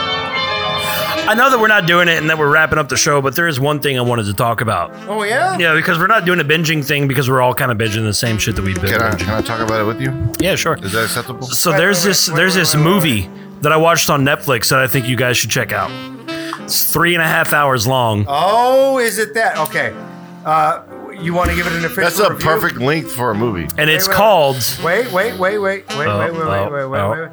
Speaker 2: I know that we're not doing it and that we're wrapping up the show, but there is one thing I wanted to talk about.
Speaker 3: Oh, yeah?
Speaker 2: Yeah, because we're not doing a binging thing because we're all kind of binging the same shit that we've been
Speaker 4: Can I,
Speaker 2: binging.
Speaker 4: can I talk about it with you?
Speaker 2: Yeah, sure.
Speaker 4: Is that acceptable?
Speaker 2: So
Speaker 3: Wait,
Speaker 2: there's
Speaker 3: wait, wait,
Speaker 2: this
Speaker 3: wait,
Speaker 2: there's
Speaker 3: wait,
Speaker 2: this
Speaker 3: wait, wait,
Speaker 2: movie that I watched on Netflix that I think you guys should check out. It's three and a half hours long.
Speaker 3: Oh, is it that? Okay. Uh, you want to give it an official
Speaker 4: That's a
Speaker 3: review?
Speaker 4: perfect length for a movie.
Speaker 2: And it's
Speaker 3: wait.
Speaker 2: called
Speaker 3: Wait, wait, wait, wait, wait, wait,
Speaker 2: Oh,
Speaker 3: wait, wait,
Speaker 2: oh,
Speaker 3: wait, wait,
Speaker 2: oh,
Speaker 3: wait,
Speaker 2: oh,
Speaker 3: wait,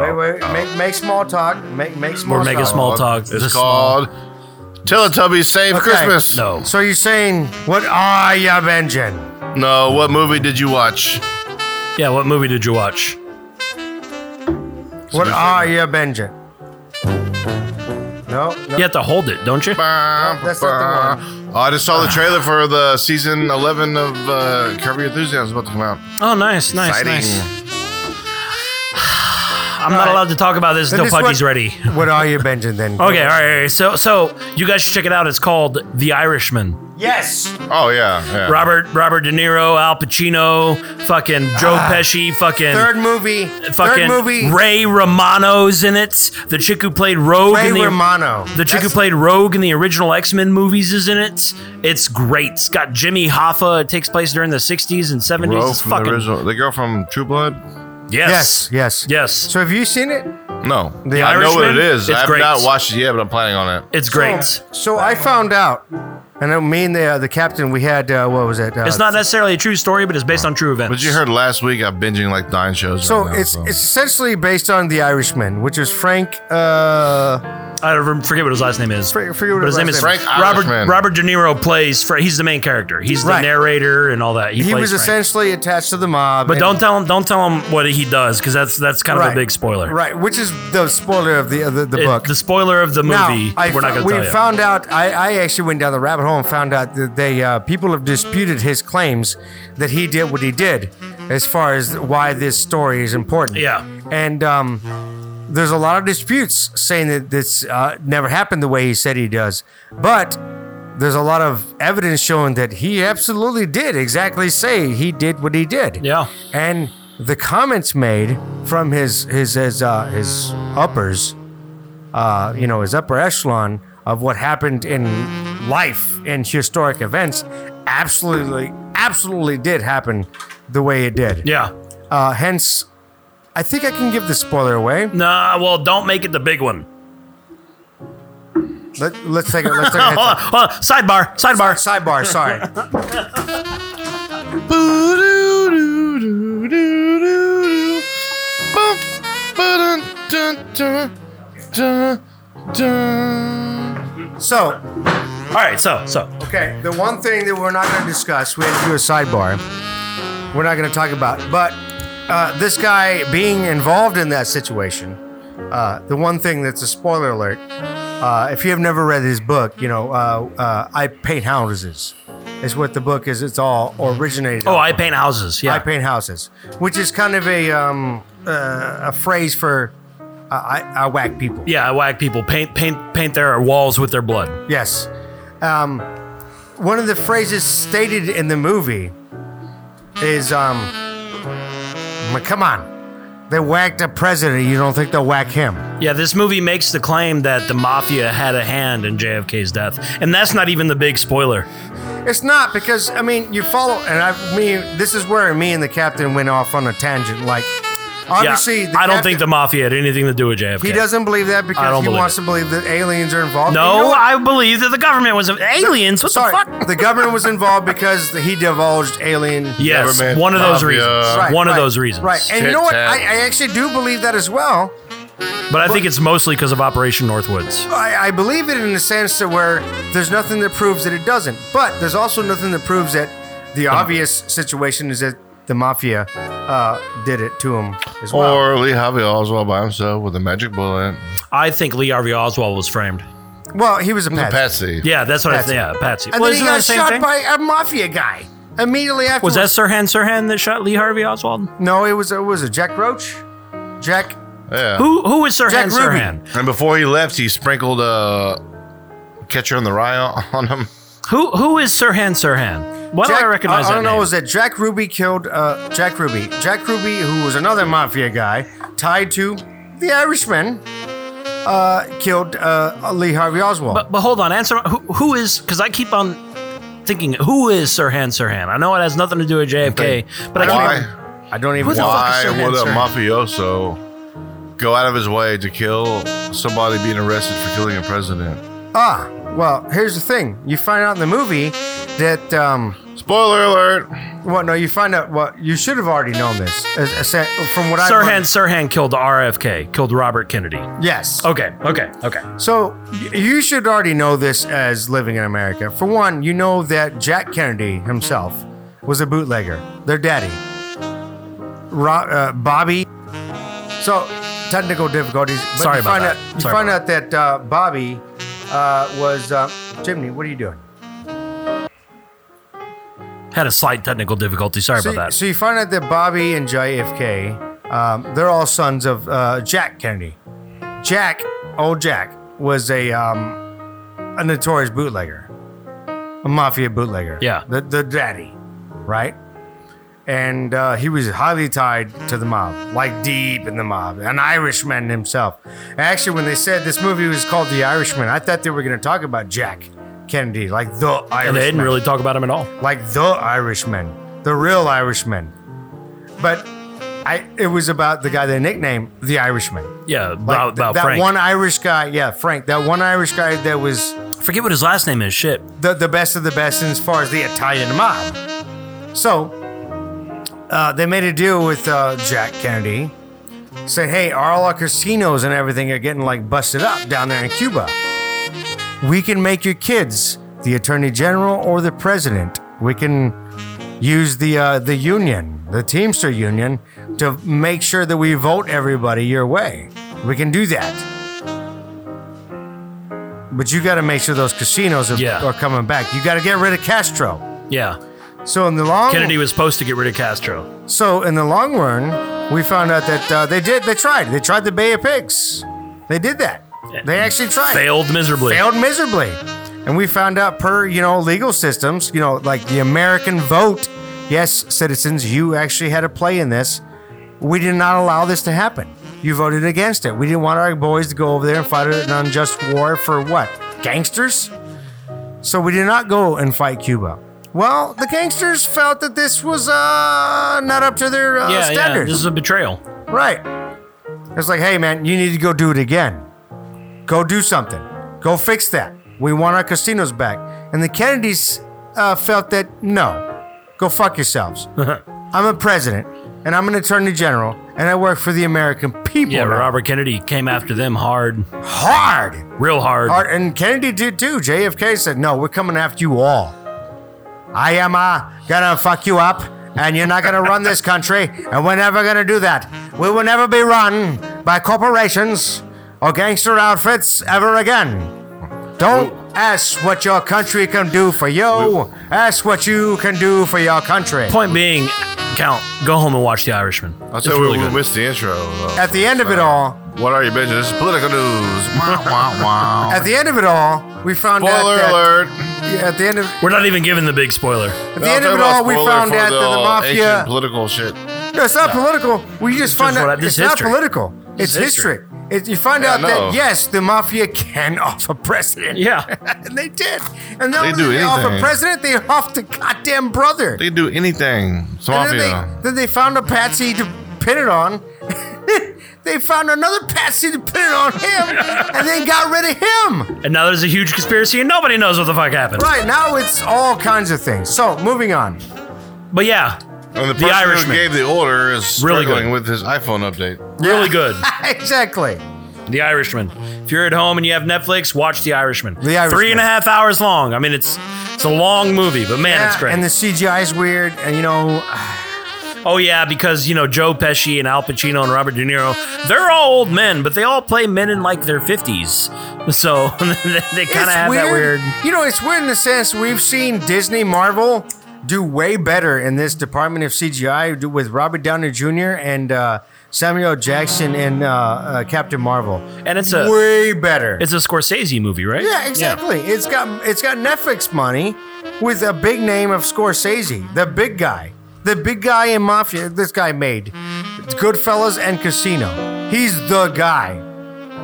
Speaker 2: oh,
Speaker 3: wait.
Speaker 2: oh.
Speaker 3: Make, make small talk. Make, make small.
Speaker 2: We're making
Speaker 3: talk.
Speaker 2: small talk.
Speaker 4: It's
Speaker 2: Just small-
Speaker 4: called Teletubbies Save
Speaker 3: Okay.
Speaker 4: Christmas.
Speaker 2: No.
Speaker 3: So you're saying, what are you binging?
Speaker 4: No, what movie did you watch?
Speaker 2: Yeah, what movie did you watch?
Speaker 3: What are you binging? No, no.
Speaker 2: You have to hold it, don't you?
Speaker 4: Bah,
Speaker 3: that's not the
Speaker 4: bah. Oh, I just saw the trailer for the season 11 of uh, Curb Your Enthusiasm is about to come out.
Speaker 2: Oh, nice, nice,
Speaker 4: Exciting.
Speaker 2: nice. I'm not allowed to talk about this
Speaker 3: Then
Speaker 2: until
Speaker 3: this one-
Speaker 2: Pudgy's ready.
Speaker 3: What are you binging then?
Speaker 2: Okay, all right, all right. So, so you guys should check it out. It's called The Irishman.
Speaker 3: Yes.
Speaker 4: Oh, yeah. yeah.
Speaker 2: Robert Robert De Niro, Al Pacino, fucking Joe Pesci, fucking
Speaker 3: Ah, Third movie.
Speaker 2: fucking
Speaker 3: Third movie.
Speaker 2: Ray Romano's in it. The chick who played Rogue
Speaker 3: Ray
Speaker 2: in the
Speaker 3: Romano.
Speaker 2: The chick who
Speaker 3: That's-
Speaker 2: played Rogue in the original X Men movies is in it. It's great. It's got Jimmy Hoffa. It takes place during the 60s and 70s.
Speaker 4: Rogue
Speaker 2: it's
Speaker 4: from the
Speaker 2: fucking.
Speaker 4: original- the girl from True Blood?
Speaker 2: yes.
Speaker 3: Yes. Yes.
Speaker 2: Yes.
Speaker 3: So have you seen it?
Speaker 4: No.
Speaker 3: The
Speaker 4: I know what it
Speaker 2: Irishman?
Speaker 4: is.
Speaker 2: It's
Speaker 4: I have
Speaker 2: great.
Speaker 4: not watched it yet, but I'm planning on it.
Speaker 2: it's great.
Speaker 3: So I found out, and I mean the uh, the captain. We had uh, what was it? Uh,
Speaker 2: it's not necessarily a true story, but it's based on true events.
Speaker 4: But you heard last week I'm binging like nine shows.
Speaker 3: So
Speaker 4: right now,
Speaker 3: it's it's essentially based on The Irishman, which is Frank. Uh,
Speaker 2: I don't forget what his last name is.
Speaker 3: Fra- forget what
Speaker 2: But
Speaker 3: his
Speaker 2: his name
Speaker 3: last
Speaker 2: is
Speaker 3: name
Speaker 4: is. Frank
Speaker 2: Robert
Speaker 4: Irishman.
Speaker 2: Robert De Niro plays. Fra- he's the main character. He's
Speaker 3: Right.
Speaker 2: the narrator and all that. He,
Speaker 3: he
Speaker 2: plays
Speaker 3: was
Speaker 2: Frank.
Speaker 3: essentially attached to the mob.
Speaker 2: But
Speaker 3: and-
Speaker 2: don't tell him. Don't tell him what he does because that's that's kind of a big spoiler.
Speaker 3: Right, which is the spoiler of the of the, the
Speaker 2: It-
Speaker 3: book.
Speaker 2: the spoiler of the
Speaker 3: Now,
Speaker 2: movie.
Speaker 3: I
Speaker 2: we're not
Speaker 3: fo-
Speaker 2: going
Speaker 3: we
Speaker 2: to tell you.
Speaker 3: found out. I, I actually went down the rabbit hole and found out that they uh, people have disputed his claims that he did what he did, as far as why this story is important.
Speaker 2: Yeah.
Speaker 3: and um, there's a lot of disputes saying that this uh, never happened the way he said he does, but. There's a lot of evidence showing that he absolutely did exactly say he did what he did
Speaker 2: yeah.
Speaker 3: and the comments made from his his his uh, his uppers, uh, you know, his upper echelon of what happened in life and historic events, absolutely, absolutely did happen the way it did.
Speaker 2: Yeah.
Speaker 3: Uh, hence, I think I can give the spoiler away.
Speaker 2: Nah. Well, don't make it the big one.
Speaker 3: Let, let's take it. Let's take
Speaker 2: Hold on,
Speaker 3: it.
Speaker 2: hold on. Uh, Sidebar. Sidebar.
Speaker 3: Sidebar. Sorry.
Speaker 4: Boo-doo-doo-doo-doo-doo. Bum, ba-dun, dun, dun, dun.
Speaker 3: dun. So,
Speaker 2: All right, so so
Speaker 3: Okay, the one thing that we're not going to discuss, we had to do a sidebar. We're not going to talk about, but uh, this guy being involved in that situation. Uh, the one thing that's a spoiler alert. Uh, if you have never read his book, you know, uh, uh, I paint houses is what the book is. It's all originated.
Speaker 2: oh,
Speaker 3: off
Speaker 2: I
Speaker 3: of.
Speaker 2: paint houses. Yeah,
Speaker 3: I paint houses, which is kind of a um, uh, a phrase for uh, I, I whack people.
Speaker 2: yeah, I whack people. Paint paint paint their walls with their blood.
Speaker 3: Yes. Um, one of the phrases stated in the movie is, um, "Well, come on, they whacked the president. You don't think they'll whack him?
Speaker 2: Yeah, this movie makes the claim that the mafia had a hand in JFK's death, and that's not even the big spoiler.
Speaker 3: It's not because, I mean, you follow, and I mean, this is where me and the captain went off on a tangent. Like,
Speaker 2: Yeah,
Speaker 3: obviously, the
Speaker 2: I don't
Speaker 3: captain-
Speaker 2: think the mafia had anything to do with JFK.
Speaker 3: He doesn't believe that
Speaker 2: I
Speaker 3: because
Speaker 2: don't
Speaker 3: he
Speaker 2: believe
Speaker 3: wants
Speaker 2: it.
Speaker 3: to believe that aliens are involved.
Speaker 2: No,
Speaker 3: You know what?
Speaker 2: I believe that the government was aliens. What
Speaker 3: Sorry,
Speaker 2: the fuck?
Speaker 3: the government was involved because he divulged alien
Speaker 2: Yes,
Speaker 4: Government,
Speaker 2: one of those
Speaker 4: mafia.
Speaker 2: reasons.
Speaker 3: Right,
Speaker 2: one
Speaker 3: right,
Speaker 2: of those reasons.
Speaker 3: Right. And you know what? I,
Speaker 4: Tic-tac.
Speaker 3: I actually do believe that as well.
Speaker 2: But I think it's mostly because of Operation Northwoods.
Speaker 3: I, I believe it in the sense that where there's nothing that proves that it doesn't. But there's also nothing that proves that the obvious situation is that the mafia uh, did it to him as well.
Speaker 4: Or Lee Harvey Oswald by himself with a magic bullet.
Speaker 2: I think Lee Harvey Oswald was framed.
Speaker 3: well, he was a patsy.
Speaker 4: Patsy.
Speaker 2: Yeah, that's what I
Speaker 3: Patsy.
Speaker 2: think. Yeah, Patsy.
Speaker 3: And
Speaker 2: Well,
Speaker 3: then
Speaker 2: isn't
Speaker 3: he
Speaker 2: that
Speaker 3: got
Speaker 2: the same
Speaker 3: shot
Speaker 2: thing?
Speaker 3: by a mafia guy immediately after.
Speaker 2: was that Sirhan Sirhan that shot Lee Harvey Oswald?
Speaker 3: No, it was it was a Jack Roach. Jack.
Speaker 4: Yeah.
Speaker 2: Who who was Sirhan
Speaker 3: Jack Ruby.
Speaker 2: Sirhan?
Speaker 4: And before he left, he sprinkled uh, Catcher in the Rye on him.
Speaker 2: Who who is Sirhan Sirhan? Why
Speaker 3: Jack,
Speaker 2: do I recognize
Speaker 3: I,
Speaker 2: that
Speaker 3: don't
Speaker 2: name?
Speaker 3: know. Is that Jack Ruby killed uh, Jack Ruby? Jack Ruby, who was another mafia guy tied to the Irishman, uh, killed uh, Lee Harvey Oswald.
Speaker 2: But, but hold on, answer my- who, who is because I keep on thinking who is Sirhan Sirhan? I know it has nothing to do with JFK, but I
Speaker 4: Why?
Speaker 2: can't.
Speaker 3: I don't even.
Speaker 2: Who the
Speaker 3: know.
Speaker 2: fuck
Speaker 4: Why
Speaker 2: is Sirhan
Speaker 4: would a
Speaker 2: Sirhan?
Speaker 4: mafioso go out of his way to kill somebody being arrested for killing a president?
Speaker 3: Ah, well, here's the thing. You find out in the movie that um,
Speaker 4: Spoiler alert!
Speaker 3: well, no, you find out well, you should have already known this. As, as, from what I
Speaker 2: Sirhan Sirhan killed RFK, killed Robert Kennedy.
Speaker 3: yes.
Speaker 2: Okay, okay, okay.
Speaker 3: So y- you should already know this as living in America. For one, you know that Jack Kennedy himself was a bootlegger. Their daddy, Ro- uh, Bobby. So technical difficulties. But
Speaker 2: Sorry
Speaker 3: you
Speaker 2: about
Speaker 3: find
Speaker 2: that.
Speaker 3: Out, you
Speaker 2: Sorry
Speaker 3: find
Speaker 2: about
Speaker 3: out that uh, Bobby uh, was uh, Jimmy. What are you doing?
Speaker 2: Had a slight technical difficulty. Sorry
Speaker 3: so,
Speaker 2: about that.
Speaker 3: so you find out that Bobby and JFK, um, they're all sons of uh, Jack Kennedy. Jack, old Jack, was a um, a notorious bootlegger, a mafia bootlegger.
Speaker 2: Yeah.
Speaker 3: the the daddy, right? And uh, he was highly tied to the mob, like deep in the mob, an Irishman himself. Actually, when they said this movie was called The Irishman, I thought they were going to talk about Jack Kennedy, like the Irishman
Speaker 2: and they didn't really talk about him at all.
Speaker 3: like the Irishman, the real Irishman. But I, it was about the guy they nicknamed the Irishman.
Speaker 2: Yeah, about,
Speaker 3: Like
Speaker 2: about
Speaker 3: that
Speaker 2: Frank.
Speaker 3: one Irish guy, yeah, Frank. That one Irish guy that was
Speaker 2: Forget what his last name is. Shit.
Speaker 3: the, the best of the best as far as the Italian mob. So uh, they made a deal with uh, Jack Kennedy, said, "Hey, all our casinos and everything are getting like busted up down there in Cuba. We can make your kids the attorney general or the president. We can use the uh, the union, the Teamster union, to make sure that we vote everybody your way. We can do that." But you got to make sure those casinos are,
Speaker 2: Yeah.
Speaker 3: are coming back. You got to get rid of Castro.
Speaker 2: Yeah.
Speaker 3: So in the long
Speaker 2: Kennedy was supposed to get rid of Castro.
Speaker 3: so in the long run, we found out that uh, they did. They tried. They tried the Bay of Pigs. They did that. They actually tried.
Speaker 2: Failed miserably.
Speaker 3: Failed miserably. And we found out per you know legal systems, you know, like the American vote. Yes, citizens, you actually had a play in this. We did not allow this to happen. You voted against it. We didn't want our boys to go over there and fight an unjust war for what? Gangsters? So we did not go and fight Cuba. Well, the gangsters felt that this was uh, not up to their uh,
Speaker 2: Yeah, yeah.
Speaker 3: standards.
Speaker 2: This is a betrayal.
Speaker 3: Right. It's like, hey, man, you need to go do it again. Go do something. Go fix that. We want our casinos back. And the Kennedys uh, felt that no, go fuck yourselves. I'm a president. and I'm an attorney general, and I work for the American people.
Speaker 2: Yeah,
Speaker 3: now.
Speaker 2: Robert Kennedy came after them hard,
Speaker 3: Hard.
Speaker 2: real hard.
Speaker 3: Hard. And Kennedy did too. JFK said, "No, we're coming after you all. I am uh, gonna fuck you up, and you're not gonna run this country, and we're never gonna do that. We will never be run by corporations or gangster outfits ever again. Don't ask what your country can do for you. Ask what you can do for your country."
Speaker 2: Point being, Count, go home and watch The Irishman.
Speaker 4: I'll tell you, what, we missed the intro. though.
Speaker 3: At the end of it all,
Speaker 4: What are you bitches? This is political news. Wow, wow, wow.
Speaker 3: at the end of it all, we found
Speaker 4: Spoiler
Speaker 3: out that
Speaker 4: alert.
Speaker 3: at the end of
Speaker 2: We're not even giving the big spoiler.
Speaker 3: at the end of it all, we found out that the mafia
Speaker 4: political shit.
Speaker 3: No, it's not political. We just find
Speaker 2: just what I-
Speaker 3: out
Speaker 2: this
Speaker 3: it's
Speaker 2: is
Speaker 3: not
Speaker 2: history.
Speaker 3: political. It's history.
Speaker 2: history.
Speaker 3: It, you find
Speaker 4: Yeah, I
Speaker 3: out that
Speaker 4: know.
Speaker 3: yes, the mafia can off a president.
Speaker 2: Yeah.
Speaker 3: and they did. And not
Speaker 4: They
Speaker 3: only
Speaker 4: do
Speaker 3: did they off a
Speaker 4: anything.
Speaker 3: president, they offed the goddamn brother.
Speaker 4: They can do anything. It's
Speaker 3: and then
Speaker 4: mafia.
Speaker 3: they, then they found a patsy to pin it on. they found another patsy to pin it on him, and then got rid of him.
Speaker 2: And now there's a huge conspiracy and nobody knows what the fuck happened.
Speaker 3: Right now, it's all kinds of things. So moving on.
Speaker 2: But yeah,
Speaker 4: and
Speaker 2: The
Speaker 4: the person
Speaker 2: Irishman.
Speaker 4: who gave the order is
Speaker 2: Really
Speaker 4: really struggling with his iPhone update.
Speaker 2: really good.
Speaker 3: exactly.
Speaker 2: The Irishman. If you're at home and you have Netflix, watch The Irishman.
Speaker 3: The Irishman.
Speaker 2: Three and a half hours long. I mean, it's it's a long movie, but man, it's
Speaker 3: Yeah,
Speaker 2: great.
Speaker 3: And the CGI is weird, and you know,
Speaker 2: oh yeah, because you know Joe Pesci and Al Pacino and Robert De Niro, they're all old men, but they all play men in like their fifties. So they kind of
Speaker 3: It's
Speaker 2: have that weird.
Speaker 3: You know, it's weird in the sense we've seen Disney, Marvel do way better in this department of CGI do- with Robert Downey Jr. and uh, Samuel Jackson in uh, uh, Captain Marvel.
Speaker 2: And it's a-
Speaker 3: way better.
Speaker 2: It's a Scorsese movie, right?
Speaker 3: yeah, exactly. It's got it's got Netflix money with a big name of Scorsese, the big guy, the big guy in Mafia. This guy made Goodfellas and Casino. He's the guy.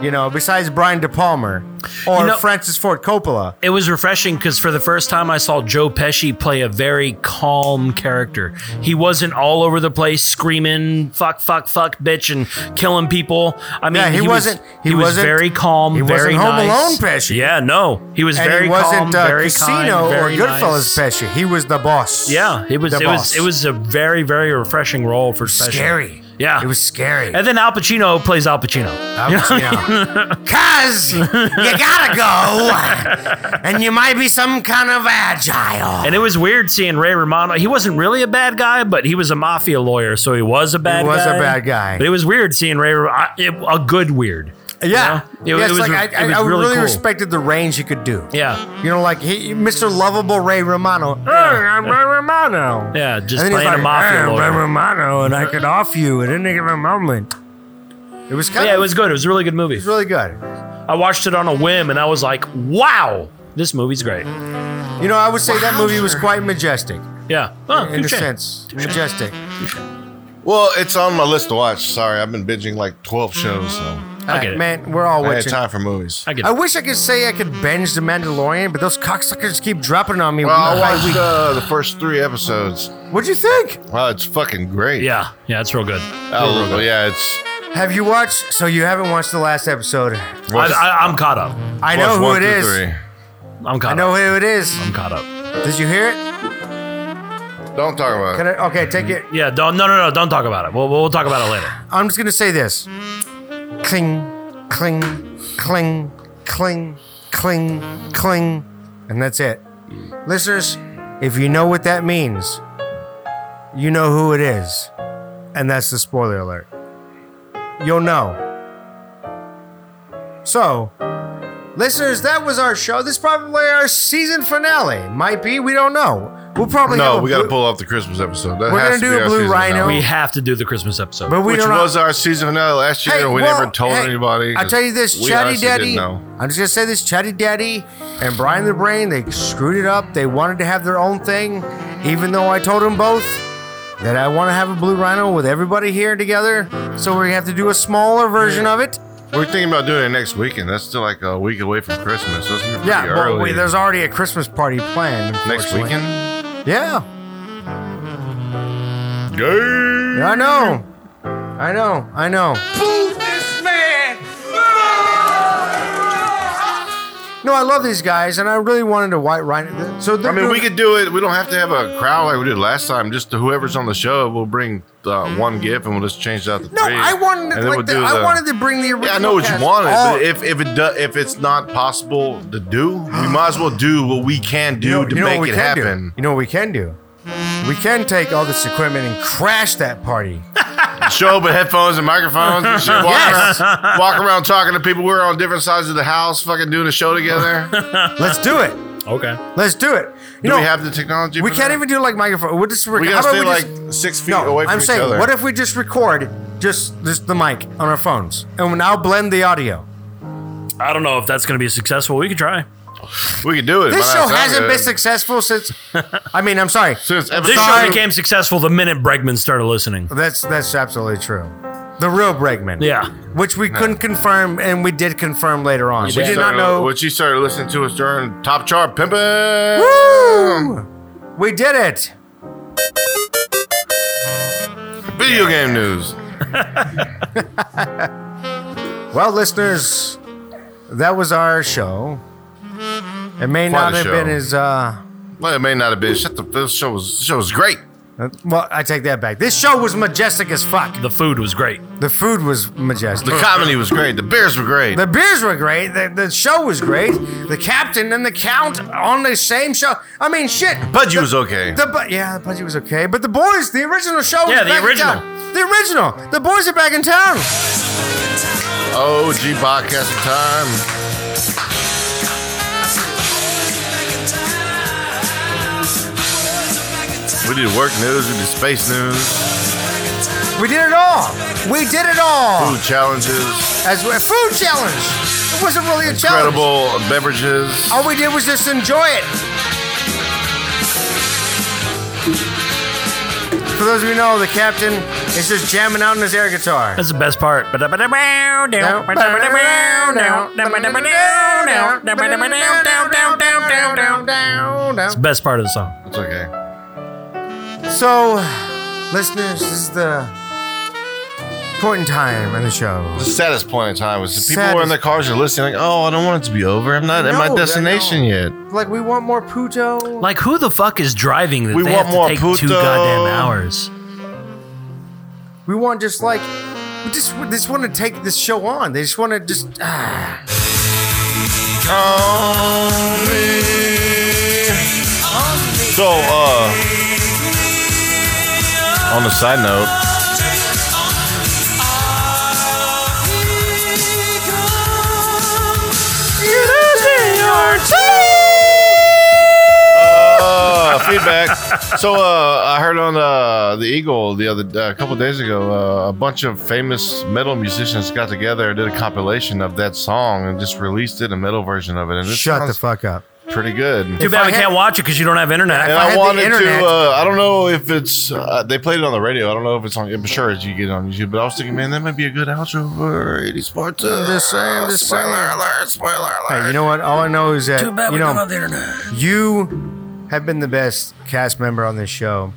Speaker 3: You know, besides Brian De Palma or
Speaker 2: You know-
Speaker 3: Francis Ford Coppola.
Speaker 2: It was refreshing because for the first time I saw Joe Pesci play a very calm character. He wasn't all over the place screaming "fuck, fuck, fuck, bitch" and killing people. I mean,
Speaker 3: Yeah, he
Speaker 2: was-
Speaker 3: wasn't-
Speaker 2: He,
Speaker 3: he
Speaker 2: was
Speaker 3: wasn't-
Speaker 2: very calm.
Speaker 3: he wasn't
Speaker 2: very
Speaker 3: Home
Speaker 2: nice.
Speaker 3: Alone Pesci.
Speaker 2: Yeah, no, he was
Speaker 3: and
Speaker 2: very
Speaker 3: he wasn't
Speaker 2: calm,
Speaker 3: uh,
Speaker 2: very
Speaker 3: Casino
Speaker 2: kind,
Speaker 3: or
Speaker 2: very
Speaker 3: Goodfellas
Speaker 2: nice.
Speaker 3: Pesci. He was the boss.
Speaker 2: Yeah, it was.
Speaker 3: The
Speaker 2: It
Speaker 3: boss.
Speaker 2: was. It was a very, very refreshing role for Pesci.
Speaker 3: scary.
Speaker 2: Yeah.
Speaker 3: it was scary.
Speaker 2: And then Al Pacino plays Al Pacino.
Speaker 3: Al Pacino. Cause you gotta go, and you might be some kind of agile.
Speaker 2: And it was weird seeing Ray Romano. He wasn't really a bad guy, but he was a mafia lawyer, so he was a bad.
Speaker 3: He was a
Speaker 2: guy.
Speaker 3: bad guy.
Speaker 2: But it was weird seeing Ray. Ro- I- it- a good weird.
Speaker 3: yeah,
Speaker 2: you know, it-
Speaker 3: Yes,
Speaker 2: it was-
Speaker 3: like, I,
Speaker 2: it was
Speaker 3: I, I
Speaker 2: really
Speaker 3: really
Speaker 2: cool.
Speaker 3: respected the range he could do.
Speaker 2: Yeah,
Speaker 3: You know, like he, Mr. Lovable Ray Romano. Hey, I'm Ray Romano.
Speaker 2: yeah. Just
Speaker 3: And then he's
Speaker 2: playing a
Speaker 3: like,
Speaker 2: mafia
Speaker 3: "Hey, I'm Ray
Speaker 2: lawyer.
Speaker 3: Romano, and I could off you at any given moment. It was kind
Speaker 2: Yeah, it
Speaker 3: of
Speaker 2: was good. It was a really good movie.
Speaker 3: really good.
Speaker 2: I watched it on a whim, and I was like, "Wow, this movie's great."
Speaker 3: Mm-hmm. You know, I would say that movie was quite majestic
Speaker 2: Yeah, Huh,
Speaker 3: in a
Speaker 2: touche.
Speaker 3: sense. Majestic.
Speaker 4: Well, it's on my list to watch. Sorry, I've been binging like 12 shows, so
Speaker 2: I
Speaker 3: Uh,
Speaker 2: get it.
Speaker 3: Man, we're all
Speaker 4: I had
Speaker 3: watching.
Speaker 4: time for movies.
Speaker 2: I get
Speaker 3: I
Speaker 2: it.
Speaker 3: wish I could say I could binge The Mandalorian, but those cocksuckers keep dropping on me.
Speaker 4: Well, I
Speaker 3: week by
Speaker 4: watched
Speaker 3: week.
Speaker 4: uh, the first three episodes.
Speaker 3: What'd you think?
Speaker 4: Wow, it's fucking great.
Speaker 2: Yeah, yeah. It's real good.
Speaker 4: I love it. Yeah, it's.
Speaker 3: Have you watched? So you haven't watched the last episode.
Speaker 2: I, I, I'm caught up.
Speaker 3: I know who
Speaker 4: one
Speaker 3: it
Speaker 4: through
Speaker 3: is.
Speaker 4: three.
Speaker 2: I'm caught
Speaker 3: I know
Speaker 2: up.
Speaker 3: who it is.
Speaker 2: I'm caught up.
Speaker 3: Did you hear it?
Speaker 4: Don't talk about it.
Speaker 3: Can I, okay, take it.
Speaker 2: Yeah. Don't. No. No. No. Don't talk about it. We'll, we'll talk about it later.
Speaker 3: I'm just gonna say this. Cling, cling, cling, cling, cling, cling, and that's it. Listeners, if you know what that means, you know who it is. And that's the spoiler alert. You'll know. So, listeners, that was our show. This is probably our season finale. Might be, we don't know. We'll probably
Speaker 4: No,
Speaker 3: Oh, have a
Speaker 4: we got to
Speaker 3: blue-
Speaker 4: pull off the Christmas episode. That
Speaker 3: We're gonna
Speaker 4: has to
Speaker 3: do
Speaker 4: be
Speaker 3: a
Speaker 4: our
Speaker 3: Blue
Speaker 4: season
Speaker 3: Rhino.
Speaker 4: finale.
Speaker 2: We have to do the Christmas episode.
Speaker 3: but we
Speaker 4: Which
Speaker 3: don't know-
Speaker 4: was our season finale last year.
Speaker 3: Hey,
Speaker 4: we
Speaker 3: well,
Speaker 4: never told
Speaker 3: hey,
Speaker 4: anybody.
Speaker 3: I tell you this,
Speaker 4: we
Speaker 3: Chatty
Speaker 4: honestly didn't
Speaker 3: Daddy.
Speaker 4: know.
Speaker 3: I'm just gonna say this, Chatty Daddy and Brian the Brain. They screwed it up. They wanted to have their own thing, even though I told them both that I want to have a Blue Rhino with everybody here together. So we have to do a smaller version of it.
Speaker 4: We're thinking about doing it next weekend. That's still like a week away from Christmas. That's pretty
Speaker 3: Yeah, but
Speaker 4: early.
Speaker 3: wait, there's already a Christmas party planned
Speaker 4: next
Speaker 3: unfortunately.
Speaker 4: weekend.
Speaker 3: Yeah,
Speaker 4: Yay!
Speaker 3: I know, I know, I know.
Speaker 9: Move this man!
Speaker 3: No, I love these guys, and I really wanted to white rhino. So
Speaker 4: I mean, we could do it. We don't have to have a crowd like we did last time. Just whoever's on the show, we'll bring uh, one gift and we'll just change out the
Speaker 3: Mm. No,
Speaker 4: three.
Speaker 3: I wanted.
Speaker 4: And
Speaker 3: To,
Speaker 4: then
Speaker 3: like
Speaker 4: we'll
Speaker 3: the,
Speaker 4: do
Speaker 3: I
Speaker 4: the-
Speaker 3: wanted to bring the original.
Speaker 4: Yeah, I know what you
Speaker 3: cast.
Speaker 4: wanted.
Speaker 3: Oh,
Speaker 4: But if if it do, if it's not possible to do, we might as well do what we can do
Speaker 3: you know,
Speaker 4: to
Speaker 3: you know what
Speaker 4: make
Speaker 3: we
Speaker 4: it
Speaker 3: can do?
Speaker 4: happen.
Speaker 3: You know what we can do? We can take all this equipment and crash that party.
Speaker 4: Show up with headphones and microphones and shit. Walk,
Speaker 3: Yes.
Speaker 4: around, walk around talking to people. We're on different sides of the house, fucking doing a show together. do
Speaker 3: Let's do it.
Speaker 2: Okay.
Speaker 3: Let's do it. You know,
Speaker 4: we have the technology?
Speaker 3: we
Speaker 4: for
Speaker 3: can't
Speaker 4: that?
Speaker 3: even do like microphone. We're just.
Speaker 4: We
Speaker 3: how
Speaker 4: gotta
Speaker 3: about
Speaker 4: stay
Speaker 3: we
Speaker 4: like
Speaker 3: just-
Speaker 4: six feet
Speaker 3: No,
Speaker 4: away from
Speaker 3: I'm
Speaker 4: each
Speaker 3: saying,
Speaker 4: other.
Speaker 3: what if we just record just just the mic on our phones, and we'll now blend the audio.
Speaker 2: I don't know if that's going to be successful. We could try.
Speaker 4: we could do it?
Speaker 3: This
Speaker 4: but
Speaker 3: show
Speaker 4: that's not
Speaker 3: hasn't
Speaker 4: good.
Speaker 3: been successful since. I mean, I'm sorry.
Speaker 4: Since episode
Speaker 2: This
Speaker 3: Sorry.
Speaker 2: show became successful the minute Bregman started listening.
Speaker 3: That's that's absolutely true. The real Bregman.
Speaker 2: Yeah.
Speaker 3: Which we couldn't confirm, and we did confirm later on. We
Speaker 4: She
Speaker 3: did not
Speaker 4: started-
Speaker 3: know.
Speaker 4: What she started listening to us during Top Chart Pimpin'.
Speaker 3: Woo! We did it.
Speaker 4: Video game news.
Speaker 3: Well, listeners, that was our show. It may
Speaker 4: Quite
Speaker 3: not
Speaker 4: a
Speaker 3: have
Speaker 4: show.
Speaker 3: been as. Uh,
Speaker 4: Well, it may not have been. Shut the. This show was. This show was great.
Speaker 3: uh, well, I take that back. This show was majestic as fuck.
Speaker 2: The food was great.
Speaker 3: The food was majestic.
Speaker 4: The comedy was great. The beers were great.
Speaker 3: The beers were great. The, the show was great. The captain and the count on the same show. I mean, shit.
Speaker 4: Budgie was okay.
Speaker 3: The bu- yeah, the budget was okay, but the boys, the original show. was
Speaker 2: Yeah, the
Speaker 3: back in
Speaker 2: original.
Speaker 3: town. The original. The boys are back in town.
Speaker 4: OG podcast time. We did work news. We did space news.
Speaker 3: We did it all. We did it all.
Speaker 4: Food challenges.
Speaker 3: As we- food challenge. It wasn't really a challenge.
Speaker 4: Incredible beverages.
Speaker 3: All we did was just enjoy it. For those of you who know, the captain is just jamming out on his air guitar.
Speaker 2: That's the best part. It's the best part of the song.
Speaker 4: It's okay.
Speaker 3: So, listeners, this is the point in time in the show.
Speaker 4: The saddest point in time was the people
Speaker 3: Saddest-
Speaker 4: were in their cars. Are listening. Like, oh, I don't want it to be over. I'm not at
Speaker 3: No, I
Speaker 4: my
Speaker 3: know.
Speaker 4: destination yet.
Speaker 3: Like, we want more Puto.
Speaker 2: Like, who the fuck is driving that
Speaker 4: We
Speaker 2: they
Speaker 4: want
Speaker 2: have to
Speaker 4: more
Speaker 2: take two
Speaker 4: puto.
Speaker 2: goddamn hours?
Speaker 3: We want just like, we just, we just want to take this show on. They just want to just, ah.
Speaker 4: So, uh, on a side note, uh, feedback. So, uh, I heard on uh, the Eagle the other a couple days ago, uh, a bunch of famous metal musicians got together and did a compilation of that song and just released it, a metal version of it. And it
Speaker 3: Shut the
Speaker 4: sounds
Speaker 3: fuck up.
Speaker 4: Pretty good.
Speaker 2: Too bad
Speaker 3: I
Speaker 2: we
Speaker 3: had-
Speaker 2: can't watch it because you don't have internet.
Speaker 4: And
Speaker 3: I had
Speaker 4: I,
Speaker 3: the
Speaker 4: wanted
Speaker 3: internet-
Speaker 4: to. Uh, I don't know if it's. Uh, they played it on the radio. I don't know if it's on. I'm sure you get it on YouTube. But I was thinking, man, that might be a good outro for 80 Sparta.
Speaker 3: just saying, just
Speaker 4: spoiler
Speaker 3: saying.
Speaker 4: alert! Spoiler alert!
Speaker 3: Hey, you know what? All I know is that, you know,
Speaker 2: the internet.
Speaker 3: you have been the best cast member on this show.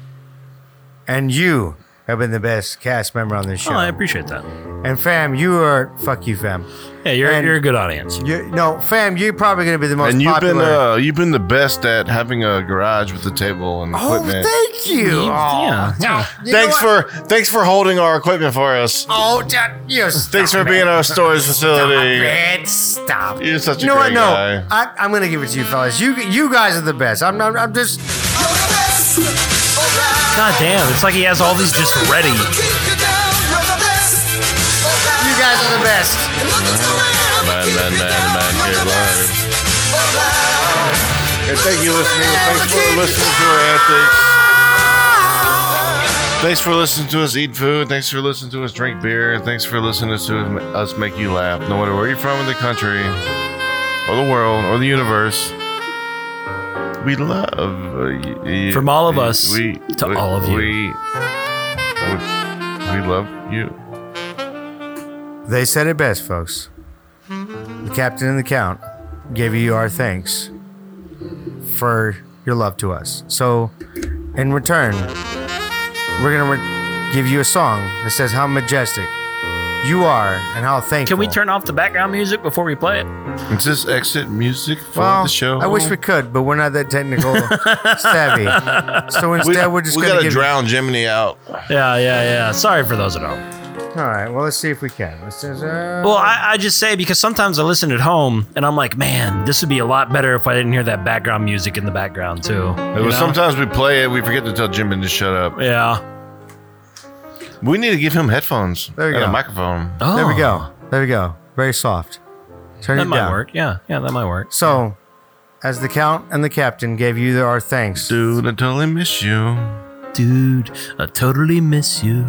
Speaker 3: And you have been the best cast member on this show.
Speaker 2: Oh, I appreciate that.
Speaker 3: and fam, you are, fuck you, fam.
Speaker 2: Yeah, you're,
Speaker 3: And-
Speaker 2: you're a good audience.
Speaker 3: You, no, fam, you're probably going to be the most
Speaker 4: and you've
Speaker 3: popular.
Speaker 4: been uh, you've been the best at having a garage with the table and
Speaker 3: oh,
Speaker 4: equipment.
Speaker 3: thank you.
Speaker 2: Yeah.
Speaker 3: You know
Speaker 4: thanks
Speaker 3: what?
Speaker 4: for thanks for holding our equipment for us.
Speaker 3: Oh, that, yes.
Speaker 4: Thanks for being our storage facility.
Speaker 3: Red, stop.
Speaker 4: You're such a
Speaker 3: You know what?
Speaker 4: great
Speaker 3: No,
Speaker 4: guy.
Speaker 3: I, I'm gonna give it to you, fellas. You you guys are the best. I'm not. I'm just.
Speaker 2: God damn. It's like he has all these just ready.
Speaker 3: You guys are the best.
Speaker 4: Man, man, man, man, you're lying. And thank you listening. Thanks for listening to our antics. Thanks for listening to us eat food. Thanks for listening to us drink beer. And thanks for listening to us make you laugh. No matter where you're from in the country, or the world, or the universe, we love uh, y- y-
Speaker 2: From all of us
Speaker 4: we-
Speaker 2: to
Speaker 4: we-
Speaker 2: all of you.
Speaker 4: We, we, we love you.
Speaker 3: They said it best, folks. The captain and the count gave you our thanks for your love to us. So, in return, we're gonna re- give you a song that says how majestic you are and how thankful.
Speaker 2: Can we turn off the background music before we play it?
Speaker 4: Is this exit music for
Speaker 3: well,
Speaker 4: the show?
Speaker 3: I wish we could, but we're not that technical savvy. So
Speaker 4: We,
Speaker 3: instead, we, are just
Speaker 4: we
Speaker 3: going
Speaker 4: gotta
Speaker 3: to give.
Speaker 4: drown Jiminy out.
Speaker 2: Yeah, yeah, yeah. Sorry for those at home.
Speaker 3: All right. Well, let's see if we can. Let's just, uh,
Speaker 2: Well, I, I just say because sometimes I listen at home and I'm like, man, this would be a lot better if I didn't hear that background music in the background too.
Speaker 4: It was sometimes we play it, we forget to tell Jiminy to shut up.
Speaker 2: Yeah.
Speaker 4: We need to give him headphones.
Speaker 3: There you
Speaker 4: and
Speaker 3: go.
Speaker 4: A microphone.
Speaker 2: Oh,
Speaker 3: there we go. There we go. Very soft. Turn
Speaker 2: That
Speaker 3: it
Speaker 2: might
Speaker 3: down.
Speaker 2: work. Yeah, yeah, that might work.
Speaker 3: So, as the count and the captain gave you their, our thanks.
Speaker 4: Dude, I totally miss you.
Speaker 2: Dude, I totally miss you.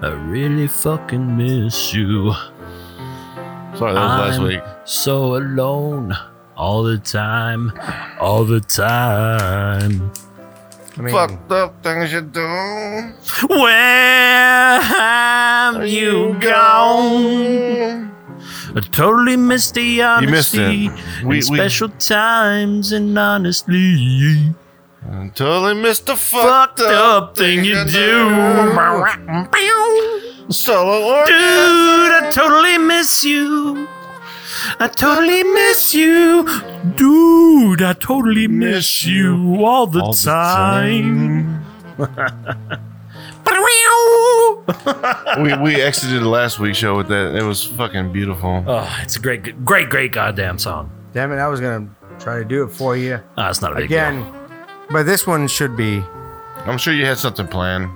Speaker 2: I really fucking miss you.
Speaker 4: Sorry, that was last
Speaker 2: I'm
Speaker 4: week.
Speaker 2: So alone all the time, all the time.
Speaker 3: I mean,
Speaker 4: Fucked up things you do.
Speaker 2: Where have you gone? I totally missed the
Speaker 4: You missed
Speaker 2: honesty.
Speaker 4: it.
Speaker 2: and
Speaker 4: We- we-
Speaker 2: special times and honestly,
Speaker 4: I totally missed the
Speaker 2: fucked up thing you do.
Speaker 4: Solo or
Speaker 2: Dude, I totally miss you. I totally miss you. Dude, I totally miss you all the time.
Speaker 4: we, we exited the last week's show with that. It was fucking beautiful.
Speaker 2: Oh, it's a great, great, great goddamn song.
Speaker 3: Damn it! I was gonna try to do it for you
Speaker 2: Ah, it's not a big
Speaker 3: again,
Speaker 2: deal.
Speaker 3: but this one should be.
Speaker 4: I'm sure you had something planned.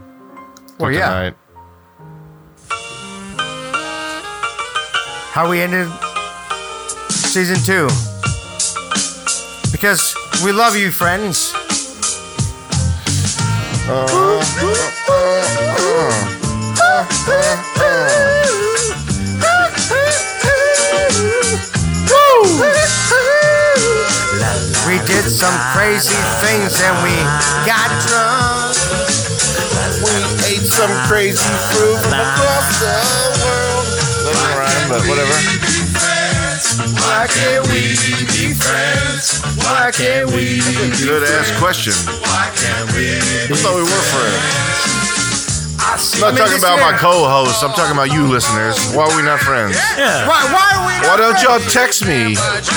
Speaker 4: for
Speaker 3: Well, yeah.
Speaker 4: tonight.
Speaker 3: how we ended season two. Because we love you, friends. We did some crazy things and we got drunk.
Speaker 4: We ate some crazy food from across the world. Doesn't rhyme, but whatever.
Speaker 3: Why can't we be friends? Why can't we?
Speaker 4: Good ass question. We thought we were friends. I'm not
Speaker 3: mean,
Speaker 4: talking
Speaker 3: this
Speaker 4: about my
Speaker 3: man-
Speaker 4: co-hosts. I'm talking about you, listeners. Why are we not friends?
Speaker 2: Yeah.
Speaker 3: Why, why are we?
Speaker 4: Why don't y'all text me? Just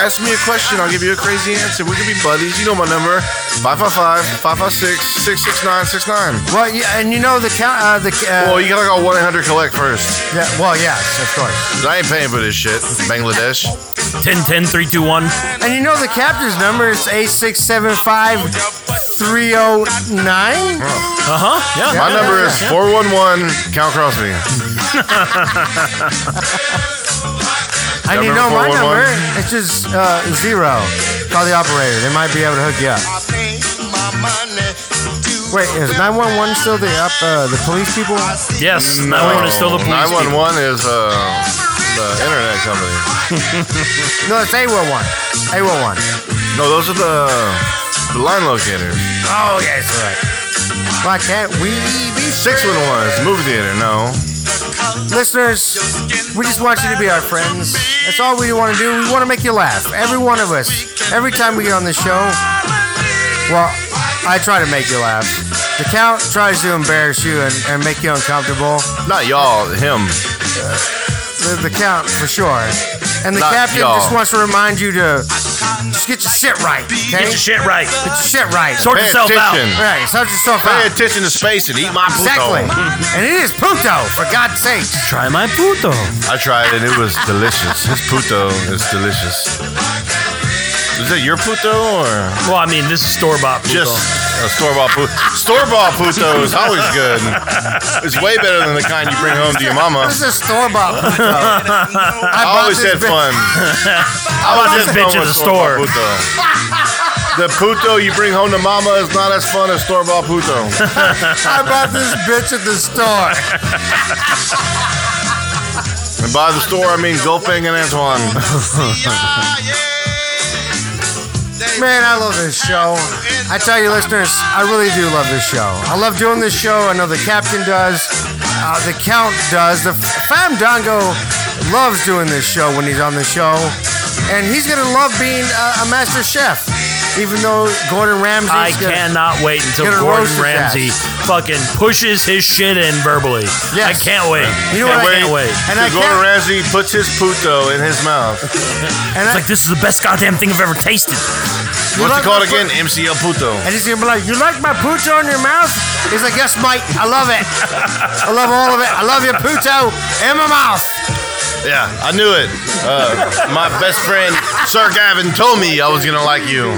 Speaker 4: ask me a question. I'll give you a crazy answer. We can be buddies. You know my number 555 556 666969.
Speaker 3: Well, yeah, and you know the count. Uh, the uh,
Speaker 4: Well, you gotta call 1 800 Collect first.
Speaker 3: yeah, well, yes, of course.
Speaker 4: 'Cause I ain't paying for this shit. Bangladesh.
Speaker 2: 10, 10, 3, 2, 1.
Speaker 3: And you know the captain's number is eight six seven five three zero nine.
Speaker 2: Uh huh. Yeah.
Speaker 4: My
Speaker 2: yeah,
Speaker 4: number
Speaker 2: yeah,
Speaker 4: is
Speaker 2: yeah.
Speaker 4: 411 Cal Crosby.
Speaker 3: And you know
Speaker 4: Number
Speaker 3: my
Speaker 4: 411.
Speaker 3: number. It's just uh, zero. Call the operator. They might be able to hook you up. Wait, is nine one one still the up uh, the police people?
Speaker 2: Yes, that one is still the
Speaker 4: Oh,
Speaker 2: police. people.
Speaker 4: 911 is uh, the internet company.
Speaker 3: No, it's eight one one. Eight one one.
Speaker 4: No, those are the, the line locators.
Speaker 3: Oh yes, right. Why can't we be
Speaker 4: 611 is movie theater. No.
Speaker 3: Listeners, we just want you to be our friends. That's all we want to do. We want to make you laugh. Every one of us. Every time we get on the show, well, I try to make you laugh. The count tries to embarrass you and, and make you uncomfortable.
Speaker 4: Not y'all, him.
Speaker 3: The, the count, for sure. And the
Speaker 4: Not
Speaker 3: captain
Speaker 4: y'all.
Speaker 3: just wants to remind you to just get your shit right, okay?
Speaker 2: Get your shit right.
Speaker 3: Get your shit right.
Speaker 2: Sort
Speaker 4: Pay
Speaker 2: yourself out. Ah.
Speaker 4: attention.
Speaker 3: Right, sort yourself
Speaker 4: Pay
Speaker 3: out.
Speaker 4: attention to space and eat my puto.
Speaker 3: Exactly. And it is Puto, for God's sakes.
Speaker 2: Try my puto.
Speaker 4: I tried it. It was delicious. His puto is delicious. Is that your puto or
Speaker 2: Well, I mean, this is store bought puto.
Speaker 4: just a store bought puto? Store bought puto is always good. It's way better than the kind you bring home to your mama.
Speaker 3: This is store bought Puto. I
Speaker 4: I
Speaker 3: bought
Speaker 4: always
Speaker 3: this
Speaker 4: had
Speaker 3: bitch-
Speaker 4: fun. I
Speaker 2: bought this
Speaker 4: had
Speaker 2: bitch
Speaker 4: fun
Speaker 2: at the
Speaker 4: with store-bought puto. The puto you bring home to mama is not as fun as store bought puto.
Speaker 3: I bought this bitch at the store.
Speaker 4: And by the store, I mean Gulping and Antoine.
Speaker 3: Man, I love this show. I tell you, listeners, I really do love this show. I love doing this show. I know the captain does, uh, the count does. The fam Dongo loves doing this show when he's on the show, and he's gonna love being a, a master chef. even though Gordon Ramsay.
Speaker 2: I cannot wait until
Speaker 3: gonna
Speaker 2: Gordon
Speaker 3: roast his
Speaker 2: Ramsay fucking pushes his shit in verbally. I
Speaker 3: Yes.
Speaker 2: can't wait.
Speaker 3: You know
Speaker 2: I
Speaker 3: what I-
Speaker 2: can't wait.
Speaker 3: And I
Speaker 4: Gordon
Speaker 3: can't.
Speaker 4: Ramsay puts his puto in his mouth.
Speaker 2: It's
Speaker 3: And I,
Speaker 2: like this is the best goddamn thing I've ever tasted.
Speaker 4: What's
Speaker 3: like
Speaker 4: it called
Speaker 3: my pu-
Speaker 4: again? MCL puto.
Speaker 3: and he's gonna be like, "You like my puto in your mouth?" He's like, "Yes, Mike. I love it. I love all of it. I love your puto in my mouth."
Speaker 4: Yeah, I knew it. Uh, my best friend, Sir Gavin, told me I was gonna like you.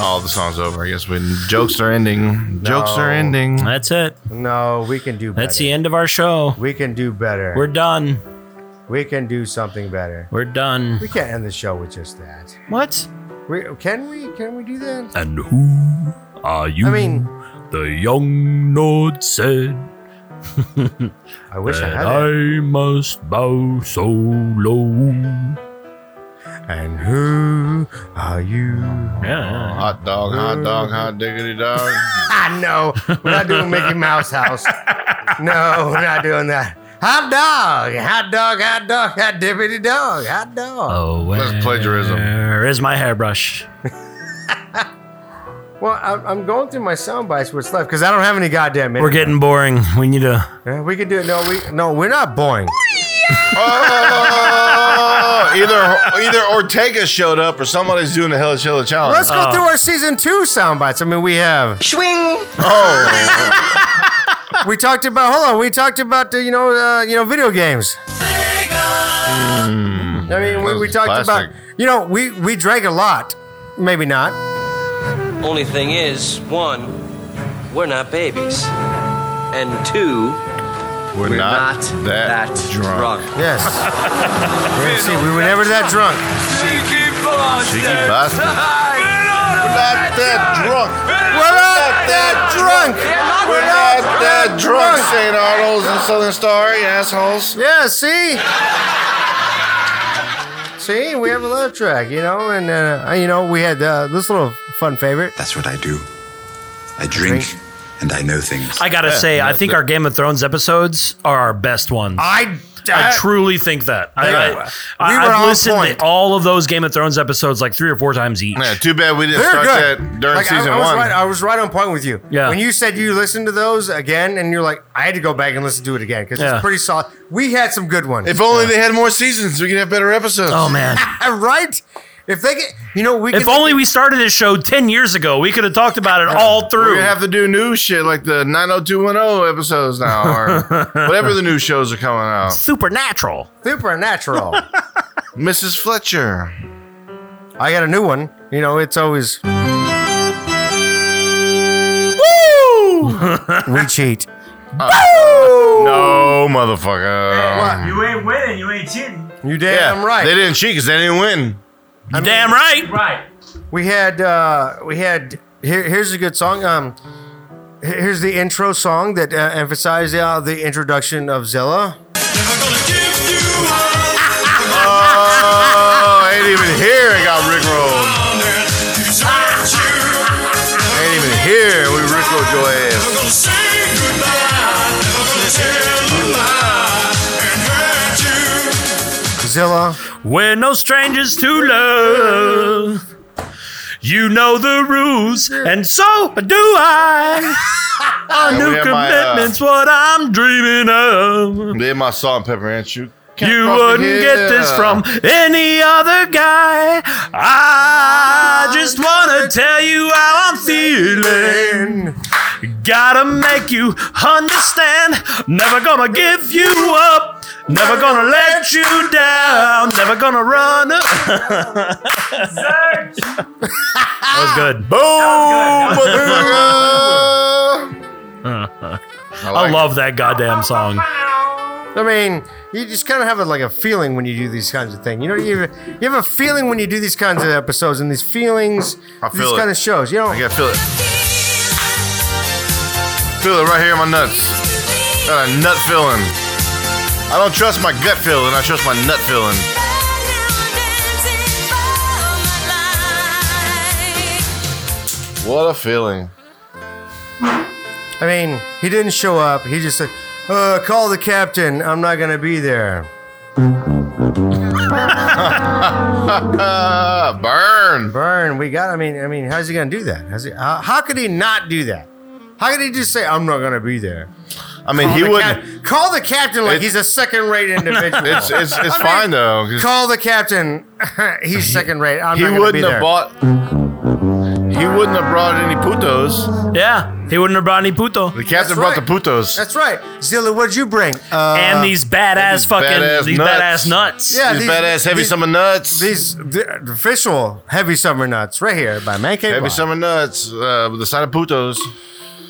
Speaker 4: Oh, the song's over. I guess when jokes are ending, jokes are ending.
Speaker 2: That's it.
Speaker 3: No, we can do better.
Speaker 2: That's the end of our show.
Speaker 3: We can do better.
Speaker 2: We're done.
Speaker 3: we can do something better.
Speaker 2: We're done.
Speaker 3: We can't end the show with just that.
Speaker 2: What?
Speaker 3: We, can we? Can we do that?
Speaker 2: And who are you?
Speaker 3: I mean,
Speaker 2: the young Nord said
Speaker 3: I wish I
Speaker 2: that
Speaker 3: had it.
Speaker 2: I must bow so low.
Speaker 3: And who are you?
Speaker 2: Yeah.
Speaker 4: Hot dog, hot dog, hot diggity dog.
Speaker 3: Ah, no, we're not doing Mickey Mouse House. No, we're not doing that. Hot dog, hot dog, hot dog, hot dippity dog, hot dog.
Speaker 2: Oh,
Speaker 4: That's plagiarism.
Speaker 2: Where is my hairbrush?
Speaker 3: Well, I'm, I'm going through my sound bites, what's left, because I don't have any goddamn.
Speaker 2: We're getting boring. We need to.
Speaker 3: Yeah, we can do it. No, we no, we're not boring.
Speaker 4: Oh, either either Ortega showed up or somebody's doing the Hell Chilla Challenge.
Speaker 3: Let's go through our season two sound bites. I mean, we have
Speaker 4: oh,
Speaker 3: we talked about. Hold on, we talked about the, you know uh, you know video games. I mean, we, we
Speaker 4: Those
Speaker 3: talked
Speaker 4: plastic.
Speaker 3: about you know we we drank a lot, maybe not.
Speaker 10: Only thing is, one, we're not babies. And two,
Speaker 4: we're,
Speaker 10: we're
Speaker 4: not,
Speaker 10: not,
Speaker 4: that, drunk.
Speaker 3: Yes. Yeah, see, we were never that drunk.
Speaker 4: Cheeky bastard. We're not that drunk.
Speaker 3: We're not that drunk.
Speaker 4: We're not that drunk, St. Arnold's and Southern Star, you assholes.
Speaker 3: Yeah, see? See, we have a love track, you know, and, uh, you know, we had uh, this little fun favorite.
Speaker 11: That's what I do. I drink,
Speaker 3: Drink.
Speaker 11: and I know things.
Speaker 2: I gotta say, I think our Game of Thrones episodes are our best ones.
Speaker 3: I,
Speaker 2: I truly think that. I,
Speaker 3: Yeah.
Speaker 2: I,
Speaker 3: We were
Speaker 2: have
Speaker 3: on
Speaker 2: listened
Speaker 3: point.
Speaker 2: to all of those Game of Thrones episodes like three or four times each.
Speaker 4: Yeah, too bad we didn't
Speaker 3: They're
Speaker 4: start
Speaker 3: good.
Speaker 4: that during
Speaker 3: Like, I-
Speaker 4: season
Speaker 3: I, was
Speaker 4: one.
Speaker 3: Right, I was right on point with you.
Speaker 2: Yeah.
Speaker 3: When you said you listened to those again, and you're like, I had to go back and listen to it again because
Speaker 2: Yeah.
Speaker 3: it's pretty solid. We had some good ones.
Speaker 4: if only they had more seasons, we could have better episodes.
Speaker 2: Oh man.
Speaker 3: right? If they get, you know, we
Speaker 2: if
Speaker 3: can.
Speaker 2: only we started this show 10 years ago, we could have talked about it all
Speaker 4: We're
Speaker 2: through.
Speaker 4: gonna have to do new shit like the 90210 episodes now, or whatever the new shows are coming out.
Speaker 2: Supernatural.
Speaker 3: supernatural.
Speaker 4: Mrs. Fletcher.
Speaker 3: I got a new one. You know, it's always. we cheat.
Speaker 4: No, motherfucker.
Speaker 3: What?
Speaker 9: You ain't winning, you ain't cheating.
Speaker 3: You damn right.
Speaker 4: They didn't cheat because they didn't win.
Speaker 2: You damn right.
Speaker 9: Right.
Speaker 3: We had uh, we had here, here's a good song. Um, here- here's the intro song that uh, emphasized uh, the introduction of Zilla.
Speaker 4: Oh, I ain't even here. It got rickrolled. ain't even here. We rickrolled your ass.
Speaker 3: Zilla.
Speaker 2: We're no strangers to love. You know the rules, and so do I. Our
Speaker 4: Yeah, we
Speaker 2: new
Speaker 4: have my, uh,
Speaker 2: commitment's what I'm dreaming of.
Speaker 4: Then my salt and pepper and shoot.
Speaker 2: You wouldn't get this from any other guy. I just wanna tell you how I'm feeling. Gotta make you understand. Never gonna give you up. Never gonna let you down. Never gonna run up. that was good.
Speaker 4: Boom, motherfucker. I,
Speaker 2: I
Speaker 4: like
Speaker 2: love that goddamn song.
Speaker 3: I mean, you just kind of have a, like a feeling when you do these kinds of things. You know, you have, a- you have a feeling when you do these kinds of episodes and these feelings,
Speaker 4: I
Speaker 3: these
Speaker 4: feel it.
Speaker 3: kind of shows. You know,
Speaker 4: I gotta feel it. Feel it right here in my nuts. Got a nut feeling. I don't trust my gut feeling. I trust my nut feeling. What a feeling.
Speaker 3: I mean, he didn't show up. He just said, uh, "Call the captain. I'm not gonna be there."
Speaker 4: Ah, Burn.
Speaker 3: Burn. We got. I mean. I mean. How's he gonna do that? How's he, how, how could he not do that? How could he just say, "I'm not gonna be there"?
Speaker 4: I
Speaker 2: Oh
Speaker 4: mean,
Speaker 3: Call
Speaker 4: he
Speaker 3: the
Speaker 4: wouldn't.
Speaker 3: cap- call the captain like
Speaker 4: It-
Speaker 3: he's a second-rate individual.
Speaker 4: It's it's, it's
Speaker 3: I mean,
Speaker 4: fine though. 'cause
Speaker 3: Call the captain. he's second-rate. I'm
Speaker 4: he
Speaker 3: not gonna be
Speaker 4: wouldn't
Speaker 3: there.
Speaker 4: have bought. He wouldn't have brought any putos.
Speaker 2: Yeah, he wouldn't have brought any puto.
Speaker 4: The captain
Speaker 3: That's
Speaker 4: brought
Speaker 3: right.
Speaker 4: the putos.
Speaker 3: That's right. Zilla, what'd you bring? Uh,
Speaker 2: and these badass
Speaker 4: these
Speaker 2: fucking
Speaker 4: badass
Speaker 2: these
Speaker 4: nuts.
Speaker 2: badass nuts.
Speaker 3: Yeah,
Speaker 4: these,
Speaker 3: these-
Speaker 4: badass heavy
Speaker 3: these-
Speaker 4: summer nuts.
Speaker 3: these the official heavy summer nuts right here by Man Cave.
Speaker 4: heavy
Speaker 3: Wild.
Speaker 4: summer nuts uh, with the sign of putos.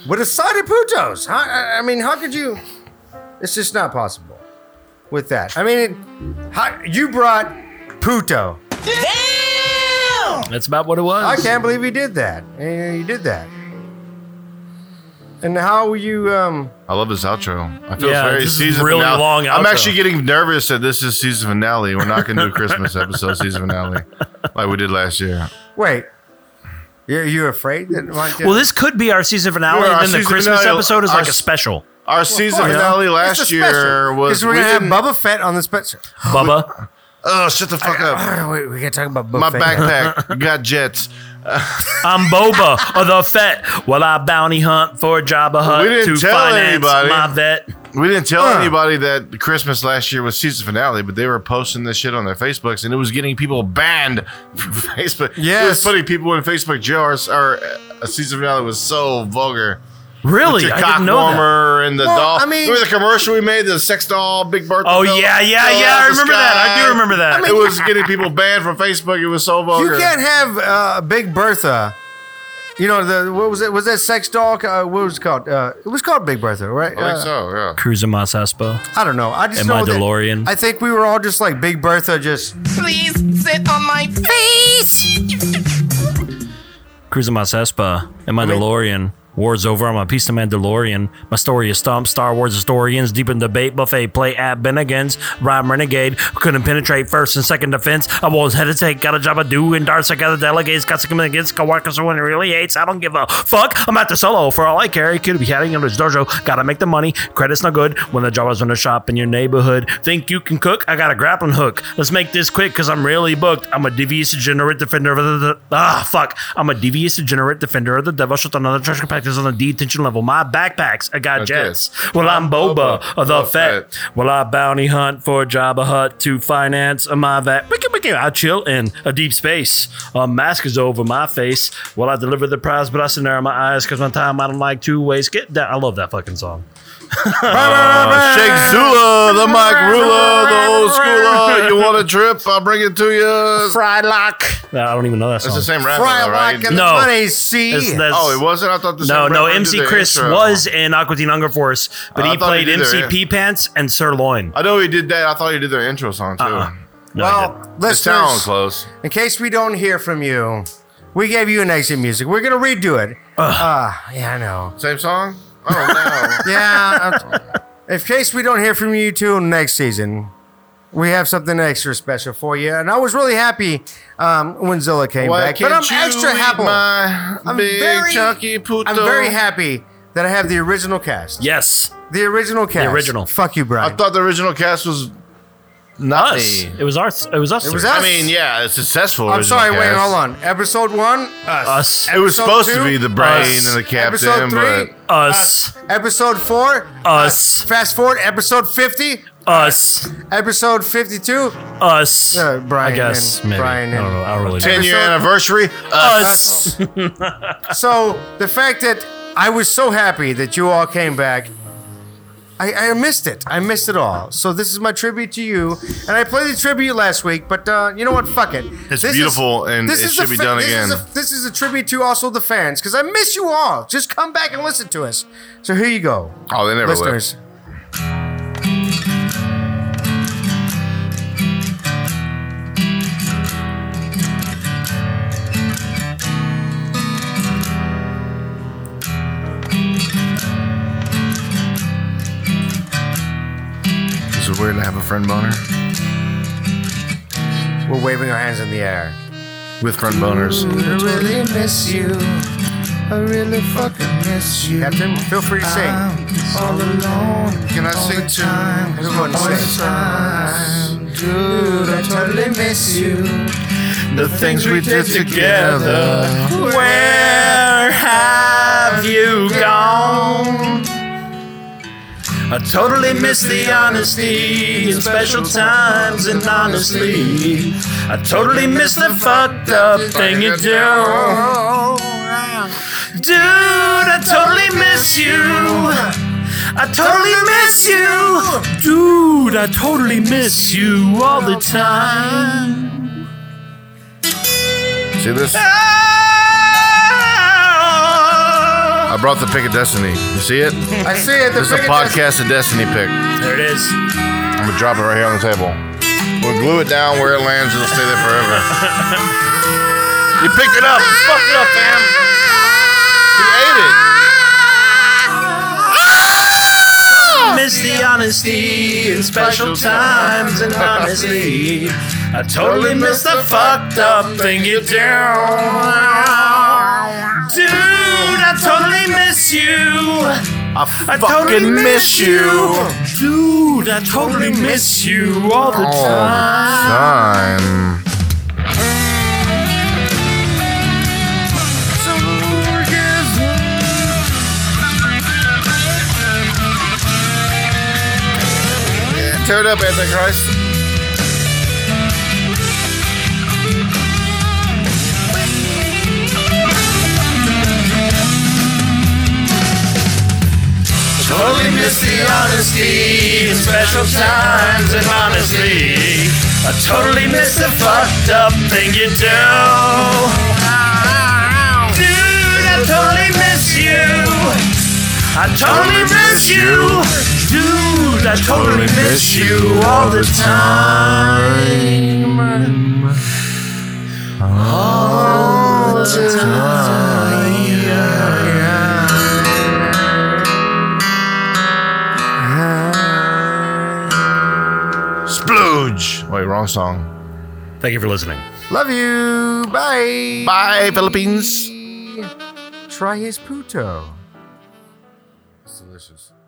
Speaker 3: with a side of putos. How, I I mean, how could you? It's just not possible with that. I mean, it, how, you brought puto.
Speaker 2: That's about what it was.
Speaker 3: I can't believe you did that. Eh, You did that. And how you? Um,
Speaker 4: I love this outro. I feel
Speaker 2: Yeah,
Speaker 4: it's very
Speaker 2: this is
Speaker 4: season
Speaker 2: really
Speaker 4: finale.
Speaker 2: long
Speaker 4: I'm
Speaker 2: outro.
Speaker 4: actually getting nervous that this is season finale. We're not going to do a Christmas episode season finale like we did last year.
Speaker 3: wait, you're you afraid that? like,
Speaker 2: well, this could be our season finale,
Speaker 4: Yeah, our
Speaker 2: and then the
Speaker 4: season
Speaker 2: Christmas
Speaker 4: finale-
Speaker 2: episode is
Speaker 4: our
Speaker 2: like a
Speaker 4: s-
Speaker 2: special.
Speaker 4: Our season
Speaker 3: course.
Speaker 4: finale
Speaker 3: It's a
Speaker 4: last year
Speaker 3: special,
Speaker 4: was
Speaker 3: 'cause we're gonna have
Speaker 4: didn't-
Speaker 3: Bubba Fett on the special.
Speaker 2: Bubba,
Speaker 4: Oh, shut the fuck up!
Speaker 3: Oh, wait, we gotta talk about Bubba
Speaker 4: My
Speaker 3: Fett.
Speaker 4: backpack got jets.
Speaker 2: I'm Boba of the Fett. While I bounty hunt for Jabba
Speaker 4: We
Speaker 2: Hutt
Speaker 4: didn't
Speaker 2: to
Speaker 4: tell
Speaker 2: finance
Speaker 4: anybody.
Speaker 2: my vet.
Speaker 4: We didn't tell anybody that Christmas last year was season finale, but they were posting this shit on their Facebooks, and it was getting people banned from Facebook. it
Speaker 3: Yes.
Speaker 4: was funny. People in Facebook jars are a uh, season finale was so vulgar.
Speaker 2: Really,
Speaker 4: Your
Speaker 2: I
Speaker 4: cock
Speaker 2: didn't know that.
Speaker 4: warmer and the
Speaker 3: Well,
Speaker 4: doll.
Speaker 3: I mean-
Speaker 4: remember the commercial we made, the sex doll, big birthday.
Speaker 2: Oh
Speaker 4: doll
Speaker 2: yeah, yeah,
Speaker 4: fell
Speaker 2: yeah.
Speaker 4: out
Speaker 2: I
Speaker 4: the
Speaker 2: remember that. I
Speaker 4: sky.
Speaker 2: do remember that.
Speaker 4: it was getting people banned from Facebook. It was so vulgar.
Speaker 3: You can't have uh, Big Bertha. You know the what was it? Was that sex doll? Uh, what was it called? Uh, it was called Big Bertha, right?
Speaker 4: I
Speaker 3: Uh,
Speaker 4: think so. Yeah.
Speaker 2: Cruising my Saspo.
Speaker 3: I don't know. I just
Speaker 2: And
Speaker 3: know
Speaker 2: my
Speaker 3: that-
Speaker 2: DeLorean.
Speaker 3: I think we were all just like Big Bertha, just
Speaker 2: Cruising my Sespa and my
Speaker 3: mean-
Speaker 2: DeLorean. War's over. I'm a piece of man DeLorean. My story is stumped. Star Wars historians deep in debate. Buffet play at Bennigan's. Rhyme renegade. Couldn't penetrate first and second defense. I was hesitate. Got a job I do. And Darcy got the delegates. Got to come against coworkers when it really hates. I don't give a fuck. I'm at the solo. For all I care, could be heading into his dojo. Gotta make the money. Credit's no good when the job is in a shop in your neighborhood. Think you can cook? I got a grappling hook. Let's make this quick because I'm really booked. I'm a devious degenerate defender of the, the- ah fuck. I'm a devious degenerate defender of the devil. Shut another trash compactors on the detention level. My backpacks. I got
Speaker 4: Got
Speaker 2: jets. Well, I'm Boba of the
Speaker 4: Boba
Speaker 2: Fett. Well, I bounty hunt for Jabba Hut to finance a my vat. Wicka, wicka. I chill in a deep space. A mask is over my face. Well, I deliver the prize, but I sit there in my eyes because my time I don't like two ways. Get that. I love that fucking song.
Speaker 4: Shake Zula, the Mike Ruler, the old schooler. You want a trip? I'll bring it to you.
Speaker 3: fried lock,
Speaker 2: Nah, I don't even know that
Speaker 4: That's
Speaker 2: song.
Speaker 4: the same rapper,
Speaker 3: fried
Speaker 4: though, right?
Speaker 3: lock, and
Speaker 2: No.
Speaker 3: the money see.
Speaker 2: It's- that's-
Speaker 4: Oh, it wasn't. I thought the
Speaker 2: No,
Speaker 4: same
Speaker 2: no.
Speaker 4: rapper did
Speaker 2: MC
Speaker 4: the
Speaker 2: Chris
Speaker 4: intro.
Speaker 2: was in Aqua Teen Hunger Force, but
Speaker 4: I
Speaker 2: he
Speaker 4: thought
Speaker 2: played
Speaker 4: he did
Speaker 2: MC
Speaker 4: their-
Speaker 2: Pea Pants and Sirloin.
Speaker 4: I know he did that. I thought he did their intro song too.
Speaker 2: Uh-uh. No, I didn't.
Speaker 3: well,
Speaker 4: It sounds
Speaker 3: listeners,
Speaker 4: close.
Speaker 3: in case we don't hear from you, we gave you an exit music. We're gonna redo it. Ah, yeah, I know.
Speaker 4: Same song? Oh no.
Speaker 3: Yeah. I'm- in case we don't hear from you till next season, we have something extra special for you. And I was really happy um, when Zilla came
Speaker 4: Why
Speaker 3: back,
Speaker 4: can't
Speaker 3: but I'm
Speaker 4: you
Speaker 3: extra
Speaker 4: eat
Speaker 3: happy.
Speaker 4: My
Speaker 3: I'm
Speaker 4: big
Speaker 3: very-
Speaker 4: chunky puto.
Speaker 3: I'm very happy that I have the original cast.
Speaker 2: Yes,
Speaker 3: The original cast.
Speaker 2: original.
Speaker 3: Fuck you, Brian.
Speaker 4: I thought the original cast was not
Speaker 2: us.
Speaker 4: me.
Speaker 2: It was us. It was us.
Speaker 3: It was
Speaker 2: three.
Speaker 3: us.
Speaker 4: I mean, yeah, it's successful.
Speaker 3: I'm
Speaker 4: original
Speaker 3: sorry, wait,
Speaker 4: cast.
Speaker 3: hold on. Episode one, us.
Speaker 2: Us.
Speaker 4: It was
Speaker 3: Episode
Speaker 4: supposed
Speaker 3: two,
Speaker 4: to be the brain
Speaker 2: us.
Speaker 4: and the captain,
Speaker 3: episode three,
Speaker 4: but
Speaker 2: Us.
Speaker 3: episode four,
Speaker 2: Uh,
Speaker 3: Uh,
Speaker 2: Us.
Speaker 3: Fast forward, episode 50,
Speaker 2: Us.
Speaker 3: episode 52,
Speaker 2: Us.
Speaker 3: Uh, Brian
Speaker 2: I guess.
Speaker 3: and-
Speaker 2: maybe.
Speaker 3: Brian
Speaker 2: I don't
Speaker 3: and-
Speaker 2: know. I don't really know.
Speaker 4: ten year
Speaker 3: Episode-
Speaker 4: anniversary.
Speaker 2: Us.
Speaker 3: So the fact that I was so happy that you all came back, I, I missed it. I missed it all. So this is my tribute to you, and I played the tribute last week. But uh, you know what? Fuck it.
Speaker 4: It's
Speaker 3: This is-
Speaker 4: beautiful, and
Speaker 3: this
Speaker 4: it
Speaker 3: is
Speaker 4: should
Speaker 3: a
Speaker 4: be done
Speaker 3: this is
Speaker 4: again.
Speaker 3: a- this is a tribute to also the fans because I miss you all. Just come back and listen to us. So here you go,
Speaker 4: Oh, they never left.
Speaker 3: listeners.
Speaker 4: Is it weird to have a friend boner
Speaker 3: We're waving our hands in the air.
Speaker 4: with friend boners?
Speaker 3: Mm, I really miss you. I really fucking miss you. Captain, feel free to sing.
Speaker 4: Can I sing too?
Speaker 3: Everyone sing. dude, I totally miss you. The things we did together.
Speaker 2: Where have you gone? I totally miss the honesty in special times and honestly. I totally miss the fucked up thing you do. Dude, I totally miss you. I totally miss you. Dude, I totally miss you all the time.
Speaker 4: See this?
Speaker 2: Ah.
Speaker 4: I brought the pick of destiny. You see it?
Speaker 3: I see it. The
Speaker 4: This is a
Speaker 3: biggest-
Speaker 4: podcast of destiny pick.
Speaker 12: There it is.
Speaker 4: I'm gonna drop it right here on the table. We'll glue it down where it lands. It'll stay there forever. you picked it up. You fucked it up, fam. You ate it.
Speaker 2: Miss the honesty in special times and honestly. I totally miss the fucked up thing you do. Dude, I totally miss you.
Speaker 4: I
Speaker 2: I
Speaker 4: fucking
Speaker 2: totally
Speaker 4: miss you.
Speaker 2: Dude, I totally miss you all the
Speaker 4: All
Speaker 2: time.
Speaker 4: the Oh, time. Yeah, Tear it up, Antichrist.
Speaker 2: Totally miss the honesty in special times and honestly. I totally miss the fucked up thing you do. Dude, I totally miss you. I totally miss you. Dude, I totally miss you all the time. All the time.
Speaker 4: Splooge. Wait, wrong song.
Speaker 12: Thank you for listening.
Speaker 3: Love you. Bye.
Speaker 4: Bye, Philippines.
Speaker 3: Try his puto.
Speaker 4: It's delicious.